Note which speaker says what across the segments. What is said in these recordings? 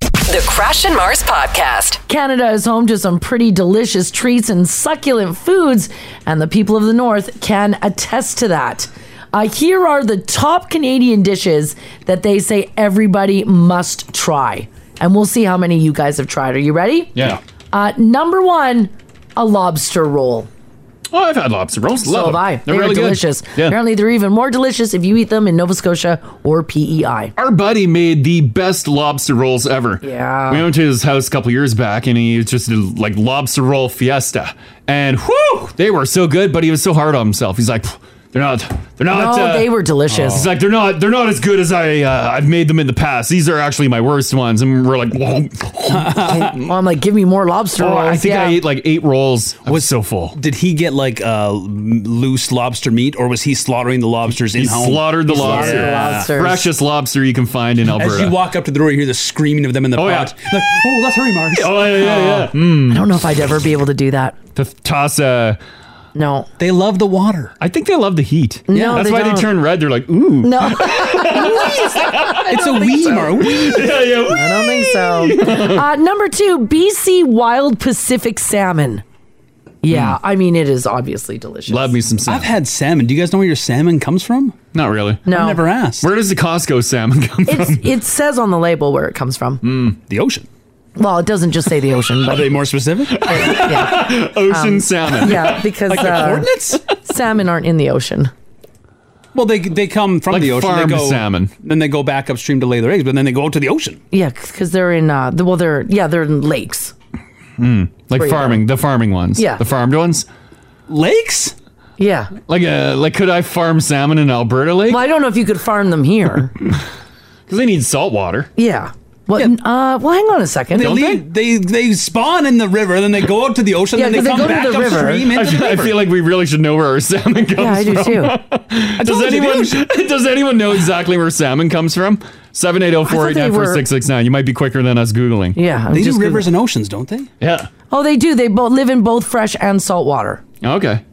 Speaker 1: The Crash and Mars Podcast.
Speaker 2: Canada is home to some pretty delicious treats and succulent foods, and the people of the North can attest to that. Uh, here are the top Canadian dishes that they say everybody must try, and we'll see how many you guys have tried. Are you ready?
Speaker 3: Yeah.
Speaker 2: Uh, number one, a lobster roll.
Speaker 3: Oh, I've had lobster rolls.
Speaker 2: So
Speaker 3: Love
Speaker 2: have
Speaker 3: them.
Speaker 2: I.
Speaker 3: They're
Speaker 2: they
Speaker 3: really
Speaker 2: are
Speaker 3: good.
Speaker 2: delicious.
Speaker 3: Yeah.
Speaker 2: Apparently, they're even more delicious if you eat them in Nova Scotia or E PEI.
Speaker 3: Our buddy made the best lobster rolls ever.
Speaker 2: Yeah.
Speaker 3: We went to his house a couple years back and he just did like lobster roll fiesta. And whew, they were so good, but he was so hard on himself. He's like, "Pff, they're not, they're not. uh,
Speaker 2: No, they were delicious.
Speaker 3: He's like, they're not, they're not as good as I, uh, I've made them in the past. These are actually my worst ones. And we're like,
Speaker 2: Well, I'm like, give me more lobster
Speaker 3: Oh,
Speaker 2: rolls.
Speaker 3: I think
Speaker 2: yeah.
Speaker 3: I ate like eight rolls. I was, so full.
Speaker 4: Did he get like uh, m- loose lobster meat, or was he slaughtering the lobsters in
Speaker 3: He
Speaker 4: home?
Speaker 3: slaughtered the
Speaker 4: He
Speaker 3: lobster.
Speaker 2: the lobsters.
Speaker 3: Freshest lobster you can find in Alberta.
Speaker 4: As you walk up to the door, you hear the screaming of them in the
Speaker 3: Oh, yeah.
Speaker 4: pot. Like, oh, let's hurry, Mars.
Speaker 3: oh, yeah, yeah, yeah. Hmm.
Speaker 2: I don't know if I'd ever be able to do that.
Speaker 3: To toss a.
Speaker 2: No.
Speaker 4: They love the water.
Speaker 3: I think they love the heat.
Speaker 2: No,
Speaker 3: that's
Speaker 2: they
Speaker 3: why
Speaker 2: don't.
Speaker 3: they turn red. They're like, ooh,
Speaker 2: No, I
Speaker 4: It's a wee, Mar. Wee.
Speaker 3: yeah, yeah. ooh.
Speaker 2: don't think so. Uh, number two, BC wild Pacific salmon. Yeah,
Speaker 4: Hmm.
Speaker 2: I mean it is obviously delicious.
Speaker 3: Love me some salmon.
Speaker 4: I've had salmon. Do you guys know where your salmon comes from?
Speaker 3: Not really.
Speaker 2: No,
Speaker 4: I never asked.
Speaker 3: Where does the Costco salmon come from?
Speaker 2: It's, it says on the label where it comes from.
Speaker 4: Hmm, the ocean.
Speaker 2: Well, it doesn't just say the ocean,
Speaker 4: Are
Speaker 2: but
Speaker 4: they more specific?
Speaker 2: yeah, Um,
Speaker 3: Ocean salmon.
Speaker 2: yeah because
Speaker 4: Like the
Speaker 2: uh,
Speaker 4: coordinates?
Speaker 2: salmon aren't in the ocean.
Speaker 4: Well, they they come from
Speaker 3: Like
Speaker 4: the ocean.
Speaker 3: farm
Speaker 4: they go,
Speaker 3: salmon.
Speaker 4: Then they go back upstream to lay their eggs, but then they go out to the ocean.
Speaker 2: Yeah, because they're in uh, the, well, they're yeah, they're in lakes.
Speaker 3: Mm. Like
Speaker 2: you
Speaker 3: farming, the farming ones.
Speaker 2: Yeah.
Speaker 3: The farmed ones.
Speaker 4: Lakes?
Speaker 2: Yeah,
Speaker 3: Like, uh, like, could I farm salmon in Alberta Lake?
Speaker 2: well, I don't know if you could farm them here.
Speaker 3: Because they need salt water.
Speaker 2: yeah, what? Uh, well, hang on a second.
Speaker 4: They, leave, they they spawn in the river, then they go out to the ocean,
Speaker 2: Yeah,
Speaker 4: then they
Speaker 2: 'cause they
Speaker 4: come
Speaker 2: go to
Speaker 4: back
Speaker 2: the river.
Speaker 4: upstream
Speaker 3: I
Speaker 4: into
Speaker 3: feel,
Speaker 4: the
Speaker 3: I
Speaker 4: river.
Speaker 3: feel like we really should know where our salmon comes
Speaker 2: yeah, I do
Speaker 3: from.
Speaker 2: too.
Speaker 3: Does
Speaker 4: told you,
Speaker 3: anyone
Speaker 4: dude.
Speaker 3: does anyone know exactly where salmon comes from? 780-489-4669. You might be quicker than us googling.
Speaker 2: Yeah, I'm
Speaker 4: They do
Speaker 2: just
Speaker 4: rivers and oceans, don't they?
Speaker 3: Yeah.
Speaker 2: Oh, they do. They both live in both fresh and salt water.
Speaker 3: Okay.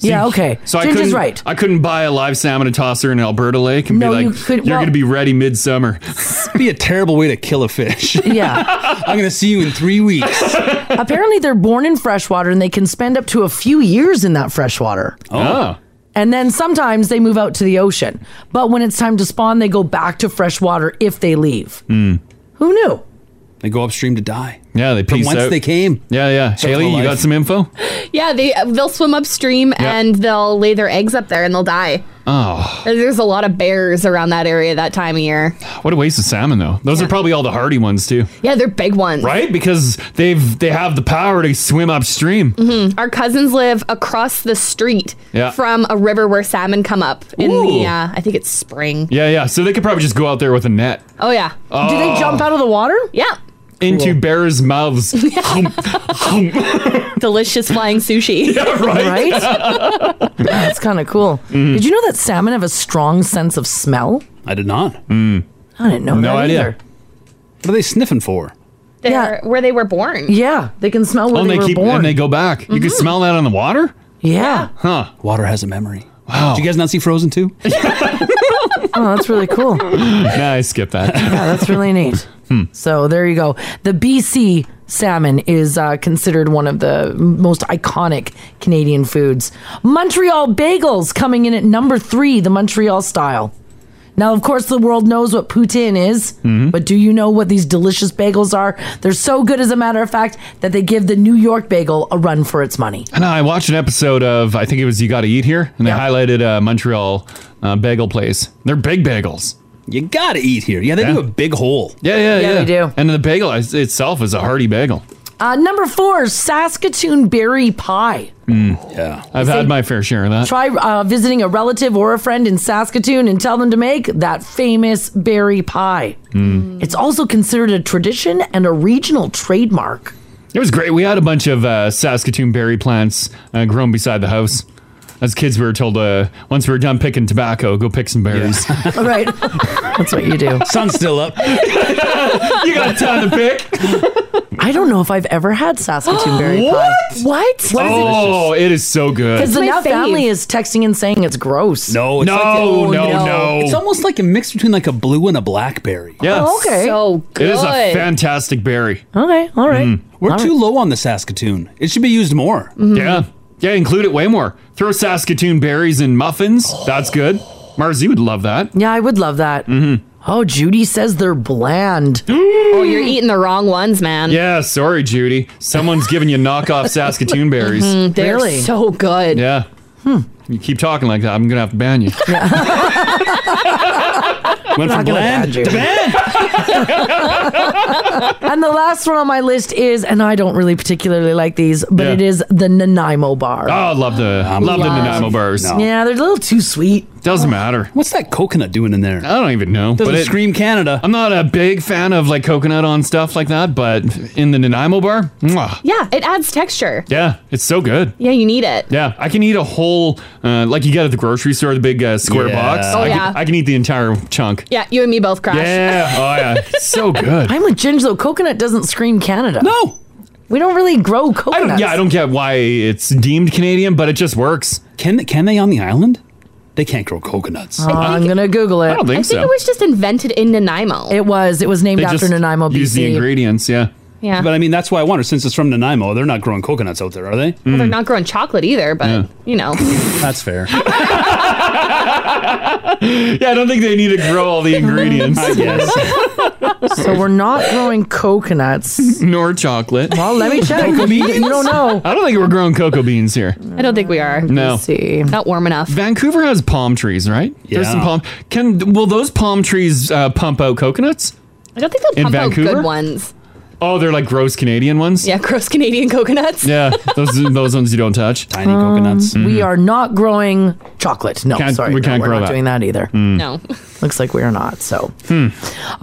Speaker 2: yeah, okay.
Speaker 3: So I
Speaker 2: Eh, Ginger's
Speaker 3: couldn't,
Speaker 2: right.
Speaker 3: I couldn't buy a live salmon and toss her in Alberta Lake and
Speaker 2: No,
Speaker 3: be like,
Speaker 2: you
Speaker 3: you
Speaker 2: could-
Speaker 3: are
Speaker 2: well-
Speaker 3: going to be ready midsummer.
Speaker 4: It'd be a terrible way to kill a fish.
Speaker 2: yeah.
Speaker 4: I'm gonna see you in three weeks.
Speaker 2: Apparently, they're born in freshwater and they can spend up to a few years in that freshwater.
Speaker 3: Oh.
Speaker 2: And then sometimes they move out to the ocean. But when it's time to spawn, they go back to freshwater if they leave. Who knew?
Speaker 4: They go upstream to die.
Speaker 3: Hmm. Yeah, they
Speaker 4: From
Speaker 3: peace
Speaker 4: whence
Speaker 3: out.
Speaker 4: they came.
Speaker 3: Yeah, yeah.
Speaker 4: Circle
Speaker 3: Haley,
Speaker 4: of
Speaker 3: you
Speaker 4: life.
Speaker 3: got some info?
Speaker 5: Yeah, they they'll swim upstream and they'll lay their eggs up there and they'll die.
Speaker 3: Oh,
Speaker 5: There's a lot of bears around that area that time of year.
Speaker 3: what a waste of salmon though. Those are probably all the hardy ones too,
Speaker 5: Yeah, they're big ones.
Speaker 3: right? Because they've they have the power to swim upstream.
Speaker 5: Mm-hmm. Our cousins live across the street
Speaker 3: Yeah.
Speaker 5: from a river where salmon come up in
Speaker 3: Ooh.
Speaker 5: the uh, I think it's spring.
Speaker 3: Yeah, yeah. So they could probably just go out there with a net
Speaker 5: Oh yeah.
Speaker 2: Do they jump out of the water?
Speaker 5: Yeah.
Speaker 3: into bears' mouths.
Speaker 5: Delicious flying sushi.
Speaker 2: Right? That's kind of cool.
Speaker 3: Mm.
Speaker 2: Did you know that salmon have a strong sense of smell?
Speaker 4: I did not.
Speaker 2: I didn't know
Speaker 3: Hmm. No
Speaker 2: that
Speaker 3: idea.
Speaker 2: either.
Speaker 4: What are they sniffing for?
Speaker 5: They're- Where they were born.
Speaker 2: Yeah, they can smell where
Speaker 3: Oh, and
Speaker 2: they,
Speaker 3: they
Speaker 2: were
Speaker 3: keep
Speaker 2: born. Mm-hmm.
Speaker 3: and they go back. You can smell that on the water?
Speaker 2: yeah.
Speaker 3: Huh.
Speaker 4: Water has a memory.
Speaker 3: Wow.
Speaker 4: Did you guys not see Frozen 2?
Speaker 2: Oh, that's really cool.
Speaker 3: nah, I skip that.
Speaker 2: Yeah, that's really neat. So there you go. The BC salmon is uh, considered one of the most iconic Canadian foods. Montreal bagels coming in at number three, the Montreal style. Now, of course, the world knows what poutine is, but do you know what these delicious bagels are? They're so good, as a matter of fact, that they give the New York bagel a run for its money.
Speaker 3: and I watched an episode of I think it was You Gotta Eat Here, and they
Speaker 2: Yeah.
Speaker 3: highlighted a Montreal uh, bagel place. They're big bagels.
Speaker 4: You gotta eat here. Yeah, they
Speaker 3: Yeah.
Speaker 4: do a big hole.
Speaker 3: Yeah, yeah,
Speaker 2: Yeah,
Speaker 3: yeah.
Speaker 2: they do.
Speaker 3: And the bagel is- itself is a hearty bagel.
Speaker 2: Uh, number four, Saskatoon berry pie.
Speaker 4: Yeah.
Speaker 3: Mm. I've had my fair share of that.
Speaker 2: try uh, visiting a relative or a friend in Saskatoon and tell them to make that famous berry pie.
Speaker 3: Mm.
Speaker 2: It's also considered a tradition and a regional trademark.
Speaker 3: It was great. We had a bunch of uh, Saskatoon berry plants uh, grown beside the house. As kids, we were told uh, once we were done picking tobacco, go pick some berries.
Speaker 2: All right. That's what you do.
Speaker 4: Sun's still up.
Speaker 3: you got time to pick.
Speaker 2: I I don't know if I've ever had Saskatoon berry pie. What? What?
Speaker 3: oh, it is so good.
Speaker 2: Because the now family is texting and saying it's gross.
Speaker 4: No, it's
Speaker 3: No,
Speaker 4: like oh,
Speaker 3: no, no. no.
Speaker 4: It's almost like a mix between like a blue and a blackberry.
Speaker 3: Yes.
Speaker 2: Oh, okay. So
Speaker 3: It is a
Speaker 2: good.
Speaker 3: fantastic berry.
Speaker 2: Okay, all right.
Speaker 3: Mm.
Speaker 2: Mm-hmm.
Speaker 4: We're
Speaker 2: All
Speaker 4: too low on the Saskatoon. It should be used more.
Speaker 3: Yeah. Yeah, include it way more. Throw Saskatoon berries in muffins. That's good. Mars, you would love that.
Speaker 2: Yeah, I would love that. Mm-hmm. Oh, Judy says they're bland.
Speaker 5: oh, you're eating the wrong ones, man.
Speaker 3: Yeah, sorry, Judy. Someone's giving you knockoff Saskatoon berries.
Speaker 2: Mm-hmm.
Speaker 5: Mhm,
Speaker 2: Mm,
Speaker 5: they're so good.
Speaker 3: Yeah.
Speaker 2: Hmm.
Speaker 3: You keep talking like that, I'm gonna have to ban you. Went from
Speaker 2: Not gonna
Speaker 3: bland
Speaker 2: ban you.
Speaker 3: to banned.
Speaker 2: and the last one on my list is, and I don't really particularly like these, but
Speaker 3: Yeah.
Speaker 2: it is the Nanaimo bar.
Speaker 3: Oh, I love the
Speaker 4: Um,
Speaker 3: love the
Speaker 2: Love.
Speaker 3: Nanaimo bars.
Speaker 2: Yeah, they're a little too sweet.
Speaker 3: Doesn't matter.
Speaker 4: What's that coconut doing in there?
Speaker 3: I don't even know.
Speaker 4: Doesn't
Speaker 3: but it-
Speaker 4: scream Canada.
Speaker 3: I'm not a big fan of like coconut on stuff like that, but in the Nanaimo bar, mwah.
Speaker 5: Yeah, it adds texture.
Speaker 3: yeah, it's so good.
Speaker 5: Yeah, you need it.
Speaker 3: Yeah, I can eat a whole, uh, like you get at the grocery store, the big uh, square
Speaker 4: Yeah.
Speaker 3: box.
Speaker 5: Oh,
Speaker 3: I,
Speaker 5: yeah.
Speaker 3: can, I can eat the entire chunk.
Speaker 5: Yeah, you and me both crash.
Speaker 3: Yeah, oh yeah, It's so good.
Speaker 2: I'm with Ginger though. Coconut doesn't scream Canada.
Speaker 4: No.
Speaker 2: We don't really grow coconuts.
Speaker 3: I don't, yeah, I don't get why it's deemed Canadian, but it just works.
Speaker 4: Can can they on the island? They can't grow coconuts.
Speaker 2: Uh, I'm gonna Google it.
Speaker 3: I don't
Speaker 5: I
Speaker 3: think,
Speaker 5: think
Speaker 3: so.
Speaker 5: it was just invented in Nanaimo.
Speaker 2: It was. It was named
Speaker 3: they
Speaker 2: after
Speaker 3: just
Speaker 2: Nanaimo, BC.
Speaker 3: use the ingredients. Yeah,
Speaker 5: yeah.
Speaker 4: But I mean, that's why I wonder. Since it's from Nanaimo, they're not growing coconuts out there, are they? Hmm.
Speaker 5: Well, they're not growing chocolate either, but
Speaker 3: Mm. Yeah.
Speaker 5: you know.
Speaker 4: That's fair.
Speaker 3: yeah. I don't think they need to grow all the ingredients.
Speaker 4: I guess.
Speaker 2: So we're not growing coconuts.
Speaker 3: Nor chocolate.
Speaker 2: Well, let me check.
Speaker 4: Cocoa beans?
Speaker 2: You don't know.
Speaker 3: I don't think we're growing cocoa beans here.
Speaker 5: I don't think we are.
Speaker 3: No.
Speaker 2: Let's see.
Speaker 5: Not warm enough.
Speaker 3: Vancouver has palm trees, right? There's
Speaker 4: Yeah.
Speaker 3: some palm. Can will those palm trees uh, pump out coconuts?
Speaker 5: I don't think they'll
Speaker 3: In
Speaker 5: pump out
Speaker 3: Vancouver?
Speaker 5: good ones.
Speaker 3: Oh, they're like gross Canadian ones.
Speaker 5: Yeah, gross Canadian coconuts.
Speaker 3: yeah. Those those ones you don't touch. Mm-hmm.
Speaker 4: Tiny coconuts.
Speaker 2: Um, We are not growing chocolate. No,
Speaker 3: Can't-
Speaker 2: sorry.
Speaker 3: we
Speaker 2: no,
Speaker 3: can't
Speaker 2: we're
Speaker 3: grow that.
Speaker 2: not
Speaker 3: Mm. Hmm.
Speaker 2: doing that either.
Speaker 5: No.
Speaker 2: Looks like we are not. So,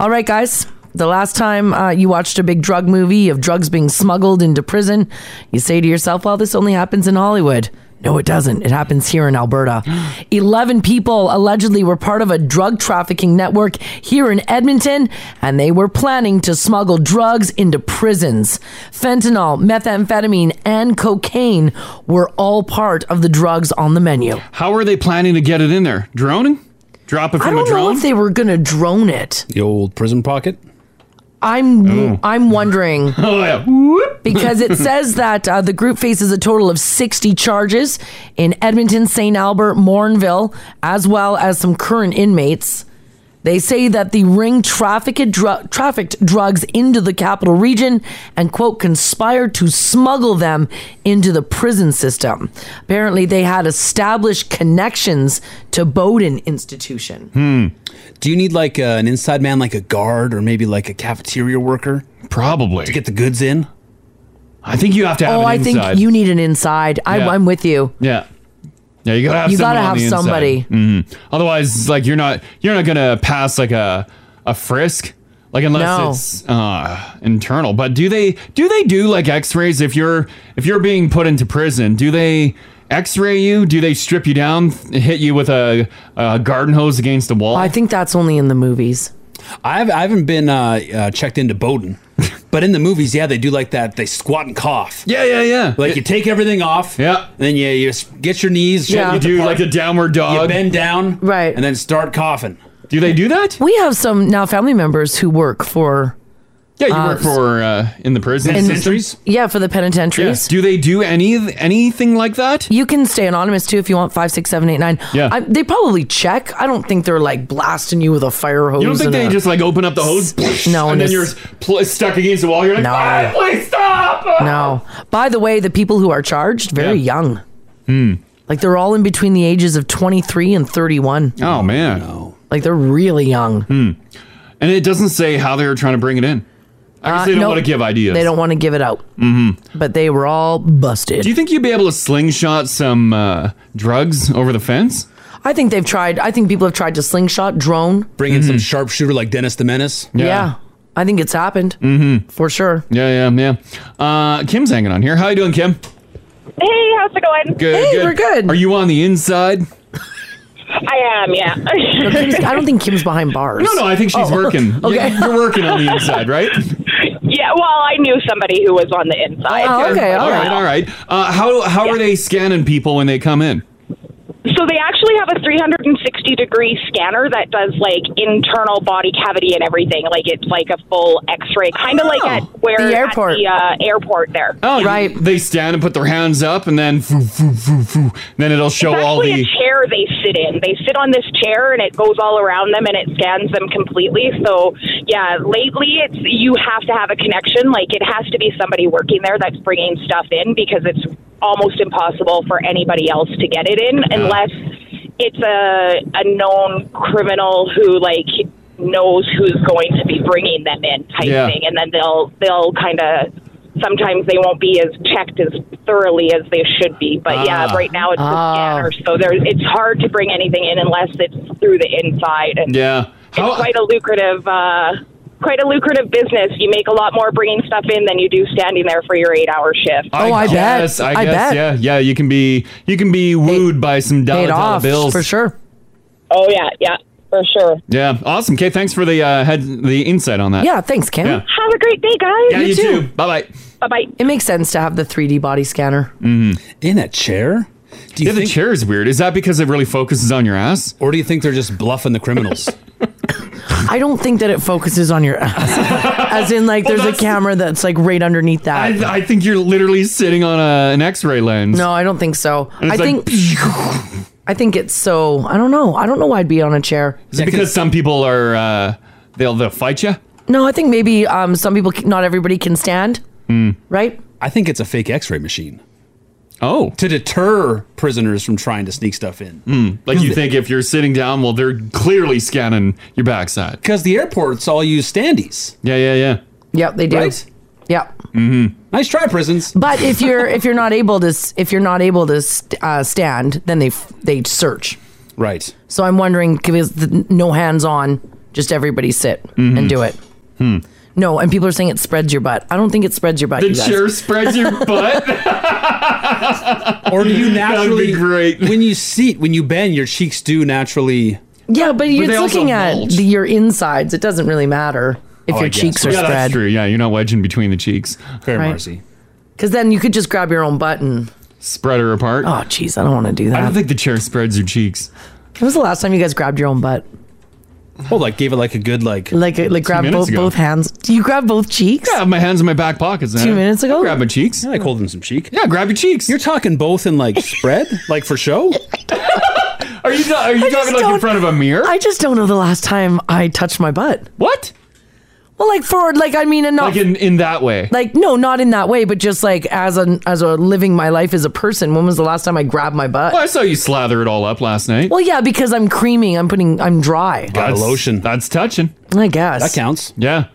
Speaker 2: all right, guys. The last time uh, you watched a big drug movie of drugs being smuggled into prison, you say to yourself, well, this only happens in Hollywood. No, it doesn't. It happens here in Alberta. 11 people allegedly were part of a drug trafficking network here in Edmonton, and they were planning to smuggle drugs into prisons. Fentanyl, methamphetamine, and cocaine were all part of the drugs on the menu.
Speaker 3: How are they planning to get it in there? Droning? Drop it
Speaker 2: I
Speaker 3: from a
Speaker 2: don't know
Speaker 3: drone?
Speaker 2: if they were going to drone it.
Speaker 4: The old prison pocket.
Speaker 2: I'm I'm wondering
Speaker 3: oh yeah. Whoop.
Speaker 2: because it says that uh, the group faces a total of 60 charges in Edmonton, St. Albert, Mornville, as well as some current inmates. They say that the ring trafficked, dru- trafficked drugs into the capital region and, quote, conspired to smuggle them into the prison system. Apparently, they had established connections to Bowdoin Institution.
Speaker 4: Hmm. Do you need like uh, an inside man, like a guard, or maybe like a cafeteria worker
Speaker 3: Probably.
Speaker 4: to get the goods in?
Speaker 3: I think you have to have.
Speaker 2: Oh,
Speaker 3: an
Speaker 2: I
Speaker 3: inside.
Speaker 2: think you need an inside. I,
Speaker 3: Yeah.
Speaker 2: I'm with you.
Speaker 3: Yeah. Yeah, you gotta have.
Speaker 2: You gotta
Speaker 3: someone on
Speaker 2: have
Speaker 3: the inside.
Speaker 2: somebody.
Speaker 3: Mhm. Otherwise, it's like you're not you're not gonna pass like a a frisk. Like unless
Speaker 2: No.
Speaker 3: it's uh, internal, but do they do they do like X-rays if you're if you're being put into prison? Do they X-ray you? Do they strip you down, hit you with a, a garden hose against the wall?
Speaker 2: I think that's only in the movies.
Speaker 4: I've I haven't been uh, uh, checked into Bowden, but in the movies, yeah, they do like that. They squat and cough.
Speaker 3: yeah, yeah, yeah.
Speaker 4: Like you take everything off.
Speaker 3: Yeah.
Speaker 4: And then you, you s- get your knees.
Speaker 2: Yeah.
Speaker 4: gently
Speaker 3: you do
Speaker 4: apart,
Speaker 3: like a downward
Speaker 4: You
Speaker 3: dog.
Speaker 4: bend down.
Speaker 2: Right.
Speaker 4: And then start coughing.
Speaker 3: Do they do that?
Speaker 2: We have some now family members who work for
Speaker 3: Yeah, you
Speaker 2: Uh,
Speaker 3: work for uh, in the prison.
Speaker 2: in-
Speaker 4: Sentries?
Speaker 2: yeah for the penitentiaries.
Speaker 3: Do they do any anything like that?
Speaker 2: You can stay anonymous too if you want five six seven eight nine.
Speaker 3: Yeah.
Speaker 2: I, they probably check. I don't think they're like blasting you with a fire hose.
Speaker 3: You don't think
Speaker 2: and
Speaker 3: they
Speaker 2: a-
Speaker 3: just like open up the hose?
Speaker 2: No,
Speaker 3: and
Speaker 2: and
Speaker 3: then you're
Speaker 2: it's-
Speaker 3: pl- stuck against the wall. You're like,
Speaker 2: No.
Speaker 3: "Ah, please stop.
Speaker 2: no. By the way, the people who are charged very
Speaker 3: Yeah. Hmm.
Speaker 2: young. Like they're all in between the ages of twenty three and thirty one.
Speaker 3: Oh man, Hmm.
Speaker 2: Like they're really young.
Speaker 3: and it doesn't say how they were trying to bring it in. I guess
Speaker 2: Uh,
Speaker 3: they don't
Speaker 2: nope.
Speaker 3: want to give ideas.
Speaker 2: They don't want to give it out. Mm-hmm. But they were all busted.
Speaker 3: Do you think you'd be able to slingshot some uh, drugs over the fence?
Speaker 2: I think they've tried. I think people have tried to slingshot, drone.
Speaker 4: Bring in
Speaker 3: Mm-hmm.
Speaker 4: some sharpshooter like Dennis the Menace.
Speaker 2: Yeah. I think it's happened mm-hmm. for sure.
Speaker 3: Yeah, yeah, yeah. Uh, Kim's hanging on here. How you doing, Kim?
Speaker 6: Hey, how's it going?
Speaker 3: Good.
Speaker 2: Hey, we're good.
Speaker 3: Are you on the inside?
Speaker 6: I am, Um, yeah.
Speaker 2: Kim's- I don't think Kim's behind bars.
Speaker 6: Oh.
Speaker 2: Oh,
Speaker 3: No, no. I think she's working.
Speaker 2: okay.
Speaker 3: You're, you're working on the inside, right?
Speaker 6: yeah, Yeah, well, I knew somebody who was on the inside.
Speaker 2: Oh,
Speaker 3: Oh, all right, all right. Uh, how how are they scanning people when they come in?
Speaker 6: So they actually have a 360 degree scanner that does like internal body cavity and everything. Like it's like a full X-ray, kind of like at where
Speaker 2: The
Speaker 6: at
Speaker 2: airport.
Speaker 6: the uh, airport there.
Speaker 3: Oh, right. They stand and put their hands up, and then foo, foo, foo, foo, then it'll
Speaker 6: It's
Speaker 3: show
Speaker 6: actually
Speaker 3: all the.
Speaker 6: a chair they sit in. They sit on this chair and it goes all around them and it scans them completely. So yeah, lately it's you have to have a connection. Like it has to be somebody working there that's bringing stuff in because it's almost impossible for anybody else to get it in unless it's a a known criminal who like knows who's going to be bringing them in type
Speaker 7: Yeah.
Speaker 6: thing and then they'll they'll kind of sometimes they won't be as checked as thoroughly as they should be but yeah
Speaker 3: Ah.
Speaker 6: right now it's
Speaker 3: Ah.
Speaker 6: a scanner so there's it's hard to bring anything in unless it's through the inside and
Speaker 3: Yeah.
Speaker 6: it's quite a lucrative uh quite a lucrative business you make a lot more bringing stuff in than you do standing there for your eight hour shift
Speaker 2: Oh,
Speaker 3: guess, Oh, I, guess, Yeah, yeah. You can be you can be wooed by some dollar,
Speaker 6: paid
Speaker 3: dollar
Speaker 6: off,
Speaker 3: bills
Speaker 6: for
Speaker 2: sure.
Speaker 6: oh yeah yeah for sure
Speaker 3: Yeah, awesome. Okay, thanks for the uh, head the insight on that.
Speaker 2: Yeah, thanks, Kim.
Speaker 3: Uh, Yeah.
Speaker 6: have a great day guys
Speaker 3: Yeah, you too. Bye bye.
Speaker 6: Bye bye.
Speaker 2: It makes sense to have the 3D body scanner.
Speaker 3: Mm-hmm.
Speaker 4: In a chair?
Speaker 3: yeah, the chair is weird. Is that because it really focuses on your ass,
Speaker 4: or do you think they're just bluffing the criminals?
Speaker 2: I don't think that it focuses on your ass. As in, like,
Speaker 3: Well,
Speaker 2: there's a
Speaker 3: that's-
Speaker 2: camera that's like right underneath that.
Speaker 3: I, I think you're literally sitting on a, an X-ray lens.
Speaker 2: no, I don't think so.
Speaker 3: And
Speaker 2: I
Speaker 3: it's like-
Speaker 2: think. I think it's so. I don't know. I don't know why I'd be on a chair.
Speaker 3: Is it because some people are uh, they'll they'll fight you?
Speaker 2: No, I think maybe um, some people, c- not everybody can stand,
Speaker 3: Hmm.
Speaker 2: right?
Speaker 4: I think it's a fake x ray machine.
Speaker 3: Oh.
Speaker 4: To deter prisoners from trying to sneak stuff in.
Speaker 3: Mm, like you think if you're sitting down, well, they're clearly scanning your backside.
Speaker 4: Because the airports all use standees.
Speaker 3: Yeah, yeah, yeah.
Speaker 2: Yep, they do.
Speaker 4: Right?
Speaker 2: Yep.
Speaker 3: Mm-hmm.
Speaker 4: Nice try, prisons.
Speaker 2: But if you're if you're not able to s- if you're not able to st- uh, stand, then they f- they search.
Speaker 4: Right.
Speaker 2: So I'm wondering because the, no hands on, just everybody sit and do it.
Speaker 3: Hmm.
Speaker 2: No, and people are saying it spreads your butt. I don't think it spreads your butt.
Speaker 3: The
Speaker 2: you guys.
Speaker 3: chair spreads your butt.
Speaker 4: Or do you
Speaker 3: That would
Speaker 4: naturally
Speaker 3: be
Speaker 4: great. when you seat, when you bend, your cheeks do naturally
Speaker 2: Yeah, but you're
Speaker 4: they also
Speaker 2: looking at
Speaker 4: bulge.
Speaker 2: the, your insides. It doesn't really matter if
Speaker 3: Oh, I
Speaker 2: your
Speaker 3: guess.
Speaker 2: cheeks are
Speaker 3: yeah, That's
Speaker 2: spread
Speaker 3: true. Yeah, you're not wedging between the cheeks. Fair
Speaker 2: Right. mercy. because then you could just grab your own button.
Speaker 3: Spread her apart.
Speaker 2: Oh, jeez, I don't want to do
Speaker 3: I
Speaker 2: that.
Speaker 3: don't think the chair spreads your cheeks.
Speaker 2: When was the last time you guys grabbed your own butt?
Speaker 4: Well, like gave it like a good like
Speaker 2: Like uh, like grab both both hands. Do you grab both cheeks?
Speaker 3: Yeah, my hands in my back pockets.
Speaker 2: Two minutes ago?
Speaker 3: grab my cheeks.
Speaker 4: Yeah, like holding some cheek.
Speaker 3: Yeah, grab your cheeks.
Speaker 4: You're talking both in like spread, like for show.
Speaker 3: Are you ta- are you
Speaker 2: I just
Speaker 3: talking like in
Speaker 2: don't-
Speaker 3: front of a mirror?
Speaker 2: I just don't know the last time I touched my butt.
Speaker 3: What?
Speaker 2: Well, like forward, like I mean, and
Speaker 3: Like
Speaker 2: not
Speaker 3: in, in that way.
Speaker 2: like no, not in that way, but just like as an as a living my life as a person. When was the last time I grabbed my butt?
Speaker 3: Well, I saw you slather it all up last night.
Speaker 2: Well, yeah, because I'm creaming, I'm putting, I'm dry.
Speaker 3: that's, lotion. That's touching.
Speaker 2: I guess
Speaker 4: counts.
Speaker 3: Yeah.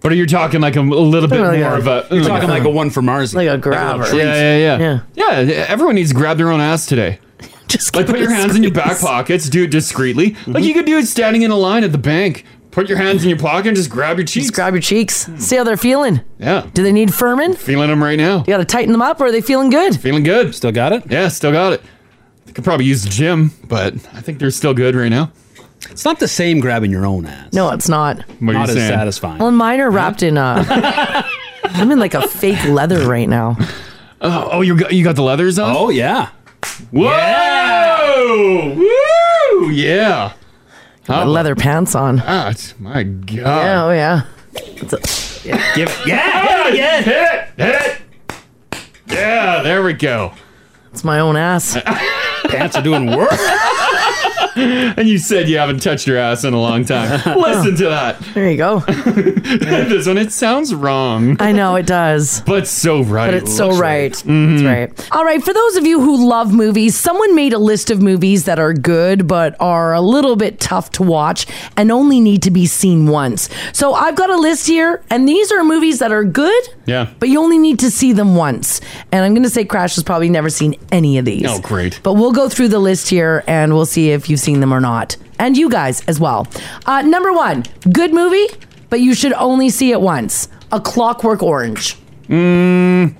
Speaker 3: But you're talking like a, a little bit
Speaker 2: Like
Speaker 3: more
Speaker 2: a-
Speaker 3: of a.
Speaker 4: You're talking like a one for Mars.
Speaker 2: Like a grabber.
Speaker 3: Yeah, yeah, yeah, yeah. everyone needs to grab their own ass today.
Speaker 2: Just
Speaker 3: like
Speaker 2: give
Speaker 3: put
Speaker 2: it
Speaker 3: your
Speaker 2: a
Speaker 3: hands in your back pockets, do it discreetly. Like you could do it standing in a line at the bank. Put your hands in your pocket and just grab your cheeks.
Speaker 2: grab your cheeks. See how they're feeling.
Speaker 3: Yeah.
Speaker 2: Do they need firming?
Speaker 3: Feeling them right now.
Speaker 2: You got to tighten them up, or are they feeling good?
Speaker 3: Feeling good.
Speaker 4: Still got it?
Speaker 3: Yeah, still got it. I could probably use the gym, but I think they're still good right now.
Speaker 4: It's not the same grabbing your own ass.
Speaker 2: No, it's not.
Speaker 3: What are
Speaker 4: not as
Speaker 3: you saying?
Speaker 4: satisfying.
Speaker 2: Well, mine are wrapped in. Uh, I'm in like a fake leather right now.
Speaker 3: Oh, oh, you got you got the leathers on?
Speaker 4: Oh yeah.
Speaker 3: Whoa! Woo! Yeah.
Speaker 2: Got
Speaker 3: Oh.
Speaker 2: leather pants on.
Speaker 3: Ah, it's- my God.
Speaker 2: Yeah, oh yeah.
Speaker 3: Give, yeah, yeah, Ah, hit it, hit it. Yeah, there we go.
Speaker 2: It's my own ass.
Speaker 4: Pants are doing work.
Speaker 3: and you said you haven't touched your ass in a long time. Listen to that.
Speaker 2: There you go.
Speaker 3: this one, it sounds wrong.
Speaker 2: I know it does.
Speaker 3: But so right. Mm-hmm.
Speaker 2: But it's so right. That's right. All right, for those of you who love movies, someone made a list of movies that are good but are a little bit tough to watch and only need to be seen once. So I've got a list here, and these are movies that are good,
Speaker 3: Yeah.
Speaker 2: but you only need to see them once. And I'm going to say Crash has probably never seen any of these.
Speaker 3: Oh, great.
Speaker 2: But we'll go through the list here and we'll see if you've seen them or not. And you guys as well. Uh, number one, good movie, but you should only see it once A Clockwork Orange.
Speaker 3: Mm,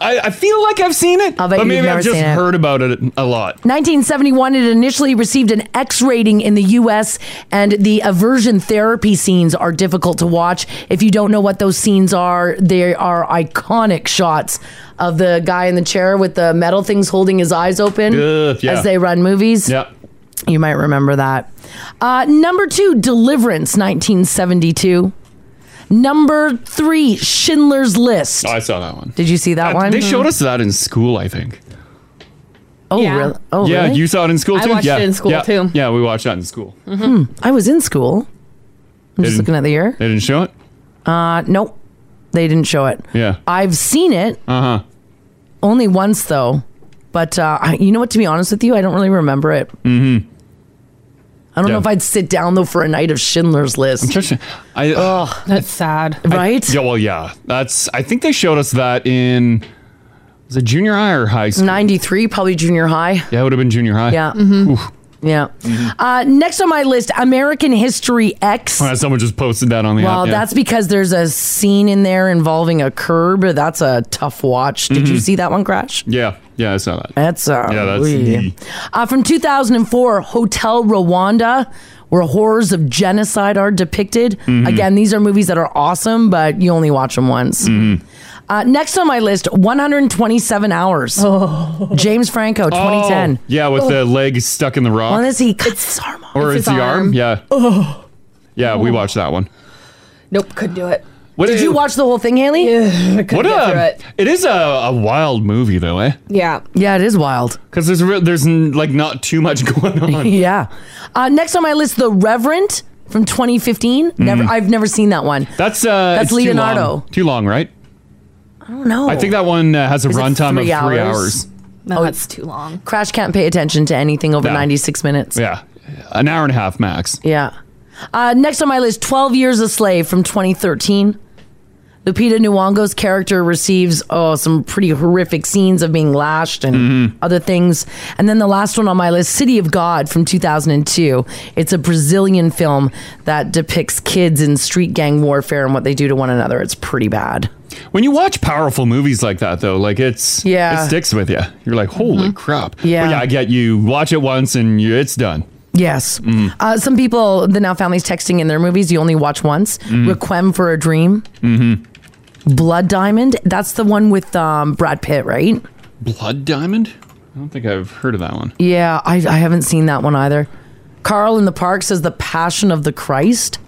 Speaker 3: I, I feel like I've seen it,
Speaker 2: bet
Speaker 3: but
Speaker 2: you've
Speaker 3: maybe
Speaker 2: never
Speaker 3: I've just
Speaker 2: seen it.
Speaker 3: heard about it a lot.
Speaker 2: 1971, it initially received an X rating in the US, and the aversion therapy scenes are difficult to watch. If you don't know what those scenes are, they are iconic shots of the guy in the chair with the metal things holding his eyes open
Speaker 7: Ugh, yeah.
Speaker 2: as they run movies.
Speaker 3: Yep.
Speaker 2: You might remember that. Uh, number two, Deliverance, 1972. Number three, Schindler's List.
Speaker 3: Oh, I saw that one. Uh,
Speaker 2: Did you see that one? Hmm.
Speaker 3: They showed us that in school, I think.
Speaker 2: Oh, really? Oh,
Speaker 3: yeah,
Speaker 2: really?
Speaker 3: you saw it in school
Speaker 2: I
Speaker 3: too.
Speaker 2: watched
Speaker 3: yeah.
Speaker 2: it in school,
Speaker 3: yeah.
Speaker 2: too.
Speaker 3: Yeah, we watched that in school.
Speaker 2: Hmm. I was in school. I'm just
Speaker 3: Didn't-
Speaker 2: looking at the year.
Speaker 3: They didn't show it.
Speaker 2: Uh, nope. They didn't show it.
Speaker 3: Yeah.
Speaker 2: I've seen it
Speaker 3: Uh huh.
Speaker 2: only once though, but uh, I- you know what? To be honest with you, I don't really remember it.
Speaker 3: Mm-hmm.
Speaker 2: I don't
Speaker 3: Yeah.
Speaker 2: know if I'd sit down though for a night of Schindler's List.
Speaker 3: I,
Speaker 2: oh, that's sad, right?
Speaker 3: Yeah. Well, yeah. That's. I think they showed us that in was it junior high or high school?
Speaker 2: Ninety-three, probably junior high.
Speaker 3: Yeah, it would have been junior high.
Speaker 2: Yeah. Mhm.
Speaker 3: Oof. Mm-hmm.
Speaker 2: Yeah. Uh, next on my list, American History X.
Speaker 3: Oh, yeah, someone just posted that on the
Speaker 2: well,
Speaker 3: app. yeah.
Speaker 2: that's because there's a scene in there involving a curb. That's a tough watch. Did you
Speaker 3: Mhm.
Speaker 2: see that one, Crash?
Speaker 3: Yeah. Yeah, I saw that.
Speaker 2: That's uh,
Speaker 3: yeah. That's
Speaker 2: we- Uh, from 2004, Hotel Rwanda, where horrors of genocide are depicted.
Speaker 3: Mm-hmm.
Speaker 8: Mhm.
Speaker 2: Again, these are movies that are awesome, but you only watch them once.
Speaker 3: Mm-hmm.
Speaker 2: Uh, next on my list, 127 Hours.
Speaker 5: Oh.
Speaker 2: James Franco, 2010.
Speaker 3: Oh, yeah, with the leg stuck in the rock,
Speaker 2: Well, is he? It's his arm.
Speaker 3: or
Speaker 2: It's
Speaker 3: it's,
Speaker 2: his
Speaker 3: the arm.
Speaker 2: arm.
Speaker 3: Yeah.
Speaker 2: Oh.
Speaker 3: Yeah, we watched that one.
Speaker 5: Nope, couldn't do it.
Speaker 3: What
Speaker 2: Did
Speaker 3: is-
Speaker 2: you watch the whole thing, Haley? Yeah,
Speaker 3: What a! it is a, a wild movie though, eh?
Speaker 5: Yeah.
Speaker 2: Yeah, it is wild.
Speaker 3: Because there's re- there's n- like not too much going on.
Speaker 2: yeah. Uh, next on my list, The Reverend from 2015. Never,
Speaker 3: Mm.
Speaker 2: I've never seen that one.
Speaker 3: That's uh,
Speaker 2: That's
Speaker 3: it's too long- Too
Speaker 2: Leonardo.
Speaker 3: long, right?
Speaker 2: I don't know.
Speaker 3: I think that one uh, has a
Speaker 2: Is it
Speaker 3: runtime
Speaker 2: three
Speaker 3: of three
Speaker 2: hours? Oh,
Speaker 3: hours.
Speaker 5: No, that's too long.
Speaker 2: Crash can't pay attention to anything over
Speaker 3: No.
Speaker 2: 96 minutes.
Speaker 3: Yeah, an hour and a half max.
Speaker 2: Yeah. Uh, next on my list, 12 Years a Slave from 2013. Lupita Nyong'o's character receives oh, some pretty horrific scenes of being lashed and other things. And then the last one on my list, City of God from 2002. It's a Brazilian film that depicts kids in street gang warfare and what they do to one another. It's pretty bad.
Speaker 3: When you watch powerful movies like that, though, like it's
Speaker 2: Yeah. Mm-hmm.
Speaker 3: it sticks with you. You're like, holy crap!
Speaker 2: Yeah.
Speaker 3: but yeah. I get you watch it once and you, it's done.
Speaker 2: Yes.
Speaker 3: Mm.
Speaker 2: Uh, some people, the Now Families texting in their movies, you only watch once.
Speaker 3: Mhm.
Speaker 2: Requiem for a Dream.
Speaker 3: Mm-hmm.
Speaker 2: Blood Diamond. That's the one with um, Brad Pitt, right?
Speaker 3: Blood Diamond. I don't think I've heard of that one.
Speaker 2: Yeah, I, I haven't seen that one either. Carl in the Park says The Passion of the Christ.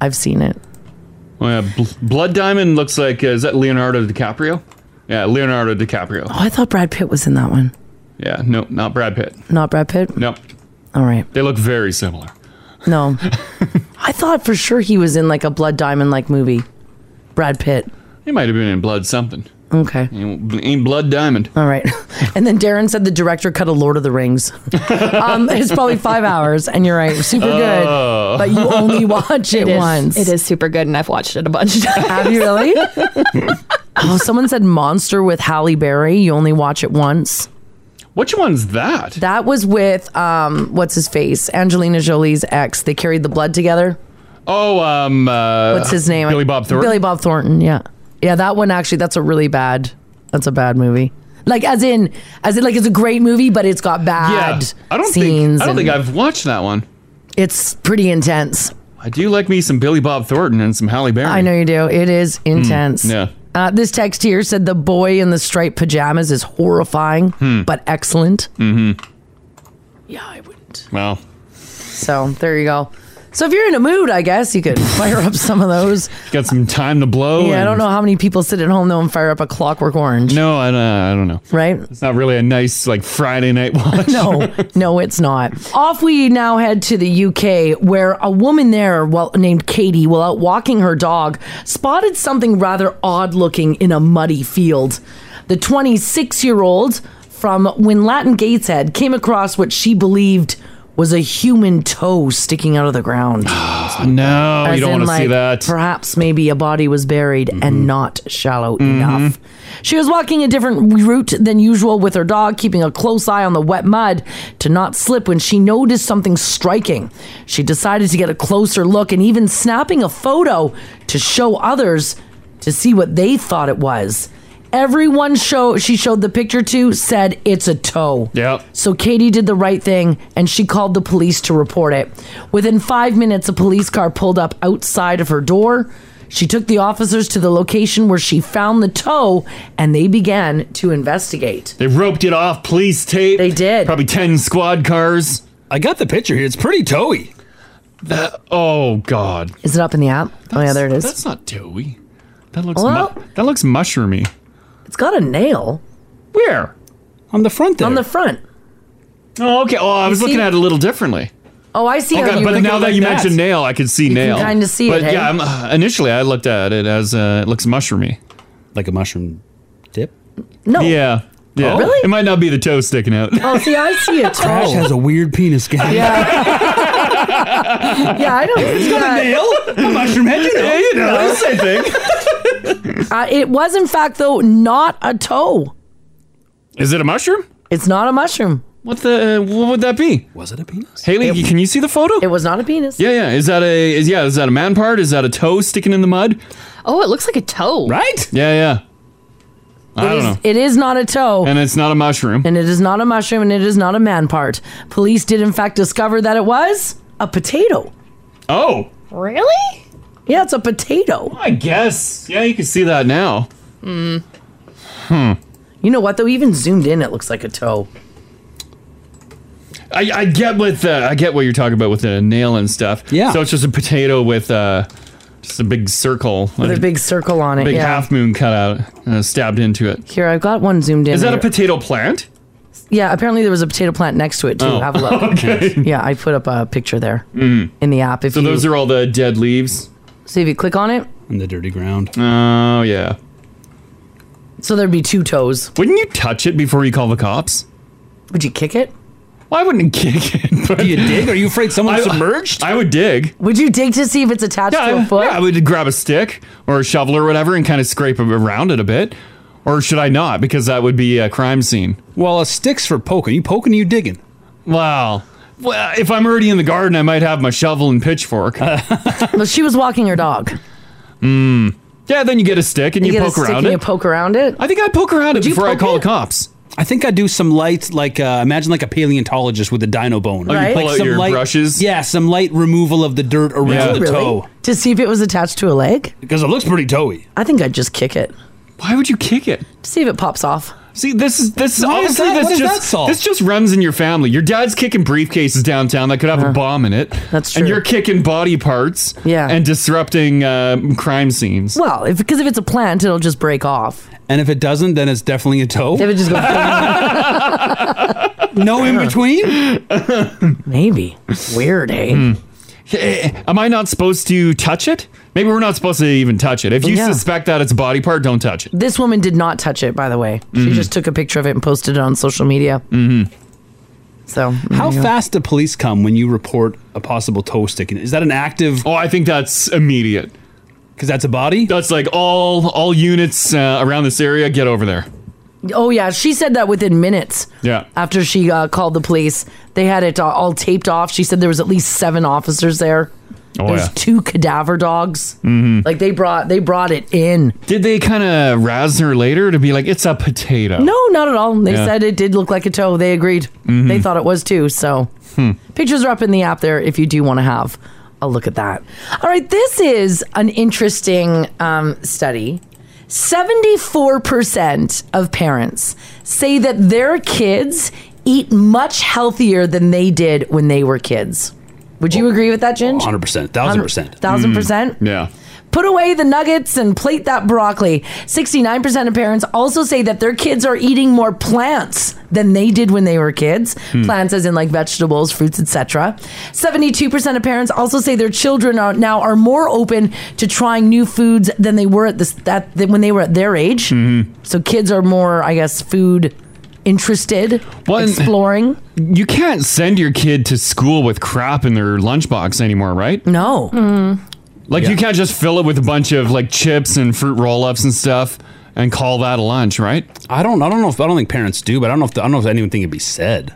Speaker 2: I've seen it.
Speaker 3: Oh, yeah. Bl- Blood Diamond looks like uh, is that Leonardo DiCaprio? Yeah, Leonardo DiCaprio.
Speaker 2: Oh, I thought Brad Pitt was in that one.
Speaker 3: Yeah, no, not Brad Pitt.
Speaker 2: Not Brad Pitt?
Speaker 3: Nope.
Speaker 2: All right.
Speaker 3: They look very similar.
Speaker 2: No. I thought for sure he was in like a Blood Diamond like movie. Brad Pitt.
Speaker 3: He might have been in Blood something.
Speaker 2: Okay.
Speaker 3: Ain't ain't Blood Diamond.
Speaker 2: All right. And then Darren said the director cut a Lord of the Rings. um, it's probably five hours, and you're right, super good.
Speaker 5: Oh.
Speaker 2: But you only watch it,
Speaker 5: It is-
Speaker 2: once.
Speaker 5: it is super good, and I've watched it a bunch of times.
Speaker 2: Have you really? oh, someone said Monster with Halle Berry. You only watch it once.
Speaker 3: Which one's that?
Speaker 2: That was with um, what's his face, Angelina Jolie's ex. They carried the blood together.
Speaker 3: Oh, um, uh,
Speaker 2: What's his name?
Speaker 3: Billy Bob Thornton.
Speaker 2: Billy Bob Thornton. Yeah, yeah. That one actually. That's a really bad. That's a bad movie. Like as in, as in, like it's a great movie, but it's got
Speaker 3: yeah,
Speaker 2: bad.
Speaker 3: I don't
Speaker 2: scenes
Speaker 3: think I don't think
Speaker 2: and-
Speaker 3: I've watched that one.
Speaker 2: It's pretty intense.
Speaker 3: I do like me some Billy Bob Thornton and some Halle Berry.
Speaker 2: I know you do. It is
Speaker 3: Hmm,
Speaker 2: intense.
Speaker 3: yeah.
Speaker 2: Uh, this text here said the boy in the striped pajamas is horrifying, but excellent.
Speaker 3: Hmm. Mm-hmm.
Speaker 2: Yeah, I
Speaker 3: wouldn't. Well,
Speaker 2: So there you go. So if you're in a mood, I guess you could fire up some of those.
Speaker 3: got some time to blow.
Speaker 2: yeah, I
Speaker 3: and-
Speaker 2: don't know how many people sit at home though and fire up a Clockwork Orange.
Speaker 3: No, I don't, I don't know.
Speaker 2: Right?
Speaker 3: It's not really a nice like Friday night watch.
Speaker 2: no, no, it's not. Off we now head to the UK, where a woman there, well named Katie, while out walking her dog, spotted something rather odd looking in a muddy field. The 26 year old from Winlatin Gateshead came across what she believed was a human toe sticking out of the ground.
Speaker 3: no, you
Speaker 2: As
Speaker 3: don't
Speaker 2: in,
Speaker 3: want to see
Speaker 2: like,
Speaker 3: that.
Speaker 2: Perhaps maybe a body was buried and not shallow enough. She was walking a different route than usual with her dog, keeping a close eye on the wet mud to not slip when she noticed something striking. She decided to get a closer look and even snapping a photo to show others to see what they thought it was. Everyone show she showed the picture to said it's a toe.
Speaker 3: Yep.
Speaker 2: So Katie did the right thing and she called the police to report it. Within five minutes, a police car pulled up outside of her door. She took the officers to the location where she found the toe and they began to investigate.
Speaker 3: They roped it off police tape. They did. Probably 10 squad cars. I got the picture here. It's pretty towy. That, oh, God.
Speaker 2: Is it up in the app? oh, yeah, there it is.
Speaker 3: That's not towy. That looks,
Speaker 2: Well-
Speaker 3: mu- that looks mushroomy.
Speaker 2: It's got a nail.
Speaker 3: Where? On the front there.
Speaker 2: On the front.
Speaker 3: Oh, okay. Oh, I was
Speaker 2: You
Speaker 3: looking
Speaker 2: see-
Speaker 3: at it a little differently.
Speaker 2: Oh, I see.
Speaker 3: Okay,
Speaker 2: how you
Speaker 3: but
Speaker 2: were
Speaker 3: now
Speaker 2: looking
Speaker 3: that
Speaker 2: like
Speaker 3: you mentioned nail, I could see
Speaker 2: You can
Speaker 3: nail.
Speaker 2: kinda see
Speaker 3: but
Speaker 2: it, hey?
Speaker 3: yeah, I'm, uh, initially I looked at it as uh, it looks mushroomy, like a mushroom dip.
Speaker 2: No.
Speaker 3: Yeah. Yeah.
Speaker 2: Oh. Really?
Speaker 3: It might not be the toe sticking out.
Speaker 2: Oh, see, I see a toe.
Speaker 4: Crash has a weird penis game.
Speaker 2: yeah, I don't.
Speaker 4: It's
Speaker 2: yeah.
Speaker 4: got a nail, a mushroom head, you know.
Speaker 2: Yeah, you know,
Speaker 4: That's the same thing.
Speaker 2: Uh, it was, in fact, though, not a toe.
Speaker 3: Is it a mushroom?
Speaker 2: It's not a mushroom.
Speaker 3: What the? What would that be? Was it a penis? Haley, can you see the photo?
Speaker 2: It was not a penis.
Speaker 3: Yeah, yeah. Is that a? Is yeah? Is that a man part? Is that a toe sticking in the mud?
Speaker 5: Oh, it looks like a toe.
Speaker 3: Right? Yeah, yeah. I
Speaker 2: It
Speaker 3: don't
Speaker 2: is-
Speaker 3: know.
Speaker 2: It oh. is not a toe.
Speaker 3: And it's not a mushroom.
Speaker 2: And it is not a mushroom and it is not a man part. Police did, in fact, discover that it was a potato.
Speaker 3: Oh,
Speaker 5: Really?
Speaker 2: Yeah, it's a potato.
Speaker 3: I guess. Yeah, you can see that now.
Speaker 2: Mm.
Speaker 3: Hmm.
Speaker 2: You know what, though? Even zoomed in, it looks like a toe.
Speaker 3: I, I get with uh, I get what you're talking about with the nail and stuff. Yeah. So it's just a potato with uh, just a big circle,
Speaker 2: With a big circle on it.
Speaker 3: big
Speaker 2: yeah.
Speaker 3: half moon cut out uh, stabbed into it.
Speaker 2: Here, I've got one zoomed in.
Speaker 3: Is that a
Speaker 2: here.
Speaker 3: potato plant?
Speaker 2: Yeah, apparently there was a potato plant next to it, too.
Speaker 3: Oh,
Speaker 2: Have a look.
Speaker 3: okay.
Speaker 2: Yeah, I put up a picture there
Speaker 3: Mm.
Speaker 2: in the app. If
Speaker 3: So
Speaker 2: you,
Speaker 3: those are all the dead leaves
Speaker 2: so if you click on it,
Speaker 3: and the dirty ground. Oh yeah.
Speaker 2: so there'd be two toes.
Speaker 3: Wouldn't you touch it before you call the cops?
Speaker 2: Would you kick it?
Speaker 3: Well, I wouldn't kick it. Do you dig? Are you afraid someone submerged? I would dig.
Speaker 2: Would you dig to see if it's attached
Speaker 3: Yeah,
Speaker 2: to a
Speaker 3: I,
Speaker 2: foot?
Speaker 3: yeah, I would grab a stick or a shovel or whatever and kind of scrape a- around it a bit. Or should I not? Because that would be a crime scene. Well, a stick's for poking. You poking, you digging. Wow. Well, if I'm already in the garden, I might have my shovel and pitchfork.
Speaker 2: well, she was walking her dog.
Speaker 3: Mm. Yeah, then you get a stick and you,
Speaker 2: get a
Speaker 3: poke
Speaker 2: stick
Speaker 3: around
Speaker 2: and You
Speaker 3: it.
Speaker 2: poke around it.
Speaker 3: I think I poke around
Speaker 2: Would
Speaker 3: it
Speaker 2: you
Speaker 3: before I
Speaker 2: poke
Speaker 3: call the cops.
Speaker 4: I think I do some light, like uh, imagine like a paleontologist with a dino bone.
Speaker 3: Oh, you Right. pull
Speaker 4: Like
Speaker 3: out
Speaker 4: some
Speaker 3: your
Speaker 4: light,
Speaker 3: brushes?
Speaker 4: Yeah, some light removal of the dirt around
Speaker 3: Yeah. Oh,
Speaker 4: the
Speaker 3: Really?
Speaker 4: toe
Speaker 2: to see if it was attached to a leg.
Speaker 4: because it looks pretty toey.
Speaker 2: I think I'd just kick it.
Speaker 3: Why would you kick it?
Speaker 2: To see if it pops off.
Speaker 3: See, this is this is
Speaker 2: Why is
Speaker 3: honestly
Speaker 2: that-
Speaker 3: this
Speaker 2: what does
Speaker 3: just
Speaker 2: that solve?
Speaker 3: this just runs in your family. Your dad's kicking briefcases downtown that could have a bomb in it. That's And
Speaker 2: true.
Speaker 3: you're kicking body parts.
Speaker 2: Yeah.
Speaker 3: And disrupting um, crime scenes.
Speaker 2: Well, if because if it's a plant, it'll just break off.
Speaker 4: And if it doesn't, then it's definitely a toe.
Speaker 2: If it just goes.
Speaker 4: no in between.
Speaker 2: Maybe weird, eh?
Speaker 3: Hmm. Eh, Am I not supposed to touch it? Maybe we're not supposed to even touch it. If you
Speaker 2: Yeah.
Speaker 3: suspect that it's a body part, don't touch it.
Speaker 2: This woman did not touch it, by the way. She
Speaker 3: Mhm.
Speaker 2: just took a picture of it and posted it on social media.
Speaker 4: Mm-hmm.
Speaker 2: So
Speaker 4: How
Speaker 2: you go.
Speaker 4: fast do police come when you report a possible toe sticking? Is that an active?
Speaker 3: Oh, I think that's immediate.
Speaker 4: Because that's a body.
Speaker 3: That's like all all units uh, around this area get over there.
Speaker 2: Oh yeah, she said that within minutes.
Speaker 3: Yeah.
Speaker 2: After she uh, called the police, they had it uh, all- all taped off. She said there was at least seven officers there.
Speaker 3: Oh,
Speaker 2: There's
Speaker 3: yeah.
Speaker 2: two cadaver dogs.
Speaker 3: Mhm.
Speaker 2: Like they brought they brought it in.
Speaker 3: Did they kind of razz her later to be like it's a potato?
Speaker 2: No, not at all. They
Speaker 3: Yeah.
Speaker 2: said it did look like a toe. They agreed.
Speaker 3: Mhm.
Speaker 2: They thought it was too. So
Speaker 3: Hmm.
Speaker 2: pictures are up in the app there if you do want to have a look at that. All right, this is an interesting um, study. 74% of parents say that their kids eat much healthier than they did when they were kids. Would you agree with that, Ginge?
Speaker 4: 100%, 1000%.
Speaker 2: 1000%?
Speaker 3: Hmm. Yeah.
Speaker 2: Put away the nuggets and plate that broccoli. 69% of parents also say that their kids are eating more plants than they did when they were kids.
Speaker 7: Hmm.
Speaker 2: Plants as in like vegetables, fruits, etc. 72% of parents also say their children are now are more open to trying new foods than they were at this that than when they were at their age. So kids are more, I guess, food interested, exploring.
Speaker 3: You can't send your kid to school with crap in their lunchbox anymore, right?
Speaker 2: No.
Speaker 3: Like you can't just fill it with a bunch of like chips and fruit roll-ups and stuff and call that a lunch, right?
Speaker 4: I don't. I don't know if I don't think parents do, but I don't know if I don't know if anyone think it'd be said.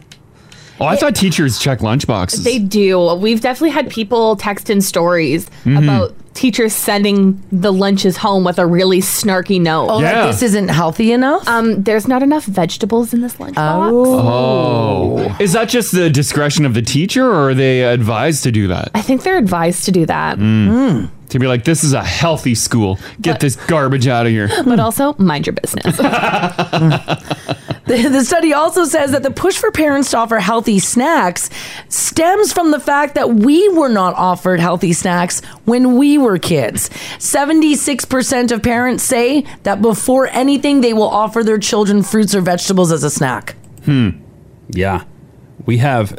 Speaker 3: Oh, I thought teachers check lunchboxes.
Speaker 5: They do. We've definitely had people text in stories
Speaker 3: Mhm.
Speaker 5: about teachers sending the lunches home with a really snarky note.
Speaker 2: Oh, like, Yeah. "This isn't healthy enough.
Speaker 5: Um, there's not enough vegetables in this lunchbox.
Speaker 3: Oh. Is that just the discretion of the teacher or are they advised to do that?
Speaker 5: I think they're advised to do that.
Speaker 3: Mm. To be like, this is a healthy school. Get this garbage out of here.
Speaker 5: But also, mind your business.
Speaker 2: The, the study also says that the push for parents to offer healthy snacks stems from the fact that we were not offered healthy snacks when we were kids. 76% of parents say that before anything, they will offer their children fruits or vegetables as a snack.
Speaker 4: Hmm. Yeah. We have.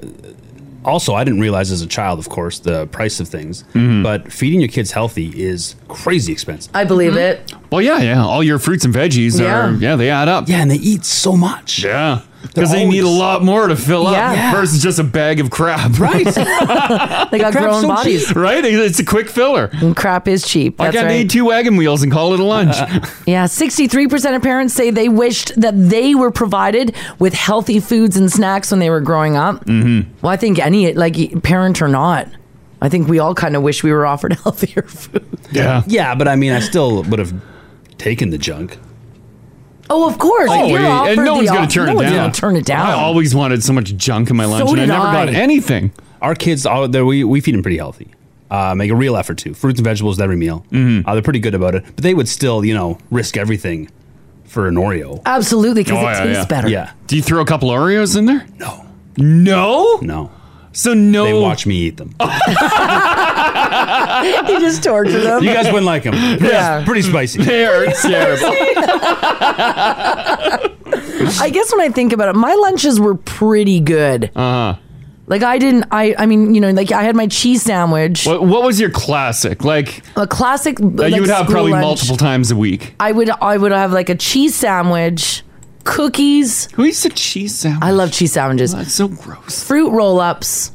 Speaker 4: Also, I didn't realize as a child, of course, the price of things.
Speaker 3: Mm-hmm.
Speaker 4: But feeding your kids healthy is crazy expensive.
Speaker 2: I believe it.
Speaker 3: Well, yeah, yeah. All your fruits and veggies
Speaker 4: Yeah.
Speaker 3: are, yeah, they add up.
Speaker 4: Yeah, and they eat so much.
Speaker 3: Yeah.
Speaker 4: They're
Speaker 3: Because they need a
Speaker 4: always-
Speaker 3: lot more to fill
Speaker 4: Yeah.
Speaker 3: up
Speaker 4: Yeah.
Speaker 3: versus just a bag of crap.
Speaker 4: Right.
Speaker 2: They got grown bodies.
Speaker 3: Right? It's a quick filler.
Speaker 2: And crap is cheap.
Speaker 3: Like,
Speaker 2: That's
Speaker 3: I
Speaker 2: right.
Speaker 3: need two wagon wheels and call it a lunch.
Speaker 2: Yeah, 63% of parents say they wished that they were provided with healthy foods and snacks when they were growing up.
Speaker 3: mm-hmm.
Speaker 2: Well, I think any, like, parent or not, I think we all kind of wish we were offered healthier food.
Speaker 3: Yeah.
Speaker 4: Yeah, but I mean, I still would have taken the junk.
Speaker 2: Oh, of course.
Speaker 3: Oh,
Speaker 2: If you're
Speaker 3: yeah, and
Speaker 2: offered
Speaker 3: no one's
Speaker 2: the
Speaker 3: going
Speaker 2: op-
Speaker 3: to turn
Speaker 2: no
Speaker 3: it
Speaker 2: one's
Speaker 3: down.
Speaker 2: gonna turn it down.
Speaker 3: I
Speaker 4: Um,
Speaker 3: always wanted so much junk in my lunch, and I
Speaker 2: did
Speaker 3: never got
Speaker 2: I.
Speaker 3: anything.
Speaker 4: Our kids, all, they're- we, we feed them pretty healthy. Uh, make a real effort to. Fruits and vegetables at every meal.
Speaker 3: Mm-hmm.
Speaker 4: Uh, they're pretty good about it. But they would still, you know, risk everything for an Oreo.
Speaker 2: Absolutely, because
Speaker 4: Oh,
Speaker 2: it
Speaker 4: yeah,
Speaker 2: tastes
Speaker 4: yeah.
Speaker 2: better.
Speaker 4: Yeah.
Speaker 3: Do you throw a couple Oreos in there? No. No?
Speaker 4: No.
Speaker 3: So no. They
Speaker 4: watch me eat them.
Speaker 2: you just torture them.
Speaker 4: You guys wouldn't like them.
Speaker 2: Yeah.
Speaker 4: Yeah. Pretty spicy.
Speaker 3: They are terrible.
Speaker 2: I guess when I think about it, my lunches were pretty good.
Speaker 3: Uh huh.
Speaker 2: Like I didn't. I. I mean, you know, like I had my cheese sandwich,
Speaker 3: What, what was your classic? Like,
Speaker 2: a classic.
Speaker 3: that
Speaker 2: like,
Speaker 3: you would have
Speaker 2: school
Speaker 3: probably
Speaker 2: lunch.
Speaker 3: multiple times a week.
Speaker 2: I would. I would have like a cheese sandwich, cookies.
Speaker 3: Who eats a cheese sandwich? I
Speaker 2: love cheese sandwiches.
Speaker 3: that's so gross.
Speaker 2: Fruit roll ups.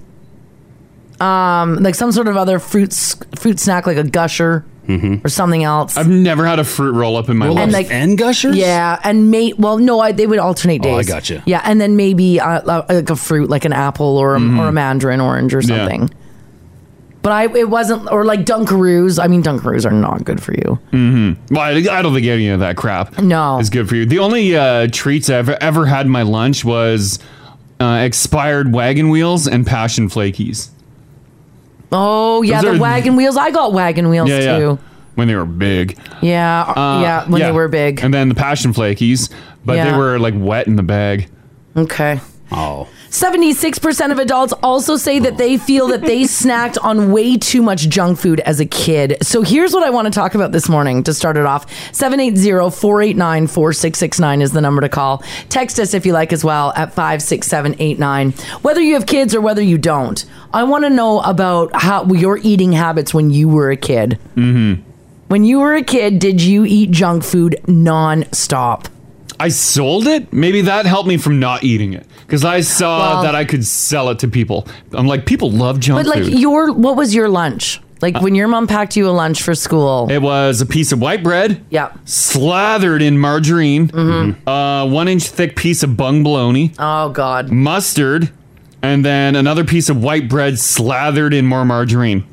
Speaker 2: Um, like some sort of other fruit s- fruit snack, like a gusher or something else.
Speaker 3: I've never had a fruit roll up in Mm-hmm. my life.
Speaker 4: gushers.
Speaker 2: Yeah, and mate. Well, no, I, they would alternate days.
Speaker 3: Oh, I gotcha.
Speaker 2: Yeah, and then maybe uh, like a fruit, like an apple or a, or a mandarin orange or
Speaker 3: Mm-hmm. Yeah.
Speaker 2: something. But I, it wasn't, or like Dunkaroos. I mean, Dunkaroos are not good for you.
Speaker 3: Mm-hmm. Well, I, I don't think any of that crap
Speaker 2: No.
Speaker 3: is good for you. The only uh, treats I've ever had in my lunch was uh, expired wagon wheels and passion flakies.
Speaker 2: Oh yeah,
Speaker 3: Those
Speaker 2: the
Speaker 3: are-
Speaker 2: wagon wheels. I got wagon wheels
Speaker 3: yeah,
Speaker 2: too.
Speaker 3: Yeah. When they were big.
Speaker 2: Yeah,
Speaker 3: Uh,
Speaker 2: yeah. When they were big.
Speaker 3: And then the passion flakies, but
Speaker 2: Yeah.
Speaker 3: they were like wet in the bag.
Speaker 2: Okay.
Speaker 4: Oh.
Speaker 2: 76% of adults also say that they feel that they snacked on way too much junk food as a kid. So here's what I want to talk about this morning to start it off. 780-489-4669 is the number to call. Text us if you like as well at 56789. Whether you have kids or whether you don't, I want to know about how your eating habits when you were a kid.
Speaker 3: Mm-hmm.
Speaker 2: When you were a kid, did you eat junk food nonstop?
Speaker 3: I sold it. Maybe that helped me from not eating it because I saw
Speaker 2: Well-
Speaker 3: that I could sell it to people. I'm like, people love junk
Speaker 2: But like
Speaker 3: food. Uh,
Speaker 2: your what was your lunch? Like when your mom packed you a lunch for school.
Speaker 3: It was a piece of white bread.
Speaker 2: Yeah. Slathered
Speaker 3: Slathered in margarine. Uh, one inch thick piece of bung bologna.
Speaker 2: Mm-hmm. Oh, God.
Speaker 3: Mustard. And then another piece of white bread slathered in more margarine.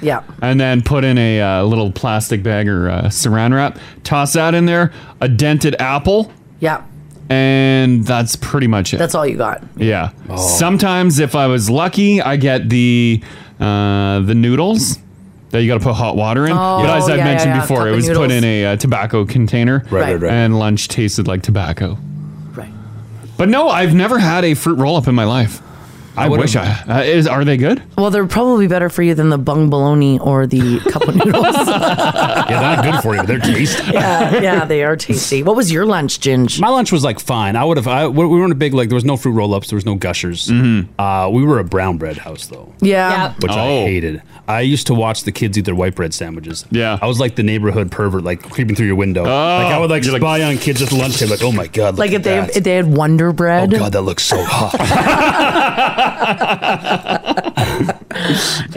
Speaker 2: Yeah.
Speaker 3: And then put in a uh, little plastic bag or uh, saran wrap. Toss that in there. A dented apple.
Speaker 2: Yeah.
Speaker 3: And that's pretty much it.
Speaker 2: That's all you got.
Speaker 3: Yeah.
Speaker 2: Oh.
Speaker 3: Sometimes, if I was lucky, I get the uh, the noodles that you got to put hot water in.
Speaker 2: Oh,
Speaker 3: but as
Speaker 2: yeah,
Speaker 3: I've
Speaker 2: yeah,
Speaker 3: mentioned
Speaker 2: yeah,
Speaker 3: before,
Speaker 2: cup
Speaker 3: it
Speaker 2: of
Speaker 3: was put
Speaker 2: noodles.
Speaker 3: in a uh, tobacco container,
Speaker 2: Right, right, right.
Speaker 3: and lunch tasted like tobacco.
Speaker 2: Right.
Speaker 3: But no, I've never had a fruit roll up in my life. I,
Speaker 2: would've-
Speaker 3: wish I uh, is. Are they good?
Speaker 2: Well, they're probably better for you than the bung bologna or the cup of noodles.
Speaker 4: yeah, they're not good for you, but they're tasty.
Speaker 2: yeah, yeah, they are tasty. What was your lunch, Ginge?
Speaker 4: My lunch was like fine. I would have. I, we weren't a big like. There was no fruit roll ups. There was no gushers. Uh, we were a brown bread house though,
Speaker 2: Yeah.
Speaker 4: which I hated. I used to watch the kids eat their white bread sandwiches. Yeah, I was like the neighborhood pervert, like creeping through your window. like I would like spy on kids at the lunch table. Like, oh my god, look
Speaker 2: Like
Speaker 4: at
Speaker 2: if they
Speaker 4: that.
Speaker 2: if they had Wonder Bread.
Speaker 4: Oh god, that looks so hot. and now,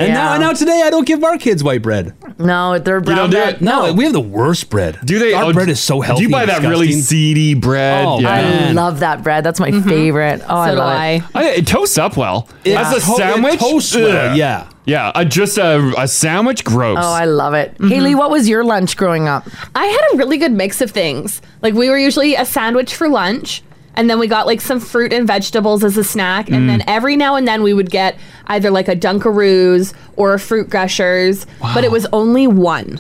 Speaker 2: Yeah.
Speaker 4: and now today, I don't give our kids white bread.
Speaker 2: No, they're brown
Speaker 4: don't do
Speaker 2: bread.
Speaker 4: it? No, we have the worst bread. Do they? Our bread is so healthy.
Speaker 3: Do you buy
Speaker 4: and
Speaker 3: that really
Speaker 4: disgusting.
Speaker 3: seedy bread?
Speaker 4: Oh,
Speaker 2: I love that bread. That's my favorite. Oh, I
Speaker 5: So do
Speaker 2: love it.
Speaker 5: I.
Speaker 3: I- it toasts up well
Speaker 4: It
Speaker 3: as a
Speaker 4: to- it
Speaker 3: sandwich.
Speaker 4: toasts well,
Speaker 3: ugh.
Speaker 4: yeah.
Speaker 3: Yeah, uh, just a, a sandwich? Gross.
Speaker 2: Oh, I love it.
Speaker 3: Mm-hmm.
Speaker 2: Haley, what was your lunch growing up?
Speaker 5: I had a really good mix of things. Like we were usually a sandwich for lunch, and then we got like some fruit and vegetables as a snack, and
Speaker 7: Mm.
Speaker 5: then every now and then we would get either like a Dunkaroos or a fruit gushers, but it was only one.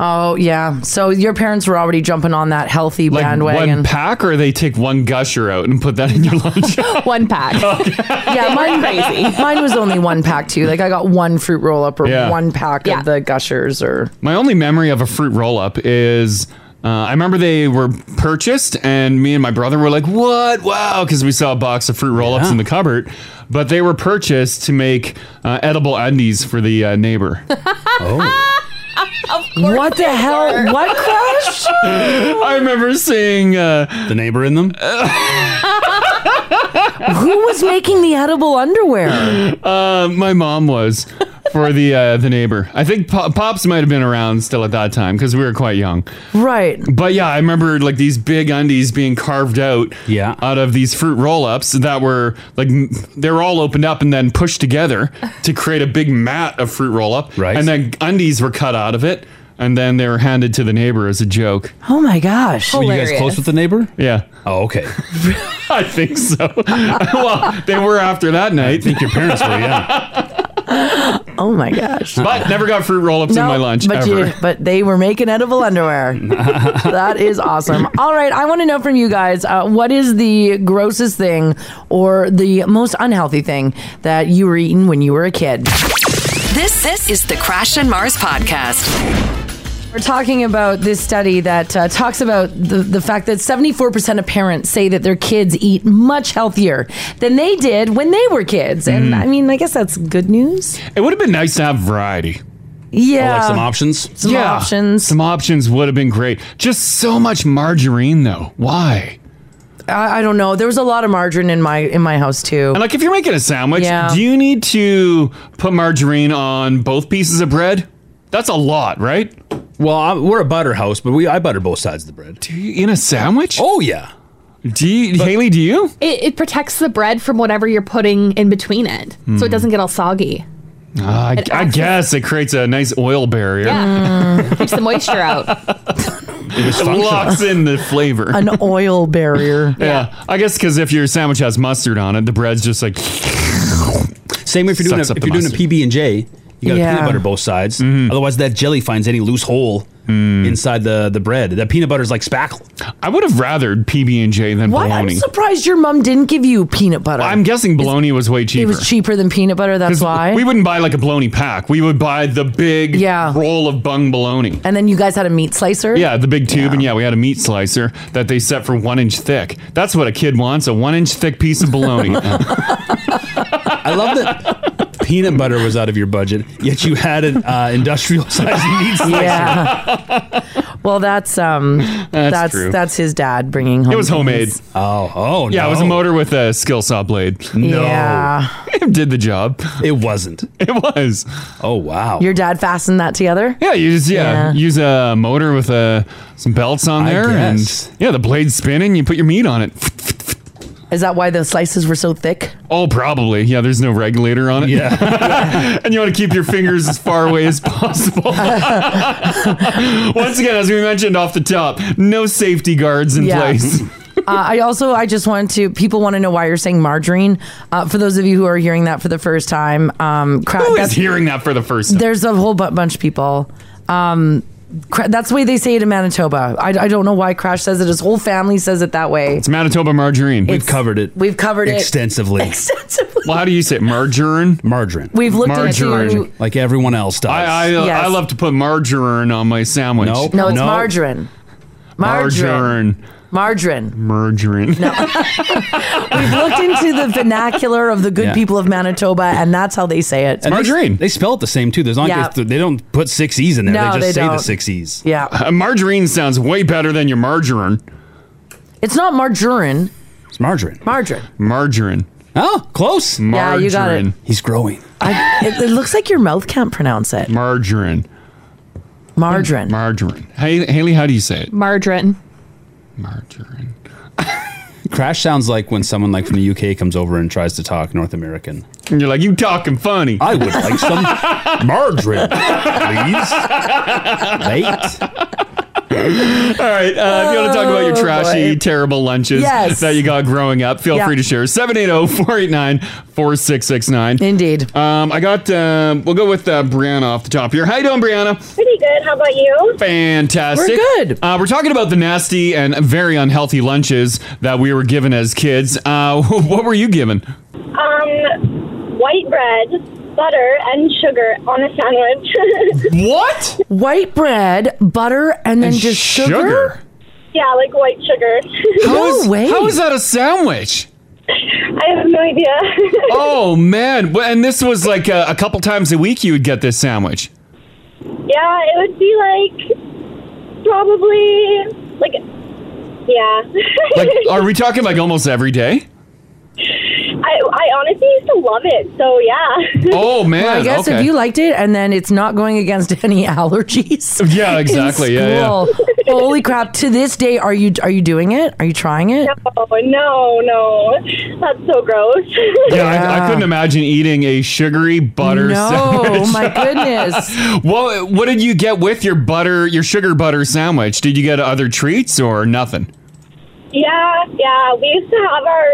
Speaker 2: Oh, yeah. So your parents were already jumping on that healthy
Speaker 3: like
Speaker 2: bandwagon.
Speaker 3: one pack, or they take one gusher out and put that in your lunch.
Speaker 5: one pack.
Speaker 2: yeah, mine
Speaker 5: crazy.
Speaker 2: Mine was only one pack too. Like I got one fruit roll up or
Speaker 3: Yeah.
Speaker 2: one pack of the gushers or
Speaker 3: My only memory of a fruit roll up is uh, I remember they were purchased, and me and my brother were like, "What? Wow!" Because we saw a box of fruit roll ups in the cupboard, but they were purchased to make uh, edible undies for the uh, neighbor.
Speaker 2: Oh. what the hell? What crush?
Speaker 3: I remember seeing uh,
Speaker 4: the neighbor in them.
Speaker 2: Who was making the edible underwear?
Speaker 3: Uh, my mom was for the uh, the neighbor. I think Pop- pops might have been around still at that time because we were quite young.
Speaker 2: Right.
Speaker 3: But yeah, I remember like these big undies being carved out yeah. out of these fruit roll ups that were like m- they were all opened up and then pushed together to create a big mat of fruit roll up. Right. And then undies were cut out of it and then they were handed to the neighbor as a joke.
Speaker 2: Oh my gosh.
Speaker 3: Were you guys Hilarious. close with
Speaker 4: The neighbor?
Speaker 3: Yeah.
Speaker 4: Oh, okay.
Speaker 3: I think so. well, they were after that night. I think your parents were, yeah.
Speaker 2: Oh my gosh.
Speaker 3: But never got fruit roll ups in my lunch
Speaker 2: but
Speaker 3: ever.
Speaker 2: you- but they were making edible underwear. that is awesome. All right, I want to know from you guys uh, what is the grossest thing or the most unhealthy thing that you were eating when you were a kid?
Speaker 1: This this is the Crash and Mars podcast.
Speaker 2: We're talking about this study that uh, talks about the, the fact that 74% of parents say that their kids eat much healthier than they did when they were kids. And
Speaker 3: Mm.
Speaker 2: I mean, I guess that's good news.
Speaker 3: It would have been nice to have variety.
Speaker 2: Yeah.
Speaker 4: Oh,
Speaker 3: options?
Speaker 2: Some options.
Speaker 3: Some options would have been great. Just so much margarine, though. Why?
Speaker 2: I, I don't know. There was a lot of margarine in my in my house too.
Speaker 3: And like, if you're making a sandwich,
Speaker 2: Yeah.
Speaker 3: do you need to put margarine on both pieces of bread? That's a lot, right?
Speaker 4: Well, I, we're a butter house, but we I butter both sides of the bread.
Speaker 3: Do you in a sandwich?
Speaker 4: Oh yeah.
Speaker 3: Do you, Haley? Do you?
Speaker 5: It, it protects the bread from whatever you're putting in between it, so it
Speaker 3: Hmm.
Speaker 5: doesn't get all soggy.
Speaker 3: Ah, I,
Speaker 5: It
Speaker 3: I
Speaker 5: acts-
Speaker 3: guess it creates a nice oil barrier.
Speaker 5: Yeah, keeps the moisture out.
Speaker 3: It locks in the flavor.
Speaker 2: An oil barrier.
Speaker 3: yeah. I guess because if your sandwich has mustard on it, the bread's just like.
Speaker 4: Same way if you're doing a,
Speaker 3: Sucks up
Speaker 4: if
Speaker 3: the
Speaker 4: you're doing a
Speaker 3: mustard.
Speaker 4: PB and J, you got to
Speaker 3: Yeah.
Speaker 4: peanut butter both sides.
Speaker 3: Mm-hmm.
Speaker 4: Otherwise, that jelly finds any loose hole inside the the bread. That peanut butter's like spackle.
Speaker 3: Mm. I would have rathered PB and J than
Speaker 2: Why? I'm surprised your mom didn't give you peanut butter.
Speaker 3: I'm guessing bologna was way cheaper.
Speaker 2: It was cheaper than peanut butter. That's why.
Speaker 3: We wouldn't buy like a bologna pack. We would buy the big
Speaker 2: Yeah.
Speaker 3: roll of bung bologna.
Speaker 2: and then you guys had a meat slicer.
Speaker 3: Yeah, the big tube, and yeah, we had a meat slicer that they set for one inch thick. That's what a kid wants—a one-inch thick piece of bologna.
Speaker 4: I love that peanut butter was out of your budget, yet you had an uh, industrial size meat slicer.
Speaker 2: Yeah. well, that's um, that's that's,
Speaker 3: true.
Speaker 2: his dad bringing home.
Speaker 3: it was homemade.
Speaker 2: things.
Speaker 4: Oh, oh,
Speaker 3: yeah, it was a
Speaker 4: no.
Speaker 3: motor with a skill saw blade.
Speaker 2: No. Yeah.
Speaker 3: it did the job.
Speaker 4: It wasn't.
Speaker 3: It was.
Speaker 4: Oh wow.
Speaker 2: Your dad fastened that together.
Speaker 3: Yeah, you just yeah,
Speaker 2: Yeah.
Speaker 3: use a motor with uh, some belts on
Speaker 4: I
Speaker 3: there,
Speaker 4: guess.
Speaker 3: and yeah, the blade's spinning. You put your meat on it.
Speaker 2: Is that why the slices were so thick?
Speaker 3: Oh, probably. Yeah, there's no regulator on it. Yeah. and you want to keep your fingers as far away as possible. Once again, as we mentioned off the top, no safety guards in
Speaker 2: Yeah.
Speaker 3: place.
Speaker 2: uh, I also I just wanted to people want to know why you're saying margarine. Uh, for those of you who are hearing that for the first time, um, cra-
Speaker 3: Who is
Speaker 2: that's-
Speaker 3: hearing that for the first time?
Speaker 2: There's a whole bu- bunch of people. Um, cra- that's the way they say it in Manitoba. I, I don't know why Crash says it. His whole family says it that way.
Speaker 3: It's Manitoba margarine.
Speaker 2: We've It's-
Speaker 4: covered it.
Speaker 2: we've covered it.
Speaker 4: extensively.
Speaker 2: Extensively.
Speaker 3: Well, how do you say it? margarine?
Speaker 4: Margarine.
Speaker 2: We've looked
Speaker 3: margarine.
Speaker 2: into-
Speaker 4: like everyone else does.
Speaker 3: I, I,
Speaker 2: Yes.
Speaker 3: I love to put margarine on my sandwich.
Speaker 4: Nope.
Speaker 2: No, it's margarine. Margarine.
Speaker 3: Margarine.
Speaker 2: Margarine.
Speaker 3: Margarine.
Speaker 2: We've looked into the vernacular of the good
Speaker 4: Yeah.
Speaker 2: people of Manitoba, and that's how they say it.
Speaker 4: And they- They, spell it the same too. There's not
Speaker 2: Yeah.
Speaker 4: they, they don't put six e's in there.
Speaker 2: No,
Speaker 4: they just
Speaker 2: they
Speaker 4: say the
Speaker 2: don't.
Speaker 4: six e's.
Speaker 2: Yeah.
Speaker 3: Uh, margarine sounds way better than your margarine.
Speaker 2: It's not margarine.
Speaker 4: It's margarine.
Speaker 2: Margarine.
Speaker 3: Margarine.
Speaker 4: Oh, close.
Speaker 2: Yeah, you got it.
Speaker 3: Margarine.
Speaker 4: He's growing.
Speaker 2: I, it, it looks like your mouth can't pronounce it.
Speaker 3: Margarine.
Speaker 2: Margarine.
Speaker 3: Margarine. Hey, Haley, how do you say it?
Speaker 5: Margarine.
Speaker 3: Margarine.
Speaker 4: Crash sounds like when someone like from the UK comes over and tries to talk North American.
Speaker 3: And you're like, you talking funny.
Speaker 4: I would like some margarine, please. Mate.
Speaker 3: All right. Uh, if you want to talk about your
Speaker 2: Oh,
Speaker 3: trashy,
Speaker 2: boy.
Speaker 3: terrible lunches
Speaker 2: Yes.
Speaker 3: that you got growing up, feel
Speaker 2: Yeah.
Speaker 3: free to share. oh, 780 489 4669.
Speaker 2: Indeed.
Speaker 3: Um, I got, um, we'll go with uh, Brianna off the top here. How you doing, Brianna?
Speaker 6: Pretty good. How about you?
Speaker 3: Fantastic.
Speaker 2: We're good.
Speaker 3: Uh, we're talking about the nasty and very unhealthy lunches that we were given as kids. Uh, what were you given?
Speaker 7: Um, white bread, butter, and sugar on a sandwich.
Speaker 3: What?
Speaker 2: White bread, butter, and then just sugar.
Speaker 7: yeah, like white sugar.
Speaker 3: How
Speaker 2: No
Speaker 3: is-
Speaker 2: way.
Speaker 3: How is that a sandwich?
Speaker 7: I have no idea.
Speaker 3: Oh, man. Well, And this was like uh, a, a couple times a week you would get this sandwich.
Speaker 7: yeah, it would be like probably like yeah.
Speaker 3: Like, are we talking like almost every day?
Speaker 7: I I honestly used to love it. So yeah.
Speaker 3: Oh man!
Speaker 2: Well, I guess
Speaker 3: okay.
Speaker 2: if you liked it, and then it's not going against any allergies.
Speaker 3: Yeah,
Speaker 2: in
Speaker 3: exactly. Yeah, yeah.
Speaker 2: school. Holy crap! To this day, are you are you doing it? Are you trying it?
Speaker 7: Oh no, no, that's so gross.
Speaker 3: yeah, I, I
Speaker 2: Yeah.
Speaker 3: couldn't imagine eating a sugary butter
Speaker 2: No,
Speaker 3: sandwich.
Speaker 2: my goodness.
Speaker 3: Well, what did you get with your butter, your sugar butter sandwich? Did you get other treats or nothing?
Speaker 7: yeah, yeah. We used to have our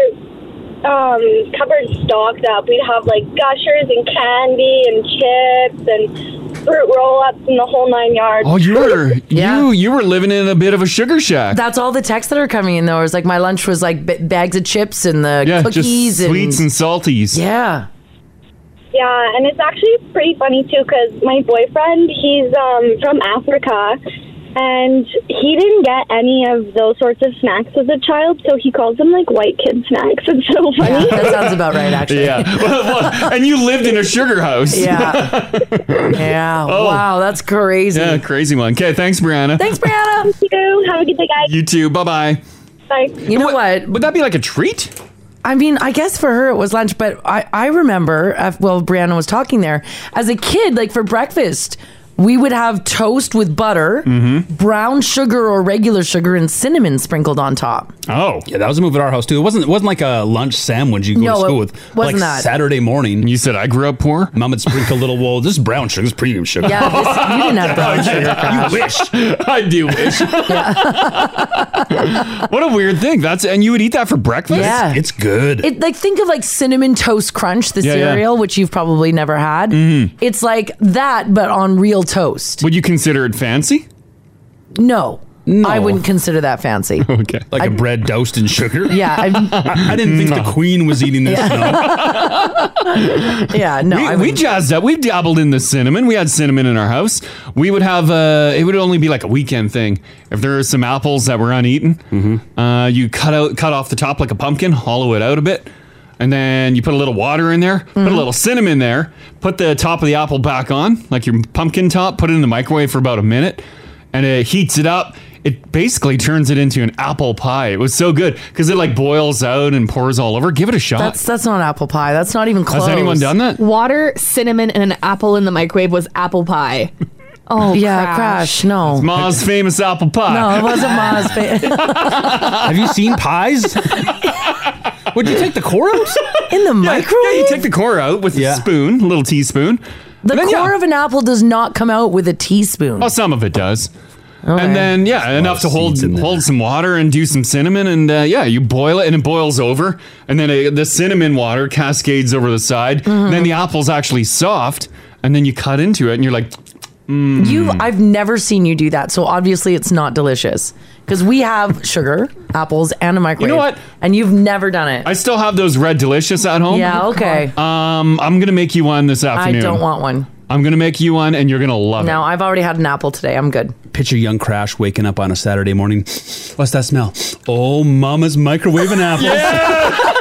Speaker 7: um cupboard stocked up. We'd have like gushers and candy and chips and fruit roll-ups and the whole nine yards.
Speaker 3: Oh, you were
Speaker 2: Yeah.
Speaker 3: you you were living in a bit of a sugar shack.
Speaker 2: That's all the texts that are coming in though. It's like my lunch was like b- bags of chips and the
Speaker 3: yeah, just
Speaker 2: cookies and,
Speaker 3: sweets and salties.
Speaker 2: yeah.
Speaker 7: Yeah, and it's actually pretty funny too because my boyfriend, he's um, from Africa, and he didn't get any of those sorts of snacks as a child, so he calls them like white kid snacks. It's so funny.
Speaker 2: That sounds about right actually.
Speaker 3: Yeah. Well, well, and you lived in a sugar house. Oh.
Speaker 2: Yeah. Yeah. Wow, that's crazy.
Speaker 3: Yeah, crazy one. Okay, thanks, Brianna.
Speaker 2: Thanks, Brianna.
Speaker 7: Thank you. Have a good day, guys.
Speaker 3: You too. Bye bye.
Speaker 7: Bye.
Speaker 2: You know what?
Speaker 3: Would that be like a treat?
Speaker 2: I mean, I guess for her it was lunch, but I, I remember, uh, well, Brianna was talking there, as a kid, like for breakfast, we would have toast with butter,
Speaker 3: Mm-hmm.
Speaker 2: brown sugar or regular sugar, and cinnamon sprinkled on top.
Speaker 3: Oh,
Speaker 4: Yeah, that was a move at our house too. It wasn't. It wasn't like a lunch sandwich you go
Speaker 2: No,
Speaker 4: to
Speaker 2: it
Speaker 4: school with.
Speaker 2: wasn't
Speaker 4: like
Speaker 2: that.
Speaker 4: Saturday morning,
Speaker 3: you said I grew up poor.
Speaker 4: mom would sprinkle a little. Well, this is brown sugar. This is premium sugar.
Speaker 2: Yeah, this, you didn't have brown sugar.
Speaker 4: you wish.
Speaker 3: I do wish. what a weird thing. That's and you would eat that for breakfast.
Speaker 2: Yeah.
Speaker 4: It's good.
Speaker 2: It, like think of like cinnamon toast crunch, the
Speaker 3: Yeah, yeah.
Speaker 2: cereal, which you've probably never had.
Speaker 4: Mm-hmm.
Speaker 2: It's like that, but on real toast.
Speaker 3: Would you consider it fancy?
Speaker 2: No,
Speaker 4: No.
Speaker 2: I wouldn't consider that fancy.
Speaker 3: Okay.
Speaker 4: like a bread doused in sugar.
Speaker 2: yeah, I,
Speaker 4: I didn't think the queen was eating this. No.
Speaker 2: yeah, no. I
Speaker 3: we, we
Speaker 2: wouldn't.
Speaker 3: jazzed up. We dabbled in the cinnamon. We had cinnamon in our house. We would have. Uh, it would only be like a weekend thing. If there were some apples that were uneaten,
Speaker 2: Mm-hmm.
Speaker 3: uh, you cut out, cut off the top like a pumpkin, hollow it out a bit, and then you put a little water in there, put
Speaker 2: Mm-hmm.
Speaker 3: a little cinnamon there, put the top of the apple back on, like your pumpkin top. Put it in the microwave for about a minute, and it heats it up. It basically turns it into an apple pie. It was so good because it like boils out and pours all over. Give it a shot.
Speaker 2: that's that's not apple pie. That's not even close.
Speaker 3: Has anyone done that?
Speaker 5: Water, cinnamon, and an apple in the microwave was apple pie. Oh,
Speaker 2: Yeah,
Speaker 5: crash.
Speaker 2: crash. No,
Speaker 3: Ma's famous apple pie.
Speaker 2: no, it wasn't Ma's. Fa-
Speaker 4: Have you seen pies? Would you take the core out?
Speaker 2: in the microwave.
Speaker 3: Yeah, you take the core out with
Speaker 4: Yeah.
Speaker 3: a spoon, a little teaspoon.
Speaker 2: the
Speaker 3: then,
Speaker 2: core
Speaker 3: yeah.
Speaker 2: of an apple does not come out with a teaspoon.
Speaker 3: Well, some of it does. And then, yeah, enough to
Speaker 4: of
Speaker 3: hold
Speaker 4: seeds in there.
Speaker 3: hold some water and do some cinnamon, and uh, yeah, you boil it, and it boils over, and then uh, the cinnamon water cascades over the side.
Speaker 2: Mm-hmm.
Speaker 3: And then the apple's actually soft, and then you cut into it, and you're like,
Speaker 4: Mm.
Speaker 2: You, I've never seen you do that. So obviously, it's not delicious because we have sugar, apples, and a microwave.
Speaker 3: what?
Speaker 2: And you've never done it.
Speaker 3: I still have those red delicious at home.
Speaker 2: yeah. Okay.
Speaker 3: Um, I'm gonna make you one this
Speaker 2: I
Speaker 3: afternoon.
Speaker 2: don't want one.
Speaker 3: I'm gonna make you one, and you're gonna love
Speaker 2: No, I've already had an apple today. I'm good.
Speaker 4: Picture young Crash waking up on a Saturday morning. What's that smell? Oh, mama's microwaving apples.
Speaker 3: it.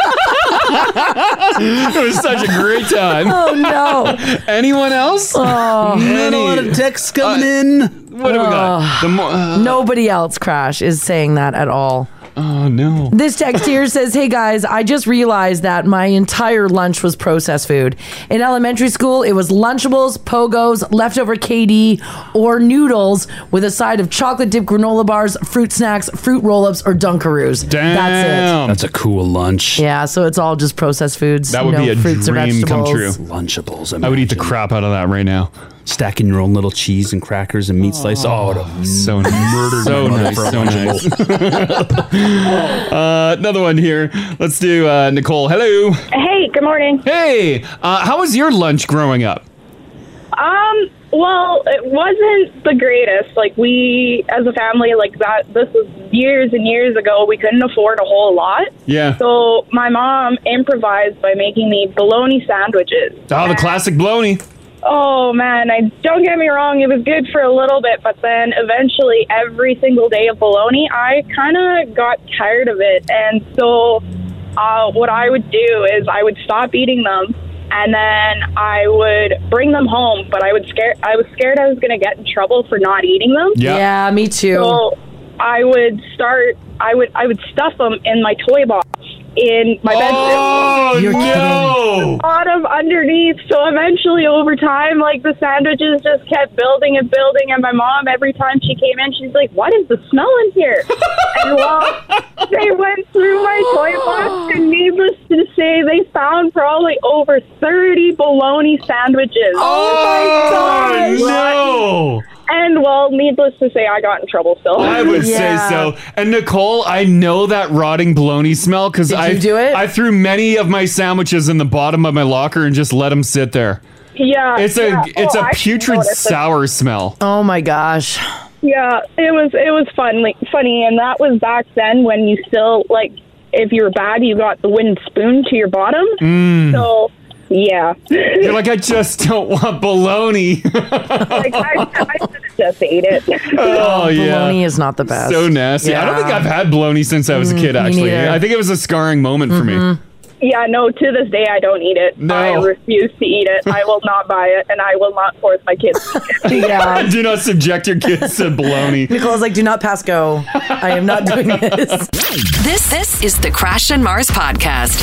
Speaker 3: It was such a great time.
Speaker 2: Oh no! Oh.
Speaker 3: Anyone else?
Speaker 4: Man, a lot of texts coming in.
Speaker 3: What do we got? The mo- uh,
Speaker 2: Nobody else crash is saying that at all.
Speaker 3: Oh no.
Speaker 2: This text here says, Hey guys, I just realized that my entire lunch was processed food. In elementary school, it was Lunchables, Pogos, leftover KD, or noodles with a side of chocolate dipped granola bars, fruit snacks, fruit roll ups, or Dunkaroos. That's it.
Speaker 4: That's a cool lunch.
Speaker 2: Yeah, so it's all just processed foods.
Speaker 3: That would
Speaker 2: no
Speaker 3: be a
Speaker 2: fruits or
Speaker 3: dream come true.
Speaker 2: vegetables.
Speaker 4: Lunchables.
Speaker 3: I would eat the crap out of that right now.
Speaker 4: Stacking your own little cheese and crackers and meat slices. Oh,
Speaker 3: so murdered. So
Speaker 4: mother
Speaker 3: nice.
Speaker 4: for a
Speaker 3: So nice. uh, another one here. Let's do uh, Nicole. Hello.
Speaker 8: Hey, good morning.
Speaker 3: Hey. Uh, how was your lunch growing up?
Speaker 8: Um, well, it wasn't the greatest. Like we, as a family, like that. This was years and years ago. We couldn't afford a whole lot.
Speaker 3: Yeah.
Speaker 8: So my mom improvised by making me bologna sandwiches.
Speaker 3: Oh, the classic baloney.
Speaker 8: Oh man, I don't get me wrong, it was good for a little bit, but then eventually every single day of bologna, I kind of got tired of it. And so uh, what I would do is I would stop eating them and then I would bring them home, but I would scare I was scared I was going to get in trouble for not eating them.
Speaker 2: Yeah, me too.
Speaker 8: So I would start I would I would stuff them in my toy box in my bedroom
Speaker 3: Oh
Speaker 2: You're
Speaker 3: no!
Speaker 8: bottom underneath. So eventually, over time, like the sandwiches just kept building and building. And my mom, every time she came in, she's like, "What is the smell in here?" and well, they went through my toy box, and needless to say, they found probably over thirty bologna sandwiches.
Speaker 3: Oh, no!
Speaker 8: And well, needless to say, I got in trouble still.
Speaker 3: I would say
Speaker 2: Yeah.
Speaker 3: so. And Nicole, I know that rotting bologna smell because
Speaker 2: Did
Speaker 3: I
Speaker 2: you do it?
Speaker 3: I threw many of my sandwiches in the bottom of my locker and just let them sit there.
Speaker 8: yeah,
Speaker 3: It's a
Speaker 8: yeah.
Speaker 3: it's
Speaker 8: Oh,
Speaker 3: a
Speaker 8: I actually
Speaker 3: putrid
Speaker 8: noticed it.
Speaker 3: sour smell.
Speaker 2: oh my gosh.
Speaker 8: Yeah, it was it was fun, like funny, and that was back then when you still like if you were bad, you got the wooden spoon to your bottom.
Speaker 3: Mm.
Speaker 8: So yeah,
Speaker 3: You're like, I just don't want bologna.
Speaker 8: like I, I should have just ate it.
Speaker 3: oh yeah.
Speaker 2: Bologna is not the best. Mm,
Speaker 3: So nasty. I don't think I've had bologna since I was a kid, actually.
Speaker 2: neither. Mm-hmm.
Speaker 3: I think it was a scarring moment for me.
Speaker 8: yeah, no, to this day I don't eat it.
Speaker 3: No.
Speaker 8: I refuse to eat it. I will not buy it, and I will not force my kids. to eat it.
Speaker 2: Yeah.
Speaker 3: Do not subject your kids to bologna.
Speaker 2: Nicole's like, do not pass go. I am not doing this.
Speaker 1: This this is the Crash and Mars podcast.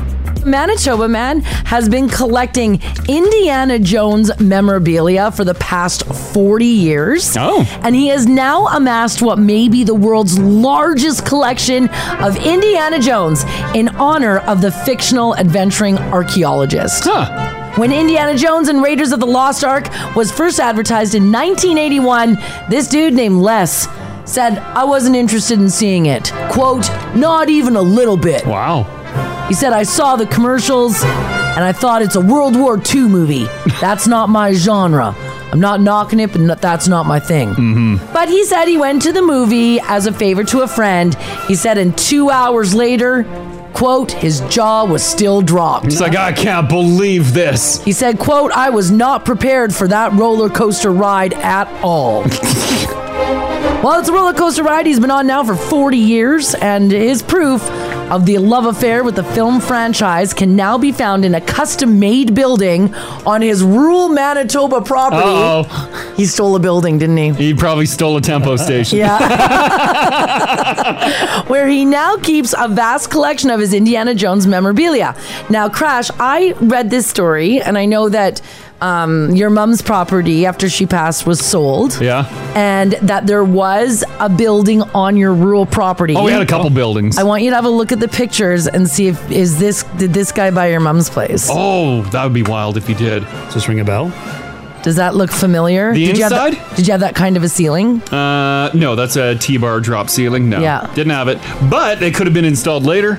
Speaker 2: Manitoba man has been collecting Indiana Jones memorabilia for the past 40 years.
Speaker 3: Oh.
Speaker 2: And he has now amassed what may be the world's largest collection of Indiana Jones in honor of the fictional adventuring archaeologist.
Speaker 3: Huh.
Speaker 2: When Indiana Jones and Raiders of the Lost Ark was first advertised in 1981, this dude named Les said, I wasn't interested in seeing it. Quote, not even a little bit.
Speaker 3: Wow.
Speaker 2: He said, I saw the commercials and I thought it's a World War II movie. That's not my genre. I'm not knocking it, but no- that's not my thing. Mm-hmm. But he said he went to the movie as a favor to a friend. He said, and two hours later, quote, his jaw was still dropped.
Speaker 3: It's like I can't believe this.
Speaker 2: He said, quote, I was not prepared for that roller coaster ride at all. well, it's a roller coaster ride he's been on now for 40 years, and his proof of the love affair with the film franchise can now be found in a custom made building on his rural Manitoba property.
Speaker 3: Oh,
Speaker 2: He stole a building, didn't he?
Speaker 3: he probably stole a tempo station.
Speaker 2: Yeah. Where he now keeps a vast collection of his Indiana Jones memorabilia. Now, Crash, I read this story and I know that um, your mom's property after she passed was sold.
Speaker 3: Yeah.
Speaker 2: And that there was a building on your rural property.
Speaker 3: Oh, we had a couple buildings.
Speaker 2: I want you to have a look at the pictures and see if is this did this guy buy your mom's place?
Speaker 3: Oh, that would be wild if he did.
Speaker 4: Does this ring a bell?
Speaker 2: Does that look familiar?
Speaker 3: The
Speaker 2: did You have
Speaker 3: inside?
Speaker 2: that, did you have that kind of a ceiling?
Speaker 3: Uh, no, that's a T-bar drop ceiling. No,
Speaker 2: Yeah.
Speaker 3: didn't have it. But it could have been installed later.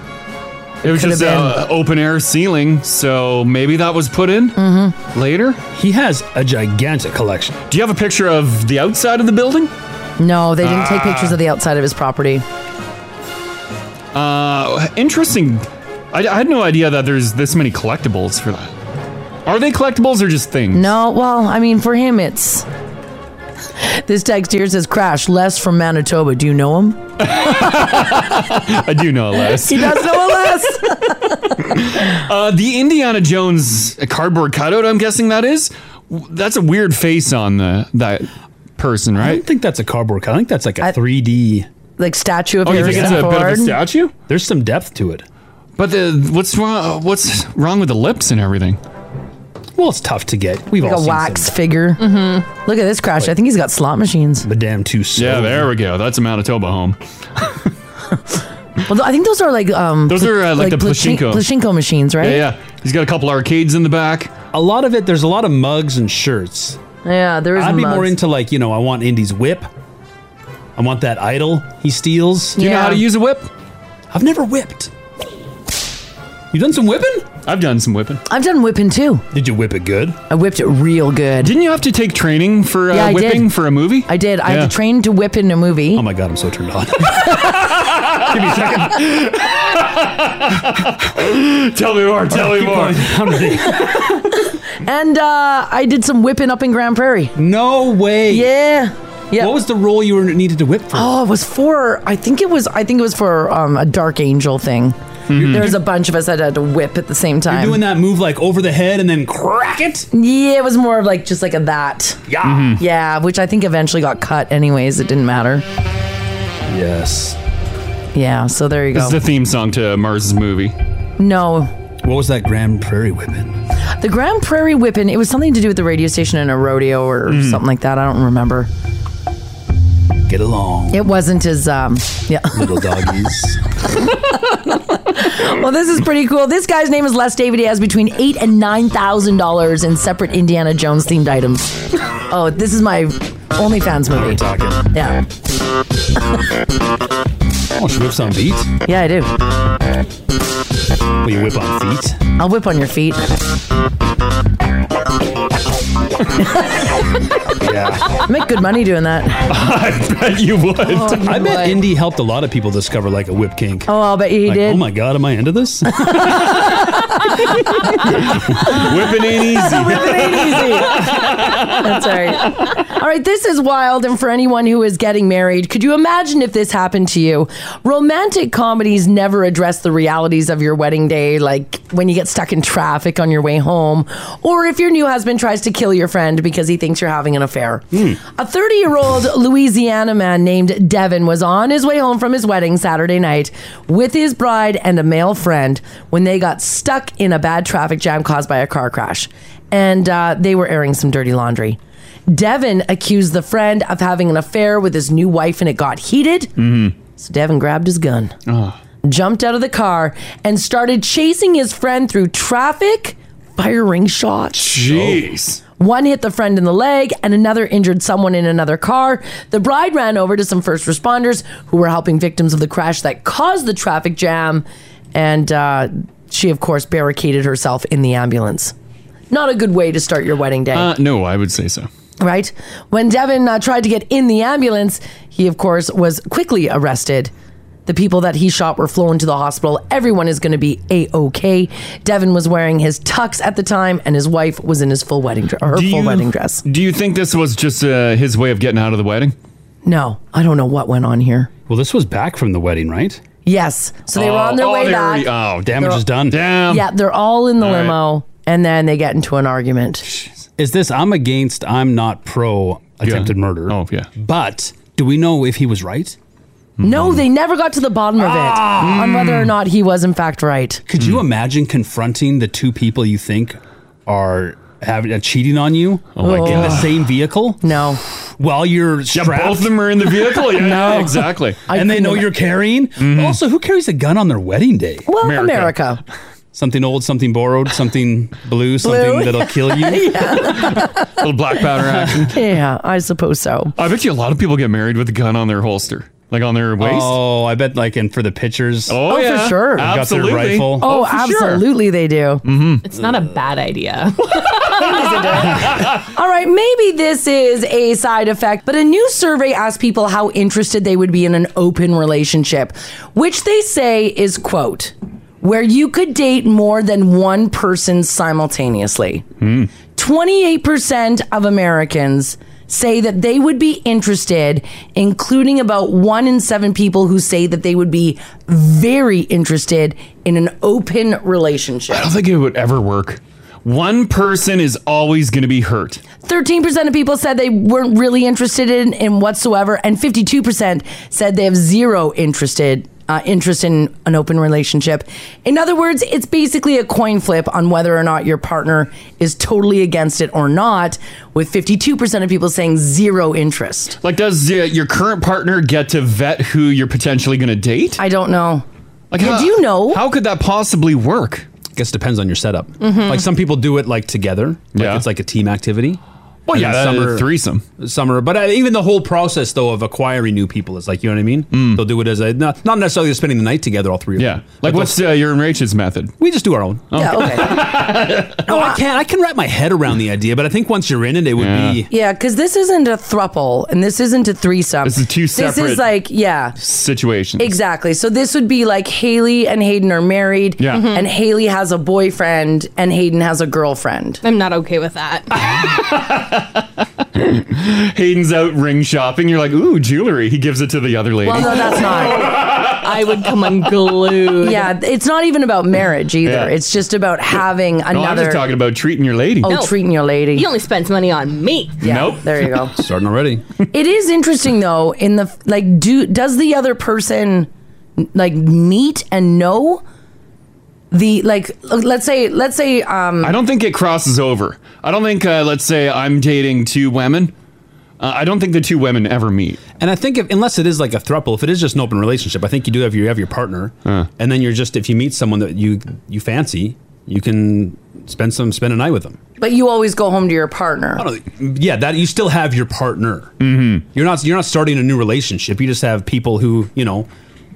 Speaker 3: It was
Speaker 2: could
Speaker 3: just
Speaker 2: have
Speaker 3: a open air ceiling, so maybe that was put in
Speaker 2: Mm-hmm.
Speaker 3: later.
Speaker 4: He has a gigantic collection.
Speaker 3: Do you have a picture of the outside of the building?
Speaker 2: No, they didn't
Speaker 3: Ah.
Speaker 2: take pictures of the outside of his property.
Speaker 3: Uh, interesting. I, I had no idea that there's this many collectibles for that. Are they collectibles or just things?
Speaker 2: No, well, I mean, for him, it's. This text here says, Crash, Les from Manitoba. Do you know him?
Speaker 3: I do know less.
Speaker 2: He does know a Les.
Speaker 3: Uh, the Indiana Jones cardboard cutout. I'm guessing that is. W- That's a weird face on the that person,
Speaker 4: I
Speaker 3: right?
Speaker 4: don't think that's a cardboard cut. I think that's like a
Speaker 2: I-
Speaker 4: 3D
Speaker 2: like statue of
Speaker 3: Oh, you think
Speaker 2: Harrison
Speaker 3: it's a bit
Speaker 2: Ford.
Speaker 3: of a statue?
Speaker 4: There's some depth to it.
Speaker 3: But the what's wrong? uh, What's wrong with the lips and everything?
Speaker 4: Well, it's tough to get. We've
Speaker 2: like
Speaker 4: all
Speaker 2: a
Speaker 4: seen
Speaker 2: wax figure. Mm-hmm. Look at this crash. I think he's got slot machines.
Speaker 4: But damn, too slow.
Speaker 3: Yeah, there we go. That's a Manitoba home.
Speaker 2: Well, I think those are like um.
Speaker 3: Those
Speaker 2: pl-
Speaker 3: are, uh, like the
Speaker 2: plashin-
Speaker 3: Pachinko.
Speaker 2: pachinko machines, right?
Speaker 3: Yeah, yeah. He's got a couple arcades in the back.
Speaker 4: A lot of it. There's a lot of mugs and shirts.
Speaker 2: Yeah, there is.
Speaker 4: I'd be more
Speaker 2: mugs.
Speaker 4: into like you know I want Indy's whip. I want that idol he steals.
Speaker 3: Do you know how to use a whip?
Speaker 4: I've never whipped. You done some whipping?
Speaker 3: I've done some whipping.
Speaker 2: I've done whipping too.
Speaker 4: Did you whip it good?
Speaker 2: I whipped it real good.
Speaker 3: Didn't you have to take training for uh,
Speaker 2: Yeah, I did.
Speaker 3: whipping for a movie?
Speaker 2: I did. I
Speaker 3: Yeah.
Speaker 2: had to train to whip in a movie.
Speaker 4: Oh my god, I'm so turned on.
Speaker 3: Tell me more.
Speaker 4: Oh,
Speaker 3: Tell me more.
Speaker 4: I'm ready.
Speaker 2: and uh, I did some whipping up in Grand Prairie.
Speaker 4: No way.
Speaker 2: Yeah. Yeah.
Speaker 4: What was the role you were needed to whip for?
Speaker 2: Oh, it was for. I think it was. I think it was for um, a Dark Angel thing. There was a bunch of us that had to whip at the same time.
Speaker 4: Mm-hmm. Doing that move like over the head and then crack it.
Speaker 2: yeah, it was more of like just like a that.
Speaker 4: Yeah.
Speaker 2: Yeah, which I think eventually got cut. Anyways, it didn't matter.
Speaker 4: Yes.
Speaker 2: Yeah. So there you
Speaker 3: This
Speaker 2: go.
Speaker 3: is the theme song to Mars' movie.
Speaker 2: no,
Speaker 4: What was that Grand Prairie whipping?
Speaker 2: The Grand Prairie Whippin', it was something to do with the radio station and a rodeo or
Speaker 4: Mm-hmm.
Speaker 2: something like that. I don't remember.
Speaker 4: Get along,
Speaker 2: It wasn't as, um, yeah.
Speaker 4: little doggies.
Speaker 2: well, this is pretty cool. This guy's name is Les David. He has between eight and nine thousand dollars in separate Indiana Jones themed items. oh, this is my OnlyFans movie. Yeah,
Speaker 4: oh, she whips on feet.
Speaker 2: yeah, I do.
Speaker 4: Will you whip on feet?
Speaker 2: I'll whip on your feet.
Speaker 4: Yeah.
Speaker 2: I make good money doing that.
Speaker 3: I bet Oh, you would.
Speaker 4: I bet
Speaker 2: boy.
Speaker 4: Indy helped a lot of people discover like a whip kink.
Speaker 2: Oh, I'll bet you he
Speaker 4: Like,
Speaker 2: did.
Speaker 4: oh my god, am I into this?
Speaker 3: Whipping ain't easy.
Speaker 2: It ain't easy. That's all right. All right, this is wild. And for anyone who is getting married, could you imagine if this happened to you? Romantic comedies never address the realities of your wedding day, like when you get stuck in traffic on your way home, or if your new husband tries to kill your friend because he thinks you're having an affair. A 30 year old Louisiana man named Devin was on his way home from his wedding Saturday night with his bride and a male friend when they got stuck in a bad traffic jam caused by a car crash. And uh, they were airing some dirty laundry. Devin accused the friend of having an affair with his new wife and it got heated. So Devin grabbed his gun, jumped out of the car, and started chasing his friend through traffic, firing shots.
Speaker 3: Jeez.
Speaker 2: One hit the friend in the leg, and another injured someone in another car. The bride ran over to some first responders who were helping victims of the crash that caused the traffic jam, and uh, she, of course, barricaded herself in the ambulance. Not a good way to start your wedding day,
Speaker 3: Uh, no, I would say so.
Speaker 2: right? When Devin uh, tried to get in the ambulance, he, of course, was quickly arrested. The people that he shot were flown to the hospital. Everyone is going to be a okay. Devin was wearing his tux at the time, and his wife was in his full wedding dress. Her
Speaker 3: Do
Speaker 2: full
Speaker 3: you-
Speaker 2: wedding dress.
Speaker 3: Do you think this was just uh, his way of getting out of the wedding?
Speaker 2: No, I don't know what went on here.
Speaker 4: well, this was back from the wedding, right?
Speaker 2: Yes, so they were on their
Speaker 3: oh,
Speaker 2: way
Speaker 3: they
Speaker 2: back.
Speaker 3: were- oh, damn.
Speaker 4: Damage is done.
Speaker 3: Damn.
Speaker 2: yeah, they're all in the
Speaker 3: Um, All right.
Speaker 2: limo, and then they get into an argument.
Speaker 4: Is this I'm against, I'm not pro attempted murder.
Speaker 3: Oh, yeah.
Speaker 4: But do we know if he was right?
Speaker 2: No,
Speaker 3: Mm-hmm.
Speaker 2: they never got to the bottom of it
Speaker 3: Ah!
Speaker 2: on whether or not he was in fact right.
Speaker 4: Could you
Speaker 3: Hmm.
Speaker 4: imagine confronting the two people you think are having uh, cheating on you
Speaker 3: Oh my
Speaker 4: in the
Speaker 3: god.
Speaker 4: same vehicle
Speaker 2: No,
Speaker 4: while you're
Speaker 3: Yeah,
Speaker 4: strapped
Speaker 3: both of them are in the vehicle. Yeah, yeah, exactly. Mm-hmm.
Speaker 2: I
Speaker 4: and they
Speaker 2: couldn't
Speaker 4: know
Speaker 2: ima-
Speaker 4: you're carrying? Also, who carries a gun on their wedding day?
Speaker 2: well, America.
Speaker 3: America.
Speaker 4: Something old, something borrowed, something blue, something that'll kill you.
Speaker 3: little black powder action.
Speaker 2: yeah, I suppose so.
Speaker 3: I bet you a lot of people get married with a gun on their holster, like on their waist.
Speaker 4: Oh, I bet like and for the pictures.
Speaker 2: Oh, for sure. They've got Mm-hmm.
Speaker 4: their
Speaker 3: Absolutely.
Speaker 4: rifle.
Speaker 2: Oh,
Speaker 3: for sure.
Speaker 2: absolutely, they do.
Speaker 5: It's not a bad idea.
Speaker 2: All right, maybe this is a side effect, but a new survey asked people how interested they would be in an open relationship, which they say is quote where you could date more than one person simultaneously. 28% of Americans say that they would be interested, including about one in seven people who say that they would be very interested in an open relationship.
Speaker 3: I don't think it would ever work. One person is always going to be hurt.
Speaker 2: 13% of people said they weren't really interested in, in whatsoever, and 52% said they have zero interested uh, interest in an open relationship. In other words, it's basically a coin flip on whether or not your partner is totally against it or not, with 52% of people saying zero interest.
Speaker 3: Like, does uh, your current partner get to vet who you're potentially going to date?
Speaker 2: I don't know.
Speaker 3: Like,
Speaker 2: Yeah,
Speaker 3: how,
Speaker 2: do you know?
Speaker 3: How could that possibly work?
Speaker 4: I guess it depends on your setup.
Speaker 2: Mhm.
Speaker 4: Like some people do it like together. Like yeah. It's like a team activity.
Speaker 3: Well, yeah,
Speaker 4: then
Speaker 3: that- threesome.
Speaker 4: Some are, but uh, even the whole process though of acquiring new people is like you know what I mean. They'll do it as a not, not necessarily spending the night together, all three of them.
Speaker 3: Mm. Yeah. Like, what's uh, your and Rachel's method?
Speaker 4: We just do our own.
Speaker 2: Yeah, okay.
Speaker 4: no, I can I can wrap my head around the idea, but I think once you're in it, it would be
Speaker 2: Yeah, because this isn't a thruple and this isn't a threesome. This is
Speaker 3: two
Speaker 2: This
Speaker 3: separate-
Speaker 2: is like, yeah.
Speaker 3: Situation.
Speaker 2: Exactly. So this would be like Haley and Hayden are married,
Speaker 3: Yeah.
Speaker 5: Mm-hmm.
Speaker 3: Mhm.
Speaker 2: and Haley has a boyfriend, and Hayden has a girlfriend.
Speaker 5: I'm not okay with that.
Speaker 3: Hayden's out ring shopping. You're like, ooh, jewelry. He gives it to the other lady.
Speaker 2: Well, no, that's not. I would come unglued. Yeah, it's not even about marriage either.
Speaker 3: Yeah.
Speaker 2: It's just about having
Speaker 3: No, I'm
Speaker 2: another.
Speaker 3: just talking about treating your lady.
Speaker 2: Oh, treating your lady.
Speaker 5: He only spends money on me.
Speaker 3: nope.
Speaker 2: There you go.
Speaker 4: starting already.
Speaker 2: it is interesting though. In the like, do does the other person like meet and know the like? Let's say, let's say. um
Speaker 3: I don't think it crosses over. I don't think, uh, let's say, I'm dating two women. Uh, I don't think the two women ever meet.
Speaker 4: And I think if, unless it is like a throuple, if it is just an open relationship, I think you do have you have your partner, and then you're just if you meet someone that you you fancy, you can spend some spend a night with them.
Speaker 2: But you always go home to your partner.
Speaker 4: Yeah, that you still have your partner. Mm-hmm. You're not you're not starting a new relationship. You just have people who you know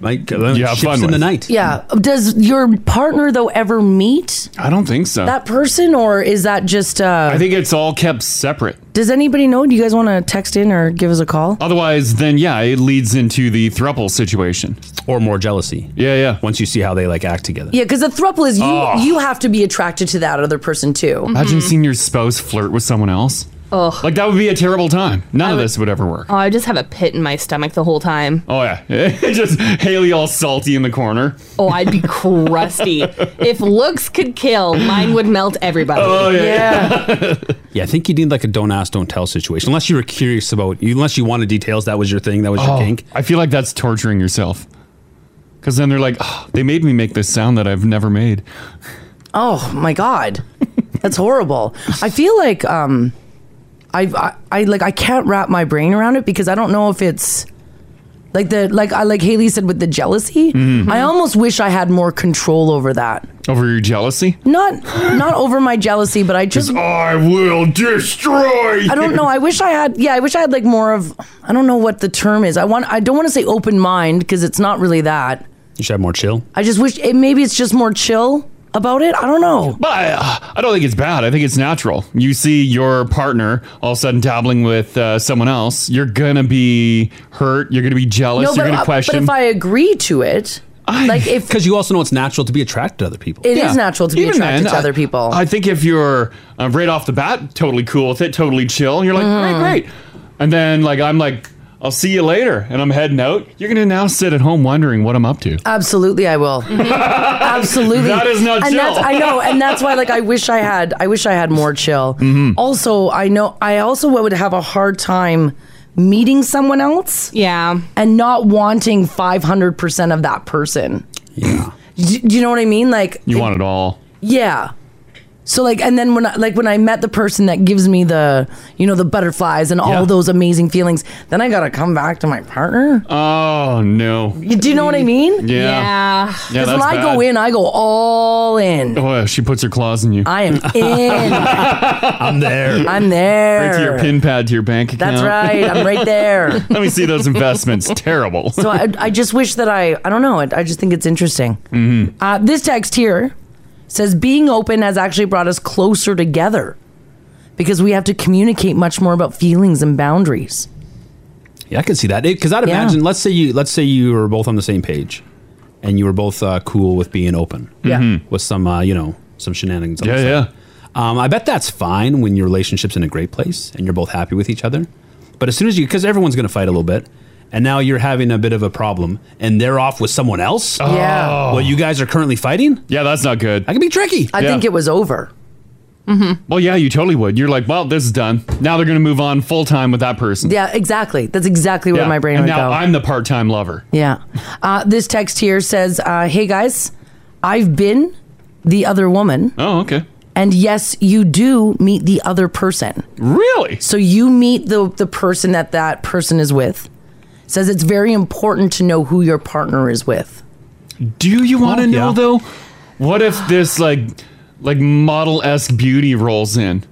Speaker 4: like uh,
Speaker 3: You have
Speaker 4: ships
Speaker 3: fun
Speaker 4: in the
Speaker 3: with.
Speaker 4: night.
Speaker 2: Yeah. Does your partner though ever meet
Speaker 3: I don't think so.
Speaker 2: that person, or is that just? Uh,
Speaker 3: I think it's all kept separate.
Speaker 2: does anybody know? Do you guys want to text in or give us a call?
Speaker 3: Otherwise, then yeah, it leads into the thruple situation
Speaker 4: or more jealousy.
Speaker 3: Yeah, yeah.
Speaker 4: Once you see how they like act together.
Speaker 2: Yeah, because a throuple is you.
Speaker 3: Oh.
Speaker 2: You have to be attracted to that other person too.
Speaker 3: Imagine seeing your spouse flirt with someone else.
Speaker 5: Ugh.
Speaker 3: Like that would be a terrible time. None of this would ever work.
Speaker 5: Oh, I just have a pit in my stomach the whole time.
Speaker 3: Oh yeah, just Haley all salty in the corner.
Speaker 5: Oh, I'd be crusty. if looks could kill, mine would melt everybody.
Speaker 3: Oh, yeah,
Speaker 4: Yeah, I think you need like a don't ask, don't tell situation. Unless you were curious about, you, unless you wanted details, that was your thing, that was your
Speaker 3: Oh,
Speaker 4: kink.
Speaker 3: I feel like that's torturing yourself. Because then they're like, "Oh, they made me make this sound that I've never made.
Speaker 2: Oh my god, that's horrible. I feel like um, I, I I like I can't wrap my brain around it because I don't know if it's like the like I like Haley said with the jealousy. I almost wish I had more control over that.
Speaker 3: Mm-hmm. Over your jealousy?
Speaker 2: Not not over my jealousy, but I just
Speaker 3: I will destroy.
Speaker 2: I don't know. I wish I had. Yeah, I wish I had like more of. I don't know what the term is. I want. I don't want to say open mind because it's not really that.
Speaker 4: You should have more chill.
Speaker 2: I just wish it. Maybe it's just more chill about it. I don't know.
Speaker 3: But uh, I don't think it's bad. I think it's natural. You see your partner all of a sudden dabbling with uh, someone else, you're going to be hurt. You're going to be jealous.
Speaker 2: no,
Speaker 3: you're
Speaker 2: but,
Speaker 3: going to
Speaker 2: but
Speaker 3: question.
Speaker 2: if I agree to it, like if
Speaker 4: Because you also know it's natural to be attracted to other people.
Speaker 2: It is
Speaker 3: Yeah.
Speaker 2: natural to be
Speaker 3: Even
Speaker 2: attracted
Speaker 3: then,
Speaker 2: to
Speaker 3: I-
Speaker 2: other people.
Speaker 3: I think if you're uh, right off the bat, totally cool with it, totally chill, you're like,
Speaker 2: Mm-hmm.
Speaker 3: great, great. And then, like, I'm like, I'll see you later. And I'm heading out. You're going to now sit at home wondering what I'm up to.
Speaker 2: Absolutely, I will. Absolutely,
Speaker 3: That is not
Speaker 2: and
Speaker 3: chill.
Speaker 2: That's, I know, and that's why, like, I wish I had. I wish I had more chill.
Speaker 3: Mm-hmm.
Speaker 2: Also, I know. I also would have a hard time meeting someone else.
Speaker 5: Yeah,
Speaker 2: and not wanting five hundred percent of that person. Yeah. Do, do you know what I mean? Like,
Speaker 3: You want it all.
Speaker 2: yeah. So like, and then when I, like when I met the person that gives me the you know the butterflies and all those amazing feelings, then I gotta come back to my partner.
Speaker 3: Oh, no.
Speaker 2: You- Do you know what I mean?
Speaker 3: Mm. Yeah. Yeah.
Speaker 2: Because
Speaker 3: Yeah,
Speaker 2: when
Speaker 3: that's
Speaker 2: I go
Speaker 3: bad.
Speaker 2: in, I go all in.
Speaker 3: Oh, yeah, she puts her claws in you.
Speaker 2: I am in.
Speaker 4: I'm there.
Speaker 2: I'm there.
Speaker 3: Right to your pin pad to your bank account.
Speaker 2: That's right. I'm right there.
Speaker 3: Let me see those investments. Terrible.
Speaker 2: So I, I just wish that I, I don't know. I, I just think it's interesting.
Speaker 3: Mm-hmm.
Speaker 2: Uh, this text here says being open has actually brought us closer together because we have to communicate much more about feelings and boundaries.
Speaker 4: Yeah, I can see that. Because I'd
Speaker 2: Yeah.
Speaker 4: imagine, let's say you, let's say you were both on the same page, and you were both uh, cool with being open.
Speaker 2: Yeah. Mhm.
Speaker 4: With some, uh, you know, some shenanigans. on the
Speaker 3: Mm-hmm. Yeah,
Speaker 4: side.
Speaker 3: yeah.
Speaker 4: Um, I bet that's fine when your relationship's in a great place and you're both happy with each other. But as soon as you, because everyone's going to fight a little bit, and now you're having a bit of a problem, and they're off with someone else.
Speaker 2: Yeah.
Speaker 4: Well, you guys are currently fighting.
Speaker 3: Oh. Yeah, that's not good.
Speaker 4: That can be tricky.
Speaker 2: I
Speaker 3: Yeah.
Speaker 2: think it was over.
Speaker 3: Mm-hmm. Well, yeah, you totally would. You're like, well, this is done. Now they're going to move on full time with that person.
Speaker 2: Yeah, exactly. That's exactly where
Speaker 3: Yeah.
Speaker 2: my brain
Speaker 3: and
Speaker 2: would
Speaker 3: now
Speaker 2: go.
Speaker 3: I'm the part time lover.
Speaker 2: Yeah. Uh, this text here says, uh, Hey guys, I've been the other woman.
Speaker 3: Oh, okay.
Speaker 2: And yes, you do meet the other person.
Speaker 3: Really?
Speaker 2: So you meet the, the person that that person is with. Says it's very important to know who your partner is with.
Speaker 3: Do you want to know though? What if this like like model esque beauty rolls in?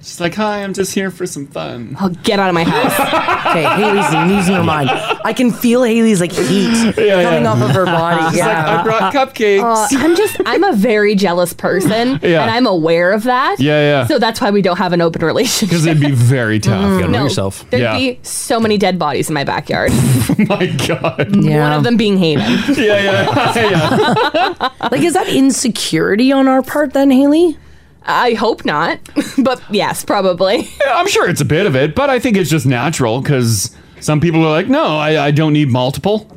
Speaker 3: She's like, hi, I'm just here for some fun.
Speaker 5: Oh, get out of my house.
Speaker 2: Okay, Haley's losing her mind. I can feel Haley's like heat
Speaker 5: yeah.
Speaker 2: coming off of her body.
Speaker 5: She's like,
Speaker 2: yeah. Uh,
Speaker 5: "I brought
Speaker 3: cupcakes.
Speaker 5: Uh, I'm just, I'm a very jealous person,
Speaker 3: Yeah.
Speaker 5: and I'm aware of that.
Speaker 3: Yeah, yeah.
Speaker 5: So that's why we don't have an open relationship.
Speaker 3: Because it'd be very tough.
Speaker 5: Mm. No, There'd be so many dead bodies in my backyard.
Speaker 3: my God.
Speaker 5: One of them being Hayden.
Speaker 3: yeah, yeah,
Speaker 2: like, is that insecurity on our part then, Haley?
Speaker 5: I hope not, but yes, probably.
Speaker 3: Yeah, I'm sure it's a bit of it, but I think it's just natural because some people are like, no, I, I don't need multiple.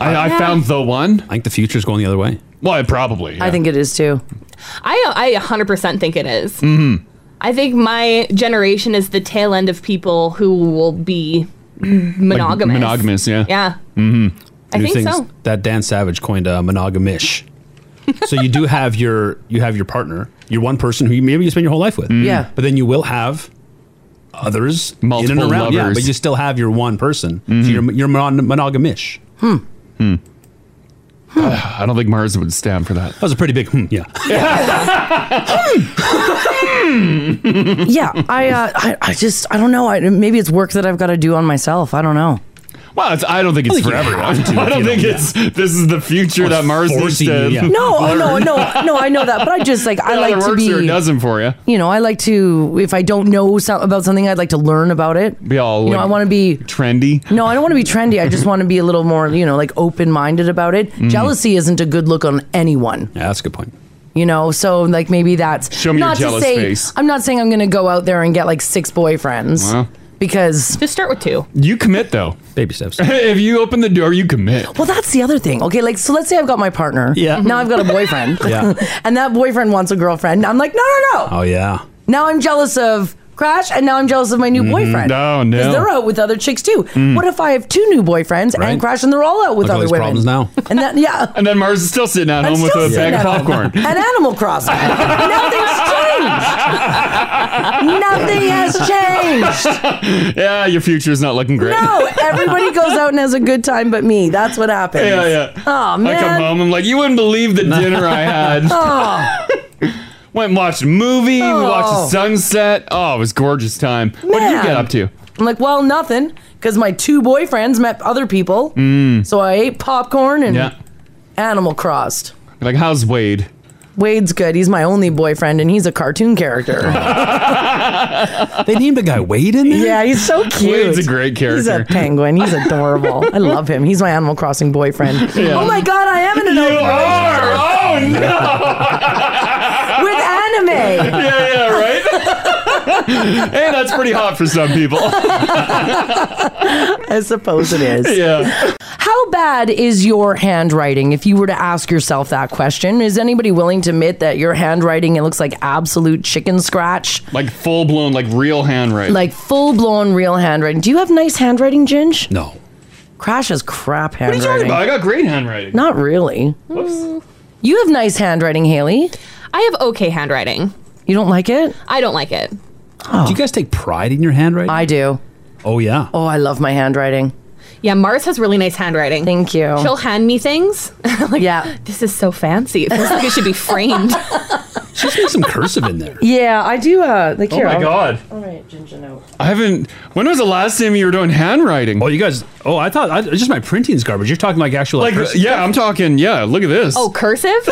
Speaker 3: I, I
Speaker 5: Yeah.
Speaker 3: found the one. I
Speaker 4: think the future's going the other way.
Speaker 3: Well, I probably.
Speaker 2: I think it is too.
Speaker 5: I, I 100% think it is.
Speaker 3: Mm-hmm.
Speaker 5: I think my generation is the tail end of people who will be monogamous.
Speaker 4: monogamous, yeah.
Speaker 5: Yeah.
Speaker 4: Mm-hmm.
Speaker 5: I think so.
Speaker 4: That Dan Savage coined uh, monogamish. so you do have your you have your partner, your one person who you, maybe you spend your whole life with.
Speaker 5: Mm.
Speaker 3: Yeah.
Speaker 4: But then you will have others in
Speaker 3: Multiple
Speaker 4: and around. Yeah,
Speaker 3: lovers. Mm-hmm.
Speaker 4: but you still have your one person. So you're you're mon- monogamish.
Speaker 2: Hmm.
Speaker 3: Hmm. I don't think Mars would stand for that. That
Speaker 4: was a pretty big hmm, yeah.
Speaker 2: Hmm. yeah, I, uh, I, I just, I don't know. I, maybe it's work that I've got to do on myself. I don't know.
Speaker 3: Well, it's, I don't think it's
Speaker 2: I think you
Speaker 3: forever.
Speaker 2: have to if
Speaker 3: I don't
Speaker 2: you
Speaker 3: think
Speaker 2: don't-
Speaker 3: it's this is the future that Mars needs
Speaker 4: forcing
Speaker 3: to.
Speaker 4: you, yeah.
Speaker 2: No, uh, no, no, no. I know that, but I just like I
Speaker 3: It
Speaker 2: like
Speaker 3: either
Speaker 2: to
Speaker 3: works
Speaker 2: be.
Speaker 3: or it doesn't for you.
Speaker 2: You know, I like to if I don't know so- about something, I'd like to learn about it.
Speaker 3: Be all.
Speaker 2: You know,
Speaker 3: like,
Speaker 2: I want to be
Speaker 3: trendy.
Speaker 2: No, I don't want to be trendy. I just want to be a little more, you know, like open minded about it.
Speaker 3: Mm.
Speaker 2: Jealousy isn't a good look on anyone.
Speaker 4: Yeah, that's a good point.
Speaker 2: You know, so like maybe that's
Speaker 4: Show me your
Speaker 2: not
Speaker 4: jealous
Speaker 2: to say
Speaker 4: face.
Speaker 2: I'm not saying I'm going to go out there and get like six boyfriends
Speaker 3: Well.
Speaker 2: because
Speaker 5: just start with two.
Speaker 3: You commit though.
Speaker 4: Baby steps.
Speaker 3: if you open the door, you commit.
Speaker 2: Well, that's the other thing. Okay, like so let's say I've got my partner.
Speaker 3: Yeah.
Speaker 2: Now I've got a boyfriend.
Speaker 4: Yeah.
Speaker 2: and that boyfriend wants a girlfriend. I'm like, no, no, no.
Speaker 4: Oh yeah.
Speaker 2: Now I'm jealous of Crash, and now I'm jealous of my new
Speaker 3: Mm-hmm.
Speaker 4: Mhm.
Speaker 2: boyfriend.
Speaker 4: No, no.
Speaker 2: Because they're out with other chicks too.
Speaker 4: Mm.
Speaker 2: What if I have two new boyfriends
Speaker 4: Right.
Speaker 2: and Crash and they're all out with
Speaker 4: Look at all
Speaker 2: other
Speaker 4: these
Speaker 2: women?
Speaker 4: problems now.
Speaker 2: And then yeah.
Speaker 3: And then Mars is still sitting at
Speaker 2: I'm
Speaker 3: home with
Speaker 2: still
Speaker 3: a
Speaker 2: sitting
Speaker 3: bag of
Speaker 2: at home.
Speaker 3: popcorn.
Speaker 2: An Animal Crossing. Nothing has changed.
Speaker 3: yeah, your future's not looking great.
Speaker 2: No, everybody goes out and has a good time but me. That's what happens.
Speaker 3: Yeah, yeah.
Speaker 2: Oh man.
Speaker 3: I come home, I'm like, you wouldn't believe the dinner I had.
Speaker 2: Oh.
Speaker 3: Went and watched a movie, we watched
Speaker 2: Oh.
Speaker 3: the sunset. Oh, it was gorgeous time. What did you
Speaker 2: Man.
Speaker 3: get up to?
Speaker 2: I'm like, well, nothing, because my two boyfriends met other people.
Speaker 3: Mm.
Speaker 2: So I ate popcorn and
Speaker 3: Yeah.
Speaker 2: Animal Crossed.
Speaker 3: Like, how's Wade?
Speaker 2: Wade's good. He's my only boyfriend, and he's a cartoon character.
Speaker 4: they named a guy Wade in there.
Speaker 2: Yeah, he's so cute.
Speaker 3: Wade's a great
Speaker 2: He's a
Speaker 3: character.
Speaker 2: penguin. He's adorable. I love him. He's my Animal Crossing boyfriend.
Speaker 3: Yeah.
Speaker 2: Oh my god, I am in an
Speaker 3: You
Speaker 2: open
Speaker 3: are!
Speaker 2: relationship
Speaker 3: Oh no!
Speaker 2: with anime.
Speaker 3: yeah, yeah, right? hey, that's pretty hot for some people.
Speaker 2: I suppose it is.
Speaker 3: Yeah.
Speaker 2: How bad is your handwriting? If you were to ask yourself that question, is anybody willing to admit that your handwriting it looks like absolute chicken scratch?
Speaker 3: Like full blown, like real handwriting.
Speaker 2: Like full blown real handwriting. Do you have nice handwriting, Ginge?
Speaker 4: No.
Speaker 2: Crash has crap
Speaker 3: what are you talking
Speaker 2: handwriting.
Speaker 3: about? I got great handwriting.
Speaker 2: Not really.
Speaker 3: Whoops.
Speaker 2: You have nice handwriting, Haley.
Speaker 5: I have okay handwriting.
Speaker 2: You don't like it?
Speaker 5: I don't like it.
Speaker 4: Do you guys take pride in your handwriting?
Speaker 2: Hmm. I do.
Speaker 4: Oh yeah.
Speaker 2: Oh, I love my handwriting.
Speaker 5: Yeah, Mars has really nice handwriting.
Speaker 2: Thank you.
Speaker 5: She'll hand me things. I'm like,
Speaker 2: yeah.
Speaker 5: This is so fancy. It feels like it should be framed.
Speaker 4: She just needs some cursive in there.
Speaker 2: Yeah, I do. Uh, like
Speaker 3: Oh
Speaker 2: here.
Speaker 3: my
Speaker 2: I'll-
Speaker 3: God.
Speaker 2: All right, Ginger, no.
Speaker 3: I haven't. When was the last time you were doing handwriting?
Speaker 4: Oh, you guys. Oh, I thought I, just my printing's garbage. You're talking like actual
Speaker 3: Like,
Speaker 4: cursive
Speaker 3: yeah, I'm talking. Yeah, look at this.
Speaker 5: oh, cursive?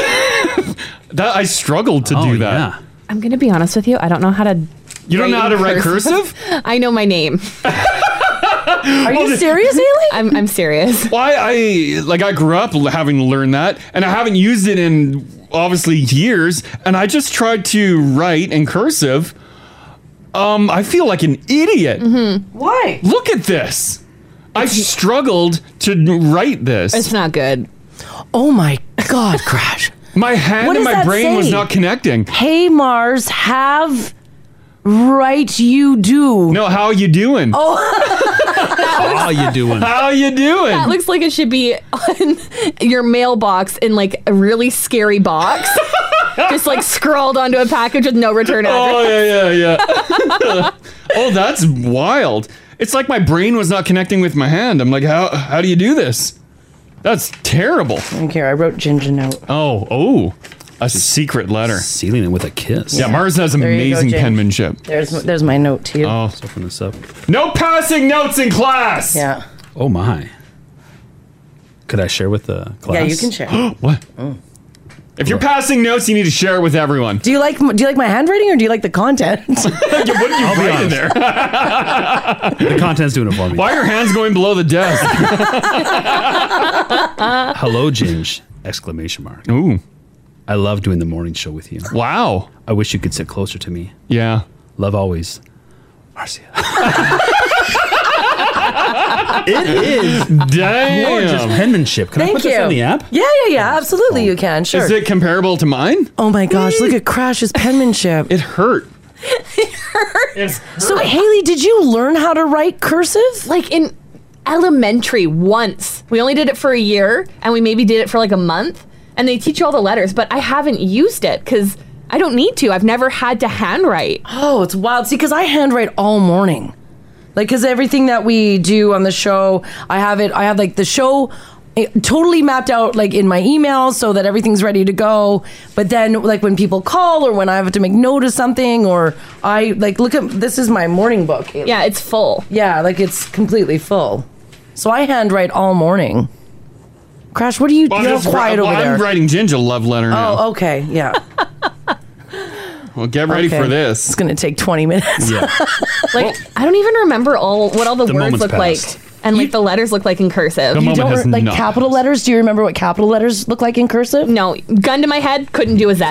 Speaker 3: That I struggled
Speaker 4: Oh,
Speaker 3: to do that.
Speaker 5: I'm going to be honest with you. I don't know how to.
Speaker 3: You don't know how to write
Speaker 5: I know my name.
Speaker 2: Are you serious, Haley?
Speaker 5: I'm, I'm serious.
Speaker 3: Why I like I grew up having to learn that, and I haven't used it in obviously years. And I just tried to write in cursive. Um, I feel like an idiot.
Speaker 9: Mm.
Speaker 2: Why?
Speaker 3: Look at this. I struggled to write this.
Speaker 5: It's not good.
Speaker 2: Oh my God, Crash.
Speaker 3: My hand
Speaker 9: What
Speaker 3: and
Speaker 9: does
Speaker 3: my
Speaker 9: that
Speaker 3: brain was
Speaker 9: say?
Speaker 3: not connecting.
Speaker 9: Hey Mars, have right you do.
Speaker 3: No, how you doing?
Speaker 2: Oh.
Speaker 4: How you doing?
Speaker 3: How you doing?
Speaker 5: That looks like it should be on your mailbox in like a really scary box. Just like scrawled onto a package with no return address.
Speaker 3: Oh yeah, yeah, yeah. oh, that's wild. It's like my brain was not connecting with my hand. I'm like, how how do you do this? That's terrible.
Speaker 2: I don't care. I wrote Ginger note.
Speaker 3: Oh, oh, a secret letter.
Speaker 4: Sealing it with a kiss.
Speaker 3: Yeah, Mars has
Speaker 2: There you go,
Speaker 3: amazing
Speaker 2: James.
Speaker 3: penmanship.
Speaker 2: There's there's my note to you.
Speaker 3: Oh,
Speaker 4: Let's open this up.
Speaker 3: no passing notes in class.
Speaker 2: yeah.
Speaker 4: Oh my. Could I share with the class?
Speaker 2: Yeah, you can share. Mm.
Speaker 3: What? If you're passing notes, you need to share it with everyone.
Speaker 2: do you like do you like my handwriting or do you write the content?
Speaker 3: What are you writing there?
Speaker 4: The content's doing it for me.
Speaker 3: Why are your hands going below the desk?
Speaker 4: Hello, Ginge! Exclamation mark.
Speaker 3: Ooh,
Speaker 4: I love doing the morning show with you.
Speaker 3: wow.
Speaker 4: I wish you could sit closer to me.
Speaker 3: Yeah.
Speaker 4: Love always. Marcia. it is gorgeous
Speaker 3: Damn.
Speaker 4: penmanship. Can I
Speaker 2: Thank
Speaker 4: put
Speaker 2: you.
Speaker 4: this on the app?
Speaker 2: Yeah, yeah, yeah. Absolutely, you can. Sure.
Speaker 3: Is it comparable to mine?
Speaker 2: oh my gosh! Look at Crash's penmanship.
Speaker 3: It hurt. it hurt.
Speaker 2: so Haley, did you learn how to write cursive?
Speaker 5: Like in elementary once. We only did it for a year and we maybe did it for like a month. And they teach you all the letters, but I haven't used it because I don't need to. I've never had to handwrite.
Speaker 2: Oh, it's wild. See, because I handwrite all morning. Like, because everything that we do on the show, I have it, I have like the show eh, totally mapped out, like in my email, so that everything's ready to go. But then, like, when people call or when I have to make note of something, or I, like, look at this is my morning book. Haley.
Speaker 5: Yeah, it's full.
Speaker 2: Yeah, like it's completely full. So I handwrite all morning. Crash, what are you?
Speaker 3: Well,
Speaker 2: you're
Speaker 3: just ri-
Speaker 2: quiet
Speaker 3: well,
Speaker 2: over there.
Speaker 3: I'm writing Ginger a love letter now.
Speaker 2: oh, okay. Yeah.
Speaker 3: Well, get ready
Speaker 2: Okay.
Speaker 3: for
Speaker 2: It's
Speaker 3: this.
Speaker 2: gonna take 20 minutes.
Speaker 4: Yeah.
Speaker 5: Like I don't even remember all what all the,
Speaker 4: The
Speaker 5: words
Speaker 4: moment's
Speaker 5: look
Speaker 4: passed.
Speaker 5: like and like the letters look like in cursive.
Speaker 3: The
Speaker 2: You
Speaker 3: moment
Speaker 2: don't
Speaker 3: has
Speaker 2: re- like
Speaker 3: not
Speaker 2: capital letters. Do you remember what capital letters look like in cursive?
Speaker 5: no, gun to my head, couldn't do a Z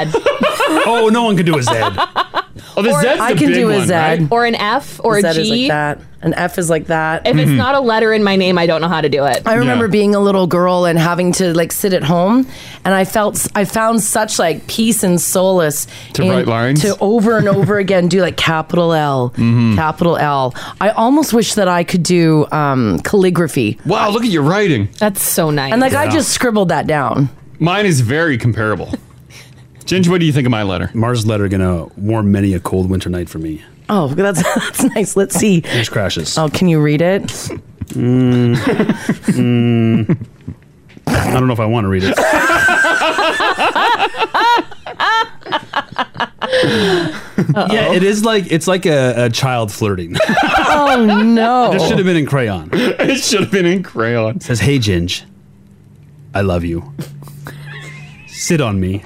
Speaker 4: oh, no one can do a Zed.
Speaker 3: Oh, the Zed's
Speaker 2: I
Speaker 3: the
Speaker 2: can
Speaker 3: big
Speaker 2: do a
Speaker 3: one,
Speaker 2: Zed.
Speaker 3: right?
Speaker 5: or an F or a G.
Speaker 2: Z is like that. An F is like that.
Speaker 5: If it's not a letter in my name, I don't know how to do it.
Speaker 2: I remember
Speaker 3: Yeah.
Speaker 2: being a little girl and having to like sit at home, and I felt I found such like peace and solace
Speaker 3: To
Speaker 2: in-
Speaker 3: write lines? Mm-hmm.
Speaker 2: to over and over again do like capital L, capital L. I almost wish that I could do um, calligraphy,
Speaker 3: Wow, Oh, look at your writing.
Speaker 5: That's so nice.
Speaker 2: and like I just scribbled that down.
Speaker 3: Mine is very comparable. Ginger, what do you think of my letter?
Speaker 4: Mars letter gonna warm many a cold winter night for me.
Speaker 2: Oh, that's that's nice. Let's see.
Speaker 4: Ginge crashes. Mm.
Speaker 2: Oh, can you read it?
Speaker 4: I don't know if I want to read it. yeah, it is like it's like a, a child flirting. this
Speaker 2: Oh no.
Speaker 4: should have been in crayon.
Speaker 3: It should have been in crayon.
Speaker 4: says, "Hey, Ginge, I love you. Sit on me.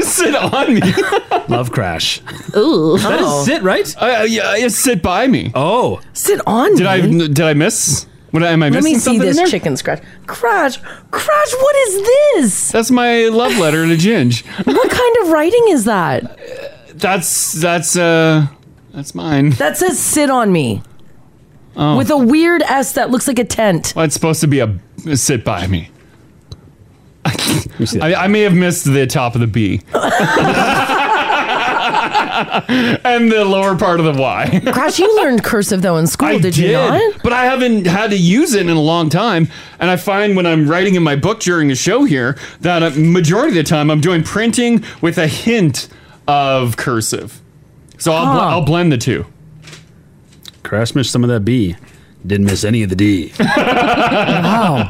Speaker 3: sit on me.
Speaker 4: Love Crash.
Speaker 5: ooh.
Speaker 4: That is sit, right?
Speaker 3: Uh, yeah, yeah, sit by me.
Speaker 4: Oh,
Speaker 2: Sit on.
Speaker 3: Did I
Speaker 2: me.
Speaker 3: did I miss? What am I
Speaker 2: Let
Speaker 3: missing?
Speaker 2: me see
Speaker 3: something in there?
Speaker 2: this chicken scratch. Crash, crash. What is this?
Speaker 3: That's my love letter to Ginge.
Speaker 2: What kind of writing is that?
Speaker 3: That's that's uh that's mine. Oh.
Speaker 2: That says sit on me. With a weird S that looks like a tent.
Speaker 3: Well, it's supposed to be a sit by me. I, I may have missed the top of the B. and the lower part of the Y.
Speaker 2: Crash, you learned cursive though in school,
Speaker 3: I
Speaker 2: did, you not?
Speaker 3: But I haven't had to use it in a long time. And I find when I'm writing in my book during the show here that a majority of the time I'm doing printing with a hint of cursive. So I'll, bl-
Speaker 2: Huh.
Speaker 3: I'll blend the two.
Speaker 4: Crash missed some of that B. Didn't miss any of the D.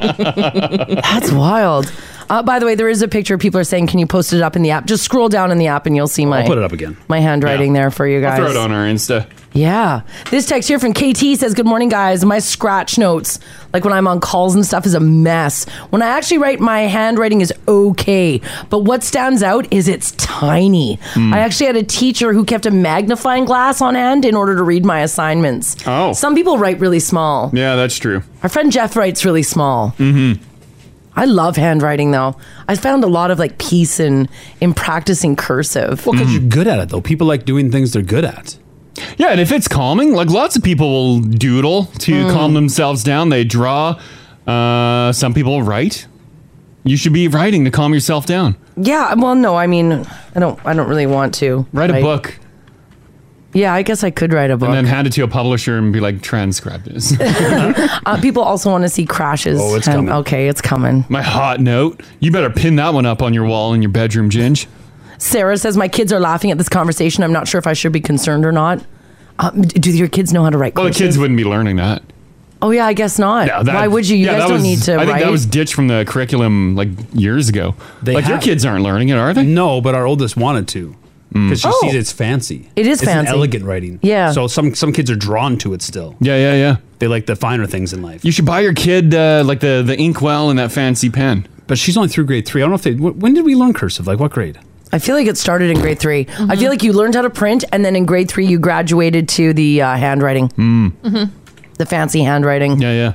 Speaker 2: That's wild. Uh, by the way, there is a picture. People are saying, "Can you post it up in the app?" Just scroll down in the app, and you'll see my
Speaker 4: I'll put it up again.
Speaker 2: my handwriting
Speaker 3: Yeah.
Speaker 2: there for you guys.
Speaker 3: Throw it on our Insta.
Speaker 2: Yeah. This text here from KT says, Good morning, guys. My scratch notes, like when I'm on calls and stuff, is a mess. When I actually write, my handwriting is okay. But what stands out is it's tiny.
Speaker 3: Hmm.
Speaker 2: I actually had a teacher who kept a magnifying glass on hand in order to read my assignments.
Speaker 3: Oh.
Speaker 2: Some people write really small.
Speaker 3: Yeah, that's true.
Speaker 2: Our friend Jeff writes really small. Mm-hmm. I love handwriting, though. I found a lot of like peace in in practicing cursive.
Speaker 4: Well, because you're good at it, though. People like doing things they're good at.
Speaker 3: Yeah, and if it's calming, like lots of people will doodle to calm themselves down. They draw. Uh, some people write. You should be writing to calm yourself down.
Speaker 2: Yeah. Well, no. I mean, I don't. I don't really want to
Speaker 3: Write a
Speaker 2: Like-
Speaker 3: book.
Speaker 2: Yeah, I guess I could write a book.
Speaker 3: and then hand it to a publisher and be like, transcribe this.
Speaker 2: uh, people also want to see crashes.
Speaker 3: Oh, it's
Speaker 2: and-
Speaker 3: coming.
Speaker 2: Okay, it's coming.
Speaker 3: My hot note. You better pin that one up on your wall in your bedroom, Ginge.
Speaker 2: Sarah says my kids are laughing at this conversation. I'm not sure if I should be concerned or not. Um, d- do your kids know how to write?
Speaker 3: Well, the
Speaker 2: cursive?
Speaker 3: kids wouldn't be learning that.
Speaker 2: Oh yeah, I guess not.
Speaker 3: Yeah, that-
Speaker 2: Why would you? You
Speaker 3: yeah,
Speaker 2: guys
Speaker 3: that
Speaker 2: don't
Speaker 3: was-
Speaker 2: need to
Speaker 3: I
Speaker 2: write.
Speaker 3: think that was ditched from the curriculum like years ago. like your
Speaker 4: have-
Speaker 3: kids aren't learning it, are they?
Speaker 4: No, but our oldest wanted to because she
Speaker 2: Oh.
Speaker 4: sees it's fancy.
Speaker 2: It is
Speaker 4: It's an
Speaker 2: fancy.
Speaker 4: elegant writing.
Speaker 2: Yeah.
Speaker 4: So some some kids are drawn to it still.
Speaker 3: Yeah, yeah, yeah.
Speaker 4: They like the finer things in life.
Speaker 3: You should buy your kid uh, like the the inkwell and that fancy pen.
Speaker 4: But she's only through grade three. I don't know if they. wh- When did we learn cursive? Like what grade?
Speaker 2: I feel like it started in grade 3 I feel like you learned how to print, and then in grade three you graduated to the uh, handwriting, the fancy handwriting.
Speaker 3: Mm. Yeah, yeah.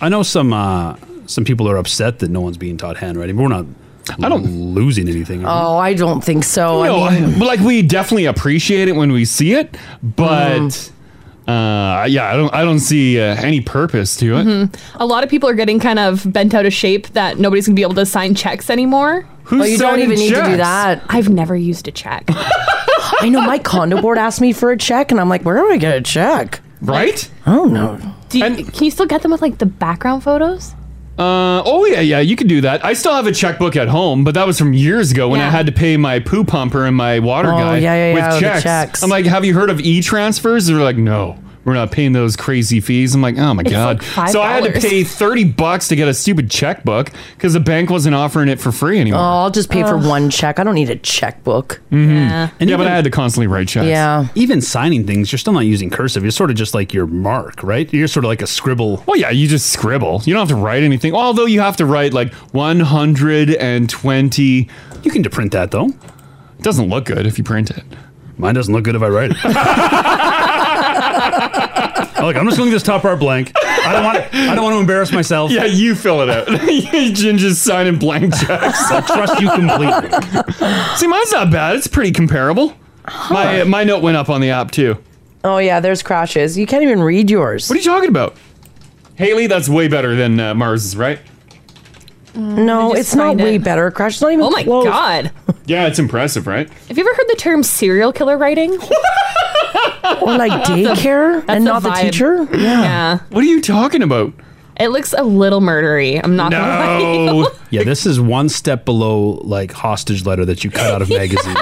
Speaker 4: I know some uh, some people are upset that no one's being taught handwriting. But we're not. I don't losing anything. are we?
Speaker 2: Oh, I don't think so.
Speaker 3: No,
Speaker 2: I mean,
Speaker 3: I- but like we definitely appreciate it when we see it, but
Speaker 2: Mm-hmm.
Speaker 3: uh, yeah, I don't I don't see uh, any purpose to
Speaker 2: Mm-hmm.
Speaker 3: it.
Speaker 5: Mm-hmm. A lot of people are getting kind of bent out of shape that nobody's gonna be able to sign checks anymore.
Speaker 3: Who's
Speaker 2: Oh, you don't signing even need to do checks? that.
Speaker 5: I've never used a check.
Speaker 2: I know my condo board asked me for a check, and I'm like, where do I get a check?
Speaker 3: Right?
Speaker 2: I don't know.
Speaker 5: Do you, can you still get them with like the background photos?
Speaker 3: Uh, oh yeah, yeah, you can do that. I still have a checkbook at home, but that was from years ago when I
Speaker 5: Yeah.
Speaker 3: had to pay my poo pumper and my water
Speaker 2: Oh,
Speaker 3: guy
Speaker 2: yeah, yeah,
Speaker 3: with
Speaker 2: yeah, the
Speaker 3: checks.
Speaker 2: checks.
Speaker 3: I'm like, have you heard of e transfers? They're like, no, we're not paying those crazy fees. I'm like, oh my god.
Speaker 5: like
Speaker 3: so I had to
Speaker 5: $5.
Speaker 3: pay thirty bucks to get a stupid checkbook because the bank wasn't offering it for free
Speaker 2: Oh,
Speaker 3: anymore.
Speaker 2: I'll just pay for one check. I don't need a checkbook.
Speaker 5: Yeah.
Speaker 3: Mm-hmm. yeah, but I had to constantly write checks.
Speaker 2: Yeah.
Speaker 4: Even signing things, you're still not using cursive. You're sort of just like your mark, right? You're sort of like a scribble.
Speaker 3: Well, yeah, you just scribble. You don't have to write anything. Although you have to write like 120.
Speaker 4: You can print that though.
Speaker 3: It doesn't look good if you print it.
Speaker 4: Mine doesn't look good if I write it. Look, I'm just going to this top part blank. I don't want to. I don't want to embarrass myself.
Speaker 3: Yeah, you fill it out. Ginger's signing blank checks.
Speaker 4: I trust you completely.
Speaker 3: See, mine's not bad. It's pretty comparable. My uh, my note went up on the app too. What
Speaker 2: Oh yeah, there's crashes. You can't even read yours.
Speaker 3: are you talking about, Haley? That's way better than uh, Mars's, right?
Speaker 2: no,
Speaker 5: I just
Speaker 2: it's not
Speaker 5: signed
Speaker 2: way
Speaker 5: it.
Speaker 2: better. Crash. It's not even.
Speaker 5: Oh my
Speaker 2: close.
Speaker 5: god.
Speaker 3: Yeah, it's impressive, right?
Speaker 5: Have you ever heard the term serial killer writing?
Speaker 2: Or like daycare and
Speaker 5: the
Speaker 2: not the
Speaker 5: vibe.
Speaker 2: teacher.
Speaker 5: yeah.
Speaker 3: What are you talking about?
Speaker 5: It looks a little murdery. I'm not gonna lie.
Speaker 3: No.
Speaker 4: Yeah, this is one step below like hostage letter that you cut out of magazines.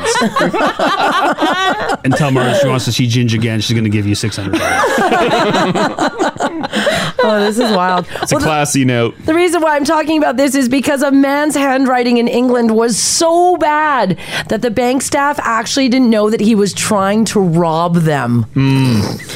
Speaker 4: and tell Mara if she wants to see Ginger again, she's going to give you six hundred.
Speaker 2: Oh, this is wild.
Speaker 3: It's a classy note.
Speaker 2: The reason why I'm talking about this is because a man's handwriting in England was so bad that the bank staff actually didn't know that he was trying to rob them,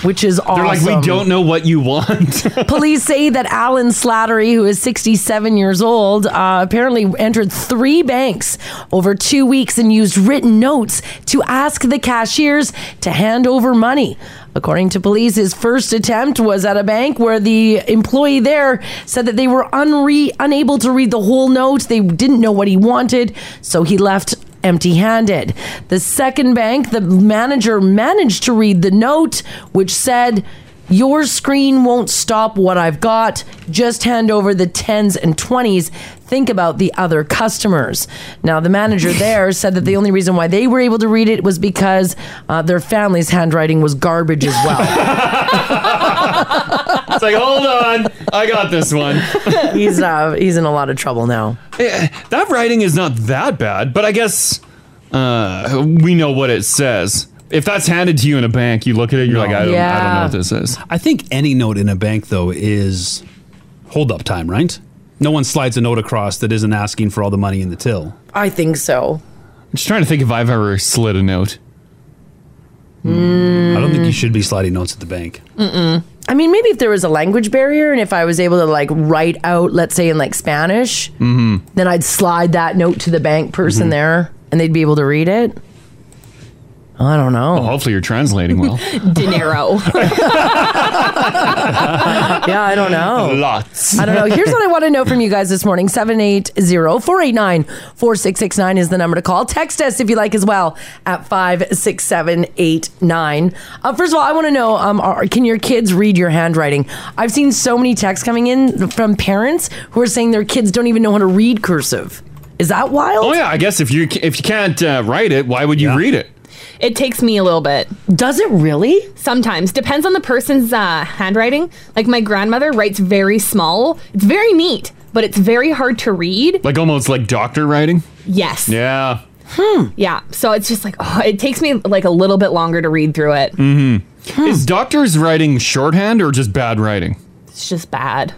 Speaker 2: which is awesome.
Speaker 3: hmm. They're like, we don't know what you want.
Speaker 2: Police say that Alan Slattery, who is 67 years old, uh, apparently entered three banks over two weeks and used written notes to ask the cashiers to hand over money. According to police, his first attempt was at a bank where the employee there said that they were unre- unable to read the whole note. They didn't know what he wanted, so he left empty handed. The second bank, the manager managed to read the note, which said, Your screen won't stop what I've got. Just hand over the 10s and 20s. Think about the other customers. Now, the manager there said that the only reason why they were able to read it was because uh, their family's handwriting was garbage as well.
Speaker 3: it's like, hold on, I got this one.
Speaker 2: he's, uh, he's in a lot of trouble now.
Speaker 3: Eh, that writing is not that bad, but I guess uh, we know what it says. If that's handed to you in a bank, you look at it, you're like, I don't, I don't know
Speaker 2: Yeah.
Speaker 3: what this is.
Speaker 4: I think any note in a bank though is hold up time, right? No one slides a note across that isn't asking for all the money in the till.
Speaker 2: I think so.
Speaker 3: I'm just trying to think if I've ever slid a note.
Speaker 2: Hmm. Mm.
Speaker 4: I don't think you should be sliding notes at the bank.
Speaker 2: I mean, maybe if there was a language barrier and if I was able to like write out, let's say in like Spanish,
Speaker 4: Mm-hmm.
Speaker 2: then I'd slide that note to the bank person there and they'd be able to read it. I I don't know.
Speaker 3: Well, hopefully you're translating well.
Speaker 5: Dinero.
Speaker 2: yeah, I don't know.
Speaker 3: Lots.
Speaker 2: I
Speaker 10: I don't know. Here's what I want to know from you guys this morning 780 489 4669 is the number to call. Text us if you like as well at 56789. Uh, first of all, I want to know um, are, can your kids read your handwriting? I've seen so many texts coming in from parents who are saying their kids don't even know how to read cursive. Is that wild?
Speaker 3: Oh yeah, I guess if you if you can't uh, write it, why would you read it?
Speaker 5: It takes me a little bit.
Speaker 2: Does it really?
Speaker 5: Sometimes. Depends on the person's uh, handwriting. Like my grandmother writes very small. It's very neat, but it's very hard to read.
Speaker 3: Like almost like doctor writing.
Speaker 5: Yes.
Speaker 3: Yeah.
Speaker 5: Hmm. Yeah. So it's just like, oh, it takes me like a little bit longer to read through it.
Speaker 3: hmm Is doctors writing shorthand or just bad writing?
Speaker 5: It's just bad.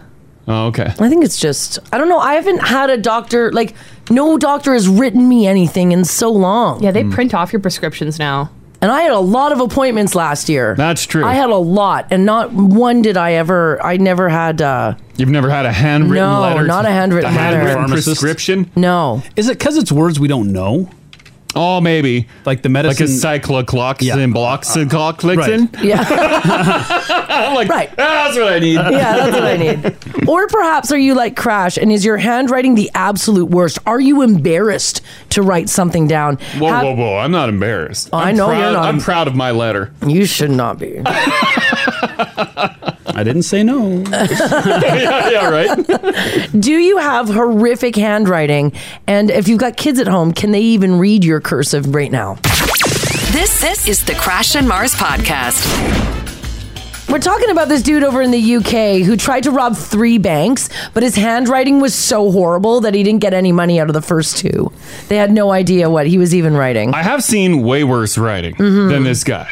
Speaker 3: Oh, okay.
Speaker 2: I think it's just, I don't know. I haven't had a doctor, like, no doctor has written me anything in so long.
Speaker 5: Yeah, they
Speaker 3: Hmm.
Speaker 5: print off your prescriptions now.
Speaker 2: And I had a lot of appointments last year.
Speaker 3: That's true.
Speaker 2: I had a lot, and not one did I ever, I never had, uh,
Speaker 3: You've never had a handwritten
Speaker 2: No,
Speaker 3: letter?
Speaker 2: not a handwritten
Speaker 3: a
Speaker 2: letter.
Speaker 3: handwritten
Speaker 2: Pharmacist?
Speaker 3: prescription?
Speaker 2: No.
Speaker 4: Is it because it's words we don't know?
Speaker 3: Oh, maybe.
Speaker 4: Like the
Speaker 3: Like a
Speaker 4: medicine.
Speaker 3: cyclocloxin, bloxin, cloxin?
Speaker 2: yeah.
Speaker 3: like,
Speaker 2: right.
Speaker 3: That's what I need.
Speaker 2: Yeah, that's what I need. Or perhaps are you like Crash and is your handwriting the absolute worst? Are you embarrassed to write something down?
Speaker 3: Whoa,
Speaker 2: Have-
Speaker 3: whoa, whoa. I'm not embarrassed.
Speaker 2: Oh, I
Speaker 3: I'm
Speaker 2: know you're
Speaker 3: proud-
Speaker 2: not.
Speaker 3: I'm proud of my letter.
Speaker 2: You should not be.
Speaker 4: I didn't say no.
Speaker 3: yeah, yeah, right.
Speaker 2: Do you have horrific handwriting? And if you've got kids at home, can they even read your cursive right now?
Speaker 1: This this is the Crash and Mars podcast.
Speaker 2: We're talking about this dude over in the UK who tried to rob three banks, but his handwriting was so horrible that he didn't get any money out of the first two. They had no idea what he was even writing.
Speaker 3: I have seen way worse writing
Speaker 2: Mm-hmm.
Speaker 3: than this guy.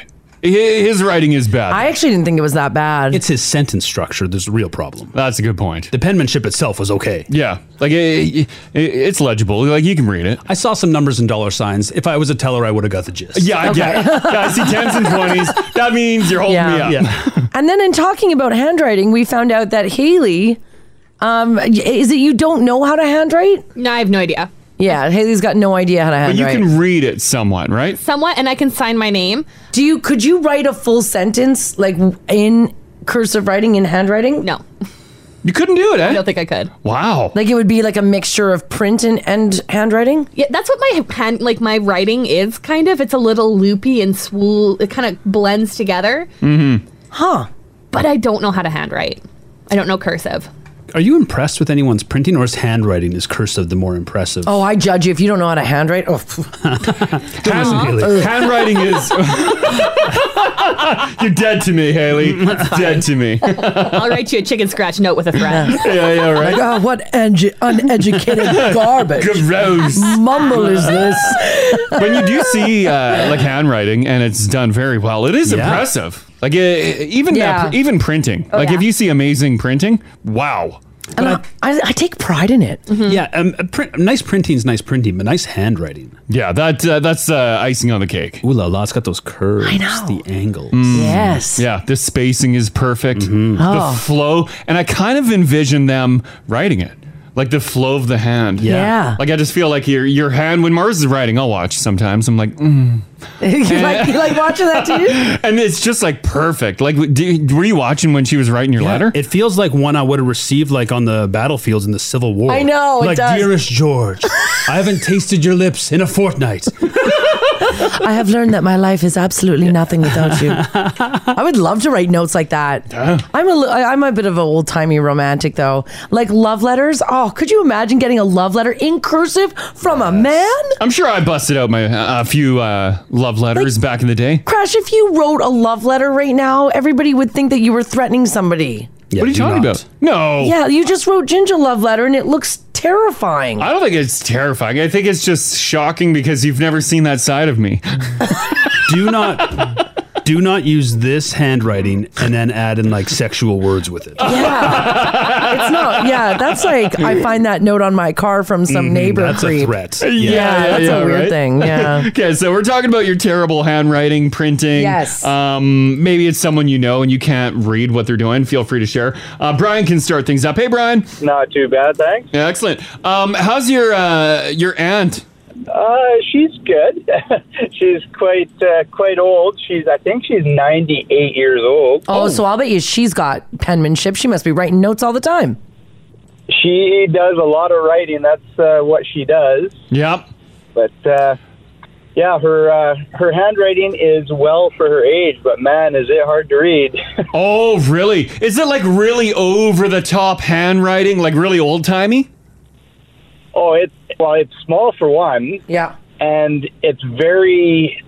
Speaker 3: Hi- His writing is bad.
Speaker 2: I actually didn't think it was that bad.
Speaker 4: It's his sentence structure. There's a real problem.
Speaker 3: That's a good point.
Speaker 4: The penmanship itself was okay.
Speaker 3: Yeah, like it, it- it- it's legible. Like you can read it.
Speaker 4: I saw some numbers and dollar signs. If I was a teller, I would have got the gist.
Speaker 3: Yeah, I get. It. Yeah, I see tens and twenties. That means you're holding
Speaker 2: Yeah.
Speaker 3: me up.
Speaker 2: And then in talking about handwriting, we found out that Haley, um, is it you don't know how to handwrite?
Speaker 5: No, I have no idea.
Speaker 2: Yeah, Haley's got no idea how to
Speaker 3: But you
Speaker 2: handwrite.
Speaker 3: can read it somewhat, right?
Speaker 5: Somewhat, and I can sign my name.
Speaker 2: Do you could you write a full sentence like in cursive writing in handwriting?
Speaker 5: No,
Speaker 3: You couldn't do it, eh?
Speaker 5: I don't think I could.
Speaker 3: wow.
Speaker 2: Like it would be like a mixture of print and, and handwriting?
Speaker 5: Yeah, that's what my hand, like my writing is kind of. It's a little loopy and swool. It kind of blends together.
Speaker 3: Mm-hmm.
Speaker 2: Huh.
Speaker 5: But I don't know how to handwrite. I don't know cursive.
Speaker 4: Are you impressed with anyone's printing or is handwriting is cursive the more impressive?
Speaker 2: Oh, I judge you if you don't know how to handwrite. Oh, pff.
Speaker 4: Listen, Haley.
Speaker 3: Handwriting is. you're dead to me, Haley. Dead to me. yeah,
Speaker 5: I'll write you a chicken scratch note with a thread.
Speaker 3: yeah, right.
Speaker 2: God, oh, what edu- uneducated garbage.
Speaker 3: Gross.
Speaker 2: Mumble is this?
Speaker 3: when you do see uh, like handwriting and it's done very well, it is
Speaker 4: Yeah.
Speaker 3: impressive. Like uh, even
Speaker 2: Yeah. Oh,
Speaker 3: uh, pr- even printing. like
Speaker 5: yeah.
Speaker 3: if you see amazing printing, wow.
Speaker 2: And I, I, I take pride in it.
Speaker 4: Yeah, um, a print, nice printing's nice printing, but nice handwriting.
Speaker 3: Yeah, that uh, that's uh, icing on the cake. Mm.
Speaker 4: Ooh la la, it's got those curves, I
Speaker 2: know.
Speaker 4: the angles.
Speaker 2: Yes. Oh.
Speaker 3: Yeah, the spacing is perfect.
Speaker 4: Mm-hmm.
Speaker 3: The flow, and I kind of envision them writing it, like the flow of the hand.
Speaker 2: Yeah.
Speaker 3: Like I just feel like your your hand when Mars is writing, I'll watch sometimes. I'm like, mm.
Speaker 2: you like you like watching that too?
Speaker 3: and it's just like perfect. Like, do, were you watching when she was writing your letter?
Speaker 4: It feels like one I would have received like on the battlefields in the Civil War.
Speaker 2: I know, it
Speaker 4: Like,
Speaker 2: does.
Speaker 4: dearest George, I haven't tasted your lips in a fortnight.
Speaker 2: I have learned that my life is absolutely nothing without you. I would love to write notes like that. I'm a li- I- I'm a bit of an old timey romantic though. Like love letters. Oh, could you imagine getting a love letter in cursive from a man?
Speaker 3: I'm sure I busted out my a few uh, love letters back in the day.
Speaker 2: Crash, if you wrote a love letter right now, everybody would think that you were threatening somebody.
Speaker 4: Yeah,
Speaker 3: what are you
Speaker 4: do
Speaker 3: talking
Speaker 4: not.
Speaker 3: about? No.
Speaker 2: Yeah, you just wrote Ginger love letter and it looks terrifying.
Speaker 3: I don't think it's terrifying. I think it's just shocking because you've never seen that side of me.
Speaker 4: Do not. Do not use this handwriting and then add in like sexual words with it.
Speaker 2: Yeah. it's not. Yeah, that's like I find that note on my car from some neighbor
Speaker 4: That's
Speaker 2: creep.
Speaker 4: a threat.
Speaker 2: Yeah, that's a weird
Speaker 3: right?
Speaker 2: thing. Yeah.
Speaker 3: Okay, so we're talking about your terrible handwriting, printing.
Speaker 2: Yes.
Speaker 3: Um, maybe it's someone you know and you can't read what they're doing. Feel free to share. Uh, Brian can start things up. Hey, Brian.
Speaker 11: Not too bad, thanks.
Speaker 3: Yeah, excellent. Um, how's your uh, your aunt
Speaker 12: Uh, she's good. she's quite uh, quite old. She's I think she's ninety eight years old.
Speaker 2: Oh, so I'll bet you she's got penmanship. She must be writing notes all the time.
Speaker 12: She does a lot of writing. That's uh, what she does.
Speaker 3: Yep.
Speaker 12: But uh, yeah, her uh, her handwriting is well for her age. But man, is it hard to read.
Speaker 3: Oh, really? Is it like really over the top handwriting, like really old timey?
Speaker 12: Oh, it's well, it's small for one.
Speaker 2: Yeah.
Speaker 12: And it's very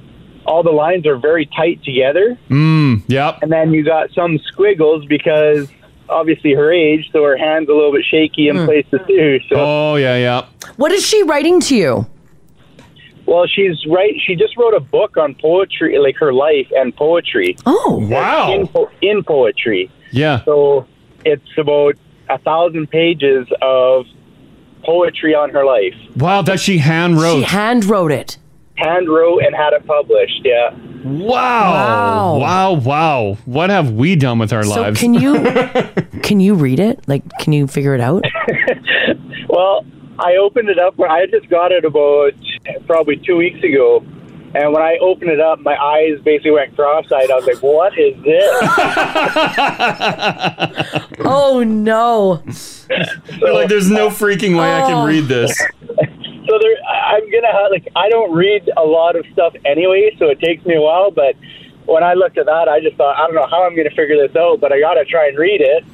Speaker 12: all the lines are very tight together.
Speaker 3: Mm, yep.
Speaker 12: And then you got some squiggles because obviously her age, so her hand's a little bit shaky in
Speaker 3: Hmm.
Speaker 2: Mm.
Speaker 12: places too. So
Speaker 3: Oh yeah, yeah.
Speaker 2: What is she writing to you?
Speaker 12: Well, she's right. She just wrote a book on poetry, like her life and poetry.
Speaker 2: Oh,
Speaker 3: wow!
Speaker 12: In, po- in poetry,
Speaker 3: Yeah.
Speaker 12: so it's about a thousand pages of poetry on her life.
Speaker 3: Wow, that she hand wrote.
Speaker 12: She
Speaker 2: hand wrote it.
Speaker 12: Hand wrote and had it published. Yeah.
Speaker 3: Wow. Wow. Wow. What have we done with our lives?
Speaker 2: So can you can you read it? Like, can you figure it out?
Speaker 12: Well, I opened it up. I just got it about probably two weeks ago. And when I opened it up, my eyes basically went cross-eyed. I was like, "What is this?"
Speaker 2: oh no!
Speaker 3: You're like, there's no freaking way I
Speaker 2: Oh.
Speaker 3: can read this.
Speaker 12: uh, So there, I- I'm gonna have, like I don't read a lot of stuff anyway, so it takes me a while. But when I looked at that, I just thought, I don't know how I'm gonna figure this out, but I gotta try and read it.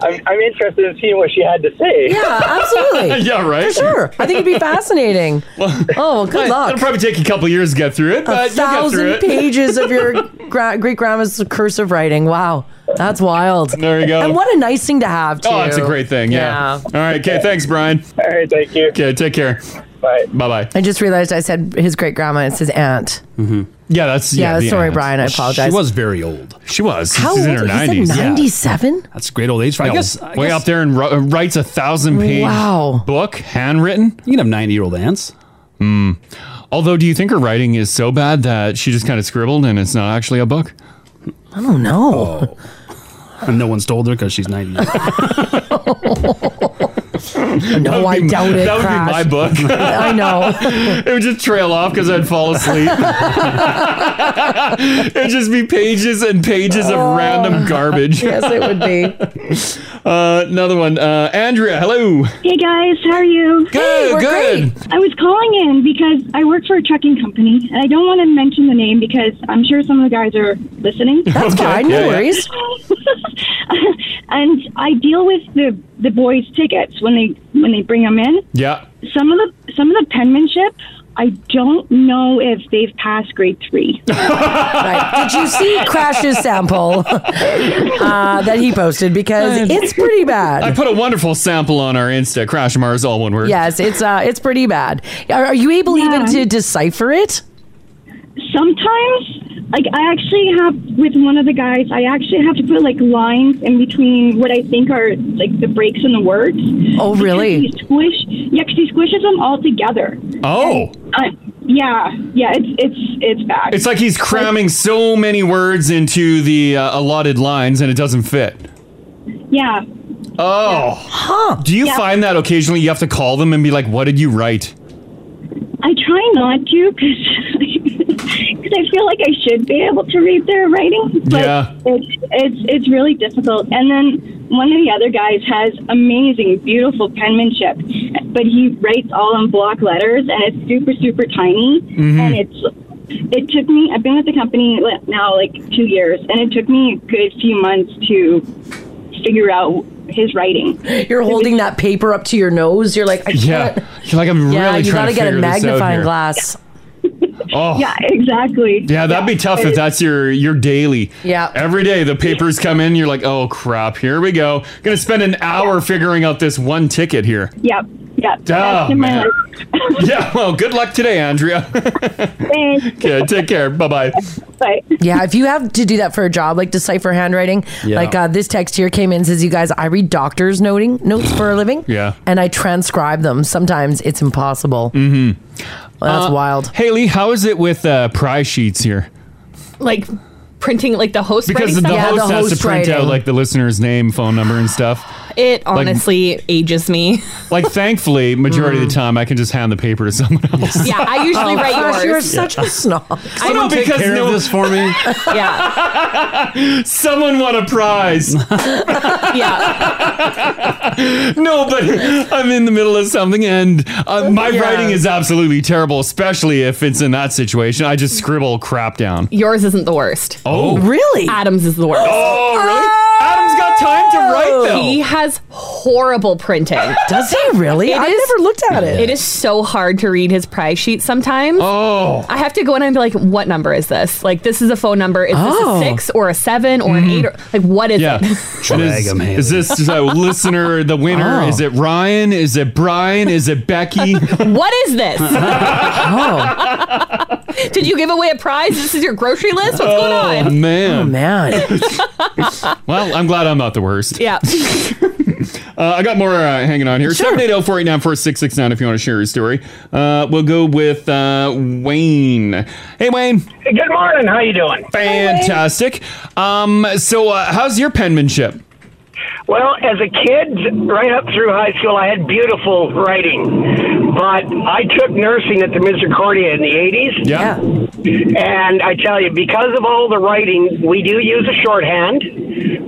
Speaker 12: I'm, I'm interested in seeing what she had to say.
Speaker 2: Yeah, absolutely. For sure. I think it'd be fascinating. oh, good luck.
Speaker 3: It'll probably take you a couple years to get through it,
Speaker 2: A
Speaker 3: but you'll get through
Speaker 2: thousand
Speaker 3: it.
Speaker 2: pages of your gra- great grandma's cursive writing. Wow, that's wild. There
Speaker 3: you go.
Speaker 2: And what a nice thing to have. Too.
Speaker 3: Oh, it's a great thing. Yeah. All right. Okay. Thanks, Brian.
Speaker 12: All right. Thank you.
Speaker 3: Okay. Take care.
Speaker 12: Bye.
Speaker 3: Bye. Bye.
Speaker 2: I just realized I said his great grandma. It's his aunt.
Speaker 3: Mm-hmm. Yeah. That's
Speaker 2: Yeah,
Speaker 3: the
Speaker 2: sorry,
Speaker 3: aunt.
Speaker 2: Brian, I apologize.
Speaker 4: She was very old.
Speaker 3: She was.
Speaker 2: How
Speaker 3: She's
Speaker 2: old?
Speaker 3: in her
Speaker 2: He
Speaker 3: nineties.
Speaker 2: said ninety-seven.
Speaker 4: That's great old age. for- I
Speaker 3: No,
Speaker 4: guess. I
Speaker 3: way
Speaker 4: guess-
Speaker 3: up there and ru- uh, writes a thousand page
Speaker 2: Wow.
Speaker 3: book, handwritten. You
Speaker 4: can have 90 year old aunts.
Speaker 3: Hmm. Although, do you think her writing is so bad that she just kind of scribbled and it's not actually a book?
Speaker 2: I don't know.
Speaker 3: Oh.
Speaker 4: And no one's told her because she's 90.
Speaker 2: No, I doubt it.
Speaker 3: That would
Speaker 2: Crash.
Speaker 3: be my book.
Speaker 2: I know.
Speaker 3: it would just trail off because I'd fall asleep. it would just be pages and pages of random garbage.
Speaker 2: Oh. Yes, it would be.
Speaker 3: Uh, another one. Uh, Andrea, hello.
Speaker 13: Hey guys, how are you?
Speaker 3: Good, Hey, we're good.
Speaker 13: I was calling in because I work for a trucking company, and I don't want to mention the name because I'm sure some of the guys are listening.
Speaker 2: That's Okay, fine, no yeah, yeah. worries.
Speaker 13: and I deal with the the boys' tickets when they when they bring them in.
Speaker 3: Yeah.
Speaker 13: Some of the some of the penmanship, I don't know if they've passed grade three.
Speaker 2: Did you see Crash's sample uh, that he posted? Because it's pretty bad.
Speaker 3: I put a wonderful sample on our Insta, Crash Mars, all one word.
Speaker 2: Yes, it's uh, it's pretty bad. Are, are you able even to decipher it?
Speaker 13: sometimes like i actually have with one of the guys i actually have to put like lines in between what i think are like the breaks in the words
Speaker 2: oh really
Speaker 13: he squish yeah 'cause he squishes them all together
Speaker 3: Oh.
Speaker 13: uh, yeah yeah it's it's it's bad
Speaker 3: It's like he's cramming so many words into the uh, allotted lines and it doesn't fit.
Speaker 13: yeah
Speaker 3: Oh.
Speaker 2: Huh.
Speaker 3: Do you
Speaker 13: Yeah.
Speaker 3: find that occasionally you have to call them and be like, what did you write?
Speaker 13: i try not to because i feel like i should be able to read their writing but
Speaker 3: Yeah.
Speaker 13: it's it's it's really difficult and then one of the other guys has amazing beautiful penmanship but he writes all in block letters and it's super super tiny
Speaker 3: Mm-hmm.
Speaker 14: Mhm.
Speaker 13: and it's it took me i've been with the company li- now like two years and it took me a good few months to figure out his writing
Speaker 2: You're holding that paper up to your nose. You're like, I can't.
Speaker 3: Yeah. You're like, I'm
Speaker 2: yeah,
Speaker 3: really
Speaker 2: you
Speaker 3: trying to
Speaker 2: gotta get a
Speaker 3: figure this out
Speaker 2: magnifying
Speaker 3: here.
Speaker 2: glass.
Speaker 3: Oh.
Speaker 13: yeah exactly
Speaker 3: Yeah, that'd be tough if that's your your daily.
Speaker 2: Yeah.
Speaker 3: Every day the papers come in, you're like, oh crap, here we go. Gonna spend an hour figuring out this one ticket here.
Speaker 13: yep yep
Speaker 3: Oh,
Speaker 13: That's in my
Speaker 3: man.
Speaker 13: life.
Speaker 3: yeah, well, good luck today, Andrea. okay, take care. Bye bye.
Speaker 2: yeah, if you have to do that for a job, like decipher handwriting,
Speaker 3: Yeah.
Speaker 2: like uh, this text here came in says, "You guys, I read doctors' noting notes for a living,
Speaker 3: Yeah.
Speaker 2: and I transcribe them. Sometimes it's impossible. Mm-hmm. that's wild.
Speaker 3: Uh, Haley, how is it with uh, prize sheets here?
Speaker 5: Like printing, like the host
Speaker 3: Because
Speaker 5: writing
Speaker 3: the
Speaker 5: stuff?
Speaker 3: host has to print out like the listener's name, phone number, and stuff.
Speaker 5: It
Speaker 3: Like-
Speaker 5: honestly ages me. Mm.
Speaker 3: Like, thankfully, majority of the time, I can just hand the paper to someone else.
Speaker 5: Yeah, I usually write yours.
Speaker 3: Yeah.
Speaker 2: snob.
Speaker 5: I
Speaker 3: no,
Speaker 5: don't take
Speaker 3: because
Speaker 5: care of
Speaker 3: no,
Speaker 5: this
Speaker 3: for me.
Speaker 2: Oh.
Speaker 5: Yeah.
Speaker 3: Someone won a prize. no, but I'm in the middle of something, and uh, my
Speaker 5: Yeah.
Speaker 3: writing is absolutely terrible, especially if it's in that situation. I just scribble crap down.
Speaker 5: Yours isn't the worst.
Speaker 3: Oh.
Speaker 2: really?
Speaker 5: Adams is the worst. Oh.
Speaker 3: Oh, really? Adam's got time to write, though.
Speaker 5: He has horrible printing.
Speaker 2: Does he really? I've never looked at it.
Speaker 5: It is so hard to read his prize sheet sometimes.
Speaker 3: Oh.
Speaker 5: I have to go in and be like, what number is this? Like, this is a phone number. Is
Speaker 3: Oh.
Speaker 5: this a six or a seven or an
Speaker 3: Mhm.
Speaker 5: eight? Or, like, what is
Speaker 3: Yeah.
Speaker 5: it?
Speaker 3: is, is this a listener, the winner?
Speaker 5: Oh.
Speaker 3: Is it Ryan? Is it Brian? Is it Becky?
Speaker 5: what is this?
Speaker 3: Oh.
Speaker 5: Did you give away a prize? This is your grocery list? What's going on?
Speaker 3: Oh, man. Oh,
Speaker 2: man.
Speaker 3: well, I'm glad I'm not the worst.
Speaker 5: Yeah.
Speaker 3: Uh, I got more uh, hanging on here. Seven eight zero four eight nine four six six nine. If you want to share your story, uh, we'll go with uh, Wayne. Hey, Wayne.
Speaker 15: good morning. How you doing?
Speaker 3: Fantastic. um, so, uh, how's your penmanship?
Speaker 15: Well, as a kid, right up through high school, I had beautiful writing. But I took nursing at the Misericordia in the 80s.
Speaker 3: Yeah.
Speaker 15: And I tell you, because of all the writing, we do use a shorthand.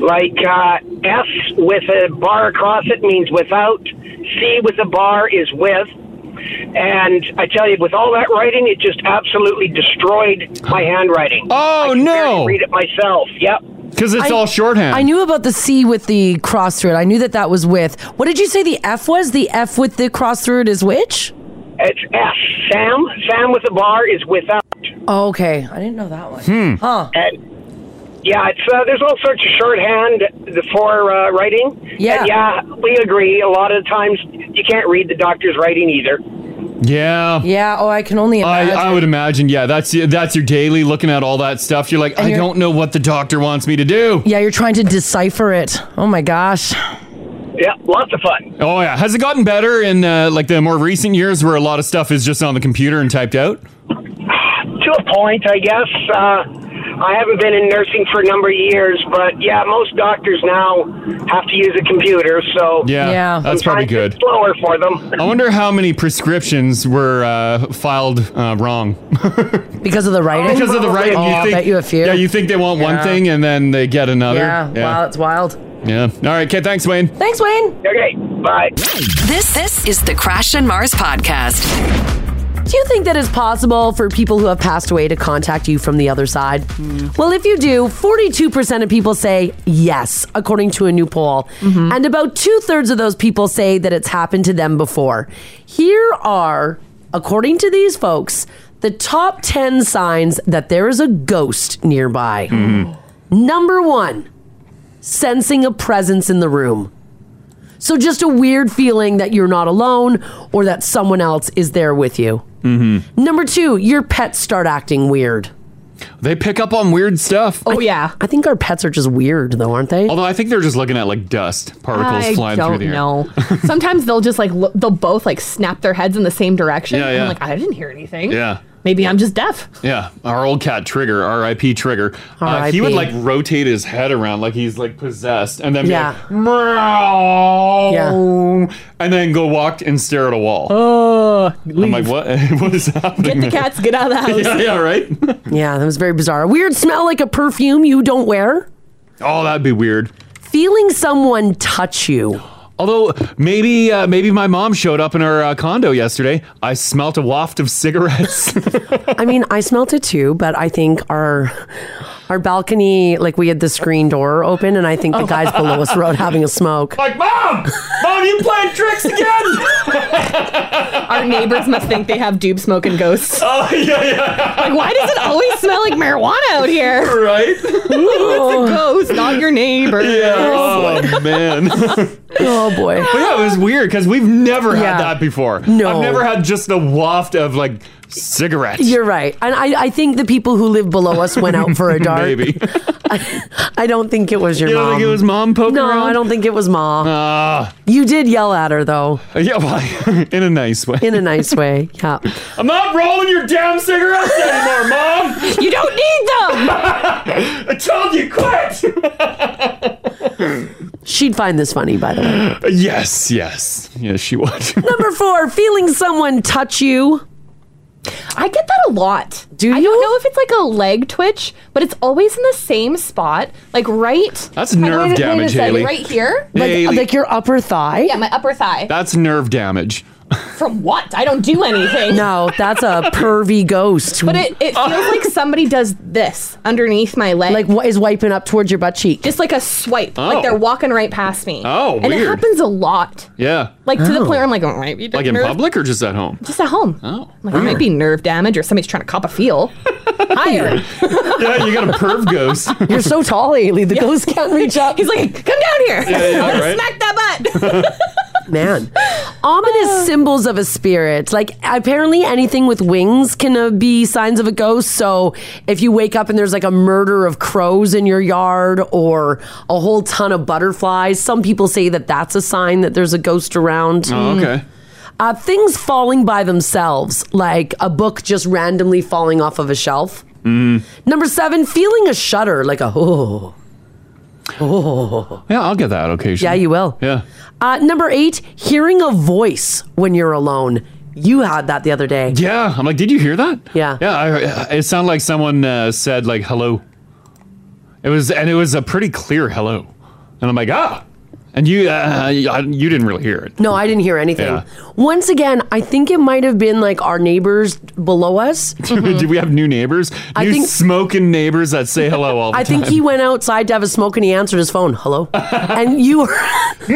Speaker 15: Like uh, S with a bar across it means without, C with a bar is with. And I tell you, with all that writing, it just absolutely destroyed my handwriting.
Speaker 3: Oh,
Speaker 15: no. read it myself. Yep.
Speaker 3: Because
Speaker 2: I- I knew about the C with the cross through it. I knew that that was with. What did you say the F was? The F with the cross through it is which?
Speaker 15: It's F. Sam. Sam with a bar is without.
Speaker 2: Oh, okay. I didn't know that one.
Speaker 3: Hmm.
Speaker 2: Huh.
Speaker 15: And yeah, it's uh, there's all sorts of shorthand for uh, writing.
Speaker 2: Yeah.
Speaker 15: And yeah, we agree. A lot of the times you can't read the doctor's writing either.
Speaker 3: Yeah.
Speaker 2: Yeah. Oh, I can only
Speaker 3: I, I would imagine. Yeah, that's that's your daily looking at all that stuff. You're like,
Speaker 2: And
Speaker 3: I
Speaker 2: you're-
Speaker 3: don't know what the doctor wants me to do.
Speaker 2: Yeah, you're trying to decipher it. Oh my gosh.
Speaker 15: Yeah, lots of fun.
Speaker 3: Oh yeah, has it gotten better in uh, like the more recent years where a lot of stuff is just on the computer and typed out?
Speaker 15: To a point, I guess. Uh, I haven't been in nursing for a number of years, but yeah, most doctors now have to use a computer. So
Speaker 3: Yeah, Yeah. that's probably
Speaker 15: sometimes
Speaker 3: good.
Speaker 15: it's Slower for them.
Speaker 3: I wonder how many prescriptions were uh, filed uh, wrong
Speaker 2: Because of the writing?
Speaker 3: because of the writing.
Speaker 2: Oh, I bet you a few.
Speaker 3: Yeah, you think they want
Speaker 2: Yeah.
Speaker 3: one thing and then they get another.
Speaker 2: Yeah. Wow, it's wild.
Speaker 3: Yeah. All right. Okay. Thanks, Wayne.
Speaker 2: Thanks, Wayne.
Speaker 15: Okay. Bye.
Speaker 1: This this is the Crash and Mars podcast.
Speaker 2: Do you think that it's possible for people who have passed away to contact you from the other side? Well, if you do, 42% of people say yes, according to a new poll. And about two thirds of those people say that it's happened to them before. Here are, according to these folks, the top 10 signs that there is a ghost nearby. Number one, sensing a presence in the room. So just a weird feeling that you're not alone or that someone else is there with you.
Speaker 16: Mm-hmm.
Speaker 2: Number two, your pets start acting weird.
Speaker 3: They pick up on weird stuff.
Speaker 2: Oh yeah, I think our pets are just weird though, aren't they?
Speaker 3: Although I think they're just looking at like dust particles
Speaker 5: I
Speaker 3: flying
Speaker 5: don't
Speaker 3: through the air.
Speaker 5: know. Sometimes they'll just like, look, they'll both like snap their heads in the same direction.
Speaker 3: Yeah,
Speaker 5: And
Speaker 3: yeah.
Speaker 5: I'm like, I didn't hear anything.
Speaker 3: Yeah.
Speaker 5: Maybe I'm just deaf.
Speaker 3: Yeah, our old cat Trigger, R.I.P. Trigger. Uh, he would
Speaker 5: R.I.P..
Speaker 3: like rotate his head around like he's like possessed, and then be
Speaker 2: Yeah.
Speaker 3: like, meow, and then go walk and stare at a wall.
Speaker 5: Oh,
Speaker 3: I'm like, what? what is happening?
Speaker 5: get out of the
Speaker 3: yeah, yeah, right.
Speaker 2: yeah, that was very bizarre. A weird smell like a perfume you don't wear.
Speaker 3: Oh, that'd be weird.
Speaker 2: Feeling someone touch you.
Speaker 3: Although maybe uh, maybe my mom showed up in our uh, condo yesterday. I smelt a waft of cigarettes.
Speaker 2: I mean, I smelt it too, but I think our our balcony, like we had the screen door open, and I think the guys below us were out having a smoke.
Speaker 3: like, mom, mom, you playing tricks again?
Speaker 5: Our neighbors must think they have dupe smoking ghosts.
Speaker 3: Oh, yeah, yeah.
Speaker 5: Like, why does it always smell like marijuana out here?
Speaker 3: Right?
Speaker 5: it's a ghost, not your neighbor.
Speaker 3: Yeah. Oh man.
Speaker 2: oh boy.
Speaker 3: yeah, it was weird because we've never
Speaker 2: Yeah.
Speaker 3: had that before.
Speaker 2: No.
Speaker 3: I've never had just the waft of like cigarettes.
Speaker 2: You're right, and I, I think the people who live below us went out for a dart.
Speaker 3: Maybe.
Speaker 2: I don't think it was your
Speaker 3: You
Speaker 2: mom.
Speaker 3: don't think it was mom poking
Speaker 2: No,
Speaker 3: around?
Speaker 2: I don't think it was mom.
Speaker 3: Uh,
Speaker 2: you did yell at her though.
Speaker 3: Yeah, why? in a nice way.
Speaker 2: In a nice way. Yeah.
Speaker 3: I'm not rolling your damn cigarettes anymore, mom.
Speaker 5: You don't need them.
Speaker 3: I told you quit.
Speaker 2: She'd find this funny, by the way.
Speaker 3: Yes, yes, yes. She would.
Speaker 2: Number four, feeling someone touch you.
Speaker 5: I get that a lot. Do you? I don't know if it's like a leg twitch, but it's always in the same spot, like right.
Speaker 3: That's
Speaker 5: Wait,
Speaker 3: nerve
Speaker 5: wait, wait a
Speaker 3: damage,
Speaker 5: second,
Speaker 3: Haley.
Speaker 5: Right here,
Speaker 3: Like- Haley. like
Speaker 2: your upper thigh.
Speaker 5: Yeah, my upper thigh.
Speaker 3: That's nerve damage.
Speaker 5: From what? I don't do anything.
Speaker 2: No, that's a pervy ghost.
Speaker 5: But it, it feels like somebody does this underneath my leg.
Speaker 2: Like what is wiping up towards your butt cheek.
Speaker 5: Just like a swipe.
Speaker 3: Oh.
Speaker 5: Like they're walking right past me.
Speaker 3: Oh,
Speaker 5: And it
Speaker 3: weird.
Speaker 5: happens a lot.
Speaker 3: Yeah.
Speaker 5: Like to the point where I'm like, oh, right, you
Speaker 3: like in
Speaker 5: nerve-
Speaker 3: public or just at home?
Speaker 5: Just at home. Oh. Like it
Speaker 3: weird.
Speaker 5: might be nerve damage or somebody's trying to cop a feel. Higher.
Speaker 3: yeah, you got a perv ghost.
Speaker 2: You're so tall, Haley. The ghost can't reach up.
Speaker 5: He's like, come down here.
Speaker 2: Yeah, yeah,
Speaker 5: I'm gonna
Speaker 2: right.
Speaker 5: smack that butt.
Speaker 2: Man. Ominous symbols of a spirit. Like, apparently, anything with wings can uh, be signs of a ghost. So, if you wake up and there's like a murder of crows in your yard or a whole ton of butterflies, some people say that that's a sign that there's a ghost around.
Speaker 3: Oh, okay.
Speaker 2: Uh, things falling by themselves, like a book just randomly falling off of a shelf.
Speaker 3: Mm.
Speaker 2: Number seven, feeling a shudder, like a oh. Oh.
Speaker 3: Yeah, I'll get that occasionally.
Speaker 2: Yeah, you will.
Speaker 3: Yeah.
Speaker 2: Uh, number eight, hearing a voice when you're alone. You had that the other day.
Speaker 3: Yeah, I'm like, did you hear that?
Speaker 2: Yeah.
Speaker 3: Yeah, I, it sounded like someone uh, said like hello. It was, and it was a pretty clear hello, and I'm like, ah, and you, uh, you I- you didn't really hear it.
Speaker 2: No, I didn't hear anything.
Speaker 3: Yeah.
Speaker 2: Once again, I think it might have been like our neighbors below us.
Speaker 3: Do we have new neighbors? New
Speaker 2: I think-
Speaker 3: smoking neighbors that say hello all the
Speaker 2: I
Speaker 3: time.
Speaker 2: think he went outside to have a smoke and he answered his phone. Hello? and you were.
Speaker 3: How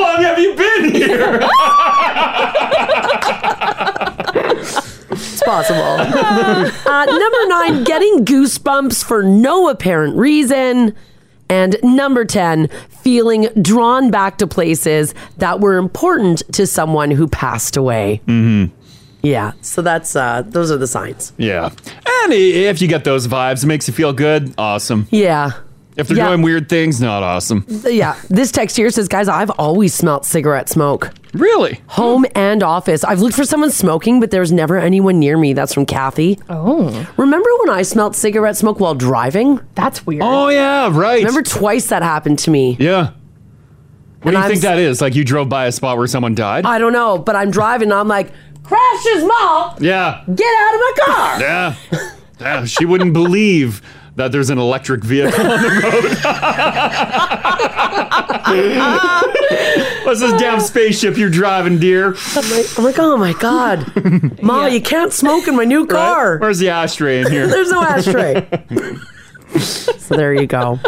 Speaker 3: long have you been here?
Speaker 2: It's possible. uh, number nine, getting goosebumps for no apparent reason. And number 10, feeling drawn back to places that were important to someone who passed away.
Speaker 3: Mm-hmm.
Speaker 2: Yeah. So that's, uh, those are the signs.
Speaker 3: Yeah, and i- if you get those vibes, it makes you feel good. Awesome.
Speaker 2: Yeah.
Speaker 3: If they're
Speaker 2: Yeah.
Speaker 3: doing weird things, not awesome.
Speaker 2: Th- Yeah. This text here says, guys, I've always smelled cigarette smoke.
Speaker 3: Really?
Speaker 2: Home and office. I've looked for someone smoking, but there's never anyone near me. That's from Kathy. Oh. Remember when I smelled cigarette smoke while driving?
Speaker 5: That's weird.
Speaker 3: Oh yeah, right.
Speaker 2: Remember twice that happened to me.
Speaker 3: Yeah. What
Speaker 2: And
Speaker 3: do you
Speaker 2: I'm
Speaker 3: think
Speaker 2: s-
Speaker 3: that is? Like you drove by a spot where someone died?
Speaker 2: I don't know, but I'm driving and I'm like, Crash's mall,
Speaker 3: yeah.
Speaker 2: get out of my car.
Speaker 3: Yeah. yeah. She wouldn't believe that there's an electric vehicle on the road. What's this damn spaceship you're driving, dear?
Speaker 2: I'm like, I'm like, oh my God. Ma, you can't smoke in my new car.
Speaker 3: Where's the ashtray in here?
Speaker 2: There's no ashtray. so there you go.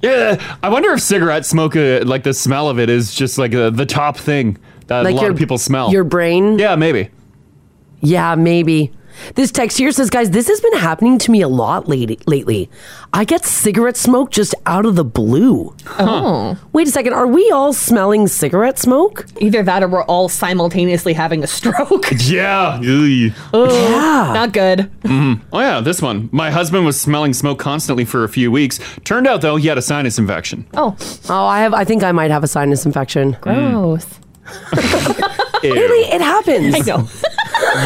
Speaker 3: Yeah, I wonder if cigarette smoke, uh, like the smell of it, is just like uh, the top thing that
Speaker 2: Like
Speaker 3: a lot
Speaker 2: your-
Speaker 3: of people smell.
Speaker 2: your brain?
Speaker 3: Yeah, maybe.
Speaker 2: Yeah, maybe. This text here says, guys, this has been happening to me a lot lady- lately. I get cigarette smoke just out of the blue.
Speaker 5: Oh.
Speaker 2: Wait a second. Are we all smelling cigarette smoke?
Speaker 5: Either that or we're all simultaneously having a stroke.
Speaker 3: Yeah. Ew.
Speaker 5: yeah. Not good.
Speaker 3: Mhm. Oh yeah, this one. My husband was smelling smoke constantly for a few weeks. Turned out though, he had a sinus infection.
Speaker 2: Oh. Oh, I have I think I might have a sinus infection.
Speaker 3: Gross.
Speaker 2: Really? It happens.
Speaker 5: I know.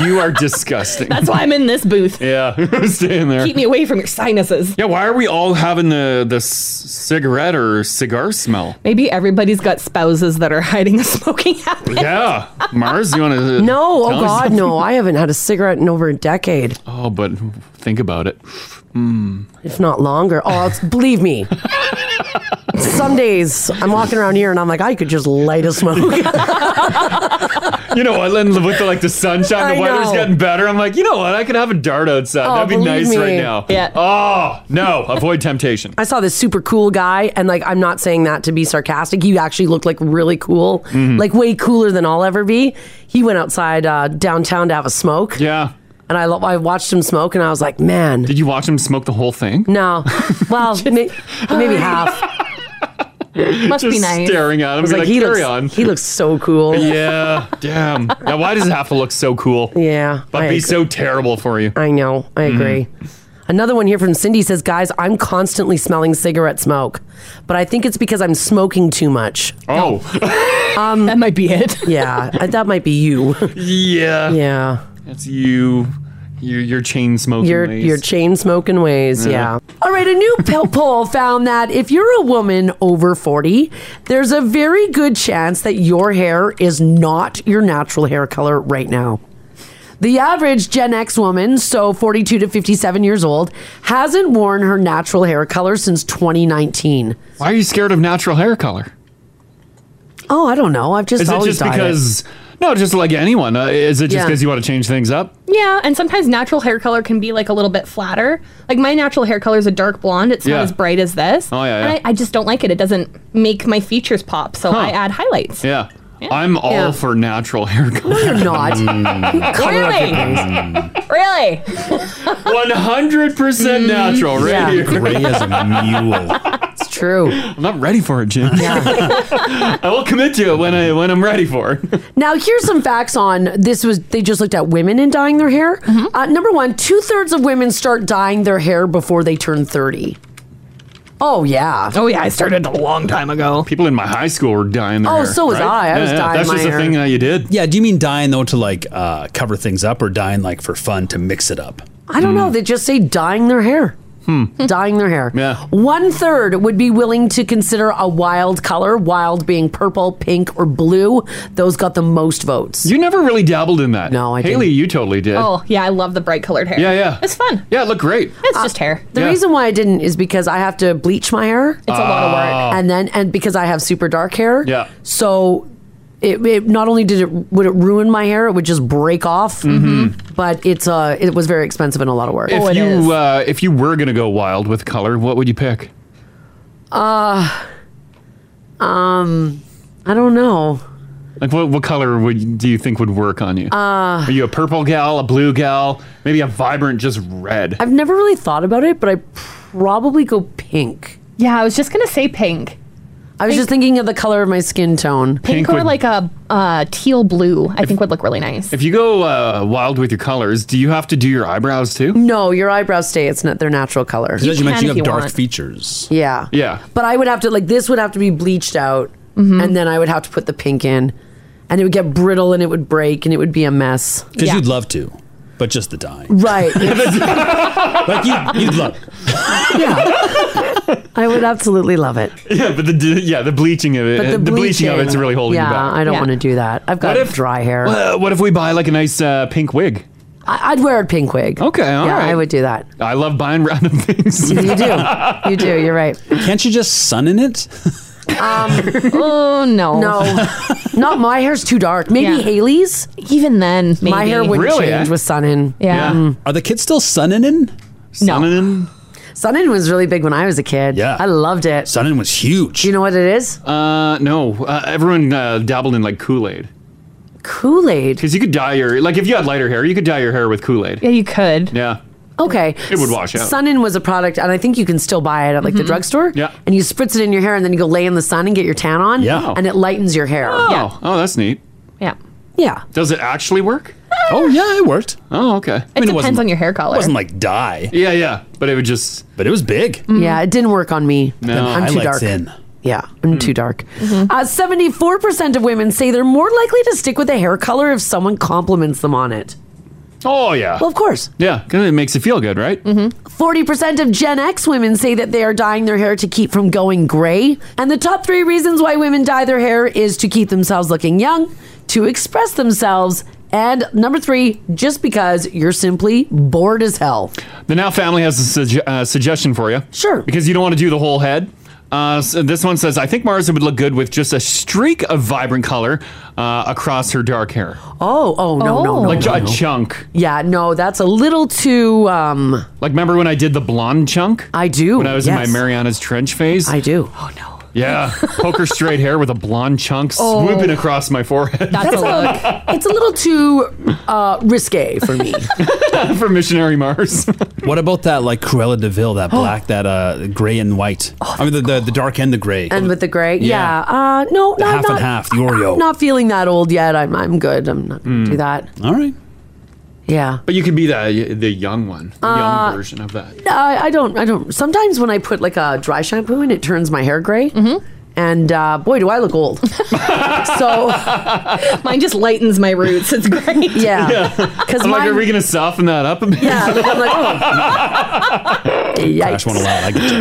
Speaker 3: you are disgusting.
Speaker 5: That's why I'm in this booth.
Speaker 3: Yeah, stay in there.
Speaker 5: Keep me away from your sinuses.
Speaker 3: yeah, why are we all having the the s- cigarette or cigar smell?
Speaker 5: Maybe everybody's got spouses that are hiding a smoking habit.
Speaker 3: Yeah, Mars, you want to?
Speaker 2: No, oh God, no. I haven't had a cigarette in over a decade,
Speaker 3: Oh, but think about it. Mm.
Speaker 2: if not longer. Oh, it's, believe me. Some days I'm walking around here and I'm like, I could just light a smoke.
Speaker 3: You know what? Then with the, like the sunshine,
Speaker 2: I
Speaker 3: the weather's
Speaker 2: know.
Speaker 3: getting better. I'm like, you know what? I could have a dart outside.
Speaker 2: Oh,
Speaker 3: That'd be
Speaker 2: believe
Speaker 3: nice right
Speaker 2: me.
Speaker 3: now.
Speaker 2: Yeah.
Speaker 3: Oh no, avoid temptation.
Speaker 2: I saw this super cool guy, and like, I'm not saying that to be sarcastic. He actually looked like really cool,
Speaker 3: Mhm.
Speaker 2: like way cooler than I'll ever be. He went outside uh, downtown to have a smoke.
Speaker 3: Yeah.
Speaker 2: And I, lo- I watched him smoke, and I was like, man. Did
Speaker 3: you watch him smoke the whole thing?
Speaker 2: No. Well, may- maybe half.
Speaker 5: Must
Speaker 3: Just
Speaker 5: be nice.
Speaker 3: Staring at
Speaker 2: I
Speaker 3: him,
Speaker 2: was
Speaker 3: be like,
Speaker 2: he
Speaker 3: carry
Speaker 2: looks,
Speaker 3: on.
Speaker 2: He looks so cool.
Speaker 3: Yeah, damn. Now, why does it have to look so cool?
Speaker 2: Yeah,
Speaker 3: but
Speaker 2: I
Speaker 3: be
Speaker 2: agree.
Speaker 3: so terrible for you. Mm-hmm.
Speaker 2: I know. I agree. Another one here from Cindy says, "Guys, I'm constantly smelling cigarette smoke, but I think it's because I'm smoking too much."
Speaker 3: Oh,
Speaker 2: um,
Speaker 5: that might be it.
Speaker 2: yeah, that might be you.
Speaker 3: yeah,
Speaker 2: yeah.
Speaker 3: That's you. Your your chain smoking.
Speaker 2: your
Speaker 3: ways.
Speaker 2: your chain smoking ways.
Speaker 3: Yeah.
Speaker 2: Yeah. All right. A new pe- poll found that if you're a woman over forty, there's a very good chance that your hair is not your natural hair color right now. The average Gen X woman, so 42 to 57 years old, hasn't worn her natural hair color since 2019.
Speaker 3: Why are you scared of natural hair color?
Speaker 2: Oh, I don't know. I've just
Speaker 3: is it
Speaker 2: always
Speaker 3: just
Speaker 2: dyed
Speaker 3: because? No, just like anyone. Uh, is it just
Speaker 5: Yeah.
Speaker 3: because you want to change things up?
Speaker 5: Yeah, and sometimes natural hair color can be like a little bit flatter. Like my natural hair color is a dark blonde. It's
Speaker 3: Yeah.
Speaker 5: not as bright as this.
Speaker 3: Oh, yeah,
Speaker 5: And
Speaker 3: yeah.
Speaker 5: I, I just don't like it. It doesn't make my features pop, so
Speaker 3: Huh.
Speaker 5: I add highlights.
Speaker 3: Yeah. I'm all
Speaker 5: Yeah.
Speaker 3: for natural hair color. Mm. No,
Speaker 2: you're not.
Speaker 5: really? really?
Speaker 3: One hundred percent natural, right
Speaker 5: Mm. Yeah.
Speaker 3: here.
Speaker 5: Gray as a
Speaker 3: mule.
Speaker 2: It's true.
Speaker 3: I'm not ready for it, Jim. I will commit to it when I when I'm ready for it.
Speaker 2: it. Now, here's some facts on this. Was they just looked at women in dyeing their hair?
Speaker 3: Mm-hmm.
Speaker 2: Uh, number one, two thirds of women start dyeing their hair before they turn 30. Oh yeah.
Speaker 5: Oh yeah, I started a long time ago.
Speaker 3: People in my high school were dying
Speaker 2: their Oh, hair, so was right? I. I was dyeing
Speaker 3: that's
Speaker 2: my
Speaker 3: just a
Speaker 2: hair.
Speaker 3: thing that you did.
Speaker 4: Yeah. Do you mean dying though to like uh, cover things up, or dying like for fun to mix it up?
Speaker 2: I don't
Speaker 3: Mm.
Speaker 2: know. They just say dyeing their hair.
Speaker 3: Hmm.
Speaker 2: Dyeing their hair. Yeah. One third would be willing to consider a wild color, wild being purple, pink, or blue. Those got the most votes.
Speaker 3: You never really dabbled in that. No, I Haley,
Speaker 2: didn't.
Speaker 3: you totally did.
Speaker 5: Oh yeah, I love the bright colored hair.
Speaker 3: Yeah, yeah.
Speaker 5: It's fun.
Speaker 3: Yeah, it looked great.
Speaker 5: It's just hair.
Speaker 2: The reason why I didn't is because I have to bleach my hair. It's
Speaker 5: a lot of work.
Speaker 2: and then and because I have super dark hair.
Speaker 3: Ah. Yeah.
Speaker 2: So, it, it not only did it would it ruin my hair, it would just break off. Mm-hmm. But it's uh it was very expensive and a lot of work.
Speaker 3: If
Speaker 5: Oh,
Speaker 3: you uh, if you were gonna go wild with color, what would you pick?
Speaker 2: uh, um, I don't know.
Speaker 3: Like what what color would do you think would work on you?
Speaker 2: Uh,
Speaker 3: Are you a purple gal, a blue gal, maybe a vibrant just red?
Speaker 2: I've never really thought about it, but I probably go pink.
Speaker 5: Yeah, I was just gonna say pink.
Speaker 2: I was just thinking of the color of my skin tone.
Speaker 5: Pink, or like a uh, teal blue, I think would look really nice.
Speaker 3: If you go uh, wild with your colors, do you have to do your eyebrows too?
Speaker 2: No, your eyebrows stay. It's not their natural color.
Speaker 3: Because as you You mentioned, can you if have you dark want.
Speaker 4: features.
Speaker 2: Yeah.
Speaker 3: Yeah.
Speaker 2: But I would have to like this would have to be bleached out, and then I would have to put the pink in, and it would get brittle and it would break and it would be a mess.
Speaker 4: Because you'd love to, but just the dye.
Speaker 2: right.
Speaker 4: like you, you'd love.
Speaker 2: I would absolutely love it.
Speaker 3: Yeah, but the d- yeah the bleaching of it,
Speaker 2: But
Speaker 3: the, bleaching of it's really holding
Speaker 2: yeah,
Speaker 3: you back.
Speaker 2: I don't want to do that. I've
Speaker 3: What
Speaker 2: got
Speaker 3: if-
Speaker 2: dry hair.
Speaker 3: Well, what if we buy like a nice uh, pink wig?
Speaker 2: I, I'd wear a pink wig.
Speaker 3: Okay, all
Speaker 2: yeah, I
Speaker 3: right.
Speaker 2: would do that.
Speaker 3: I love buying random things.
Speaker 2: You do. You do. You're right.
Speaker 4: Can't you just sun in it?
Speaker 2: Um,
Speaker 5: oh no,
Speaker 2: no, not my hair's too dark. Maybe
Speaker 5: Yeah.
Speaker 2: Haley's.
Speaker 5: Even then,
Speaker 2: my hair
Speaker 5: maybe.
Speaker 2: wouldn't
Speaker 5: Really,
Speaker 2: change
Speaker 5: eh?
Speaker 2: with sun in. Mm.
Speaker 5: Yeah.
Speaker 4: Mm. Are the kids still sunning in?
Speaker 5: Sunning
Speaker 3: in?
Speaker 2: Sunnin was really big when I was a kid. Yeah. I loved it.
Speaker 4: Sunnin was huge. Do
Speaker 2: you know what it is?
Speaker 3: Uh, no, uh, everyone uh, dabbled in like Kool Aid.
Speaker 2: Kool Aid.
Speaker 3: Because you could dye your like if you had lighter hair, you could dye your hair with Kool Aid.
Speaker 5: Yeah, you could.
Speaker 3: Yeah.
Speaker 2: Okay.
Speaker 3: It would wash out. Mm-hmm.
Speaker 2: Sunin was a product, and I think you can still buy it at like the drugstore. Yeah. And you spritz it in your hair, and then you go lay in the sun and get your tan on.
Speaker 3: Yeah.
Speaker 2: And it lightens your hair.
Speaker 3: Oh, oh, that's neat.
Speaker 5: Yeah.
Speaker 2: Yeah.
Speaker 3: Does it actually work?
Speaker 4: oh yeah, it worked.
Speaker 3: Oh, okay. It
Speaker 5: depends on your hair color.
Speaker 4: like dye.
Speaker 3: Yeah, yeah, but it would just.
Speaker 4: But it was big.
Speaker 5: Mm-hmm.
Speaker 2: Yeah, it didn't work on me.
Speaker 3: No. Hmm.
Speaker 2: I'm too
Speaker 3: Highlights
Speaker 2: dark.
Speaker 4: in.
Speaker 2: Yeah, I'm too dark. Uh, 74% of women say they're more likely to stick with a hair color if someone compliments them on it.
Speaker 3: Oh yeah.
Speaker 2: Well, of course.
Speaker 3: Yeah, because it makes you feel good, right? Mm-hmm.
Speaker 2: 40% of Gen X women say that they are dyeing their hair to keep from going gray. And the top three reasons why women dye their hair is to keep themselves looking young, to express themselves, and number three, just because you're simply bored as hell.
Speaker 3: The Now family has a sugge- uh, suggestion for you. Sure. Because you don't want to do the whole head. Uh, so this one says, I think Marza would look good with just a streak of vibrant color uh, across her dark hair.
Speaker 2: Oh, oh, no, no, no.
Speaker 3: Like
Speaker 2: no,
Speaker 3: a
Speaker 2: no.
Speaker 3: chunk.
Speaker 2: Yeah, no, that's a little too. um
Speaker 3: Like, remember when I did the blonde chunk?
Speaker 2: I do.
Speaker 3: When I was in
Speaker 2: yes.
Speaker 3: my Mariana's Trench phase? I
Speaker 2: do.
Speaker 3: Oh, no. Yeah. Poker straight hair with a blonde chunk
Speaker 2: Oh.
Speaker 3: swooping across my forehead.
Speaker 2: That's a, it's a little too uh, risque for me.
Speaker 3: for Missionary Mars.
Speaker 4: what about that like Cruella de Vil, that black, that uh, gray and white? I mean, the, the the dark and the gray.
Speaker 2: Oh, and with the gray,
Speaker 4: Yeah.
Speaker 2: yeah, uh, no,
Speaker 4: the
Speaker 2: not,
Speaker 4: half
Speaker 2: not,
Speaker 4: and half, the Oreo.
Speaker 2: not feeling that old yet. I'm, I'm good. I'm not gonna
Speaker 3: Mm.
Speaker 2: do that.
Speaker 4: All right.
Speaker 2: Yeah.
Speaker 3: But you could be the, the young one, the
Speaker 2: Uh,
Speaker 3: young version of that.
Speaker 2: No, I, I don't. I don't. Sometimes when I put like a dry shampoo in, it turns my hair gray, And uh, boy, do I look old. so
Speaker 5: mine just lightens my roots. It's great.
Speaker 2: Yeah.
Speaker 3: I'm
Speaker 2: Because
Speaker 3: like,
Speaker 2: mine-
Speaker 3: are we gonna soften that up a bit?
Speaker 2: Yeah. I'm oh. like,
Speaker 3: Crash one allowed. I get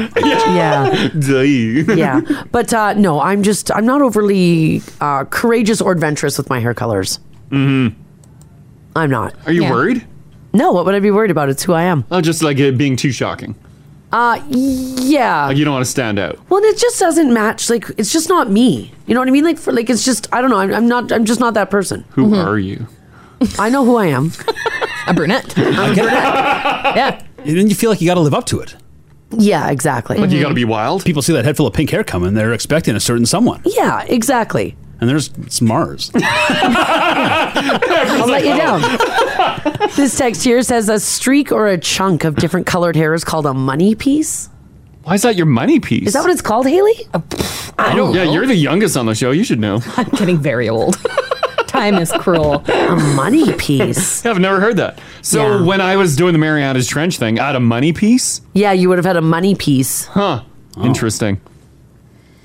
Speaker 3: you.
Speaker 2: Yeah. yeah. But uh, no, I'm just, I'm not overly uh, courageous or adventurous with my hair colors. Mm-hmm. I'm not.
Speaker 3: Are you Yeah. worried?
Speaker 2: No, what would I be worried about? It's who I am.
Speaker 3: Oh, just like it being too shocking.
Speaker 2: Uh, yeah.
Speaker 3: Like you don't want to stand out.
Speaker 2: Well, and it just doesn't match. Like, it's just not me. You know what I mean? Like, for like, it's just, I don't know. I'm, I'm not, I'm just not that person.
Speaker 3: Who are you?
Speaker 2: I know who I am.
Speaker 5: a brunette.
Speaker 2: yeah.
Speaker 4: And then you feel like you got to live up to it.
Speaker 2: Yeah, exactly.
Speaker 4: Like you got to
Speaker 2: to
Speaker 4: be
Speaker 3: wild.
Speaker 4: People see that head full of pink hair coming, they're expecting a certain someone.
Speaker 2: Yeah, exactly.
Speaker 4: And there's it's Mars.
Speaker 2: I'll let you down. this text here says a streak or a chunk of different colored hair is called a money piece.
Speaker 3: Why is that your money piece?
Speaker 2: Is that what it's called, Haley?
Speaker 3: I don't. Yeah, you're the youngest on the show. You should know.
Speaker 5: I'm getting very old. Time is cruel.
Speaker 2: A money piece.
Speaker 3: yeah, I've never heard that. So when I was doing the Marianas Trench thing, I had a money piece.
Speaker 2: Yeah, you would have had a money piece.
Speaker 3: Huh.
Speaker 4: Oh.
Speaker 3: Interesting.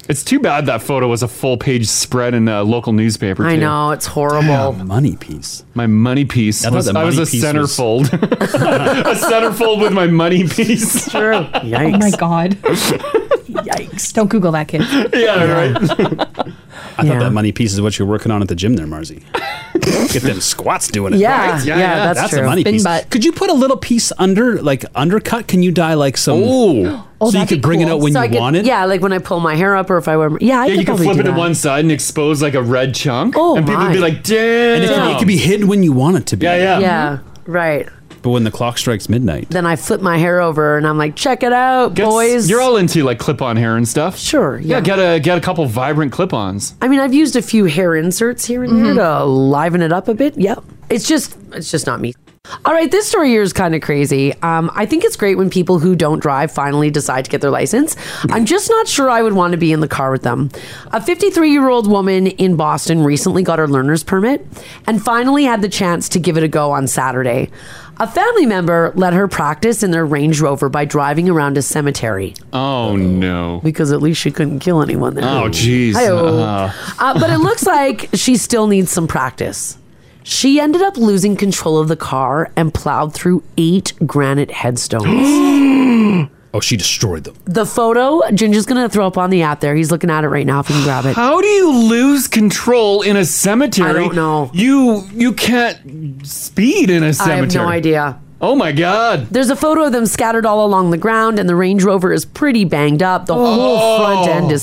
Speaker 3: It's too bad that photo was a full page spread in a local newspaper.
Speaker 2: I
Speaker 3: too.
Speaker 2: know it's horrible.
Speaker 4: money piece.
Speaker 3: My money piece.
Speaker 4: I thought
Speaker 3: was-
Speaker 4: the
Speaker 3: I was a
Speaker 4: money piece was-
Speaker 3: centerfold. a centerfold with my money piece.
Speaker 2: True.
Speaker 5: Oh my god. Yikes. Don't Google that kid.
Speaker 3: Yeah, right.
Speaker 4: I thought that money piece is what you're working on at the gym there, Marzi. Get them squats doing it.
Speaker 2: Yeah,
Speaker 4: right?
Speaker 2: yeah, that's
Speaker 4: that's
Speaker 2: true.
Speaker 4: a money
Speaker 2: Spin
Speaker 4: piece.
Speaker 2: butt.
Speaker 4: Could you put a little piece under, like undercut? Can you dye like some?
Speaker 3: Oh,
Speaker 4: so you could bring it out when
Speaker 2: So
Speaker 4: you
Speaker 2: I could-
Speaker 4: want it.
Speaker 2: Yeah, like when I pull my hair up or if I wear. Yeah, I
Speaker 3: yeah,
Speaker 2: could
Speaker 3: you can
Speaker 2: probably
Speaker 3: flip
Speaker 2: do
Speaker 3: it to
Speaker 2: that.
Speaker 3: one side and expose like a red chunk. Oh, and people would be
Speaker 2: my.
Speaker 3: like, damn.
Speaker 4: And it, it could be hidden when you want it to be.
Speaker 3: Yeah,
Speaker 2: Yeah, right.
Speaker 4: But when the clock strikes midnight,
Speaker 2: Then I flip my hair over and I'm like, check it out, boys.
Speaker 3: You're all into like clip-on hair and stuff.
Speaker 2: Sure.
Speaker 3: Yeah.
Speaker 2: yeah.
Speaker 3: get a get a couple vibrant clip-ons.
Speaker 2: I mean, I've used a few hair inserts here and there to liven it up a bit. Yep. It's just, it's just not me. All right, this story here is kind of crazy. Um, I think it's great when people who don't drive finally decide to get their license. I'm just not sure I would want to be in the car with them. A 53 year old woman in Boston recently got her learner's permit and finally had the chance to give it a go on Saturday. A family member let her practice in their Range Rover by driving around a cemetery.
Speaker 3: Oh no!
Speaker 2: Because at least she couldn't kill anyone there.
Speaker 3: Oh jeez.
Speaker 2: Hi-oh.
Speaker 3: Uh,
Speaker 2: Uh, but it looks like she still needs some practice. She ended up losing control of the car and plowed through eight granite headstones.
Speaker 4: oh, she destroyed them.
Speaker 2: the photo, Ginger's going to throw up on the app there. He's looking at it right now if you can grab it.
Speaker 3: How do you lose control in a cemetery?
Speaker 2: I don't know.
Speaker 3: You you can't speed in a
Speaker 2: I
Speaker 3: cemetery.
Speaker 2: have no idea.
Speaker 3: Oh my god.
Speaker 2: There's a photo of them scattered all along the ground, and the Range Rover is pretty banged up. The whole front end is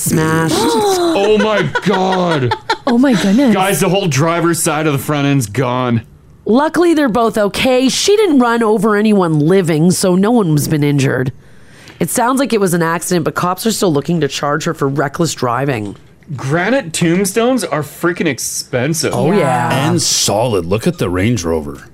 Speaker 2: smashed.
Speaker 3: oh my god.
Speaker 5: Oh my goodness.
Speaker 3: Guys, the whole driver's side of the front end's gone.
Speaker 2: Luckily, they're both okay. She didn't run over anyone living, so no one has been injured. It sounds like it was an accident, but cops are still looking to charge her for reckless driving.
Speaker 3: Granite tombstones are freaking expensive.
Speaker 2: Oh, yeah.
Speaker 4: And solid. Look at the Range Rover.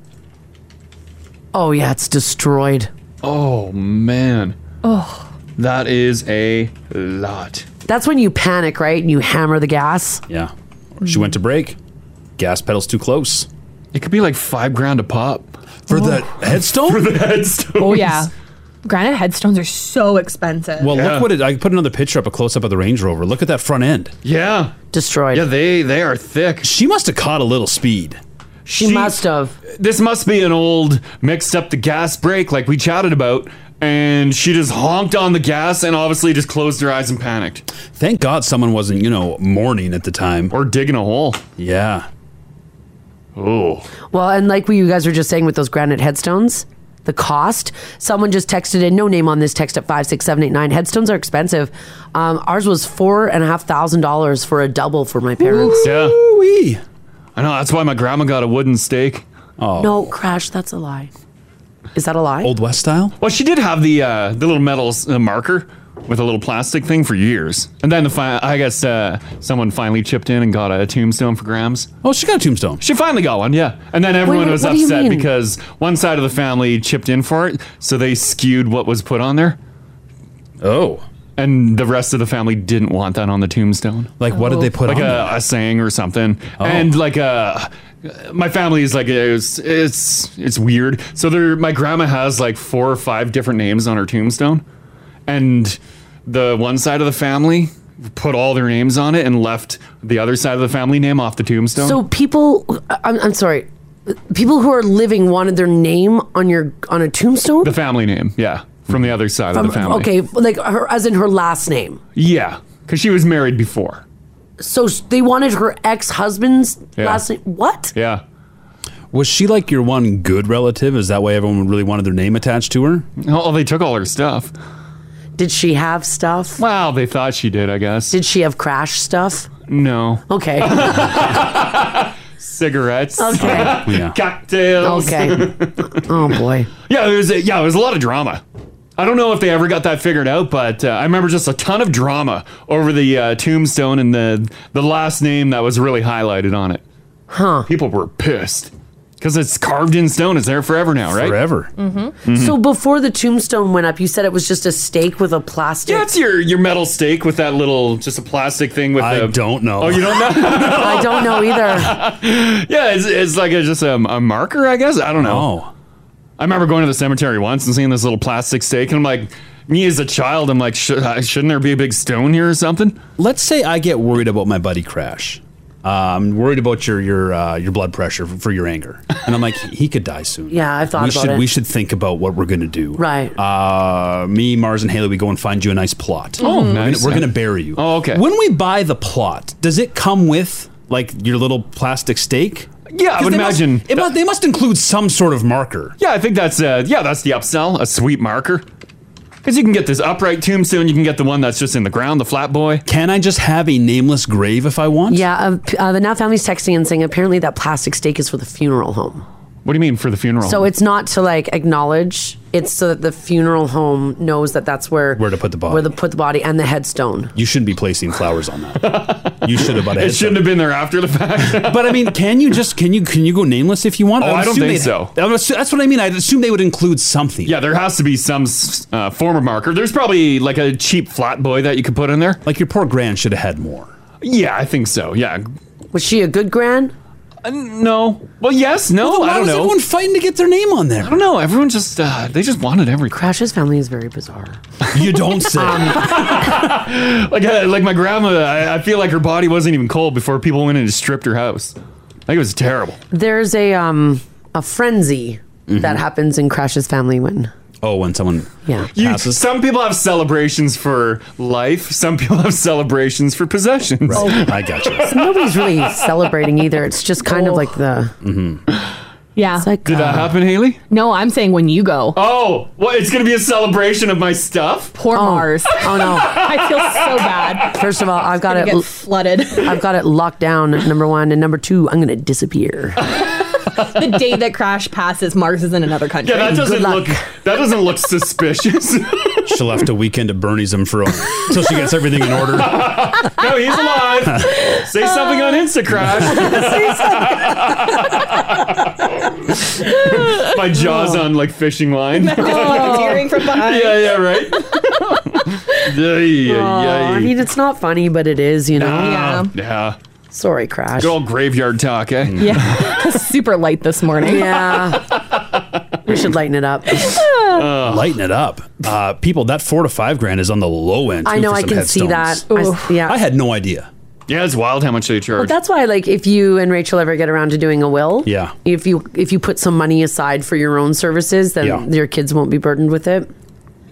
Speaker 2: Oh, yeah, it's destroyed.
Speaker 3: Oh man.
Speaker 2: Oh.
Speaker 3: That is a lot.
Speaker 2: That's when you panic, right? And you hammer the gas.
Speaker 4: Yeah. Or she went to break. Gas pedal's too close.
Speaker 3: It could be like five grand a pop.
Speaker 4: For the
Speaker 2: Oh.
Speaker 4: headstone? For
Speaker 3: the headstone.
Speaker 5: Oh yeah. Granite headstones are so expensive.
Speaker 4: Well, look what it. I put another picture up, a close up of the Range Rover. Look at that front end.
Speaker 3: Yeah.
Speaker 2: Destroyed.
Speaker 3: Yeah, they they are thick.
Speaker 4: She must have caught a little speed.
Speaker 2: She, must have.
Speaker 3: This must be an old mixed up the gas brake like we chatted about. And she just honked on the gas and obviously just closed her eyes and panicked.
Speaker 4: Thank God someone wasn't, you know, mourning at the time.
Speaker 3: Or digging a hole.
Speaker 4: Yeah.
Speaker 3: Oh.
Speaker 2: Well, and like what you guys were just saying with those granite headstones, the cost. Someone just texted in, no name on this text at five six seven eight nine. Headstones are expensive. Um, ours was four and a half thousand dollars for a double for my parents.
Speaker 3: Yeah. I know, that's why my grandma got a wooden stake. Oh.
Speaker 2: No, Crash, that's a lie. Is that a lie?
Speaker 4: Old West style?
Speaker 3: Well, she did have the uh, the little metal s- uh, marker with a little plastic thing for years. And then the fi- I guess uh, someone finally chipped in and got a tombstone for Grams.
Speaker 4: Oh, she got a tombstone.
Speaker 3: She finally got one, yeah. And then everyone
Speaker 4: Wait,
Speaker 3: was
Speaker 4: what do you
Speaker 3: upset
Speaker 4: mean?
Speaker 3: because one side of the family chipped in for it, so they skewed what was put on there.
Speaker 4: Oh.
Speaker 3: And the rest of the family didn't want that on the tombstone.
Speaker 4: Like, what did they put
Speaker 3: like
Speaker 4: on
Speaker 3: a,
Speaker 4: there? Oh.
Speaker 3: a saying or something. And like uh my family is like it's it's it's weird. So there my grandma has like four or five different names on her tombstone. And the one side of the family put all their names on it and left the other side of the family name off the tombstone.
Speaker 2: So people, I'm, I'm sorry, people who are living wanted their name on your on a tombstone.
Speaker 3: the family name, yeah, from the other side of the family.
Speaker 2: Okay, like her as in her last name.
Speaker 3: Yeah, because she was married before.
Speaker 2: So s- they wanted her ex husband's
Speaker 4: Yeah.
Speaker 2: last name. What?
Speaker 3: Yeah.
Speaker 4: Was she like your one good relative? Is that why everyone really wanted their name attached to her?
Speaker 3: Oh, they took all her stuff.
Speaker 2: Did she have stuff?
Speaker 3: Well, they thought she did, I guess.
Speaker 2: Did she have crash stuff?
Speaker 3: No.
Speaker 2: Okay.
Speaker 3: Cigarettes.
Speaker 2: Okay.
Speaker 4: Yeah.
Speaker 3: Cocktails.
Speaker 2: Okay. oh boy.
Speaker 3: Yeah, there was a, yeah, there was a lot of drama. I don't know if they ever got that figured out, but uh, I remember just a ton of drama over the uh, tombstone and the the last name that was really highlighted on it.
Speaker 2: Huh.
Speaker 3: People were pissed because it's carved in stone. It's there forever now, right?
Speaker 4: Forever.
Speaker 2: Mm-hmm. So before the tombstone went up, you said it was just a stake with a plastic.
Speaker 3: Yeah, it's your your metal stake with that little just a plastic thing with. I don't
Speaker 4: know.
Speaker 3: Oh, you don't know?
Speaker 2: I don't know either.
Speaker 3: yeah, it's, it's like a, just a, a marker, I guess. I don't know.
Speaker 4: Oh.
Speaker 3: I remember going to the cemetery once and seeing this little plastic stake, and I'm like, me as a child, I'm like, should, I- shouldn't there be a big stone here or something?
Speaker 4: Let's say I get worried about my buddy Crash. Uh, I'm worried about your your uh, your blood pressure for your anger, and I'm like, he could die soon.
Speaker 2: Yeah, I've thought
Speaker 4: we
Speaker 2: about
Speaker 4: should
Speaker 2: it.
Speaker 4: we should think about what we're gonna do.
Speaker 2: Right.
Speaker 4: Uh, me, Mars, and Haley, we go and find you a nice plot.
Speaker 2: Oh,
Speaker 4: We're gonna-
Speaker 3: nice.
Speaker 4: We're gonna bury you.
Speaker 3: Oh, okay.
Speaker 4: When we buy the plot, does it come with like your little plastic stake?
Speaker 3: Yeah, I
Speaker 4: 'Cause
Speaker 3: would
Speaker 4: they must-
Speaker 3: imagine.
Speaker 4: it must, they must include some sort of marker.
Speaker 3: Yeah, I think that's uh, yeah, that's the upsell, a sweet marker. Because you can get this upright tombstone, you can get the one that's just in the ground, the flat boy.
Speaker 4: Can I just have a nameless grave if I want?
Speaker 2: Yeah, uh, p- uh, the now family's texting and saying apparently that plastic stake is for the funeral home.
Speaker 3: What do you mean for the funeral?
Speaker 2: So it's not to like acknowledge; it's so that the funeral home knows that that's where where to put the body, where to put the body and the headstone.
Speaker 4: You shouldn't be placing flowers on that. you should have bought a
Speaker 3: it shouldn't have been there after the fact.
Speaker 4: but I mean, can you just can you can you go nameless if you want?
Speaker 3: Oh,
Speaker 4: would
Speaker 3: I don't
Speaker 4: assume
Speaker 3: think
Speaker 4: they'd-
Speaker 3: so.
Speaker 4: I would assu- that's what I mean. I assume they would include something.
Speaker 3: yeah, there has to be some s- uh, form of marker. There's probably like a cheap flat boy that you could put in there.
Speaker 4: Like your poor grand should have had more.
Speaker 3: Yeah, I think so. Yeah. Uh,
Speaker 2: Was she a good gran?
Speaker 3: no. Well, yes, no.
Speaker 4: Well, then why
Speaker 3: I don't
Speaker 4: was
Speaker 3: know.
Speaker 4: everyone fighting to get their name on there? I
Speaker 3: don't know. Everyone just uh, they just wanted everything.
Speaker 2: Crash's family is very bizarre. Um,
Speaker 4: You don't say.
Speaker 3: like uh, like my grandma, I, I feel like her body wasn't even cold before people went in and stripped her house. I think it was terrible.
Speaker 2: There's a um a frenzy that
Speaker 3: Mhm.
Speaker 2: happens in Crash's family when
Speaker 4: Oh, when someone
Speaker 2: yeah
Speaker 3: You, some people have celebrations for life. Some people have celebrations for possessions.
Speaker 2: Right.
Speaker 4: I got you.
Speaker 2: So nobody's really celebrating either. It's just kind of like the
Speaker 5: Oh.
Speaker 4: Mm-hmm.
Speaker 5: yeah.
Speaker 3: Did
Speaker 2: Uh,
Speaker 3: that happen, Haley?
Speaker 5: No, I'm saying when you go.
Speaker 3: Oh, what? It's gonna be a celebration of my stuff.
Speaker 5: Poor Mars.
Speaker 2: Oh no,
Speaker 5: I feel so bad.
Speaker 2: First of all, I've got
Speaker 5: Gonna
Speaker 2: it
Speaker 5: get flooded.
Speaker 2: I've got it locked down. Number one and number two, I'm gonna disappear.
Speaker 5: the day that Crash passes, Mars is in another country.
Speaker 3: Yeah, that doesn't look. That doesn't look suspicious.
Speaker 4: she left a weekend at Bernie's and for until she gets everything in order.
Speaker 3: no, he's alive. Say something on Instacrash. my jaw's on like fishing line.
Speaker 2: Oh. Tearing from behind.
Speaker 3: Yeah, yeah, right. Yay,
Speaker 2: Oh, I
Speaker 3: yay.
Speaker 2: mean, it's not funny, but it is, you know.
Speaker 3: Ah, yeah.
Speaker 2: Sorry, Crash.
Speaker 3: Good old graveyard talk, eh?
Speaker 4: Mm.
Speaker 5: Yeah. Super light this morning.
Speaker 2: Yeah. we should lighten it up.
Speaker 4: Lighten it up, uh, people. That four to five grand is on the low end.
Speaker 2: I
Speaker 4: too,
Speaker 2: know,
Speaker 4: for
Speaker 2: I
Speaker 4: some
Speaker 2: can see that. I s-
Speaker 4: headstones.
Speaker 2: yeah.
Speaker 4: I had no idea.
Speaker 3: Yeah, it's wild how much they charge.
Speaker 2: Well, that's why, like, if you and Rachel ever get around to doing a will,
Speaker 4: Yeah.
Speaker 2: if you if you put some money aside for your own services, then
Speaker 4: Yeah.
Speaker 2: your kids won't be burdened with it.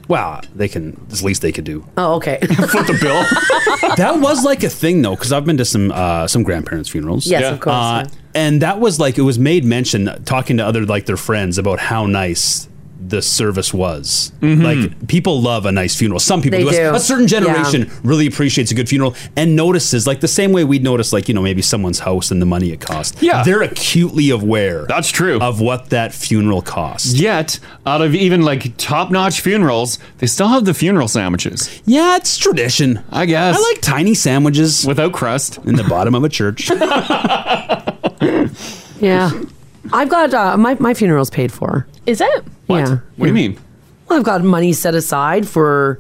Speaker 4: Wow, they can. It's the least they could do.
Speaker 2: Oh, okay.
Speaker 4: Flip the bill. that was like a thing though, because I've been to some uh, some grandparents' funerals.
Speaker 2: Yes, Yeah. of course,
Speaker 4: Uh, And that was like it was made mention uh, talking to other like their friends about how nice the service was.
Speaker 3: Mm-hmm.
Speaker 4: Like people love a nice funeral. Some people
Speaker 2: They
Speaker 4: do. A-
Speaker 2: do.
Speaker 4: A, certain
Speaker 2: Yeah.
Speaker 4: generation really appreciates a good funeral and notices like the same way we'd notice like you know maybe someone's house and the money it cost. Yeah, they're acutely aware. That's
Speaker 3: true
Speaker 4: of what that funeral cost.
Speaker 3: Yet, out of even like top-notch funerals, they still have the funeral sandwiches.
Speaker 4: Yeah, it's tradition.
Speaker 3: I guess.
Speaker 4: I like tiny sandwiches
Speaker 3: without crust
Speaker 4: in the bottom of a church.
Speaker 2: Yeah. I've got uh, my my funeral's paid for.
Speaker 5: Is it?
Speaker 2: Yeah.
Speaker 3: What do you mean?
Speaker 2: Well, I've got money set aside for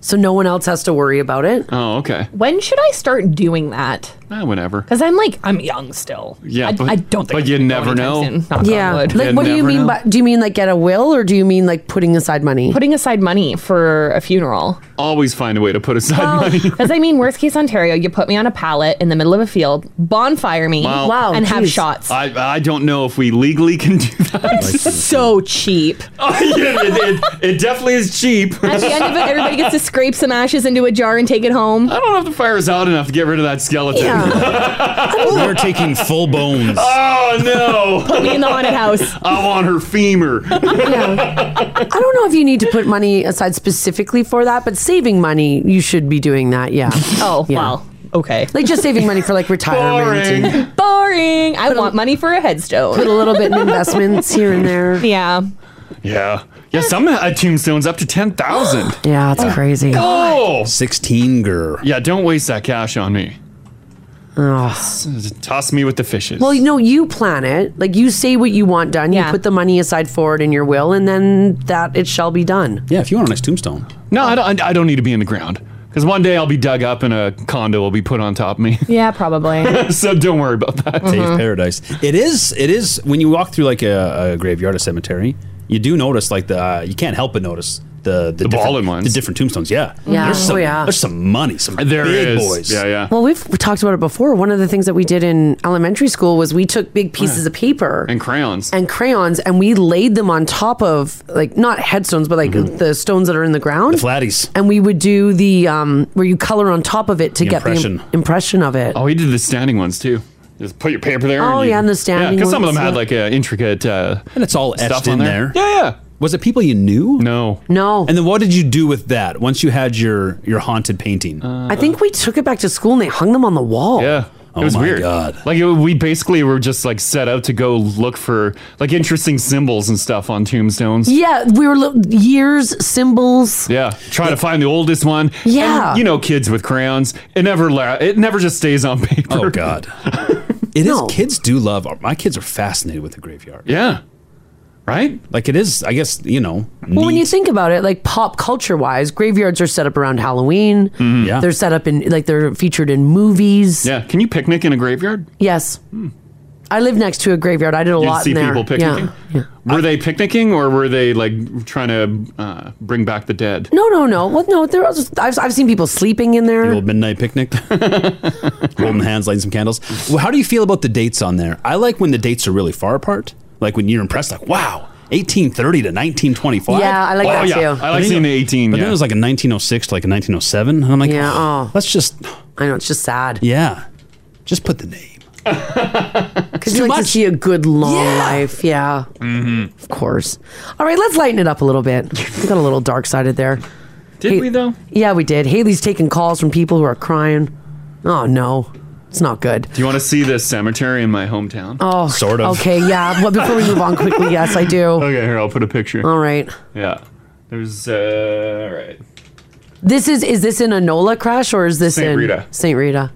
Speaker 2: so no one else has to worry about it.
Speaker 3: Oh, okay.
Speaker 5: When should I start doing that?
Speaker 3: Eh, whatever.
Speaker 5: Because I'm like, I'm young still.
Speaker 3: Yeah,
Speaker 5: I,
Speaker 3: but,
Speaker 5: I don't think.
Speaker 3: But you never know.
Speaker 2: yeah. Like, what do you
Speaker 3: never
Speaker 2: mean?
Speaker 3: know.
Speaker 2: By, do you mean like get a will, or do you mean like putting aside money?
Speaker 5: Putting aside money for a funeral.
Speaker 3: Always find a way to put aside money.
Speaker 5: Because I mean, worst case Ontario, you put me on a pallet in the middle of a field, bonfire me, and have shots.
Speaker 3: I, I don't know if we legally can do that.
Speaker 5: so cheap.
Speaker 3: Oh, yeah, it, it, it definitely is cheap.
Speaker 5: At the end of it, everybody gets to scrape some ashes into a jar and take it home.
Speaker 3: I don't have to fire us out enough to get rid of that skeleton.
Speaker 17: We're taking full bones.
Speaker 3: Oh no!
Speaker 5: Put me in the haunted house.
Speaker 3: I want her femur.
Speaker 2: I don't know if you need to put money aside specifically for that, but saving money, you should be doing that. Yeah.
Speaker 5: Oh,
Speaker 2: yeah.
Speaker 5: well, okay.
Speaker 2: Like just saving money for like retirement. and-
Speaker 5: Boring. I want money for a headstone.
Speaker 2: Put a little bit in investments here and there.
Speaker 5: Yeah.
Speaker 3: Yeah, yeah. Some uh, tombstones up to ten thousand.
Speaker 2: yeah, it's crazy.
Speaker 3: Oh, 16 girl. Yeah, don't waste that cash on me. S- Toss me with the fishes.
Speaker 2: Well, you know, you plan it. Like you say what you want done. You put the money aside for it in your will, and then that it shall be done.
Speaker 3: Yeah, if you want a nice tombstone. No, I don't. I don't need to be in the ground because one day I'll be dug up and a condo will be put on top of me.
Speaker 5: Yeah, probably.
Speaker 3: so don't worry about that.
Speaker 4: Save
Speaker 2: Mm-hmm.
Speaker 4: paradise. It is. It is when you walk through like a, a graveyard, a cemetery. You do notice like the uh, you can't help but notice the the, different, ones, the different tombstones. Yeah,
Speaker 2: Yeah.
Speaker 4: There's
Speaker 2: Oh,
Speaker 4: some,
Speaker 2: yeah.
Speaker 4: There's some money, some
Speaker 3: There
Speaker 4: big
Speaker 3: is.
Speaker 4: boys.
Speaker 3: Yeah, yeah.
Speaker 2: Well, we've talked about it before. One of the things that we did in elementary school was we took big pieces of paper
Speaker 3: And crayons.
Speaker 2: and crayons and we laid them on top of like not headstones but like
Speaker 3: Mm-hmm.
Speaker 2: the stones that are in the ground. The
Speaker 4: flatties.
Speaker 2: And we would do the um where you color on top of it to
Speaker 3: The
Speaker 2: get
Speaker 3: impression.
Speaker 2: the im- impression of it.
Speaker 3: Oh, he did the standing ones too. Just put your paper there.
Speaker 2: Oh,
Speaker 3: you-
Speaker 2: yeah, and the standing
Speaker 3: because some of
Speaker 2: ones,
Speaker 3: them had
Speaker 2: yeah.
Speaker 3: like uh, intricate. Uh,
Speaker 4: and it's all etched
Speaker 3: stuff
Speaker 4: in
Speaker 3: on
Speaker 4: there.
Speaker 3: Yeah, yeah.
Speaker 4: Was it people you knew?
Speaker 3: No,
Speaker 2: no.
Speaker 4: And then what did you do with that once you had your your haunted painting?
Speaker 2: I think we took it back to school and they hung them on the wall.
Speaker 3: Uh, Uh-huh. Yeah. It was
Speaker 4: Oh, my
Speaker 3: weird. God. Like it, we basically were just like set out to go look for like interesting symbols and stuff on tombstones.
Speaker 2: Yeah, we were lo- years symbols.
Speaker 3: Yeah, try to find the oldest one.
Speaker 2: Yeah.
Speaker 3: And, you know, kids with crayons. It never la- it never just stays on paper. Oh
Speaker 4: God, It is. Kids do love. My kids are fascinated with the graveyard.
Speaker 3: Yeah, right.
Speaker 4: Like it is. I guess you know.
Speaker 2: Well, when you think about it, like pop culture wise, graveyards are set up around Halloween.
Speaker 3: Yeah.
Speaker 2: They're set up in, like, they're featured in movies.
Speaker 3: yeah. Can you picnic in a graveyard?
Speaker 2: Yes. I live next to a graveyard. I did a
Speaker 3: You
Speaker 2: lot
Speaker 3: see
Speaker 2: in there.
Speaker 3: people picnicking.
Speaker 2: Yeah.
Speaker 3: Were they picnicking or were they like trying to uh, bring back the dead?
Speaker 2: No, no, no. Well, no, there was, I've, I've seen people sleeping in there.
Speaker 4: The old midnight picnic, holding hands, lighting some candles. Well, how do you feel about the dates on there? I like when the dates are really far apart. Like when you're impressed, like wow, 1830 to 1925.
Speaker 2: Yeah, I like
Speaker 4: Wow,
Speaker 2: that
Speaker 4: yeah.
Speaker 2: too.
Speaker 3: I like seeing the 18.
Speaker 4: But
Speaker 3: Yeah.
Speaker 4: then it was like a 1906 to like a 1907, and I'm like,
Speaker 2: Yeah,
Speaker 4: yeah,
Speaker 2: oh.
Speaker 4: that's just.
Speaker 2: I know, it's just sad.
Speaker 4: Yeah, just put the name.
Speaker 2: Because you like to see a good long life. Yeah.
Speaker 3: Mm-hmm.
Speaker 2: Of course. All right, let's lighten it up a little bit. We got a little dark sided there.
Speaker 3: Did we, though?
Speaker 2: Yeah, we did. Haley's taking calls from people who are crying. Oh no, it's not good.
Speaker 3: Do you want to see the cemetery in my hometown?
Speaker 2: Oh, Okay, yeah. Well, before we move on quickly, yes, I do.
Speaker 3: Okay, here I'll put a picture.
Speaker 2: All right.
Speaker 3: Yeah. There's uh all right.
Speaker 2: This is is this in Enola crash or is this
Speaker 3: Saint
Speaker 2: in
Speaker 3: Rita.
Speaker 2: Saint Rita.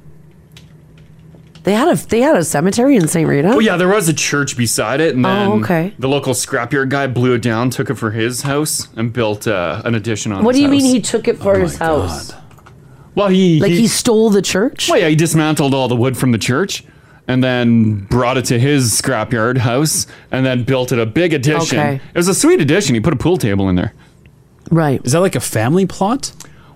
Speaker 2: They had a they had a cemetery in Saint Rita.
Speaker 3: Oh yeah, there was a church beside it, and
Speaker 2: Oh,
Speaker 3: then
Speaker 2: okay.
Speaker 3: the local scrapyard guy blew it down, took it for his house, and built uh, an addition on.
Speaker 2: What do
Speaker 3: his
Speaker 2: you mean
Speaker 3: house.
Speaker 2: he took it for his house?
Speaker 3: Well, he
Speaker 2: Like he, stole the church.
Speaker 3: Well, yeah, he dismantled all the wood from the church, and then brought it to his scrapyard house, and then built it a big addition.
Speaker 2: Okay.
Speaker 3: It was a sweet addition. He put a pool table in there.
Speaker 2: Right.
Speaker 4: Is that like a family plot?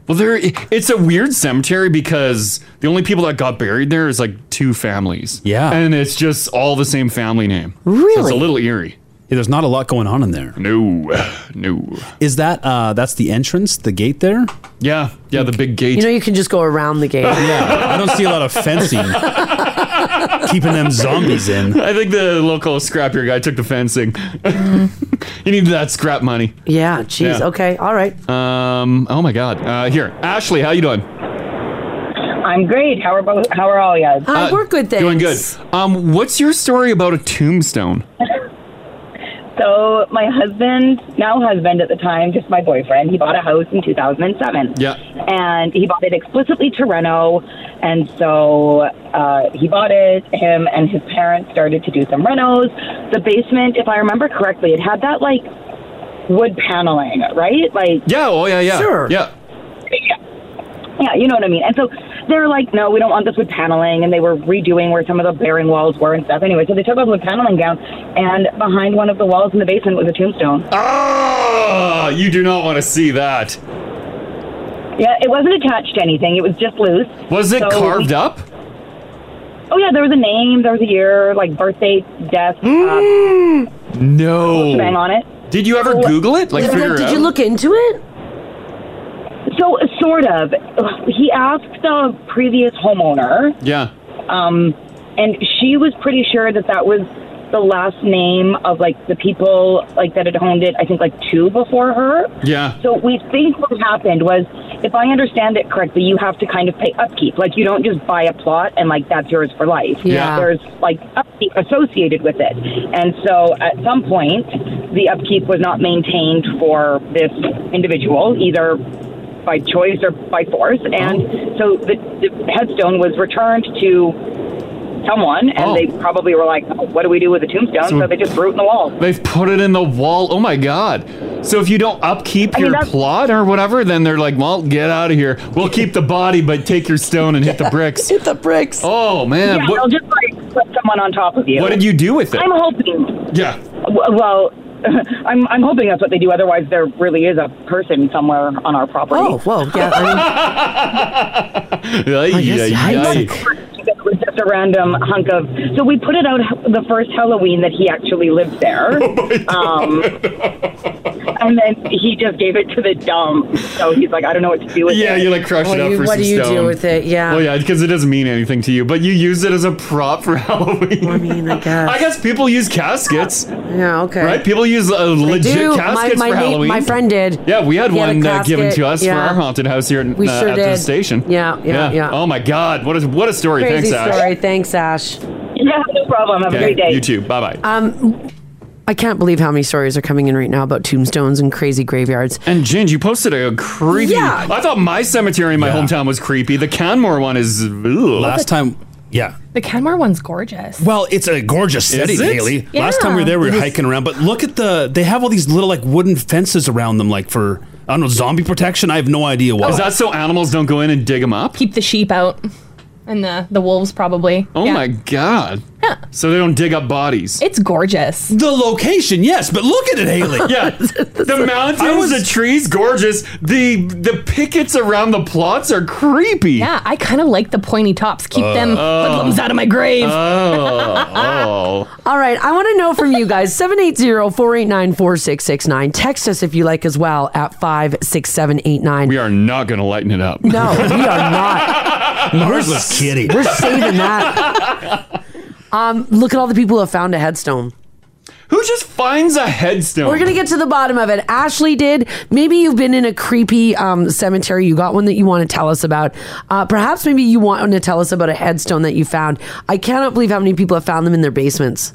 Speaker 3: Well, there it's a weird cemetery because the only people that got buried there is like two families. Yeah. And it's just all the same family name. So it's
Speaker 4: Really?
Speaker 3: a little eerie.
Speaker 4: Yeah, there's not a lot going on in there.
Speaker 3: No, no.
Speaker 4: Is that uh that's the entrance, the gate there?
Speaker 3: Yeah, yeah, the big gate.
Speaker 2: You know you can just go around the gate.
Speaker 4: yeah, I don't see a lot of fencing keeping them zombies in.
Speaker 3: I think the local scrapyard guy took the fencing. you need that scrap money.
Speaker 2: Yeah, jeez.
Speaker 3: Yeah.
Speaker 2: Okay. All right.
Speaker 3: Um. Oh my God. Uh, here, Ashley, how you doing?
Speaker 14: I'm great. How are both, how are all you?
Speaker 3: Uh, Doing good. Um. What's your story about a tombstone?
Speaker 14: So my husband, now husband at the time, just my boyfriend, he bought a house in 2007.
Speaker 3: Yeah.
Speaker 14: And he bought it explicitly to reno, and so uh, he bought it. Him and his parents started to do some renos. The basement, if I remember correctly, it had that like wood paneling, right? Like
Speaker 3: Yeah. Oh yeah. Yeah.
Speaker 14: Sure.
Speaker 3: Yeah.
Speaker 14: yeah, you know what I mean. And so they're like, no, we don't want this wood paneling, and they were redoing where some of the bearing walls were and stuff. Anyway, so they took all the wood paneling down, and behind one of the walls in the basement was a tombstone.
Speaker 3: Oh. Ah, you do not want to see that.
Speaker 14: Yeah, it wasn't attached to anything; it was just loose.
Speaker 3: Was it
Speaker 14: So we-
Speaker 3: carved up?
Speaker 14: Oh yeah, there was a name, there was a year, like birthday, death. Uh,
Speaker 3: No.
Speaker 14: Bang on it.
Speaker 3: Did you ever Mm. Google it? Like, figure it out?
Speaker 14: look into it? So sort of. He asked the previous homeowner,
Speaker 3: Yeah.
Speaker 14: um, and she was pretty sure that that was the last name of like the people like that had owned it. I think like two before her.
Speaker 3: Yeah.
Speaker 14: So we think what happened was, if I understand it correctly, you have to kind of pay upkeep. Like you don't just buy a plot and like that's yours for life.
Speaker 15: Yeah.
Speaker 14: There's like upkeep associated with it, and so at some point, the upkeep was not maintained for this individual either by choice or by force, and so the, the headstone was returned to someone, and they probably were like, oh, "What do we do with a tombstone?" So,
Speaker 3: So-
Speaker 14: they just threw it in the wall.
Speaker 3: They've put it in the wall. Oh my god. So if you don't upkeep
Speaker 14: I mean,
Speaker 3: your
Speaker 14: that's-
Speaker 3: plot or whatever, then they're like, "Well, get out of here. We'll keep the body, but take your stone and hit the bricks."
Speaker 14: Hit
Speaker 3: the bricks. Oh man.
Speaker 14: yeah,
Speaker 3: what,
Speaker 14: they'll just like put someone on top of you.
Speaker 3: what did you do with it?
Speaker 14: I'm hoping.
Speaker 3: yeah.
Speaker 14: w- Well, I'm I'm hoping that's what they do. Otherwise, there really is a person somewhere on our property.
Speaker 2: Oh, well, yeah.
Speaker 3: yeah,
Speaker 14: It was just a random hunk of. So we put it out h- the first Halloween that he actually lived there.
Speaker 3: Oh
Speaker 14: um, and then he just gave it to the dump. So he's like, I don't know what to do with
Speaker 3: Yeah,
Speaker 14: it.
Speaker 3: you like crush it up for some stone.
Speaker 2: Uh,
Speaker 3: Well, yeah, because it doesn't mean anything to you, but you use it as a prop for Halloween. I mean, I guess. I guess people use caskets.
Speaker 2: Yeah, okay.
Speaker 3: Right? People use uh, legit
Speaker 2: do. My-
Speaker 3: caskets
Speaker 2: my
Speaker 3: for
Speaker 2: na-
Speaker 3: Halloween.
Speaker 2: my friend did.
Speaker 3: Yeah, we had
Speaker 2: He had a
Speaker 3: one uh, given
Speaker 2: casket,
Speaker 3: to us for
Speaker 2: yeah.
Speaker 3: our haunted house here at,
Speaker 2: We
Speaker 3: uh,
Speaker 2: sure
Speaker 3: at the
Speaker 2: did.
Speaker 3: station.
Speaker 2: Yeah, yeah, yeah.
Speaker 3: Oh my God, what is what a story!
Speaker 2: Crazy
Speaker 3: Thanks, Ash.
Speaker 2: story. Thanks, Ash.
Speaker 14: Yeah, no problem. Have
Speaker 3: Okay, You too. Bye bye.
Speaker 2: Um, I can't believe how many stories are coming in right now about tombstones and crazy graveyards.
Speaker 3: And Ginge, you posted a creepy.
Speaker 2: Yeah.
Speaker 3: I thought my cemetery in my hometown was creepy. The Canmore one is. Ugh.
Speaker 4: Last time, yeah.
Speaker 5: The Kenmore one's gorgeous.
Speaker 4: Well, it's a gorgeous
Speaker 5: Is
Speaker 4: setting,
Speaker 5: it?
Speaker 4: Haley.
Speaker 5: Yeah.
Speaker 4: Last time we were there, we
Speaker 5: It
Speaker 4: were
Speaker 5: is-
Speaker 4: hiking around. But look at the, they have all these little like wooden fences around them, like for, I don't know, zombie protection. I have no idea why.
Speaker 3: Is that so animals don't go in and dig them up?
Speaker 5: Keep the sheep out, and the the wolves probably.
Speaker 3: Oh
Speaker 5: Yeah.
Speaker 3: my god. So they don't dig up bodies.
Speaker 5: It's gorgeous.
Speaker 4: The location, yes, but look at it, Haley.
Speaker 3: yeah. The mountains, the trees, gorgeous. The the pickets around the plots are creepy. Uh,
Speaker 5: Yeah, I kind of like the pointy tops. Keep them hoodlums out of my grave.
Speaker 3: Oh.
Speaker 2: All right, I want to know from you guys 780-489-4669. Text us if you like as well at 56789.
Speaker 3: We are not going to lighten it up.
Speaker 2: No, we are not.
Speaker 4: Mars
Speaker 2: We're
Speaker 4: was
Speaker 2: s-
Speaker 4: kidding.
Speaker 2: We're saving that. Um, look at all the people who have found a headstone.
Speaker 3: Who just finds a headstone?
Speaker 2: We're gonna get to the bottom of it. Ashley did. Maybe you've been in a creepy um, cemetery. You got one that you want to tell us about. Uh, perhaps maybe you want to tell us about a headstone that you found. I cannot believe how many people have found them in their basements.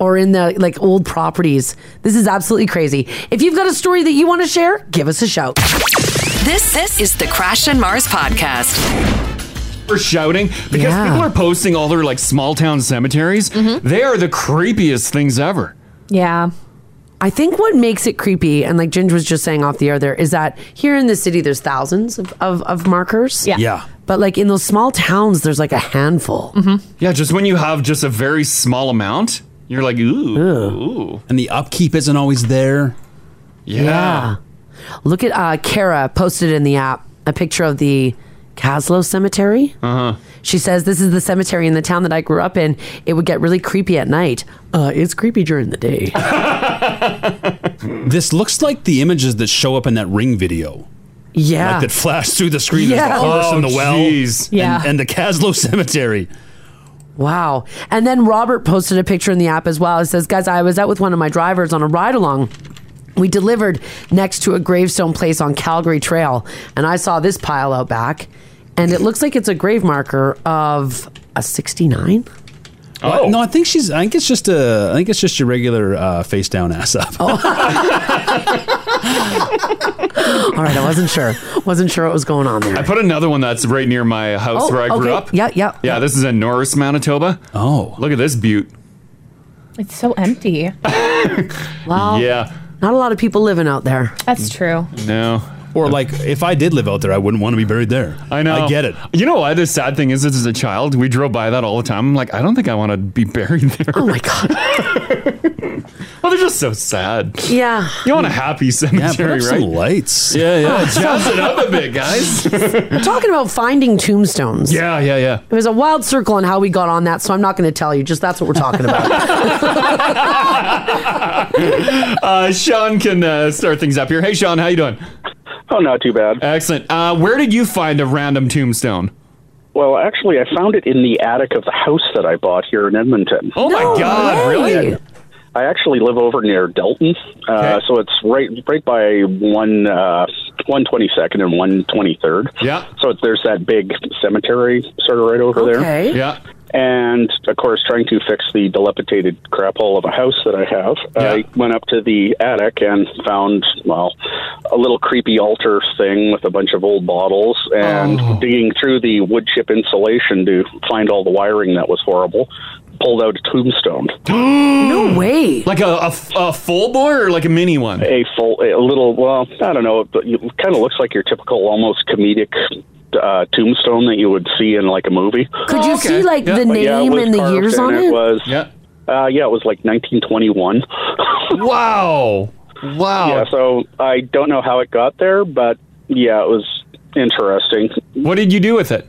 Speaker 2: Or in the like old properties. This is absolutely crazy. If you've got a story that you want to share, give us a shout.
Speaker 1: This this is the Crash and Mars podcast.
Speaker 3: We're shouting because
Speaker 1: Yeah.
Speaker 3: people are posting all their like small town cemeteries.
Speaker 2: Mm-hmm.
Speaker 3: They are the creepiest things ever.
Speaker 5: Yeah.
Speaker 2: I think what makes it creepy, and like Ginger was just saying off the air there, is that here in the city there's thousands of, of, of markers. Yeah.
Speaker 4: Yeah.
Speaker 2: But like in those small towns, there's like a handful.
Speaker 3: Yeah, just when you have just a very small amount, you're like, ooh, ooh.
Speaker 4: And the upkeep isn't always there.
Speaker 3: Yeah.
Speaker 2: Look at uh Kara posted in the app a picture of the Caslow Cemetery.
Speaker 3: Uh huh.
Speaker 2: She says this is the cemetery in the town that I grew up in. It would get really creepy at night. Uh, it's creepy during the day.
Speaker 4: This looks like the images that show up in that ring video.
Speaker 2: Yeah.
Speaker 4: Like that flash through the screen.
Speaker 2: Yeah.
Speaker 4: There's the horse and
Speaker 2: Oh,
Speaker 4: the well.
Speaker 2: jeez. Yeah.
Speaker 4: And, and the Caslow Cemetery.
Speaker 2: Wow. And then Robert posted a picture in the app as well. It says, Guys, I was out with one of my drivers on a ride along. We delivered next to a gravestone place on Calgary Trail, and I saw this pile out back, and it looks like it's a grave marker of a 69.
Speaker 4: Oh. No, I think she's, I think it's just a, I think it's just your regular uh, face down, ass up.
Speaker 2: Oh. All right, I wasn't sure. Wasn't sure what was going on there.
Speaker 3: I put another one that's right near my house
Speaker 2: Oh,
Speaker 3: where I
Speaker 2: okay.
Speaker 3: grew up.
Speaker 2: Yeah, yeah,
Speaker 3: Yeah, this is in Norris, Manitoba.
Speaker 4: Oh.
Speaker 3: Look at this butte.
Speaker 5: It's so empty.
Speaker 2: Wow.
Speaker 3: Yeah.
Speaker 2: Oh. Not a lot of people living out there.
Speaker 5: That's true.
Speaker 3: No.
Speaker 4: Or like, if I did live out there, I wouldn't want to be buried there.
Speaker 3: I know.
Speaker 4: I get it.
Speaker 3: You know what? The sad thing is, is as a child, we drove by that all the time. I'm like, I don't think I want to be buried there. Oh my god. well, they're just so sad.
Speaker 2: Yeah.
Speaker 3: You want a happy cemetery,
Speaker 4: up some
Speaker 3: right?
Speaker 4: lights.
Speaker 3: Yeah, yeah.
Speaker 2: Oh,
Speaker 3: Jazz
Speaker 2: so-
Speaker 3: it up a bit, guys.
Speaker 2: We're talking about finding tombstones.
Speaker 3: Yeah, yeah, yeah.
Speaker 2: It was a wild circle on how we got on that, so I'm not going to tell you. Just that's what we're talking about.
Speaker 3: uh, Sean can uh, start things up here. Hey, Sean, how you doing?
Speaker 18: Oh, not too bad.
Speaker 3: Excellent. Uh, where did you find a random tombstone?
Speaker 18: Well, actually, I found it in the attic of the house that I bought here in Edmonton.
Speaker 3: Oh my God! Really?
Speaker 18: I actually live over near Delton, uh, so it's right right by one uh, one twenty second and one twenty third.
Speaker 3: Yeah.
Speaker 18: So there's that big cemetery sort of right over
Speaker 3: Okay.
Speaker 18: there.
Speaker 3: Yeah.
Speaker 18: And of course, trying to fix the dilapidated crap hole of a house that I have, I went up to the attic and found well a little creepy altar thing with a bunch of old bottles, and
Speaker 3: Oh.
Speaker 18: digging through the wood chip insulation to find all the wiring that was horrible. Pulled out a tombstone.
Speaker 3: no
Speaker 2: way.
Speaker 3: Like a, a, a full bore or like a mini one?
Speaker 18: a full, a little. Well, I don't know. It kind of looks like your typical, almost comedic uh, tombstone that you would see in like a movie.
Speaker 2: Could
Speaker 3: Oh,
Speaker 2: you see like the
Speaker 18: But, yeah, it
Speaker 2: name
Speaker 18: was
Speaker 2: and the
Speaker 18: carved
Speaker 2: years
Speaker 18: and
Speaker 2: on it?
Speaker 18: was. Yeah. Uh, yeah, it was like 1921.
Speaker 3: wow. Wow.
Speaker 18: Yeah. So I don't know how it got there, but yeah, it was interesting.
Speaker 3: What did you do with it?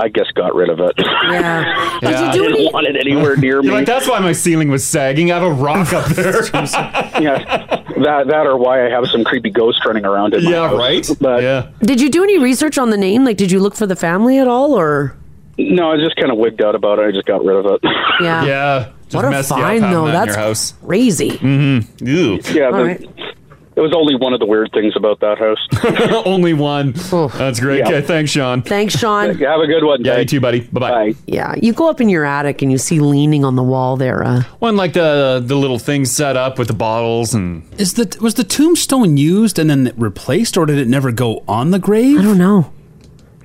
Speaker 18: I guess got rid of it.
Speaker 2: Yeah.
Speaker 18: Did you do I didn't any- want it anywhere near
Speaker 3: You're
Speaker 18: me.
Speaker 3: Like that's why my ceiling was sagging. I have a rock up there.
Speaker 18: yeah. That that or why I have some creepy ghost running around in my
Speaker 3: Yeah,
Speaker 18: house.
Speaker 3: right?
Speaker 18: But
Speaker 3: yeah.
Speaker 2: Did you do any research on the name? Like, did you look for the family at all, or?
Speaker 18: No, I was just kind of wigged out about it. I just got rid of it.
Speaker 2: Yeah.
Speaker 3: Yeah.
Speaker 2: What a find, though. That's crazy.
Speaker 3: Mm-hmm. Ew.
Speaker 18: Yeah.
Speaker 2: All
Speaker 18: the-
Speaker 2: right.
Speaker 18: It was only one of the weird things about that house.
Speaker 3: Only one. That's great. Okay, thanks, Sean.
Speaker 2: Thanks, Sean.
Speaker 18: Have a good one.
Speaker 3: Yeah, you too, buddy. Bye-bye.
Speaker 2: Yeah, you go up in your attic and you see leaning on the wall there. Uh,
Speaker 3: One like the the little thing set up with the bottles and
Speaker 4: Is the was the tombstone used and then replaced, or did it never go on the grave? I
Speaker 2: don't know.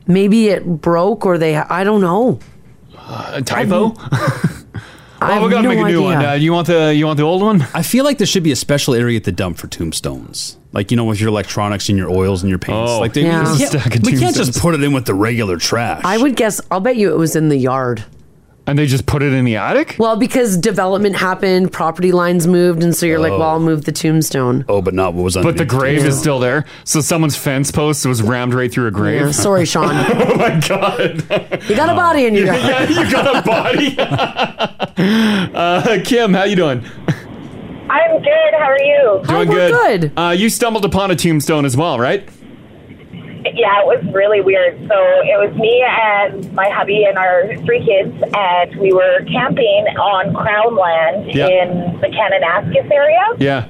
Speaker 2: maybe it broke or they. I don't know.
Speaker 3: a Uh, typo. oh,
Speaker 2: I
Speaker 3: we
Speaker 2: have
Speaker 3: gotta
Speaker 2: no
Speaker 3: make a new one.
Speaker 2: idea.
Speaker 3: Uh, you want the you want the old one?
Speaker 4: I feel like there should be a special area at the dump for tombstones. Like you know, with your electronics and your oils and your paints.
Speaker 3: Oh,
Speaker 4: like they,
Speaker 2: Yeah.
Speaker 4: we,
Speaker 2: there's a stack
Speaker 4: can't,
Speaker 2: of
Speaker 4: we can't
Speaker 2: tombstones.
Speaker 4: just put it in with the regular trash.
Speaker 2: I would guess. I'll bet you it was in the yard.
Speaker 3: And they just put it in the attic.
Speaker 2: Well, because development happened, property lines moved, and so you're like,
Speaker 3: Oh.
Speaker 2: well, I'll move the tombstone.
Speaker 4: Oh, but not what was
Speaker 3: But the
Speaker 2: underneath.
Speaker 3: grave
Speaker 2: Yeah.
Speaker 3: is still there. So someone's fence post was rammed right through a grave.
Speaker 2: Yeah, sorry, Sean.
Speaker 3: oh my god.
Speaker 2: You got a body in your yard.
Speaker 3: yeah, you got a body. uh, Kim, how you doing?
Speaker 19: I'm good. How are you?
Speaker 3: Doing good. Good. Uh, you stumbled upon a tombstone as well, right?
Speaker 19: Yeah, it was really weird. So it was me and my hubby and our three kids, and we were camping on Crown Land
Speaker 3: Yeah.
Speaker 19: in the Kananaskis area.
Speaker 3: Yeah.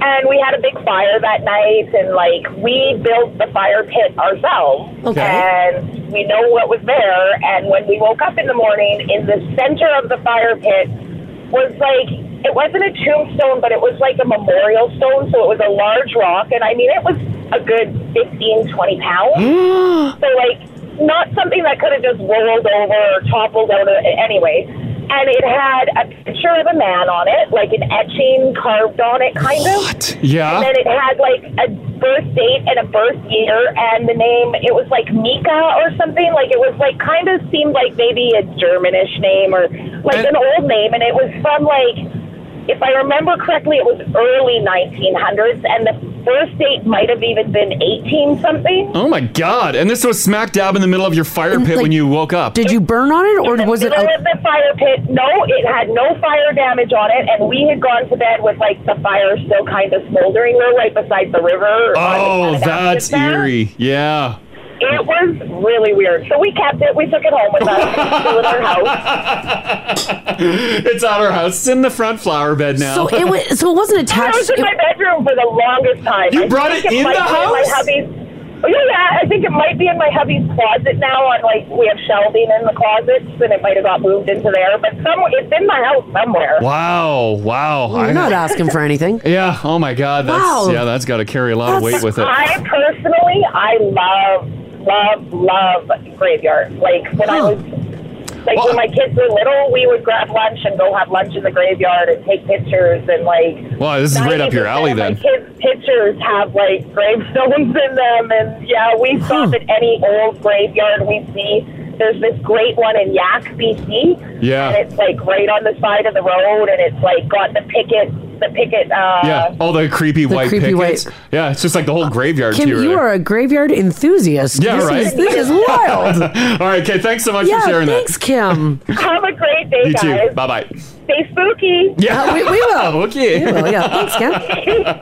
Speaker 19: And we had a big fire that night, and like we built the fire pit ourselves,
Speaker 2: Okay.
Speaker 19: and we know what was there. And when we woke up in the morning, in the center of the fire pit was like it wasn't a tombstone, but it was like a memorial stone. So it was a large rock, and I mean it was a good 15, 20 pounds. so like not something that could have just rolled over or toppled over anyway. And it had a picture of a man on it, like an etching carved on it, kind of.
Speaker 3: Yeah.
Speaker 19: And then it had like a birth date and a birth year and the name. It was like Mika or something. Like it was like kind of seemed like maybe a Germanish name or like an old name. And it was from like, if I remember correctly, it was early 1900s. And the birth date might have even been 18 something.
Speaker 3: Oh my god. And this was smack dab in the middle of your fire pit when you woke up.
Speaker 2: Did you burn on it, or was it?
Speaker 19: middle of the fire pit. No, it had no fire damage on it, and we had gone to bed with like the fire still kind of smoldering. We were right beside the river.
Speaker 3: Oh, that's eerie. Yeah.
Speaker 19: It was really weird. So we kept it. We took it home with us. It's still in our house.
Speaker 3: it's at our house. It's in the front flower bed now.
Speaker 2: So it was. So it wasn't
Speaker 19: I was
Speaker 2: attached.
Speaker 19: in my bedroom for the longest time.
Speaker 3: You
Speaker 19: I
Speaker 3: brought
Speaker 19: think
Speaker 3: it in
Speaker 19: might
Speaker 3: the
Speaker 19: be my
Speaker 3: house?
Speaker 19: hubby's- Oh, yeah, yeah, I think it might be in my hubby's closet now. On like we have shelving in the closets, and it might have got moved into there. But some, it's in my house somewhere.
Speaker 3: Wow. Wow.
Speaker 19: You're not asking for
Speaker 2: anything.
Speaker 3: Yeah. Oh my god. That's
Speaker 19: Wow.
Speaker 3: yeah, that's gotta carry a lot of weight with it.
Speaker 19: I personally, I love, love, love graveyards. Like when I was Like when my kids were little, we would grab lunch and go have lunch in the graveyard and take pictures and like.
Speaker 3: Well, this is right up your
Speaker 19: 90%
Speaker 3: alley
Speaker 19: of My
Speaker 3: then.
Speaker 19: kids' pictures have like gravestones in them, and yeah, we stop at any old graveyard we see. There's this great one in Yak, BC.
Speaker 3: Yeah.
Speaker 19: And it's like right on the side of the road, and it's like got the picket, the picket. Uh,
Speaker 3: yeah, all the creepy white
Speaker 2: creepy
Speaker 3: pickets. Yeah, it's just like the whole graveyard
Speaker 2: Kim,
Speaker 3: to
Speaker 2: you are a graveyard enthusiast.
Speaker 3: Yeah,
Speaker 2: this
Speaker 3: right.
Speaker 2: Is, this is wild.
Speaker 3: all right, okay. Thanks so much
Speaker 2: yeah,
Speaker 3: for sharing
Speaker 2: thanks,
Speaker 3: that.
Speaker 2: Kim.
Speaker 19: Have a great day,
Speaker 3: you
Speaker 19: guys.
Speaker 3: too. Bye bye.
Speaker 19: Stay spooky.
Speaker 3: Yeah,
Speaker 2: Uh, we, we will.
Speaker 3: okay.
Speaker 2: We will. Yeah.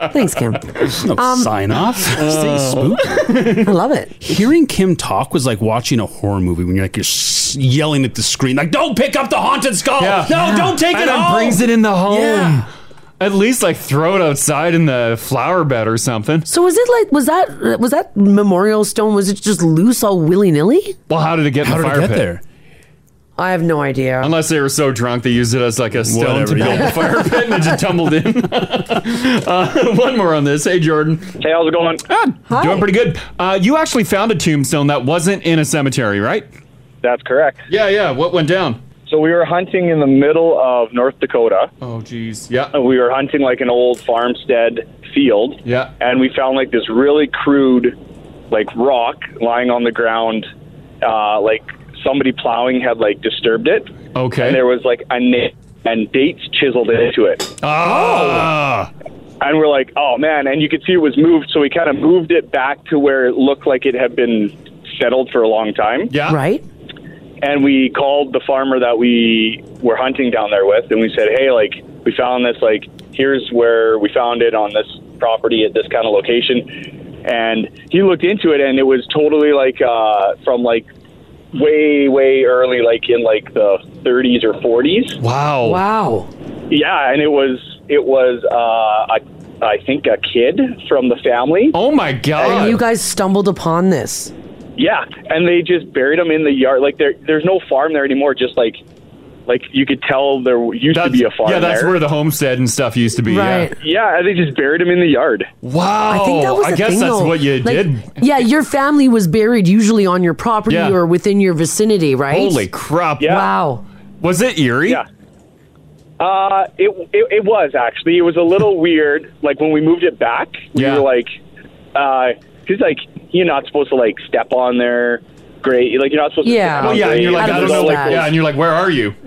Speaker 2: Thanks, Kim. Thanks, Kim.
Speaker 4: No
Speaker 2: Um,
Speaker 4: sign off.
Speaker 2: Uh,
Speaker 4: Stay spooky.
Speaker 2: I love it.
Speaker 4: Hearing Kim talk was like watching a horror movie when you're like you're s- yelling at the screen, like "Don't pick up the haunted skull! No, don't take
Speaker 3: and
Speaker 4: it
Speaker 3: then
Speaker 4: home!"
Speaker 3: brings it in the home.
Speaker 4: Yeah.
Speaker 3: At least like throw it outside in the flower bed or something.
Speaker 2: So was it like was that was that memorial stone? Was it just loose all willy nilly?
Speaker 3: Well, how did it get in
Speaker 2: How
Speaker 3: the
Speaker 2: did it
Speaker 3: fire
Speaker 2: get
Speaker 3: pit?
Speaker 2: there? I have no idea.
Speaker 3: Unless they were so drunk they used it as like a stone to
Speaker 4: Whatever,
Speaker 3: build
Speaker 4: yeah.
Speaker 3: the fire pit and it just tumbled in. uh, one more on this. Hey, Jordan. Hey,
Speaker 11: how's it going?
Speaker 3: Hi. Doing pretty good. Uh, you actually found a tombstone that wasn't in a cemetery, right?
Speaker 11: That's correct.
Speaker 3: Yeah, yeah. What went down?
Speaker 11: So we were hunting in the middle of North Dakota.
Speaker 3: Oh, geez. Yeah.
Speaker 11: We were hunting like an old farmstead field.
Speaker 3: Yeah.
Speaker 11: And we found like this really crude, like rock lying on the ground. Uh, like somebody plowing had like disturbed it.
Speaker 3: Okay.
Speaker 11: And there was like a name and dates chiseled into it.
Speaker 3: Ah.
Speaker 11: And we're like, oh man. And you could see it was moved. So we kind of moved it back to where it looked like it had been settled for a long time.
Speaker 3: Yeah.
Speaker 2: Right.
Speaker 11: and we called the farmer that we were hunting down there with and we said hey like we found this like here's where we found it on this property at this kind of location and he looked into it and it was totally like uh from like way way early like in like the 30s or 40s
Speaker 3: wow
Speaker 2: wow
Speaker 11: yeah and it was it was uh a, i think a kid from the family
Speaker 3: oh my god
Speaker 2: And you guys stumbled upon this.
Speaker 11: Yeah, and they just buried them in the yard. Like there, there's no farm there anymore. Just like, like you could tell there used to be a farm.
Speaker 3: Yeah, that's
Speaker 11: there.
Speaker 3: where the homestead and stuff used to be. Yeah.
Speaker 11: Yeah, and they just buried them in the yard.
Speaker 3: Wow.
Speaker 2: I think that was
Speaker 3: I
Speaker 2: the
Speaker 3: guess
Speaker 2: thing,
Speaker 3: that's
Speaker 2: though.
Speaker 3: what you
Speaker 2: Like,
Speaker 3: did.
Speaker 2: Yeah, your family was buried usually on your property
Speaker 3: Yeah.
Speaker 2: or within your vicinity, right?
Speaker 3: Holy crap.
Speaker 2: Wow.
Speaker 3: Was it eerie? Yeah.
Speaker 11: Uh, it, it it was actually. It was a little weird. Like when we moved it back, we were like, uh, because like you're not supposed to like step on their grave. Like you're not supposed
Speaker 3: Yeah.
Speaker 11: to. step
Speaker 3: Well,
Speaker 11: on
Speaker 3: yeah, and you're
Speaker 11: graves.
Speaker 3: like, I don't
Speaker 11: There's
Speaker 3: know.
Speaker 11: all,
Speaker 3: Like,
Speaker 11: those-
Speaker 3: yeah, and you're like, where are you?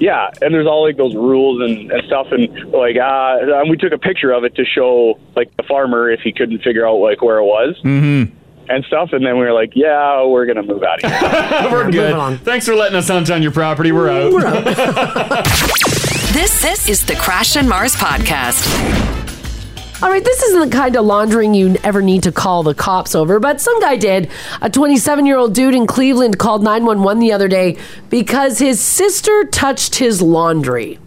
Speaker 11: Yeah, and there's all like those rules and, and stuff, and like uh, and we took a picture of it to show like the farmer if he couldn't figure out like where it was
Speaker 3: Mm-hmm.
Speaker 11: and stuff, and then we were like, yeah, we're gonna move out of here.
Speaker 3: We're good. Thanks for letting us hunt on your property. We're out.
Speaker 1: This this is the Crash and Mars podcast.
Speaker 2: All right, this isn't the kind of laundering you ever need to call the cops over, but some guy did. A 27 year old dude in Cleveland called 911 the other day because his sister touched his laundry.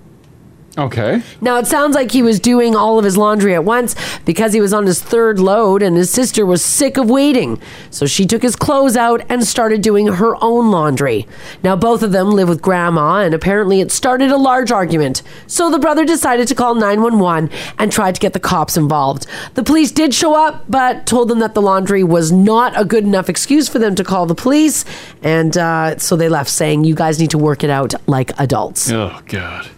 Speaker 3: Okay.
Speaker 2: Now, it sounds like he was doing all of his laundry at once because he was on his third load and his sister was sick of waiting. So she took his clothes out and started doing her own laundry. Now, both of them live with grandma and apparently it started a large argument. So the brother decided to call 911 and tried to get the cops involved. The police did show up but told them that the laundry was not a good enough excuse for them to call the police. And uh, so they left saying, You guys need to work it out like adults.
Speaker 3: Oh God.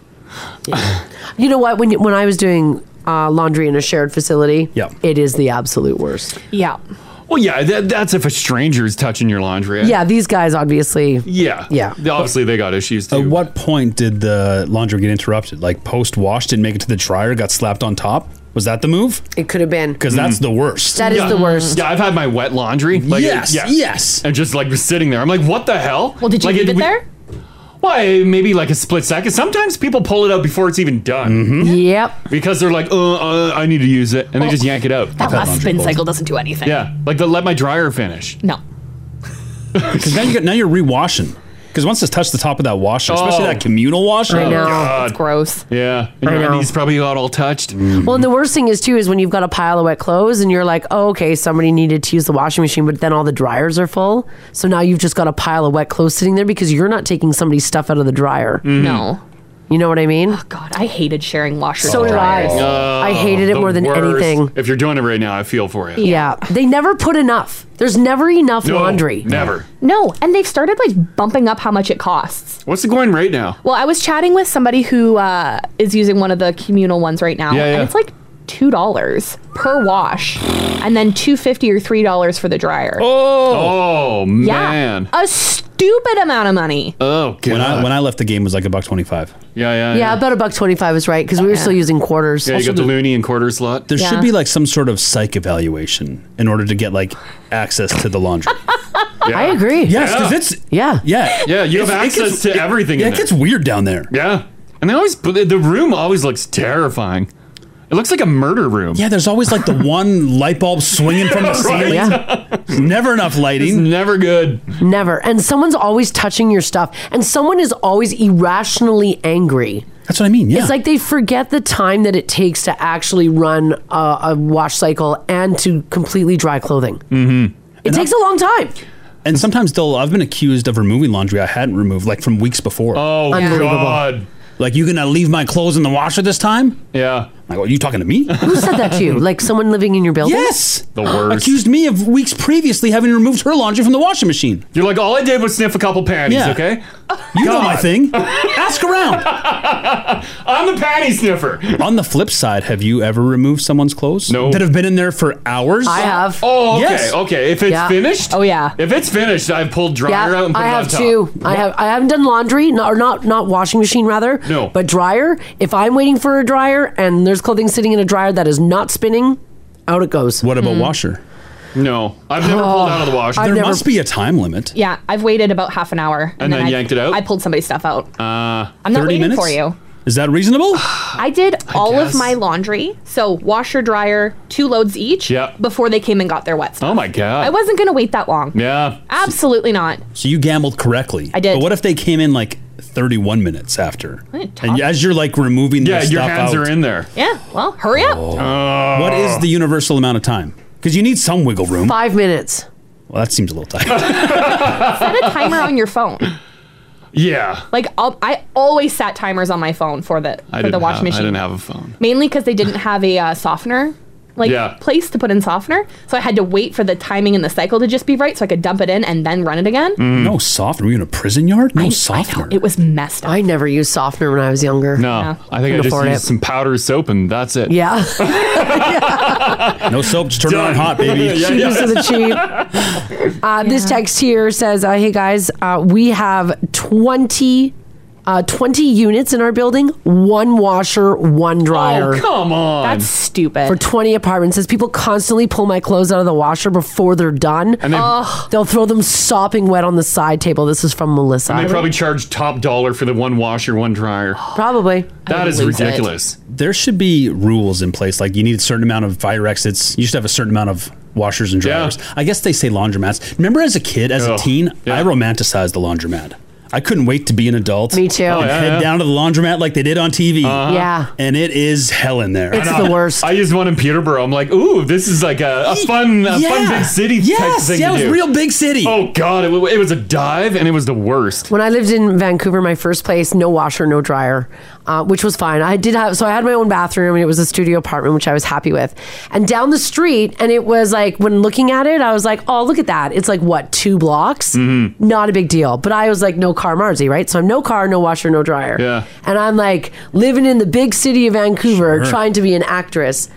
Speaker 2: You know what? When you, when I was doing uh, laundry in a shared facility,
Speaker 3: Yeah.
Speaker 2: it is the absolute worst.
Speaker 5: Yeah.
Speaker 3: Well, yeah, that, that's if a stranger's touching your laundry.
Speaker 2: Yeah, these guys obviously.
Speaker 3: Yeah.
Speaker 2: Yeah.
Speaker 3: Obviously, they got issues too.
Speaker 4: At what point did the laundry get interrupted? Like post wash didn't make it to the dryer, got slapped on top. Was that the move?
Speaker 2: It could have been
Speaker 4: because that's the worst.
Speaker 2: That is the worst.
Speaker 3: Yeah, I've had my wet laundry. Like,
Speaker 4: Yes, yes.
Speaker 3: And just like sitting there, I'm like, what the hell?
Speaker 5: Well, did you
Speaker 3: like,
Speaker 5: leave it
Speaker 3: we-
Speaker 5: there?
Speaker 3: Why? Maybe like a split second. Sometimes people pull it out before it's even done.
Speaker 2: Mm-hmm. Yep.
Speaker 3: Because they're like, uh, uh, I need to use it, and they just yank it out.
Speaker 5: That last spin cycle doesn't do anything.
Speaker 3: Yeah, like the let my dryer finish.
Speaker 5: No.
Speaker 4: Because now you got now you're rewashing. Because once it's touched the top of that washer, especially
Speaker 3: Oh.
Speaker 4: that communal washer,
Speaker 2: I know.
Speaker 3: God.
Speaker 2: It's
Speaker 5: gross.
Speaker 3: Yeah, and
Speaker 2: I
Speaker 3: your
Speaker 2: know. Mm.
Speaker 3: knees probably got all touched.
Speaker 2: Well, and the worst thing is too is when you've got a pile of wet clothes and you're like, oh, okay, somebody needed to use the washing machine, but then all the dryers are full, so now you've just got a pile of wet clothes sitting there because you're not taking somebody's stuff out of the dryer.
Speaker 3: Mhm. No.
Speaker 2: You know what I mean? Oh
Speaker 5: God, I hated sharing washers.
Speaker 2: So
Speaker 5: and
Speaker 2: did I.
Speaker 5: dryers.
Speaker 2: I hated it
Speaker 3: Oh, the
Speaker 2: more than
Speaker 3: worst.
Speaker 2: anything.
Speaker 3: If you're doing it right now, I feel for you.
Speaker 2: Yeah. They never put enough. There's never enough
Speaker 3: No,
Speaker 2: laundry.
Speaker 3: Never.
Speaker 5: No, and they've started like bumping up how much it costs.
Speaker 3: What's the going rate now?
Speaker 5: Well, I was chatting with somebody who uh, is using one of the communal ones right now,
Speaker 3: Yeah, yeah.
Speaker 5: and it's like two dollars per wash, and then two fifty or three dollars for the dryer.
Speaker 3: Oh,
Speaker 5: yeah,
Speaker 3: man.
Speaker 5: a stupid amount of money.
Speaker 3: Oh, God.
Speaker 4: When I, when I left the game, it was like a buck twenty-five.
Speaker 3: Yeah,
Speaker 2: Yeah, about a buck twenty-five is right because we were still using quarters.
Speaker 3: loony and quarter slot.
Speaker 4: There
Speaker 2: Yeah.
Speaker 4: should be like some sort of psych evaluation in order to get like access to the laundry.
Speaker 2: I agree.
Speaker 4: Yes, because it's
Speaker 2: yeah,
Speaker 4: yeah,
Speaker 3: Yeah, you
Speaker 4: It's-
Speaker 3: have
Speaker 4: it
Speaker 3: access
Speaker 4: gets-
Speaker 3: to
Speaker 4: it-
Speaker 3: everything.
Speaker 4: Yeah,
Speaker 3: in
Speaker 4: it
Speaker 3: there.
Speaker 4: gets weird down there.
Speaker 3: Yeah, and they always the the room always looks terrifying. It looks like a murder room.
Speaker 4: Yeah, there's always like the one light bulb swinging from the ceiling. Never enough lighting.
Speaker 3: never good.
Speaker 2: Never. And someone's always touching your stuff, and someone is always irrationally angry.
Speaker 4: That's what I mean. Yeah.
Speaker 2: It's like they forget the time that it takes to actually run a, a wash cycle and to completely dry clothing.
Speaker 4: Mm-hmm.
Speaker 2: It takes a long time.
Speaker 4: And sometimes they'll. I've been accused of removing laundry I hadn't removed, like from weeks before.
Speaker 3: Oh
Speaker 2: Unbelievable.
Speaker 3: God!
Speaker 4: Like you gonna leave my clothes in the washer this time?
Speaker 3: Yeah.
Speaker 4: Like, well, you talking to me?
Speaker 2: Who said that to you? Like someone living in your building?
Speaker 4: Yes.
Speaker 3: The worst.
Speaker 4: Accused me of weeks previously having removed her laundry from the washing machine.
Speaker 3: You're like, all I did was sniff a couple panties.
Speaker 4: Yeah.
Speaker 3: Okay.
Speaker 4: You know my thing. Ask around.
Speaker 3: I'm the panty sniffer.
Speaker 4: On the flip side, have you ever removed someone's clothes? No. That have been in there for hours?
Speaker 2: I have.
Speaker 3: Oh, okay,
Speaker 4: Yes.
Speaker 3: okay. If it's
Speaker 2: Yeah.
Speaker 3: finished, oh
Speaker 5: Uh.
Speaker 3: yeah. If it's finished, I've pulled dryer out and put
Speaker 2: I
Speaker 3: it
Speaker 2: have
Speaker 3: on top.
Speaker 2: too. I have. I haven't done laundry, not, or not not washing machine rather.
Speaker 3: No.
Speaker 2: but dryer. If I'm waiting for a dryer and there's clothing sitting in a dryer that is not spinning, out it goes.
Speaker 4: What
Speaker 5: Hmm.
Speaker 4: about washer?
Speaker 3: No, I've never
Speaker 5: Oh.
Speaker 3: pulled out of the washer.
Speaker 4: there must be a time limit.
Speaker 5: Yeah, I've waited about half an hour,
Speaker 4: And then
Speaker 5: I,
Speaker 4: yanked it out?
Speaker 5: I pulled somebody's stuff out.
Speaker 4: Uh,
Speaker 5: I'm not waiting for you.
Speaker 4: Is that reasonable?
Speaker 5: I did all
Speaker 4: guess.
Speaker 5: of my laundry, so washer, dryer, two loads each,
Speaker 4: Yeah.
Speaker 5: before they came and got their wet stuff.
Speaker 4: Oh my God.
Speaker 5: I wasn't gonna wait that long.
Speaker 3: Yeah.
Speaker 5: Absolutely not.
Speaker 4: So you gambled correctly. I did. But what if they came in like 31 minutes after?
Speaker 5: I didn't
Speaker 4: And as you're like removing
Speaker 3: Yeah,
Speaker 4: their
Speaker 3: your
Speaker 4: stuff
Speaker 3: hands
Speaker 4: out- Oh.
Speaker 3: are in there.
Speaker 5: Yeah. Well, hurry up.
Speaker 3: Oh.
Speaker 4: What is the universal amount of time? Because you need some wiggle room.
Speaker 2: Five minutes.
Speaker 4: Well, that seems a little tight.
Speaker 5: Set a timer on your phone.
Speaker 3: Yeah.
Speaker 5: Like I'll, I always sat timers on my phone for the
Speaker 3: I
Speaker 5: for
Speaker 3: didn't
Speaker 5: the wash
Speaker 3: have,
Speaker 5: machine.
Speaker 3: I didn't have a phone.
Speaker 5: Mainly because they didn't have a uh, softener, like
Speaker 3: Yeah.
Speaker 5: place to put in softener, so I had to wait for the timing and the cycle to just be right, so I could dump it in and then run it again.
Speaker 4: No softener. Were you in a prison yard? No softener.
Speaker 5: It was messed up.
Speaker 2: I never used softener when I was younger.
Speaker 3: No, I think I just used some powder soap and that's it.
Speaker 2: Yeah.
Speaker 4: no soap. Just turn it on hot, baby.
Speaker 2: Cheese is a cheap. Uh, This text here says, uh, "Hey guys, uh, we have 20, uh, 20 units in our building. One washer, one dryer.
Speaker 3: Oh, come on,
Speaker 5: that's stupid.
Speaker 2: For twenty apartments, says people constantly pull my clothes out of the washer before they're done.
Speaker 3: And they- Ugh.
Speaker 2: they'll throw them sopping wet on the side table. This is from Melissa.
Speaker 3: And they probably charge top dollar for the one washer, one dryer.
Speaker 2: Probably.
Speaker 3: That is ridiculous.
Speaker 4: There should be rules in place. Like you need a certain amount of fire exits. You should have a certain amount of washers and dryers. I guess they say laundromats. Remember as a kid, as a teen, I romanticized the laundromat. I couldn't wait to be an adult. Me
Speaker 2: too.
Speaker 4: And
Speaker 2: Oh, yeah,
Speaker 4: head
Speaker 2: yeah.
Speaker 4: down to the laundromat like they did on TV.
Speaker 3: Uh-huh.
Speaker 2: Yeah.
Speaker 4: And it is hell in there.
Speaker 3: I know. I used one in Peterborough. I'm like, ooh, this is like a, a fun, a fun
Speaker 4: Yeah.
Speaker 3: big city type
Speaker 4: Yes,
Speaker 3: thing.
Speaker 4: yeah,
Speaker 3: to
Speaker 4: it was
Speaker 3: do.
Speaker 4: real big city.
Speaker 3: Oh god, it, wa- it was a dive and it was the worst.
Speaker 2: When I lived in Vancouver, my first place, no washer, no dryer, uh, which was fine. I did have, so I had my own bathroom and it was a studio apartment, which I was happy with. And down the street, and it was like, when looking at it, I was like, oh, look at that. It's like, what, two blocks?
Speaker 3: Mm-hmm.
Speaker 2: Not a big deal. But I was like, no car Marzi, right? So I'm no car, no washer, no dryer.
Speaker 3: Yeah.
Speaker 2: And I'm like living in the big city of Vancouver,
Speaker 3: Sure.
Speaker 2: trying to be an actress.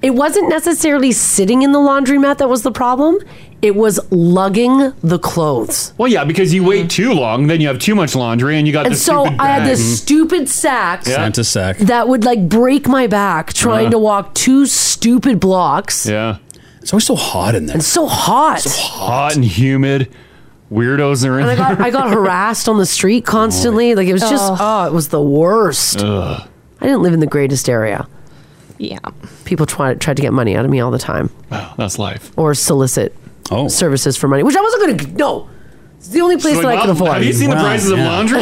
Speaker 2: It wasn't necessarily sitting in the laundromat that was the problem. It was lugging the clothes.
Speaker 3: Well, yeah, because you wait too long, then you have too much laundry, and you got.
Speaker 2: Mm-hmm. and
Speaker 3: this
Speaker 2: so
Speaker 3: stupid
Speaker 2: I had
Speaker 3: bag.
Speaker 2: this stupid sack
Speaker 3: Yeah. Santa sack.
Speaker 2: that would like break my back trying
Speaker 3: Uh.
Speaker 2: to walk two stupid blocks.
Speaker 3: Yeah.
Speaker 4: It's always so hot in there.
Speaker 2: It's so hot.
Speaker 3: Hot and humid. Weirdos are in
Speaker 2: And I got
Speaker 3: there.
Speaker 2: I got harassed on the street constantly. Like it was just
Speaker 3: Ugh.
Speaker 2: oh, it was the worst.
Speaker 3: Ugh.
Speaker 2: I didn't live in the greatest area.
Speaker 5: Yeah.
Speaker 2: People tried tried to get money out of me all the time
Speaker 3: Wow, that's life.
Speaker 2: or solicit services for money, which I wasn't going to no.
Speaker 15: It's the only place
Speaker 3: She's
Speaker 15: that
Speaker 3: like,
Speaker 15: I can
Speaker 3: "Well,
Speaker 15: afford.
Speaker 3: Have you seen the prices of laundry?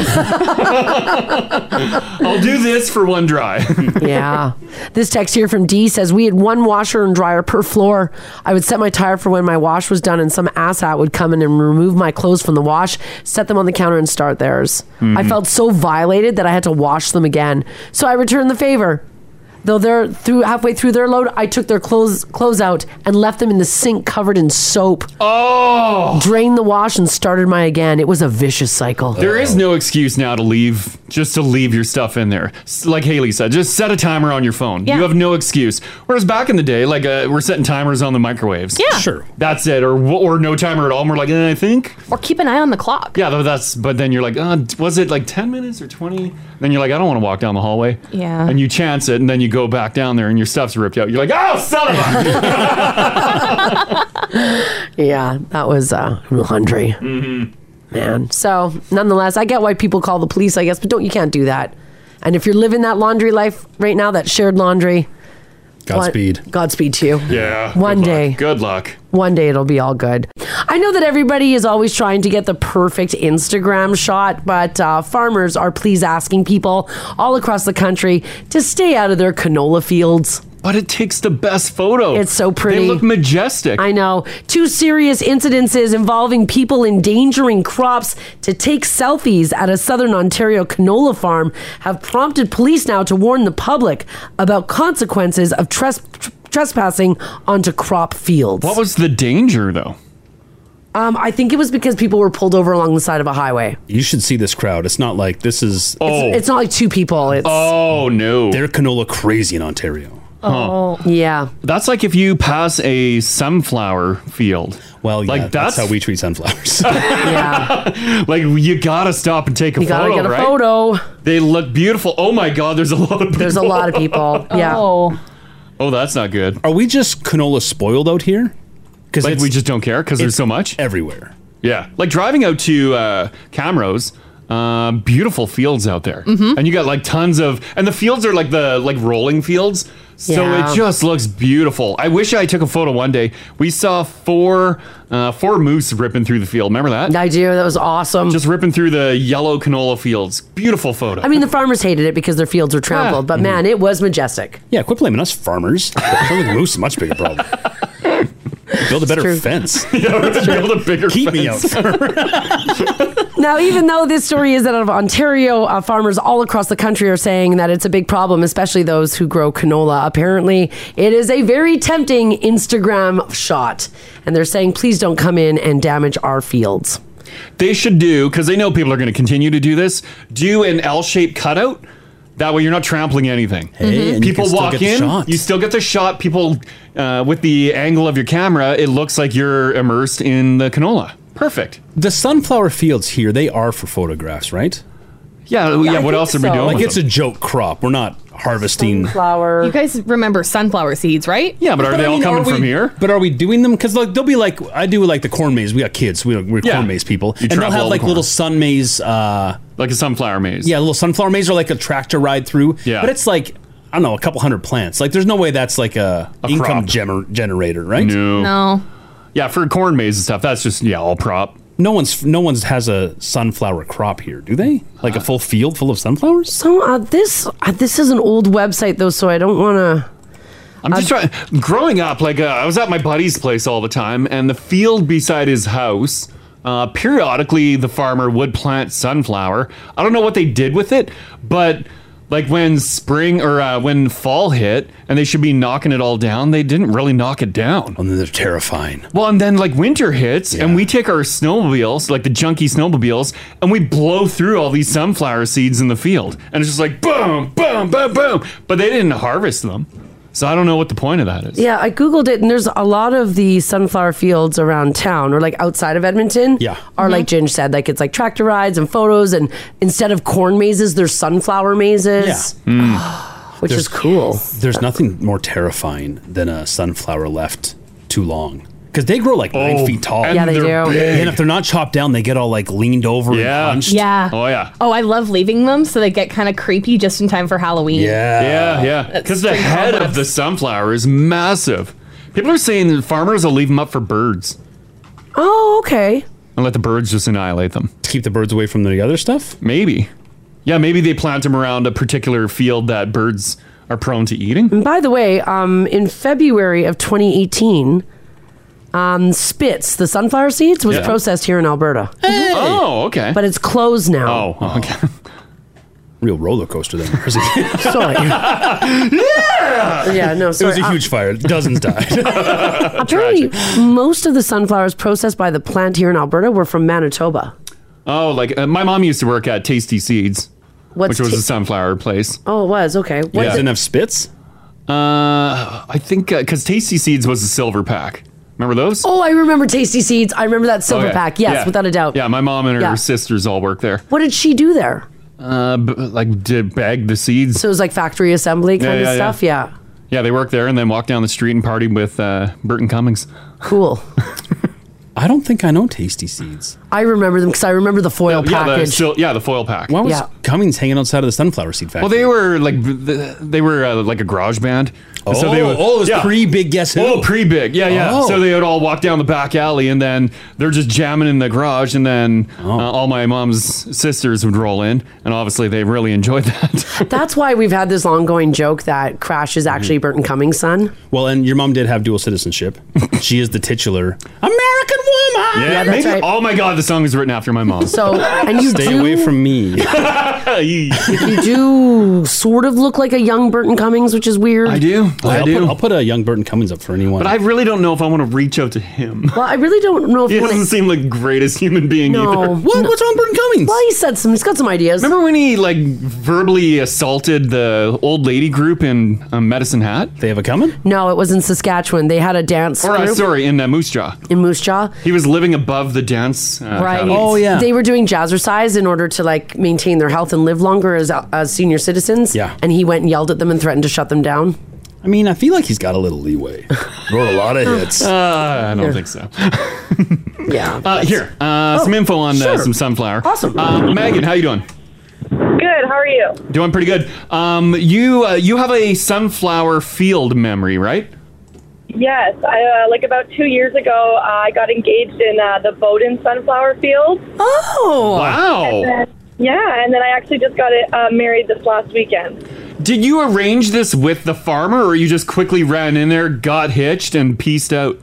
Speaker 3: I'll do this for one dry.
Speaker 2: yeah. This text here from D says we had one washer and dryer per floor. I would set my tire for when my wash was done, and some asshat would come in and remove my clothes from the wash, set them on the counter, and start theirs.
Speaker 1: Mhm.
Speaker 2: I felt so violated that I had to wash them again. So I returned the favor. Though they're through halfway through their load, I took their clothes clothes out and left them in the sink covered in soap.
Speaker 3: Oh!
Speaker 2: Drained the wash and started my again. It was a vicious cycle.
Speaker 3: There is no excuse now to leave, just to leave your stuff in there. S- Like Haley said, just set a timer on your phone. You have no excuse. Whereas back in the day, like uh, we're setting timers on the microwaves. Yeah, sure. That's it, or wh- or no timer at all. And we're like, eh, I think.
Speaker 5: Or keep an eye on the clock.
Speaker 3: Yeah, but that's. But then you're like, uh, d- was it like ten minutes or twenty? Then you're like, I don't want to walk down the hallway.
Speaker 5: Yeah.
Speaker 3: And you chance it, and then you go back down there, and your stuff's ripped out. You're like, oh, son of a.
Speaker 2: Yeah, that was uh, laundry. Mm-hmm. Man. So, nonetheless, I get why people call the police, I guess, but don't you can't do that. And if you're living that laundry life right now, that shared laundry,
Speaker 4: Godspeed.
Speaker 2: One, Godspeed to you.
Speaker 3: Yeah.
Speaker 2: One
Speaker 3: good
Speaker 2: day.
Speaker 3: Luck. Good luck.
Speaker 2: One day it'll be all good. I know that everybody is always trying to get the perfect Instagram shot, but uh, farmers are please asking people all across the country to stay out of their canola fields.
Speaker 3: But it takes the best photo.
Speaker 2: It's so pretty.
Speaker 3: They look majestic.
Speaker 2: I know. Two serious incidences involving people endangering crops to take selfies at a southern Ontario canola farm have prompted police now to warn the public about consequences of tres- tr- trespassing onto crop fields.
Speaker 3: What was the danger though?
Speaker 2: Um, I think it was because people were pulled over along the side of a highway.
Speaker 4: You should see this crowd. It's not like this is.
Speaker 2: It's, it's not like two people. It's
Speaker 3: Oh no.
Speaker 4: They're canola crazy in Ontario.
Speaker 2: Oh. yeah.
Speaker 3: That's like if you pass a sunflower field.
Speaker 4: Well,
Speaker 3: like
Speaker 4: that's how we treat sunflowers.
Speaker 3: yeah. Like you gotta stop and take a
Speaker 2: You
Speaker 3: photo.
Speaker 2: gotta get a
Speaker 3: right?
Speaker 2: photo.
Speaker 3: They look beautiful. Oh my god, there's a lot of people.
Speaker 2: There's a lot of people. Yeah.
Speaker 3: Oh, that's not good.
Speaker 4: Are we just canola spoiled out here? Because
Speaker 3: like we just don't care because there's
Speaker 4: it's
Speaker 3: so much
Speaker 4: everywhere.
Speaker 3: Yeah, like driving out to uh, Camrose. Uh, beautiful fields out there,
Speaker 2: Mm-hmm.
Speaker 20: Mhm.
Speaker 3: and you got like tons of, and the fields are like the like rolling fields, so
Speaker 20: Yeah.
Speaker 3: it just looks beautiful. I wish I took a photo one day. We saw four uh, four moose ripping through the field. Remember that?
Speaker 2: I do. That was awesome.
Speaker 3: Just ripping through the yellow canola fields. Beautiful photo.
Speaker 2: I mean, the farmers hated it because their fields were trampled, but man, it was majestic.
Speaker 4: Yeah, quit blaming us farmers. Building moose is a much bigger problem. Build a better fence.
Speaker 3: build a bigger
Speaker 4: Keep me out.
Speaker 3: fence.
Speaker 2: Now, even though this story is out of Ontario, uh, farmers all across the country are saying that it's a big problem, especially those who grow canola. Apparently, it is a very tempting Instagram shot, and they're saying, please don't come in and damage our fields.
Speaker 3: They should do because they know people are going to continue to do this. Do an L-shaped cutout. That way, you're not trampling anything.
Speaker 4: Hey, Mhm. and you
Speaker 3: People
Speaker 4: can still
Speaker 3: walk
Speaker 4: get the
Speaker 3: in,
Speaker 4: shot.
Speaker 3: you still get the shot. People uh, with the angle of your camera, it looks like you're immersed in the canola. Perfect.
Speaker 4: The sunflower fields here, they are for photographs, right?
Speaker 3: Yeah, yeah. what else are we doing?
Speaker 4: Like
Speaker 3: with
Speaker 4: it's
Speaker 3: them?
Speaker 4: a joke crop. We're not harvesting.
Speaker 2: Flower.
Speaker 5: You guys remember sunflower seeds, right?
Speaker 4: I mean, are we- But are we doing them? Because like they'll be like, I do like the corn maze. We got kids. We, we're
Speaker 3: Yeah.
Speaker 4: corn maze people.
Speaker 3: You
Speaker 4: and they'll
Speaker 3: travel all
Speaker 4: have
Speaker 3: the
Speaker 4: like
Speaker 3: corn.
Speaker 4: little sun maze. Uh,
Speaker 3: like a sunflower maze.
Speaker 4: Yeah, a little sunflower maze or like a tractor ride through.
Speaker 3: Yeah.
Speaker 4: But it's like, I don't know, a couple hundred plants. Like there's no way that's like a, income gener- generator, right?
Speaker 3: No.
Speaker 5: No.
Speaker 3: Yeah, for corn maze and stuff, that's just yeah, all prop.
Speaker 4: No one's no one's has a sunflower crop here, do they? Like a full field full of sunflowers?
Speaker 2: So, uh, this, uh, this is an old website, though, so I don't want to.
Speaker 3: I'm just
Speaker 4: Um,
Speaker 3: trying. Growing up, like uh, I was at my buddy's place all the time, and the field beside his house. Uh, periodically, the farmer would plant sunflower. I don't know what they did with it, but like when spring or uh, when fall hit, and they should be knocking it all down, they didn't really knock it down.
Speaker 4: And then they're terrifying.
Speaker 3: Well, and then like winter hits, and we take our snowmobiles, like the junky snowmobiles, and we blow through all these sunflower seeds in the field, and it's just like boom, boom, boom, boom. But they didn't harvest them, so I don't know what the point of that is.
Speaker 2: Yeah, I Googled it, and there's a lot of the sunflower fields around town or like outside of Edmonton.
Speaker 3: Yeah.
Speaker 2: Are like Ginge said, like it's like tractor rides and photos, and instead of corn mazes, there's sunflower mazes. Which is cool.
Speaker 4: Hmm. There's nothing more terrifying than a sunflower left too long. Because they grow like nine
Speaker 5: Oh,
Speaker 4: feet tall.
Speaker 5: and Yeah, they they're do. big.
Speaker 4: And if they're not chopped down, they get all like leaned over and hunched.
Speaker 5: Yeah.
Speaker 3: Oh yeah.
Speaker 5: Oh, I love leaving them so they get kind of creepy just in time for Halloween.
Speaker 3: Yeah, yeah.
Speaker 5: That's
Speaker 3: Because the
Speaker 5: pretty
Speaker 3: head
Speaker 5: complex.
Speaker 3: of the sunflower is massive. People are saying that farmers will leave them up for birds.
Speaker 2: Oh, okay.
Speaker 3: and let the birds just annihilate them. To keep the birds away from the other stuff? Maybe. Yeah, maybe they plant them around a particular field that birds are prone to eating.
Speaker 2: And by the way, um, in February of 2018, um, Spitz, the sunflower seeds, was
Speaker 3: Yeah.
Speaker 2: processed here in Alberta.
Speaker 3: Oh, okay.
Speaker 2: But it's closed now.
Speaker 3: Oh, okay.
Speaker 4: Real roller coaster then.
Speaker 2: Sorry.
Speaker 4: yeah.
Speaker 2: Yeah, no,
Speaker 4: It was
Speaker 2: sorry. Uh,
Speaker 4: a huge fire. Dozens died.
Speaker 2: Apparently, most of the sunflowers processed by the plant here in Alberta were from Manitoba.
Speaker 3: Oh, like uh, my mom used to work at Tasty Seeds,
Speaker 2: What's
Speaker 3: which was
Speaker 2: ta-
Speaker 3: a sunflower place.
Speaker 2: Oh, it was. Okay. What is it?
Speaker 3: have spits? Uh, I think because Tasty Seeds was a silver pack. Remember those?
Speaker 2: Oh, I remember Tasty Seeds. I remember that silver
Speaker 3: Okay.
Speaker 2: pack. Yes,
Speaker 3: Oh, Yeah.
Speaker 2: without a doubt.
Speaker 3: Yeah, my mom and her
Speaker 2: Yeah.
Speaker 3: sisters all work there.
Speaker 2: What did she do there?
Speaker 3: Uh, b- like did bag the seeds.
Speaker 2: So it was like factory assembly
Speaker 3: Yeah,
Speaker 2: kind
Speaker 3: yeah,
Speaker 2: of
Speaker 3: yeah.
Speaker 2: stuff. Yeah.
Speaker 3: yeah, they work there and then walk down the street and party with uh, Burton Cummings.
Speaker 2: Cool.
Speaker 3: I don't think I know Tasty Seeds.
Speaker 2: I remember them because I remember the foil
Speaker 3: yeah, the
Speaker 2: package.
Speaker 3: sil- yeah, the foil pack.
Speaker 4: Why was
Speaker 2: Yeah.
Speaker 4: Cummings hanging outside of the sunflower seed factory?
Speaker 3: Well, they were like b- th- they were uh, like a garage band. And they
Speaker 4: Oh, oh, it was
Speaker 3: pre-big guess who? Oh, pre-big, yeah, yeah.
Speaker 4: Oh.
Speaker 3: So they would all walk down the back alley, and then they're just jamming in the garage, and then
Speaker 2: Oh.
Speaker 3: uh, all my mom's sisters would roll in, and obviously they really enjoyed that.
Speaker 2: That's why we've had this ongoing joke that Crash
Speaker 3: Mm-hmm.
Speaker 2: is actually Burton Cummings' son.
Speaker 4: well, and your mom did have dual citizenship. she is the titular. American woman.
Speaker 3: Yeah,
Speaker 2: that's
Speaker 3: maybe-
Speaker 2: right.
Speaker 3: Oh my God, the song is written after my mom.
Speaker 2: So, and you
Speaker 4: Stay
Speaker 2: do,
Speaker 4: away from me.
Speaker 2: you do sort of look like a young Burton Cummings, which is weird.
Speaker 4: I
Speaker 3: do.
Speaker 4: I
Speaker 2: I
Speaker 4: will
Speaker 2: do.
Speaker 4: Put, I'll put a young Burton Cummings up for anyone.
Speaker 3: but I really don't know if I want to reach out to him.
Speaker 2: Well, I really don't know if
Speaker 3: He
Speaker 2: you wanna-
Speaker 3: doesn't seem like the greatest human being
Speaker 2: No.
Speaker 3: either.
Speaker 2: What? What's
Speaker 4: wrong, Burton Cummings?
Speaker 2: Well, he said some. He's got some ideas.
Speaker 3: Remember when he like verbally assaulted the old lady group in um, Medicine Hat?
Speaker 4: They have a coming.
Speaker 2: No, it was in Saskatchewan. They had a dance
Speaker 3: Or uh,
Speaker 2: group
Speaker 3: sorry, in uh, Moose Jaw.
Speaker 2: in Moose Jaw.
Speaker 3: He was living above the dance. Uh,
Speaker 2: Right.
Speaker 3: cabinet.
Speaker 2: They were doing jazzercise in order to like maintain their health and live longer as, as senior citizens. Yeah. And he went and yelled at them and threatened to shut them down.
Speaker 4: I mean, I feel like he's got a little leeway. Wrote a lot of hits.
Speaker 3: Uh, I don't think so.
Speaker 2: yeah.
Speaker 3: Uh, here, uh, some info on uh, some sunflower. Awesome. Um, Megan, how you doing?
Speaker 16: Good. How are you?
Speaker 3: Doing pretty good. Um, you uh, you have a sunflower field memory, right?
Speaker 16: Yes, I, uh, like about two years ago, uh, I got engaged in uh, the Bowden sunflower field.
Speaker 2: Oh,
Speaker 3: Wow.
Speaker 16: And then- yeah, and then I actually just got it, uh, married this last weekend.
Speaker 3: Did you arrange this with the farmer, or you just quickly ran in there, got hitched, and pieced out?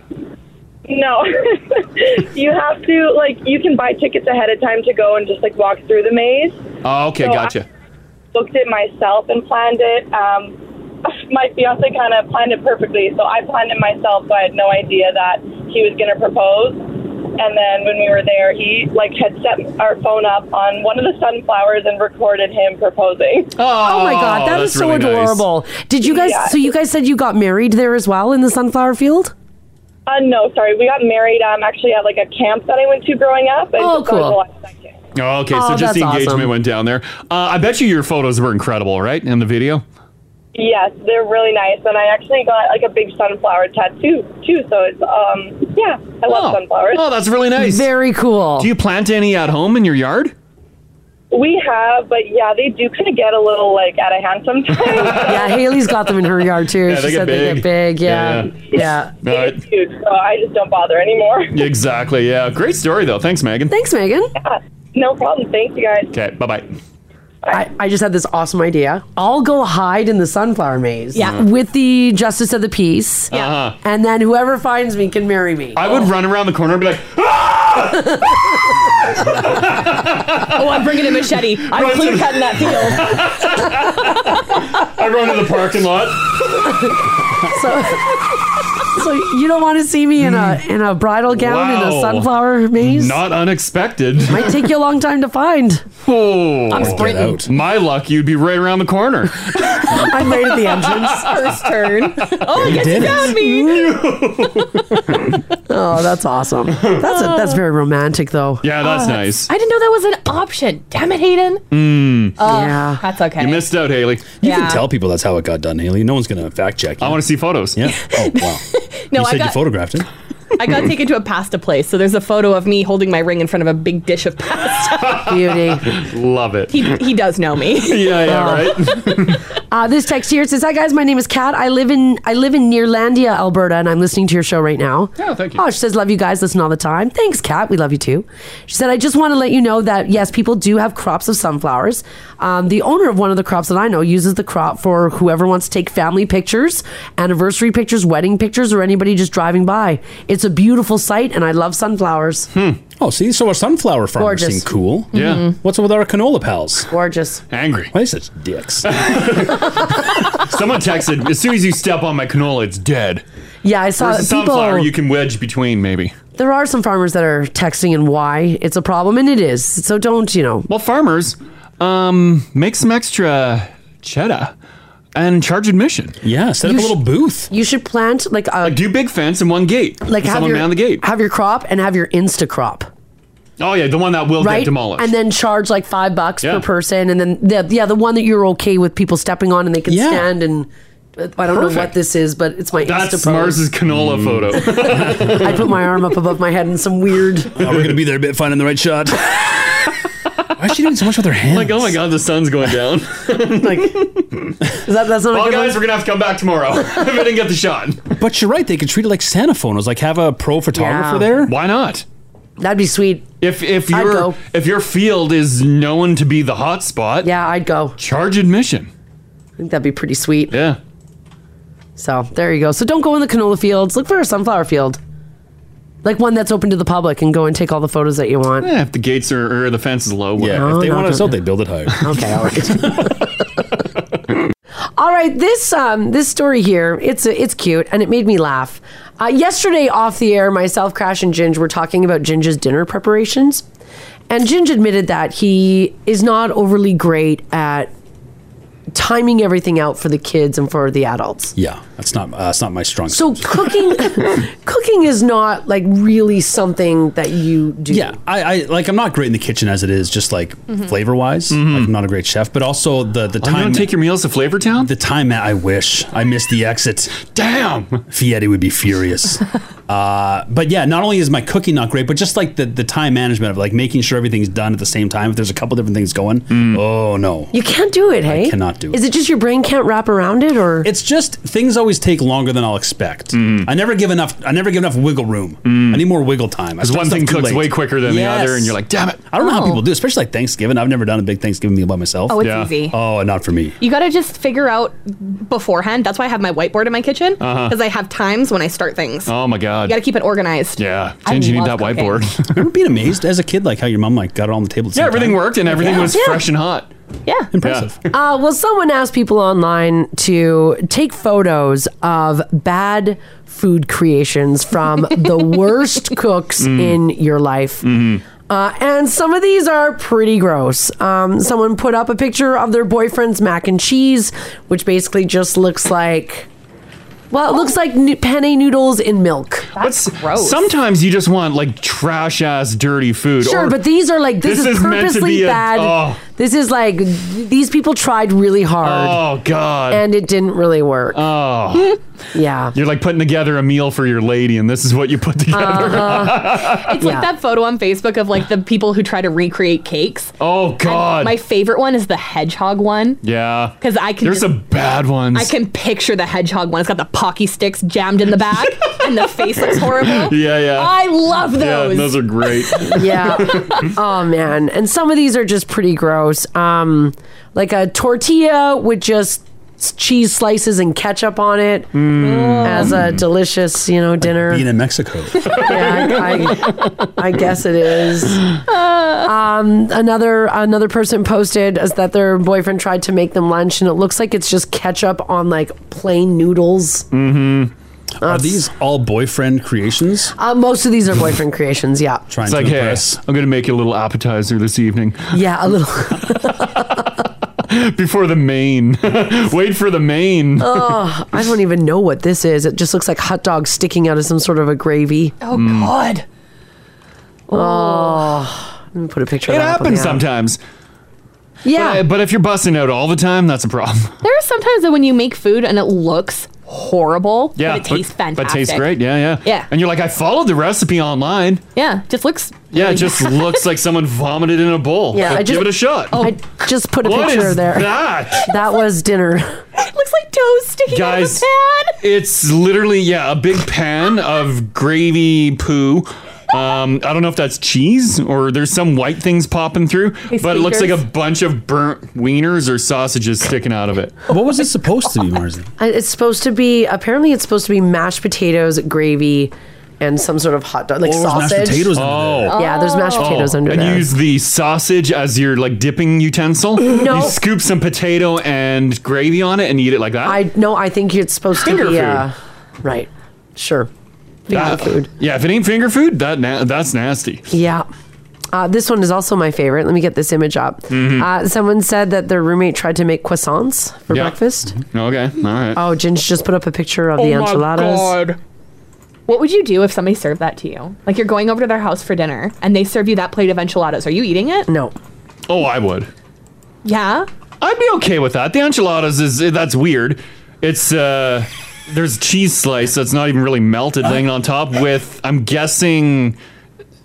Speaker 16: No, you have to like you can buy tickets ahead of time to go and just like walk through the maze.
Speaker 3: Oh, okay,
Speaker 16: So I-
Speaker 3: gotcha.
Speaker 16: Booked it myself and planned it. Um, my fiance kind of planned it perfectly, so I planned it myself. So I had no idea that he was going to propose. And then when we were there, he like had set our phone up on one of the sunflowers and recorded him proposing.
Speaker 2: Oh, my God. That is so adorable. Did you guys,
Speaker 16: Yeah.
Speaker 2: so you guys said you got married there as well in the sunflower field?
Speaker 16: Uh, no, sorry, we got married. Um, actually at like a camp that I went to growing up. and
Speaker 2: Oh,
Speaker 16: just on
Speaker 2: cool.
Speaker 16: July
Speaker 3: Oh, okay, so
Speaker 16: Oh,
Speaker 3: just the
Speaker 16: that's
Speaker 3: engagement
Speaker 16: awesome.
Speaker 3: went down there. Uh, I bet you your photos were incredible, right? In the video.
Speaker 16: Yes, they're really nice, and I actually got like a big sunflower tattoo too. So it's um, yeah, I love sunflowers.
Speaker 3: Oh, that's really nice.
Speaker 2: Very cool.
Speaker 3: Do you plant any at home in your yard?
Speaker 16: We have, but yeah, they do kind of get a little like out of hand sometimes.
Speaker 2: yeah, Haley's got them in her yard too.
Speaker 3: Yeah,
Speaker 2: she
Speaker 3: they get
Speaker 2: said they
Speaker 3: big.
Speaker 2: get big. Yeah.
Speaker 3: Yeah,
Speaker 2: Yeah.
Speaker 3: All right.
Speaker 16: Cute, so I just don't bother anymore.
Speaker 3: Exactly. Yeah. Great story though. Thanks, Megan.
Speaker 2: Thanks, Megan.
Speaker 16: No problem. Thank you guys.
Speaker 3: Okay. Bye bye.
Speaker 2: I, I just had this awesome idea. I'll go hide in the sunflower maze.
Speaker 3: Yeah.
Speaker 2: With the justice of the peace.
Speaker 3: Yeah. Mm-hmm. Uh-huh.
Speaker 2: And then whoever finds me can marry me.
Speaker 3: I would run around the corner and be like, "Ah!"
Speaker 5: Oh, I'm bringing a machete. I'm
Speaker 3: Right.
Speaker 5: clear cutting that field.
Speaker 3: I run to the parking lot.
Speaker 2: so, so you don't want to see me in a in a bridal gown in
Speaker 3: Mm. Wow.
Speaker 2: a sunflower maze?
Speaker 3: Not unexpected.
Speaker 2: Might take you a long time to find.
Speaker 3: Oh,
Speaker 2: I'm sprinting.
Speaker 3: My luck, you'd be right around the corner.
Speaker 2: I'm right at the entrance.
Speaker 5: First turn. Oh, I
Speaker 3: You
Speaker 5: guess
Speaker 3: did
Speaker 5: you
Speaker 3: it.
Speaker 5: found me.
Speaker 2: Oh, that's awesome. That's a, that's very romantic though.
Speaker 3: Yeah, that's
Speaker 5: Ah.
Speaker 3: nice.
Speaker 5: I didn't know that was an option. Damn it, Hayden.
Speaker 3: Mm.
Speaker 5: Oh, That's okay.
Speaker 3: You missed out, Haley.
Speaker 4: You
Speaker 5: Yeah.
Speaker 4: can tell people that's how it got done, Haley. No one's going to fact check you. I want
Speaker 3: to see photos.
Speaker 4: Yeah. Oh, wow.
Speaker 5: No,
Speaker 4: you
Speaker 5: I
Speaker 4: said
Speaker 5: got-
Speaker 4: you photographed it.
Speaker 5: I got taken to a pasta place, so there's a photo of me holding my ring in front of a big dish of pasta.
Speaker 21: Love it.
Speaker 5: He, he does know me.
Speaker 21: yeah, yeah, right.
Speaker 2: Uh, this text here says, "Hi guys, my name is Kat. I live in I live in Nearlandia, Alberta, and I'm listening to your show right now. Oh, thank you. Oh, she says, love you guys, listen all the time. Thanks, Kat. We love you too. She said, I just want to let you know that yes, people do have crops of sunflowers. Um, the owner of one of the crops that I know uses the crop for whoever wants to take family pictures, anniversary pictures, wedding pictures, or anybody just driving by. It's a beautiful sight, and I love sunflowers.
Speaker 4: Oh, see, so our sunflower farmers
Speaker 2: Gorgeous.
Speaker 4: seem cool.
Speaker 2: Yeah. Mhm.
Speaker 4: What's up with our canola pals?
Speaker 2: Gorgeous.
Speaker 4: Angry. Why such dicks?
Speaker 3: Someone texted, as soon as you step on my canola, it's dead.
Speaker 2: Yeah, I saw
Speaker 3: Where's the
Speaker 2: people-
Speaker 3: sunflower you can wedge between, maybe.
Speaker 2: There are some farmers that are texting and why it's a problem, and it is. So don't you know?
Speaker 3: Well, farmers, um, make some extra cheddar and charge admission.
Speaker 4: Yeah, set
Speaker 2: You sh-
Speaker 4: booth.
Speaker 2: You should plant like a
Speaker 3: do big fence and one gate.
Speaker 2: like have
Speaker 3: someone
Speaker 2: your
Speaker 3: man the gate.
Speaker 2: have your crop and have your Insta crop.
Speaker 3: Oh yeah, the one that will
Speaker 2: right,
Speaker 3: get demolished.
Speaker 2: and then charge like five bucks
Speaker 3: Yeah.
Speaker 2: per person, and then the yeah the one that you're okay with people stepping on and they can
Speaker 3: Yeah.
Speaker 2: stand and I don't know what
Speaker 3: Perfect.
Speaker 2: this is, but it's my Insta
Speaker 3: That's
Speaker 2: pose.
Speaker 3: Mars's
Speaker 4: Mm.
Speaker 3: canola photo.
Speaker 2: I put my arm up above my head in some weird.
Speaker 4: Oh, we're gonna be there a bit finding the right shot. Why is she doing so much with her hands? Like, oh my
Speaker 3: god, the sun's going down.
Speaker 2: like, is that that's not
Speaker 3: well,
Speaker 2: a good
Speaker 3: guys,
Speaker 2: one?
Speaker 3: we're gonna have to come back tomorrow if I didn't get the shot.
Speaker 4: But you're right. They could treat it like Santa photos. Like have a pro photographer
Speaker 2: Yeah.
Speaker 4: there.
Speaker 3: Why not?
Speaker 2: That'd be sweet.
Speaker 3: If if
Speaker 2: I'd
Speaker 3: your
Speaker 2: go.
Speaker 3: if your field is known to be the hot spot,
Speaker 2: yeah, I'd go.
Speaker 3: Charge admission.
Speaker 2: I think that'd be pretty sweet.
Speaker 3: Yeah.
Speaker 2: So there you go. So don't go in the canola fields. Look for a sunflower field, like one that's open to the public, and go and take all the photos that you want.
Speaker 3: Yeah, if the gates are or the fence is low.
Speaker 2: Yeah, No, if they no, want us don't- out,
Speaker 4: they build it higher.
Speaker 2: okay, all right. All right, this um this story here, it's it's cute and it made me laugh. Uh, yesterday off the air, myself, Crash, and Ginge were talking about Ginge's dinner preparations, and Ginge admitted that he is not overly great at timing everything out for the kids and for the adults.
Speaker 4: Yeah, that's not uh, that's not my strong.
Speaker 2: So cooking, cooking is not like really something that you do.
Speaker 4: Yeah, I, I like. I'm not great in the kitchen as it is, just like
Speaker 2: Mhm.
Speaker 4: flavor wise. I'm not a great chef, but also the the
Speaker 3: Mm-hmm. Oh, you
Speaker 4: time.
Speaker 3: don't take your meals to Flavor Town.
Speaker 4: The time that I wish I missed the exit.
Speaker 3: Damn,
Speaker 4: Fietti would be furious. uh, but yeah, not only is my cooking not great, but just like the the time management of like making sure everything's done at the same time. If there's a couple different things going,
Speaker 3: Mm.
Speaker 4: oh no.
Speaker 2: You can't do it, hey?
Speaker 4: cannot do
Speaker 2: Is it just your brain can't wrap around it, or
Speaker 4: It's just things always take longer than I'll expect.
Speaker 3: Mm-hmm.
Speaker 4: I never give enough. I never give enough wiggle room. I need more wiggle time. I
Speaker 3: Mm. Because
Speaker 4: start
Speaker 3: one
Speaker 4: stuff
Speaker 3: thing
Speaker 4: too
Speaker 3: cooks
Speaker 4: late.
Speaker 3: way quicker than the other, and you're like, damn it.
Speaker 4: I don't know how people do, especially like Thanksgiving. I've never done a big Thanksgiving meal by myself.
Speaker 5: Oh, it's Yeah. easy.
Speaker 4: Oh, not for me.
Speaker 5: You got to just figure out beforehand. That's why I have my whiteboard in my kitchen
Speaker 4: Uh-huh.
Speaker 5: because I have times when I start things.
Speaker 3: Oh my god.
Speaker 5: You got to keep it organized.
Speaker 3: Yeah,
Speaker 5: I
Speaker 3: Ginge, you need that
Speaker 5: love cooking.
Speaker 3: whiteboard.
Speaker 4: Remember being amazed as a kid, like how your mom like got it all on the table. At the
Speaker 3: Yeah,
Speaker 4: same
Speaker 3: everything
Speaker 4: time?
Speaker 3: worked and everything was fresh and hot.
Speaker 5: Yeah,
Speaker 4: impressive.
Speaker 2: uh, well, someone asked people online to take photos of bad food creations from the worst cooks
Speaker 3: Mm.
Speaker 2: in your life.
Speaker 3: Mm-hmm.
Speaker 2: Uh, and some of these are pretty gross. Um, someone put up a picture of their boyfriend's mac and cheese, which basically just looks like, well, it looks like nu- penne noodles in milk.
Speaker 3: That's gross. Sometimes you just want like trash ass dirty food.
Speaker 2: Sure,
Speaker 3: or-
Speaker 2: but these are like this,
Speaker 3: This
Speaker 2: is
Speaker 3: is meant to
Speaker 2: purposely
Speaker 3: be a-
Speaker 2: bad.
Speaker 3: oh.
Speaker 2: This is like these people tried really hard.
Speaker 3: Oh god.
Speaker 2: And it didn't really work.
Speaker 3: Oh.
Speaker 2: yeah.
Speaker 3: You're like putting together a meal for your lady, and this is what you put together.
Speaker 5: Uh-huh. It's like that photo on Facebook of like the people who try to recreate cakes.
Speaker 3: Oh God.
Speaker 5: my favorite one is the hedgehog one
Speaker 3: yeah.
Speaker 5: because I can.
Speaker 3: There's
Speaker 5: just-
Speaker 3: some bad ones.
Speaker 5: I can picture the hedgehog one. It's got the pocky sticks jammed in the back, and the face looks horrible.
Speaker 3: Yeah, yeah.
Speaker 5: I love
Speaker 3: Yeah,
Speaker 5: those.
Speaker 3: those are great.
Speaker 2: yeah. oh man. And some of these are just pretty gross. Um, like a tortilla with just s- cheese slices and ketchup on it
Speaker 3: Mm.
Speaker 2: as a delicious, you know, dinner.
Speaker 4: Being in Mexico.
Speaker 2: yeah, I, I, I guess it is. Um, another another person posted is that their boyfriend tried to make them lunch, and it looks like it's just ketchup on like plain noodles.
Speaker 4: Mm-hmm. Are these all boyfriend creations?
Speaker 2: Uh, most of these are boyfriend creations. Yeah,
Speaker 3: it's like, hey, I'm gonna make you a little appetizer this evening
Speaker 2: yeah, a little.
Speaker 3: before the main. Wait for the main.
Speaker 2: oh, I don't even know what this is. It just looks like hot dogs sticking out of some sort of a gravy.
Speaker 5: Oh God.
Speaker 2: Oh, let me put a picture.
Speaker 3: It
Speaker 2: of that up on
Speaker 3: happens
Speaker 2: the app.
Speaker 3: sometimes.
Speaker 2: Yeah.
Speaker 3: But, but if you're busting out all the time, that's a problem.
Speaker 5: There are sometimes that when you make food and it looks horrible.
Speaker 3: Yeah,
Speaker 5: but it tastes fantastic.
Speaker 3: But tastes great. Yeah, yeah,
Speaker 5: Yeah.
Speaker 3: And you're like, I followed the recipe online.
Speaker 5: Yeah, just looks.
Speaker 3: Yeah, it
Speaker 5: really
Speaker 3: just
Speaker 5: bad.
Speaker 3: looks like someone vomited in a bowl.
Speaker 2: Yeah,
Speaker 3: Like,
Speaker 2: I just-
Speaker 3: give it a shot.
Speaker 5: Oh.
Speaker 2: I just put a
Speaker 3: What
Speaker 2: picture
Speaker 3: is
Speaker 2: there.
Speaker 3: that?
Speaker 2: That was dinner.
Speaker 5: it looks like toast sticking
Speaker 3: Guys,
Speaker 5: out of
Speaker 3: it's literally yeah, a big pan of gravy poo. Um, I don't know if that's cheese or there's some white things popping through,
Speaker 5: It's
Speaker 3: but it looks like a
Speaker 5: fingers.
Speaker 3: bunch of burnt wieners or sausages sticking out of it.
Speaker 4: What was it supposed to be, Marzi?
Speaker 2: I- It's supposed to be apparently it's supposed to be mashed potatoes, gravy, and some sort of hot dog like sausage.
Speaker 3: Oh,
Speaker 2: yeah, there's mashed potatoes under
Speaker 3: and
Speaker 2: there.
Speaker 3: use the sausage as your like dipping utensil.
Speaker 2: No.
Speaker 3: you scoop some potato and gravy on it and eat it like that.
Speaker 2: I no, I think it's supposed
Speaker 3: Finger
Speaker 2: to be
Speaker 3: food.
Speaker 2: uh, right. Sure.
Speaker 3: That- Yeah, if it ain't finger food, that na- that's nasty.
Speaker 2: Yeah. Uh, this one is also my favorite. Let me get this image up.
Speaker 5: Mm-hmm.
Speaker 3: Mhm.
Speaker 2: Uh, someone said that their roommate tried to make croissants for
Speaker 3: Yeah.
Speaker 2: breakfast.
Speaker 3: Okay, all right.
Speaker 2: Oh, Ginge just put up a picture of
Speaker 5: Oh
Speaker 2: the
Speaker 5: my
Speaker 2: enchiladas.
Speaker 5: God. What would you do if somebody served that to you? Like you're going over to their house for dinner and they serve you that plate of enchiladas. Are you eating it?
Speaker 2: No.
Speaker 3: Oh, I would.
Speaker 5: Yeah.
Speaker 3: I'd be okay with that. The enchiladas is that's weird. It's uh there's cheese slice that's not even really melted
Speaker 2: Uh.
Speaker 3: laying on top with I'm guessing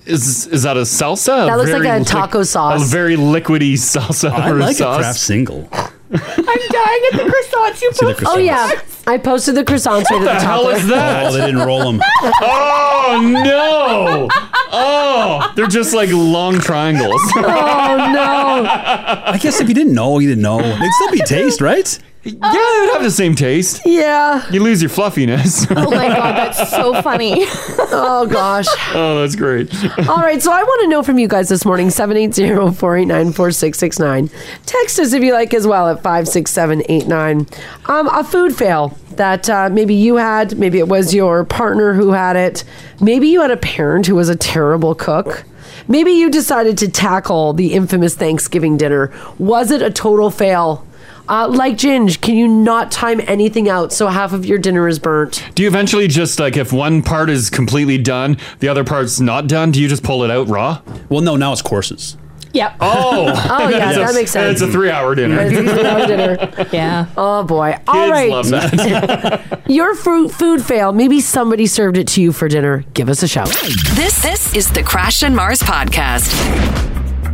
Speaker 3: is is that a
Speaker 4: Oh,
Speaker 3: salsa?
Speaker 2: That looks like a
Speaker 3: liq-
Speaker 2: taco sauce.
Speaker 3: A very liquidy salsa.
Speaker 4: I
Speaker 3: or
Speaker 4: like a
Speaker 3: sauce.
Speaker 4: Kraft single.
Speaker 5: I'm dying at the croissants you
Speaker 4: See the
Speaker 2: Oh yeah, I posted the croissants right at the
Speaker 4: What the
Speaker 2: top.
Speaker 4: hell
Speaker 2: there.
Speaker 4: is that? Oh, they didn't roll 'em.
Speaker 3: Oh no! Oh, they're just like long triangles.
Speaker 2: Oh no!
Speaker 4: I guess if you didn't know, you didn't know. They'd still be taste, right?
Speaker 3: Yeah, they'd have the same taste.
Speaker 2: Yeah.
Speaker 3: You lose your fluffiness.
Speaker 5: Oh my god, that's so funny.
Speaker 2: oh gosh.
Speaker 3: Oh, that's great.
Speaker 2: All right, so I want to know from you guys this morning 780 489 4669. Text us if you like as well at 56789. Um, a food fail that uh, maybe you had, maybe it was your partner who had it, maybe you had a parent who was a terrible cook. Maybe you decided to tackle the infamous Thanksgiving dinner. Was it a total fail? Uh, like Ginge, can you not time anything out so half of your dinner is burnt?
Speaker 3: Do you eventually just like if one part is completely done, the other part's not done? Do you just pull it out raw?
Speaker 4: Well, no, now it's courses.
Speaker 5: Yep.
Speaker 3: Oh,
Speaker 2: Oh, yeah, that makes sense.
Speaker 3: It's a three-hour dinner.
Speaker 2: It's a three-hour dinner.
Speaker 5: Yeah.
Speaker 2: Oh boy. All right.
Speaker 3: love that.
Speaker 2: Your fruit food fail. Maybe somebody served it to you for dinner. Give us a shout.
Speaker 1: This this is the Crash and Mars podcast.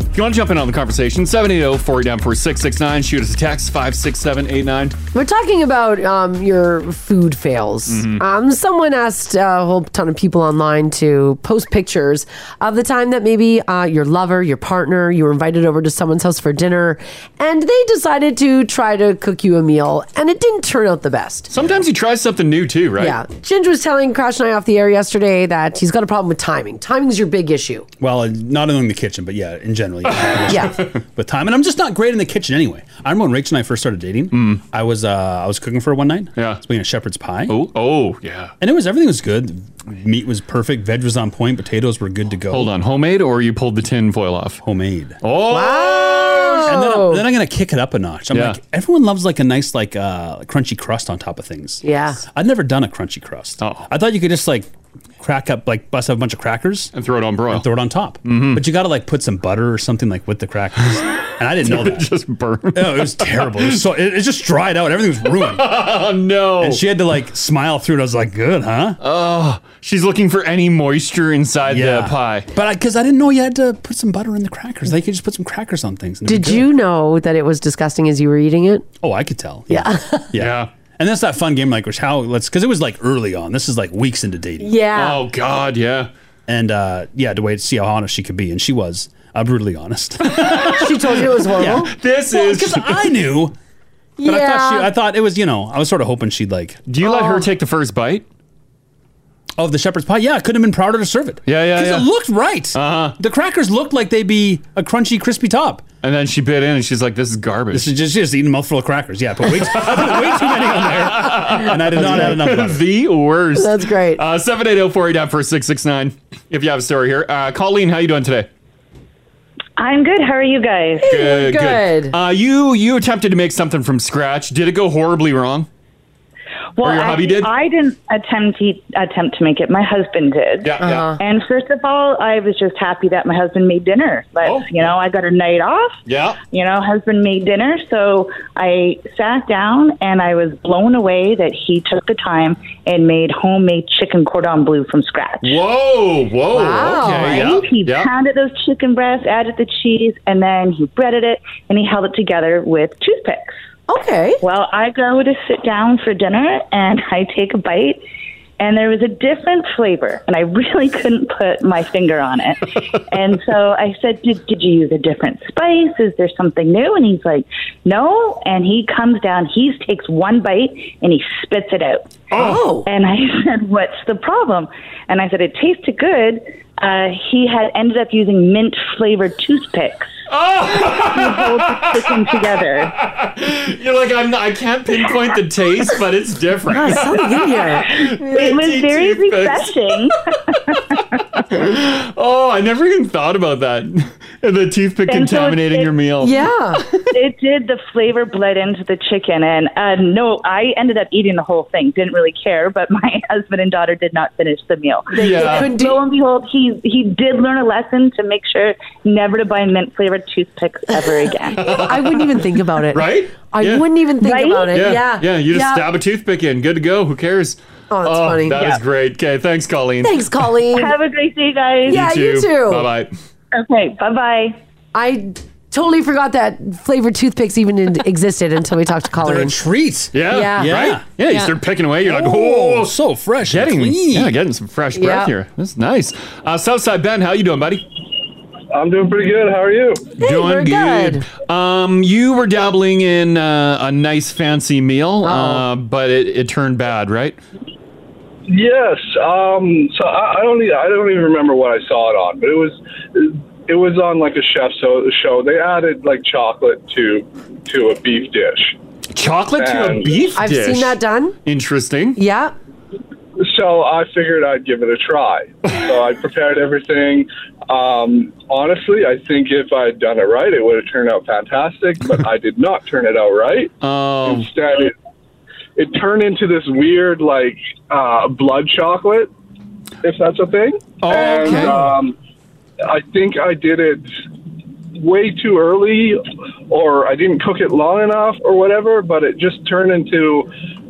Speaker 3: if you want to jump in on the conversation, oh, 780-489-4669. Shoot us a text, 56789.
Speaker 2: We're talking about um, your food fails.
Speaker 3: Mhm.
Speaker 2: Um, someone asked uh, a whole ton of people online to post pictures of the time that maybe uh, your lover, your partner, you were invited over to someone's house for dinner, and they decided to try to cook you a meal, and it didn't turn out the best.
Speaker 3: Sometimes you try something new too, right?
Speaker 2: Yeah. Ginge was telling Crash and I off the air yesterday that he's got a problem with timing. Timing's your big issue.
Speaker 4: Well, uh, not only in the kitchen, but yeah, in general. Yeah.
Speaker 2: Yeah.
Speaker 4: With time, and I'm just not great in the kitchen anyway. I remember when Rachel and I first started dating.
Speaker 3: Mm.
Speaker 4: I was uh, I was cooking for her one night. Yeah, I was making a shepherd's pie.
Speaker 3: Oh, oh, yeah.
Speaker 4: And it was everything was good. Meat was perfect. Veg was on point. Potatoes were good to go.
Speaker 3: Hold on, homemade or you pulled the tin foil off?
Speaker 4: Homemade.
Speaker 3: Oh,
Speaker 4: And then I'm, then I'm gonna kick it up a notch. I'm
Speaker 3: Yeah.
Speaker 4: like, everyone loves like a nice like uh, crunchy crust on top of things.
Speaker 2: Yeah.
Speaker 4: I'd never done a crunchy crust. Oh. I thought you could just like crack up like bust up a bunch of crackers
Speaker 3: and throw it on broil. Mm-hmm.
Speaker 4: throw it on top. But you got to like put some butter or something like with the crackers. and I didn't know
Speaker 3: Dude, it
Speaker 4: that.
Speaker 3: just burned.
Speaker 4: No, it was terrible. It, was so, it, it just dried out. Everything was ruined.
Speaker 3: oh no!
Speaker 4: And she had to like smile through it. I was like, good, huh?
Speaker 3: Oh, she's looking for any moisture inside the pie.
Speaker 4: But because I, didn't know you had to put some butter in the crackers, they could just put some crackers on things. and it'd be
Speaker 2: Did you know that it was disgusting as you were eating it?
Speaker 4: Oh, I could tell. Yeah. Yeah. And that's that fun game, like, which how let's, because it was like early on. This is like weeks into dating.
Speaker 2: Yeah. Oh,
Speaker 3: God. Yeah.
Speaker 4: And uh, yeah, to wait to see how honest she could be. And she was uh, brutally honest.
Speaker 2: she told you it was horrible.
Speaker 3: This
Speaker 4: is. Because I knew. But I thought she,
Speaker 2: Yeah.
Speaker 4: I thought it was, you know, I was sort of hoping she'd like.
Speaker 3: Do you let her take the first bite?
Speaker 4: Of the shepherd's pie? Yeah, I couldn't have been prouder to serve it.
Speaker 3: Yeah, yeah,
Speaker 4: Because
Speaker 3: yeah. Uh-huh.
Speaker 4: it looked right. Uh huh. The crackers looked like they'd be a crunchy, crispy top.
Speaker 3: And then she bit in and she's like, this is garbage.
Speaker 4: This is just, just eating a mouthful of crackers. Yeah, but wait, way too many on there. And I did not have enough butter.
Speaker 3: the worst.
Speaker 2: That's great.
Speaker 3: Uh, 780-489-4669 if you have a story here. Uh, Colleen, how you doing today?
Speaker 22: I'm good. How are you guys?
Speaker 3: Uh, you you attempted to make something from scratch. Did it go horribly wrong?
Speaker 22: Well,
Speaker 3: or your hubby
Speaker 22: I,
Speaker 3: did?
Speaker 22: I didn't attempt to, attempt to make it. My husband did.
Speaker 3: Yeah, yeah. Uh-huh.
Speaker 22: And first of all, I was just happy that my husband made dinner. But
Speaker 3: Oh.
Speaker 22: you know, I got a night off.
Speaker 3: Yeah.
Speaker 22: You know, husband made dinner, so I sat down and I was blown away that he took the time and made homemade chicken cordon bleu from scratch.
Speaker 3: Whoa! Whoa! Wow, Oh, okay, right? yeah,
Speaker 22: He
Speaker 3: yeah.
Speaker 22: pounded those chicken breasts, added the cheese, and then he breaded it and he held it together with toothpicks.
Speaker 2: Okay.
Speaker 22: Well, I go to sit down for dinner and I take a bite and there was a different flavor and I really couldn't put my finger on it. and so I said, did, did you use a different spice? Is there something new? And he's like, no. And he comes down, he takes one bite and he spits it out.
Speaker 2: Oh.
Speaker 22: And I said, what's the problem? And I said, it tasted good. Uh, he had ended up using mint flavored toothpicks. Oh! chicken together.
Speaker 3: You're like I'm. Not, I can't pinpoint the taste, but it's different.
Speaker 22: It was very refreshing.
Speaker 3: Oh, I never even thought about that. the toothpick
Speaker 22: And so
Speaker 3: contaminating
Speaker 22: it-
Speaker 3: your meal.
Speaker 22: it did. The flavor bled into the chicken. And uh, no, I ended up eating the whole thing. Didn't really care, but my husband and daughter did not finish the meal.
Speaker 2: They- they Yeah. couldn't
Speaker 22: Lo and behold, he, he did learn a lesson to make sure never to buy mint flavored toothpicks ever again.
Speaker 2: I wouldn't even think about it.
Speaker 3: Right?
Speaker 2: I wouldn't even think about it. Yeah.
Speaker 3: yeah. you just
Speaker 2: Yeah.
Speaker 3: stab a toothpick in. Good to go. Who cares?
Speaker 2: Oh, that's funny.
Speaker 3: That is
Speaker 2: Yeah.
Speaker 3: great. Okay, thanks, Colleen.
Speaker 2: Thanks, Colleen.
Speaker 22: Have a great day, guys.
Speaker 3: Bye bye.
Speaker 22: Okay, bye bye.
Speaker 2: I totally forgot that flavored toothpicks even in- existed until we talked to Colleen.
Speaker 3: treat. Yeah.
Speaker 2: Yeah. Yeah.
Speaker 3: Right? Yeah, you
Speaker 2: Yeah.
Speaker 3: start picking away. You're like,
Speaker 2: Oh,
Speaker 3: oh, so fresh. Getting,
Speaker 23: clean.
Speaker 3: Yeah, getting some fresh
Speaker 23: Yeah.
Speaker 3: breath here. That's nice. Uh, Southside Ben, how you doing, buddy?
Speaker 10: I'm doing pretty good. How are you?
Speaker 3: doing good. Um, you were dabbling in uh, a nice fancy meal, uh, but it, it turned bad, right?
Speaker 10: Yes. Um, so I, I don't. e- I don't even remember what I saw it on, but it was. It was on like a chef so, show. They added like chocolate to to a beef dish.
Speaker 3: Chocolate to a
Speaker 10: And-
Speaker 3: beef
Speaker 10: I've
Speaker 3: dish.
Speaker 10: seen that
Speaker 2: done.
Speaker 3: Interesting.
Speaker 2: Yeah.
Speaker 10: So I figured I'd give it a try. so I prepared everything. Um, honestly, I think if I had done it right, it would have turned out fantastic. But I did not turn it out right.
Speaker 3: Oh.
Speaker 10: Instead, it, it turned into this weird like uh, blood chocolate, if that's a thing.
Speaker 3: Oh,
Speaker 10: and
Speaker 3: okay.
Speaker 10: um, I think I did it way too early or I didn't cook it long enough or whatever, but it just turned into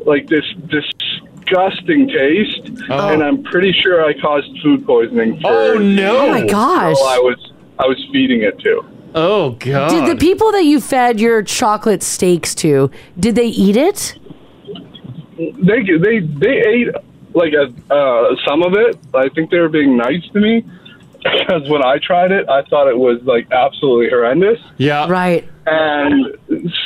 Speaker 10: like this disgusting taste
Speaker 3: Oh.
Speaker 10: and I'm pretty sure I caused food poisoning for
Speaker 3: Oh, no. Oh, my gosh.
Speaker 10: Well, I was I was feeding it to.
Speaker 3: Oh god.
Speaker 2: Did the people that you fed your chocolate steaks to, did they eat it?
Speaker 10: They they they ate like a, uh, some of it. I think they were being nice to me because when I tried it, I thought it was like absolutely horrendous.
Speaker 3: Yeah.
Speaker 2: Right.
Speaker 10: And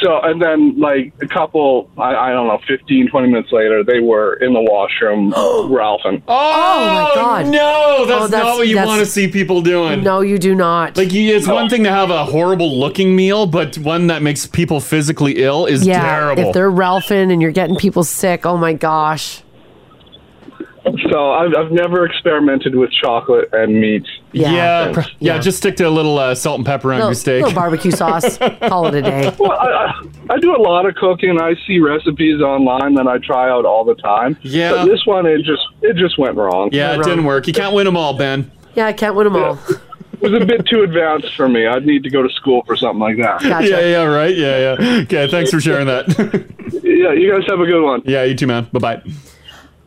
Speaker 10: so, and then like a couple, I, I don't know, 15, 20 minutes later, they were in the washroom, Ralphing.
Speaker 3: Oh,
Speaker 2: my god.
Speaker 3: No, that's,
Speaker 2: Oh,
Speaker 3: not what you
Speaker 2: that's-
Speaker 3: want to see people doing.
Speaker 2: No, you do not.
Speaker 3: Like, you, it's one thing to have a horrible looking meal, but one that makes people physically ill is
Speaker 2: yeah,
Speaker 3: terrible.
Speaker 2: if they're ralphing and you're getting people sick, oh my gosh.
Speaker 10: So I've, I've never experimented with chocolate and meat.
Speaker 3: yeah, yeah, pr- yeah, just stick to a little uh, salt and pepper on
Speaker 2: Little,
Speaker 3: your steak.
Speaker 2: little barbecue sauce. Call it a day.
Speaker 10: Well, I, I, I do a lot of cooking. I see recipes online that I try out all the time.
Speaker 3: Yeah.
Speaker 10: But this one, it just it just went wrong.
Speaker 3: Yeah, it didn't work. You can't win them all, Ben.
Speaker 2: Yeah, I can't win them all.
Speaker 10: It was a bit too advanced for me. I'd need to go to school for something like that.
Speaker 3: Yeah, yeah, right. Yeah, yeah. Okay, thanks for sharing that.
Speaker 10: yeah, you guys have a good one.
Speaker 3: Yeah, you too, man. Bye bye.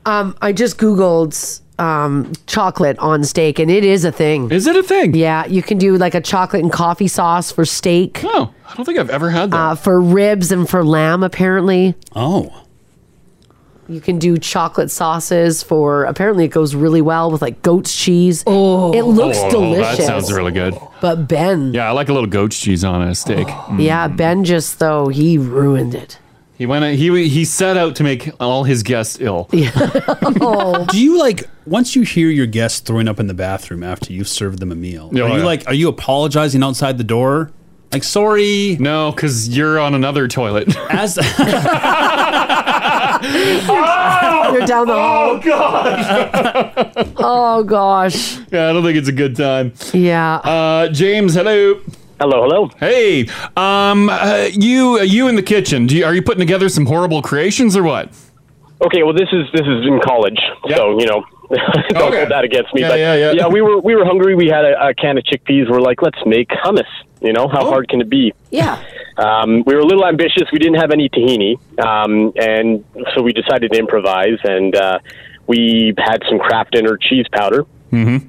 Speaker 2: Um, I just googled um chocolate on steak and it is a thing.
Speaker 3: Is it a thing?
Speaker 2: Yeah, you can do like a chocolate and coffee sauce for steak.
Speaker 3: Oh, I don't think I've ever had that.
Speaker 2: Uh, for ribs and for lamb apparently.
Speaker 3: Oh.
Speaker 2: You can do chocolate sauces for apparently it goes really well with like goat's cheese. Oh, it looks delicious. Mm.
Speaker 3: That sounds really good.
Speaker 2: But Ben,
Speaker 3: Yeah, I like a little goat cheese on a steak.
Speaker 2: yeah,
Speaker 3: Hmm.
Speaker 2: Ben just though he ruined it.
Speaker 3: He went. He he set out to make all his guests ill.
Speaker 4: Do you like once you hear your guests throwing up in the bathroom after you've served them a meal?
Speaker 3: Yeah,
Speaker 4: are you
Speaker 3: Oh, yeah.
Speaker 4: like are you apologizing outside the door? Like sorry.
Speaker 3: No, because you're on another toilet.
Speaker 4: As
Speaker 2: You're down the hall.
Speaker 3: Oh god.
Speaker 2: oh gosh.
Speaker 3: Yeah, I don't think it's a good time.
Speaker 2: Yeah.
Speaker 3: Uh, James, hello.
Speaker 24: Hello, hello.
Speaker 3: Hey, uh, um, uh, you you in the kitchen? Do you, are you putting together some horrible creations or what?
Speaker 25: Okay, well, this is this is in college, so you know, don't
Speaker 26: Okay.
Speaker 25: hold that against me.
Speaker 26: Yeah,
Speaker 25: but
Speaker 26: yeah, yeah.
Speaker 25: we were we were hungry. We had a, a can of chickpeas. We're like, let's make hummus. You know,
Speaker 26: Oh.
Speaker 25: how hard can it be?
Speaker 26: Yeah.
Speaker 25: Um, we were a little ambitious. We didn't have any tahini, um, and so we decided to improvise. And uh, we had some Kraft dinner cheese powder,
Speaker 27: Mm-hmm.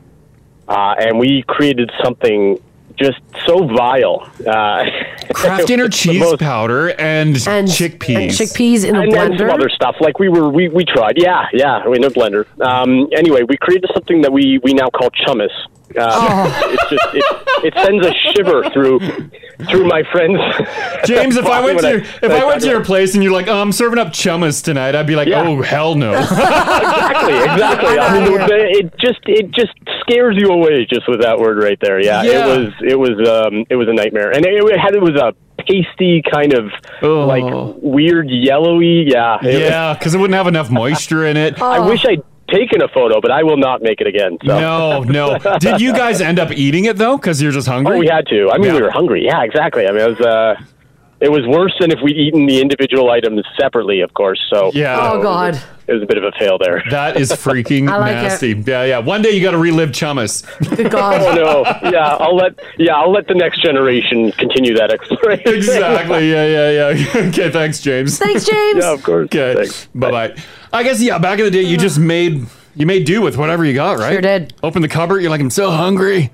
Speaker 25: uh, and we created something just so vile. Uh,
Speaker 3: Kraft dinner cheese powder and, chickpeas.
Speaker 25: and then some other stuff. Like we were, we, we tried. Yeah, yeah, in a blender. Um, anyway, we created something that we we now call chummus. Uh, It's just it, it sends a shiver through through my friends.
Speaker 3: James, if I went to
Speaker 25: When
Speaker 3: your, if I went to your place and you're like, oh, I'm serving up chummas tonight, I'd be like, oh hell no.
Speaker 25: exactly, exactly. I mean, it just it just scares you away just with that word right there. Yeah,
Speaker 3: Yeah.
Speaker 25: it was it was um, it was a nightmare, and it, it had it was a pasty kind of like weird yellowy. Yeah, it was-
Speaker 3: Oh. yeah, because it wouldn't have enough moisture in it.
Speaker 25: I wish I'd taken a photo, but I will not make it again. So.
Speaker 3: No, no. Did you guys end up eating it though? Because you're just hungry.
Speaker 25: Oh, we had to. I mean, we were hungry. Yeah, exactly. I mean, it was. Uh, it was worse than if we'd eaten the individual items separately, of course. So
Speaker 3: Yeah.
Speaker 25: so
Speaker 3: Oh,
Speaker 25: it was-
Speaker 3: God.
Speaker 25: it was a bit of a fail there.
Speaker 3: That is freaking
Speaker 25: I like it.
Speaker 3: nasty. Yeah, yeah. One day you got to relive chummas.
Speaker 25: Good God. oh no! Yeah, I'll let yeah I'll let the next generation continue that exploration.
Speaker 3: exactly. Yeah, yeah, yeah. okay, thanks, James.
Speaker 25: Thanks, James. Yeah, of course.
Speaker 3: Okay. Bye bye. I guess yeah, back in the day you just made you made do with whatever you got, right? Sure did. Open the cupboard, you're like, I'm so hungry.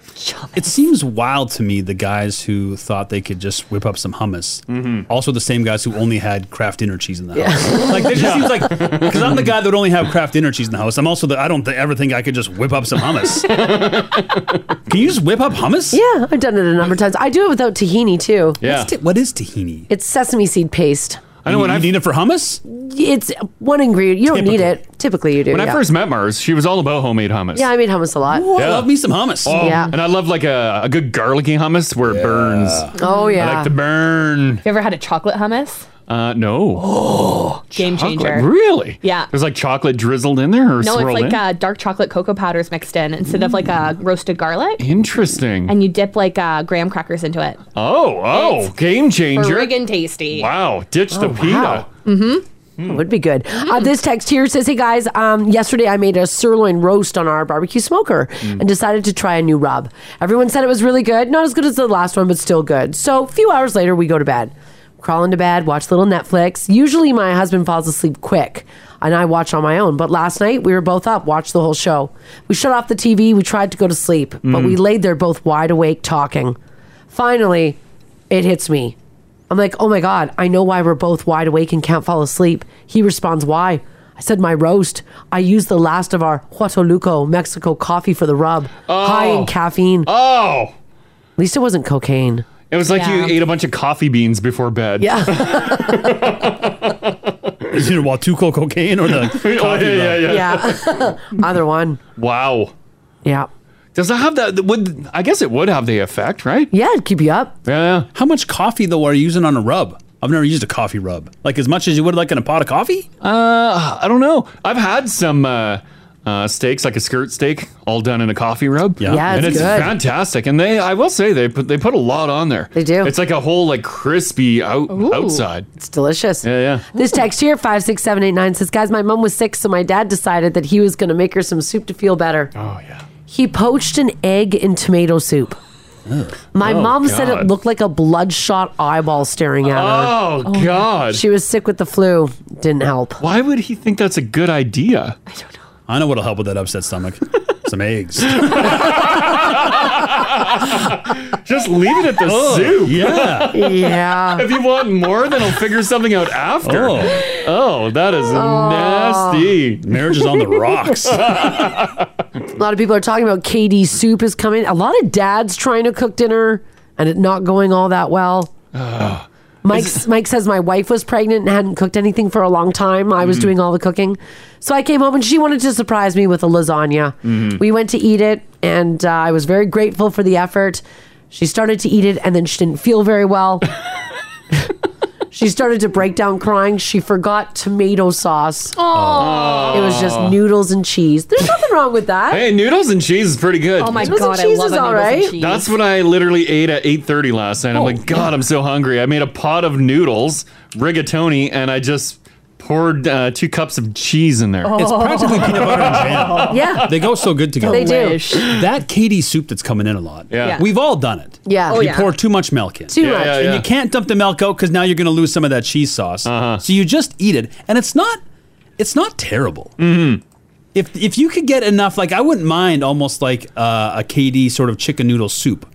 Speaker 4: It seems wild to me the guys who thought they could just whip up some hummus.
Speaker 3: Mm-hmm.
Speaker 4: Also, the same guys who only had Kraft dinner cheese in the house. like, it just seems like because I'm the guy that would only have Kraft dinner cheese in the house. I'm also the I don't th- ever think I could just whip up some hummus. Can you just whip up hummus?
Speaker 2: Yeah, I've done it a number of times. I do it without tahini too.
Speaker 4: What's ta- what is tahini?
Speaker 2: It's sesame seed paste.
Speaker 3: I know when I
Speaker 4: need it for hummus.
Speaker 2: It's one ingredient. You don't need it. Typically, you do.
Speaker 3: When
Speaker 2: yeah.
Speaker 3: I first met Mars, she was all about homemade hummus.
Speaker 2: yeah, I made hummus a lot.
Speaker 3: Yeah. Oh,
Speaker 2: yeah.
Speaker 3: And I love like a, a good garlicky hummus where it burns.
Speaker 2: Oh,
Speaker 3: I
Speaker 2: yeah.
Speaker 3: like to burn.
Speaker 5: You ever had a chocolate hummus?
Speaker 3: Uh, no. Oh,
Speaker 5: Game changer.
Speaker 3: Really?
Speaker 5: Yeah.
Speaker 3: There's like chocolate drizzled in there or
Speaker 5: No, it's
Speaker 3: swirled
Speaker 5: like
Speaker 3: in? Mm.
Speaker 5: uh, dark chocolate cocoa powders mixed in instead of like a roasted garlic,
Speaker 3: Interesting.
Speaker 5: and you dip like uh, graham crackers into it.
Speaker 3: oh, oh, game changer.
Speaker 5: Friggin' tasty.
Speaker 3: Wow, ditch the
Speaker 2: Oh,
Speaker 3: pita.
Speaker 2: wow. Mm-hmm. Would be good. Uh, this text here says, "Hey guys, um, yesterday I made a sirloin roast on our barbecue smoker and decided to try a new rub. Everyone said it was really good, not as good as the last one, but still good. So a few hours later, we go to bed, crawl into bed, watch little Netflix. Usually my husband falls asleep quick." And I watch on my own. But last night we were both up, watched the whole show. We shut off the TV, we tried to go to sleep, but
Speaker 16: Mm.
Speaker 2: we laid there both wide awake talking. Finally, it hits me. I'm like, oh my God, I know why we're both wide awake and can't fall asleep. He responds, why? I said, my roast. I used the last of our Huatoluco Mexico coffee for the rub, high in caffeine.
Speaker 3: Oh.
Speaker 2: At least it wasn't cocaine.
Speaker 3: It was like you
Speaker 2: Yeah.
Speaker 3: ate a bunch of coffee beans before bed.
Speaker 2: Yeah.
Speaker 4: Is it Watuco cocaine or the? coffee
Speaker 3: Oh, yeah, yeah,
Speaker 4: rub?
Speaker 3: yeah.
Speaker 2: Yeah. Either one.
Speaker 3: Wow.
Speaker 2: Yeah.
Speaker 3: Does it have that? Would I guess it would have the effect, right?
Speaker 2: Yeah, it'd keep you up.
Speaker 3: Yeah.
Speaker 4: How much coffee though are you using on a rub? I've never used a coffee rub. Like as much as you would like in a pot of coffee.
Speaker 3: Uh, I don't know. I've had some uh, uh, steaks, like a skirt steak, all done in a coffee rub.
Speaker 4: Yeah. Yeah,
Speaker 3: and
Speaker 4: it's
Speaker 3: it's
Speaker 4: good.
Speaker 3: fantastic. And they, I will say, they put they put a lot on there. They do. It's like a whole like crispy out outside.
Speaker 2: It's delicious.
Speaker 3: Yeah, yeah.
Speaker 2: This text here, 56789, says, Guys, my mom was sick, so my dad decided that he was going to make her some soup to feel better.
Speaker 3: Oh, yeah.
Speaker 2: He poached an egg in tomato soup. My
Speaker 3: Oh,
Speaker 2: mom said it
Speaker 3: God.
Speaker 2: looked like a bloodshot eyeball staring at
Speaker 3: Oh,
Speaker 2: her.
Speaker 3: God.
Speaker 2: She was sick with the flu. Didn't help.
Speaker 3: Why would he think that's a good idea?
Speaker 2: I don't know.
Speaker 4: I know what'll help with that upset stomach. Some eggs.
Speaker 3: Just leave it at the
Speaker 4: Oh,
Speaker 3: soup.
Speaker 4: yeah.
Speaker 2: Yeah.
Speaker 3: if you want more, then I'll figure something out after.
Speaker 4: Oh.
Speaker 3: Oh, that is nasty.
Speaker 4: Marriage is on the rocks.
Speaker 2: A lot of people are talking about KD soup is coming. A lot of dads trying to cook dinner and it not going all that well.
Speaker 3: Ugh.
Speaker 2: Mike, Mike says my wife was pregnant and hadn't cooked anything for a long time. I was
Speaker 3: Mm-hmm.
Speaker 2: doing all the cooking. So I came home and she wanted to surprise me with a lasagna.
Speaker 3: Mm-hmm.
Speaker 15: Mhm.
Speaker 2: We went to eat it and uh, I was very grateful for the effort. She started to eat it and then she didn't feel very well. she started to break down crying. She forgot tomato sauce.
Speaker 3: Aw.
Speaker 2: It was just noodles and cheese. There's nothing wrong with that.
Speaker 3: Hey, noodles and cheese is pretty good.
Speaker 2: Oh my Noodles and God, I cheese love is a all noodles and right. cheese.
Speaker 3: That's what I literally ate at 8:30 last night. I'm
Speaker 2: Oh,
Speaker 3: like, God, I'm so hungry. I made a pot of noodles, rigatoni, and I just poured uh, two cups of cheese in there.
Speaker 4: It's practically peanut butter and jam.
Speaker 2: Oh. Yeah.
Speaker 4: They go so good together.
Speaker 2: They do. Delish.
Speaker 4: That Katie soup that's coming in a lot.
Speaker 2: Yeah. Yeah.
Speaker 4: We've all done it.
Speaker 2: Yeah. Oh,
Speaker 4: you
Speaker 2: yeah.
Speaker 4: pour too much milk in.
Speaker 2: Too Yeah, much. yeah,
Speaker 4: And
Speaker 2: yeah.
Speaker 4: you can't dump the milk out because now you're going to lose some of that cheese sauce. Uh-huh. So you just eat it, and it's not, it's not terrible. Mm-hmm. If if you could get enough, like I wouldn't mind almost like uh, a KD sort of chicken noodle soup.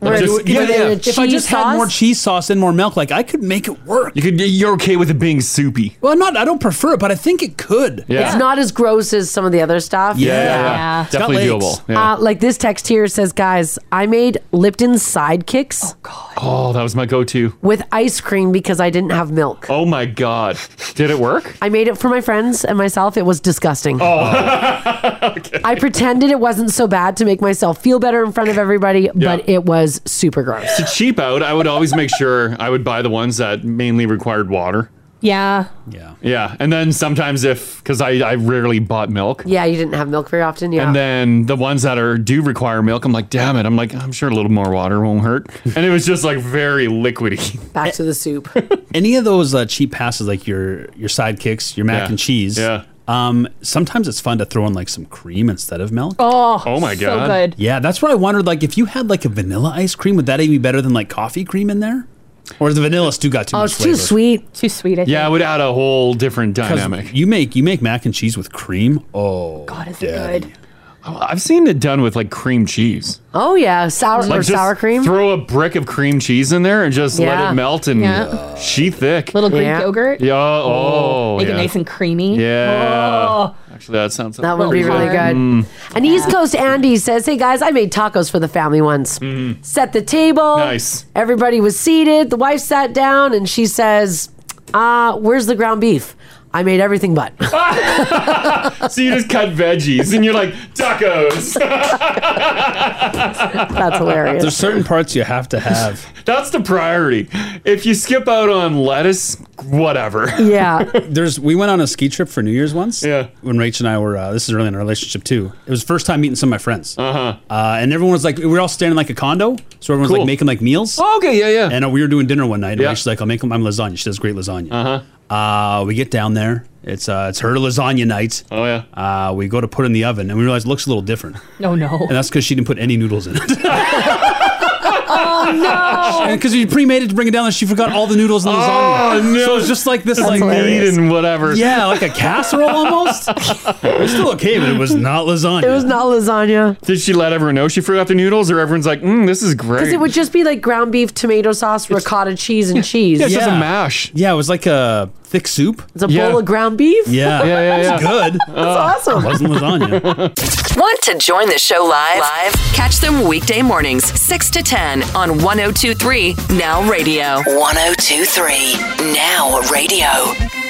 Speaker 2: Where
Speaker 4: If I
Speaker 2: it's-
Speaker 4: just- yeah,
Speaker 2: where
Speaker 4: yeah.
Speaker 2: the
Speaker 4: If I just
Speaker 2: cheese
Speaker 4: had more
Speaker 2: sauce-
Speaker 4: cheese sauce and more milk, like I could make it work.
Speaker 3: You could. You're okay with it being soupy.
Speaker 4: Well, I'm not. I don't prefer it, but I think it could.
Speaker 2: It's not as gross as some of the other stuff.
Speaker 4: Yeah, yeah, yeah. It's got Definitely legs. doable, yeah.
Speaker 2: Uh, like this text here says, guys, I made Lipton sidekicks
Speaker 3: Oh, that was my go-to.
Speaker 2: with ice cream because I didn't have milk.
Speaker 3: Oh my god, did it work?
Speaker 2: I made it for my friends and myself. It was disgusting. Oh. I pretended it wasn't so bad to make myself feel better in front of everybody, but it was super gross.
Speaker 3: To cheap out, I would always make sure I would buy the ones that mainly required water.
Speaker 5: Yeah.
Speaker 3: Yeah, and then sometimes if because I I rarely bought milk.
Speaker 2: Yeah, you didn't have milk very often. Yeah.
Speaker 3: And then the ones that are do require milk, I'm like, damn it! I'm like, I'm sure a little more water won't hurt. And it was just like very liquidy.
Speaker 2: Back to the soup.
Speaker 4: Any of those uh, cheap passes, like your your sidekicks, your mac
Speaker 3: Yeah.
Speaker 4: and cheese.
Speaker 3: Yeah.
Speaker 4: Um, sometimes it's fun to throw in like some cream instead of milk.
Speaker 5: Oh, so good.
Speaker 4: Yeah, that's where I wondered. Like, if you had like a vanilla ice cream, would that even be better than like coffee cream in there? Or is the vanilla stew got Oh, too much flavor?
Speaker 2: sweet.
Speaker 5: Oh, Too sweet, I think.
Speaker 3: Yeah, it would add a whole different
Speaker 4: 'Cause
Speaker 3: dynamic.
Speaker 4: You make you make mac and cheese with cream. Oh, God,
Speaker 5: is
Speaker 4: it
Speaker 5: good?
Speaker 3: I've seen it done with like cream cheese.
Speaker 2: Oh yeah, sour or
Speaker 3: Like, just
Speaker 2: sour cream.
Speaker 3: Throw a brick of cream cheese in there and just let
Speaker 2: Yeah.
Speaker 3: it melt and
Speaker 2: Yeah.
Speaker 3: she thick.
Speaker 5: Little Greek Yeah. yogurt?
Speaker 3: Yeah. Oh,
Speaker 5: Make
Speaker 3: yeah.
Speaker 5: it nice and creamy.
Speaker 3: Yeah.
Speaker 5: Oh.
Speaker 3: Actually, that sounds.
Speaker 2: That would be really good.
Speaker 3: Mm.
Speaker 2: And East Coast Andy says, "Hey guys, I made tacos for the family once. Set the table.
Speaker 3: Mm-hmm. Nice.
Speaker 2: Everybody was seated. The wife sat down, and she says, uh, where's the ground beef? I made everything but.'
Speaker 3: so you just cut veggies and you're like tacos. That's
Speaker 2: hilarious.
Speaker 4: There's certain parts you have to have.
Speaker 3: That's the priority. If you skip out on lettuce, whatever.
Speaker 2: Yeah.
Speaker 4: There's we went on a ski trip for New Year's once. Yeah. When Rach and I were uh, this is early in our relationship too. It was the first time meeting some of my friends. Uh-huh. Uh and everyone was like we were all standing like a condo. So everyone's
Speaker 3: Cool.
Speaker 4: like making like meals.
Speaker 3: Oh, okay, yeah, yeah.
Speaker 4: And uh, we were doing dinner one night and she's like, I'll make my lasagna. She does great lasagna. Uh-huh. Uh we get down there. It's uh it's her lasagna night.
Speaker 3: Oh yeah.
Speaker 4: Uh we go to put it in the oven and we realize it looks a little different.
Speaker 5: Oh, No, no.
Speaker 4: And that's because she didn't put any noodles in it.
Speaker 5: oh
Speaker 4: Because you pre-made it to bring it down, and she forgot all the noodles in the lasagna.
Speaker 3: Oh, no.
Speaker 4: So it's just like this,
Speaker 3: That's
Speaker 4: like
Speaker 3: hilarious. meat and whatever.
Speaker 4: Yeah, like a casserole almost. it's still okay, but it was not lasagna.
Speaker 2: It was not lasagna
Speaker 3: Did she let everyone know she forgot the noodles, or everyone's like, mm, "This is great"?
Speaker 2: because it would just be like ground beef, tomato sauce, ricotta cheese, and cheese.
Speaker 4: Yeah, it's just a
Speaker 3: mash.
Speaker 4: Yeah, it was like a thick soup.
Speaker 2: It's a bowl of ground beef.
Speaker 4: Yeah, It's good.
Speaker 2: That's awesome.
Speaker 4: It wasn't lasagna.
Speaker 1: Want to join the show live? Live? Catch them weekday mornings, 6 to 10 on 1023 Now Radio. 1023 Now Radio.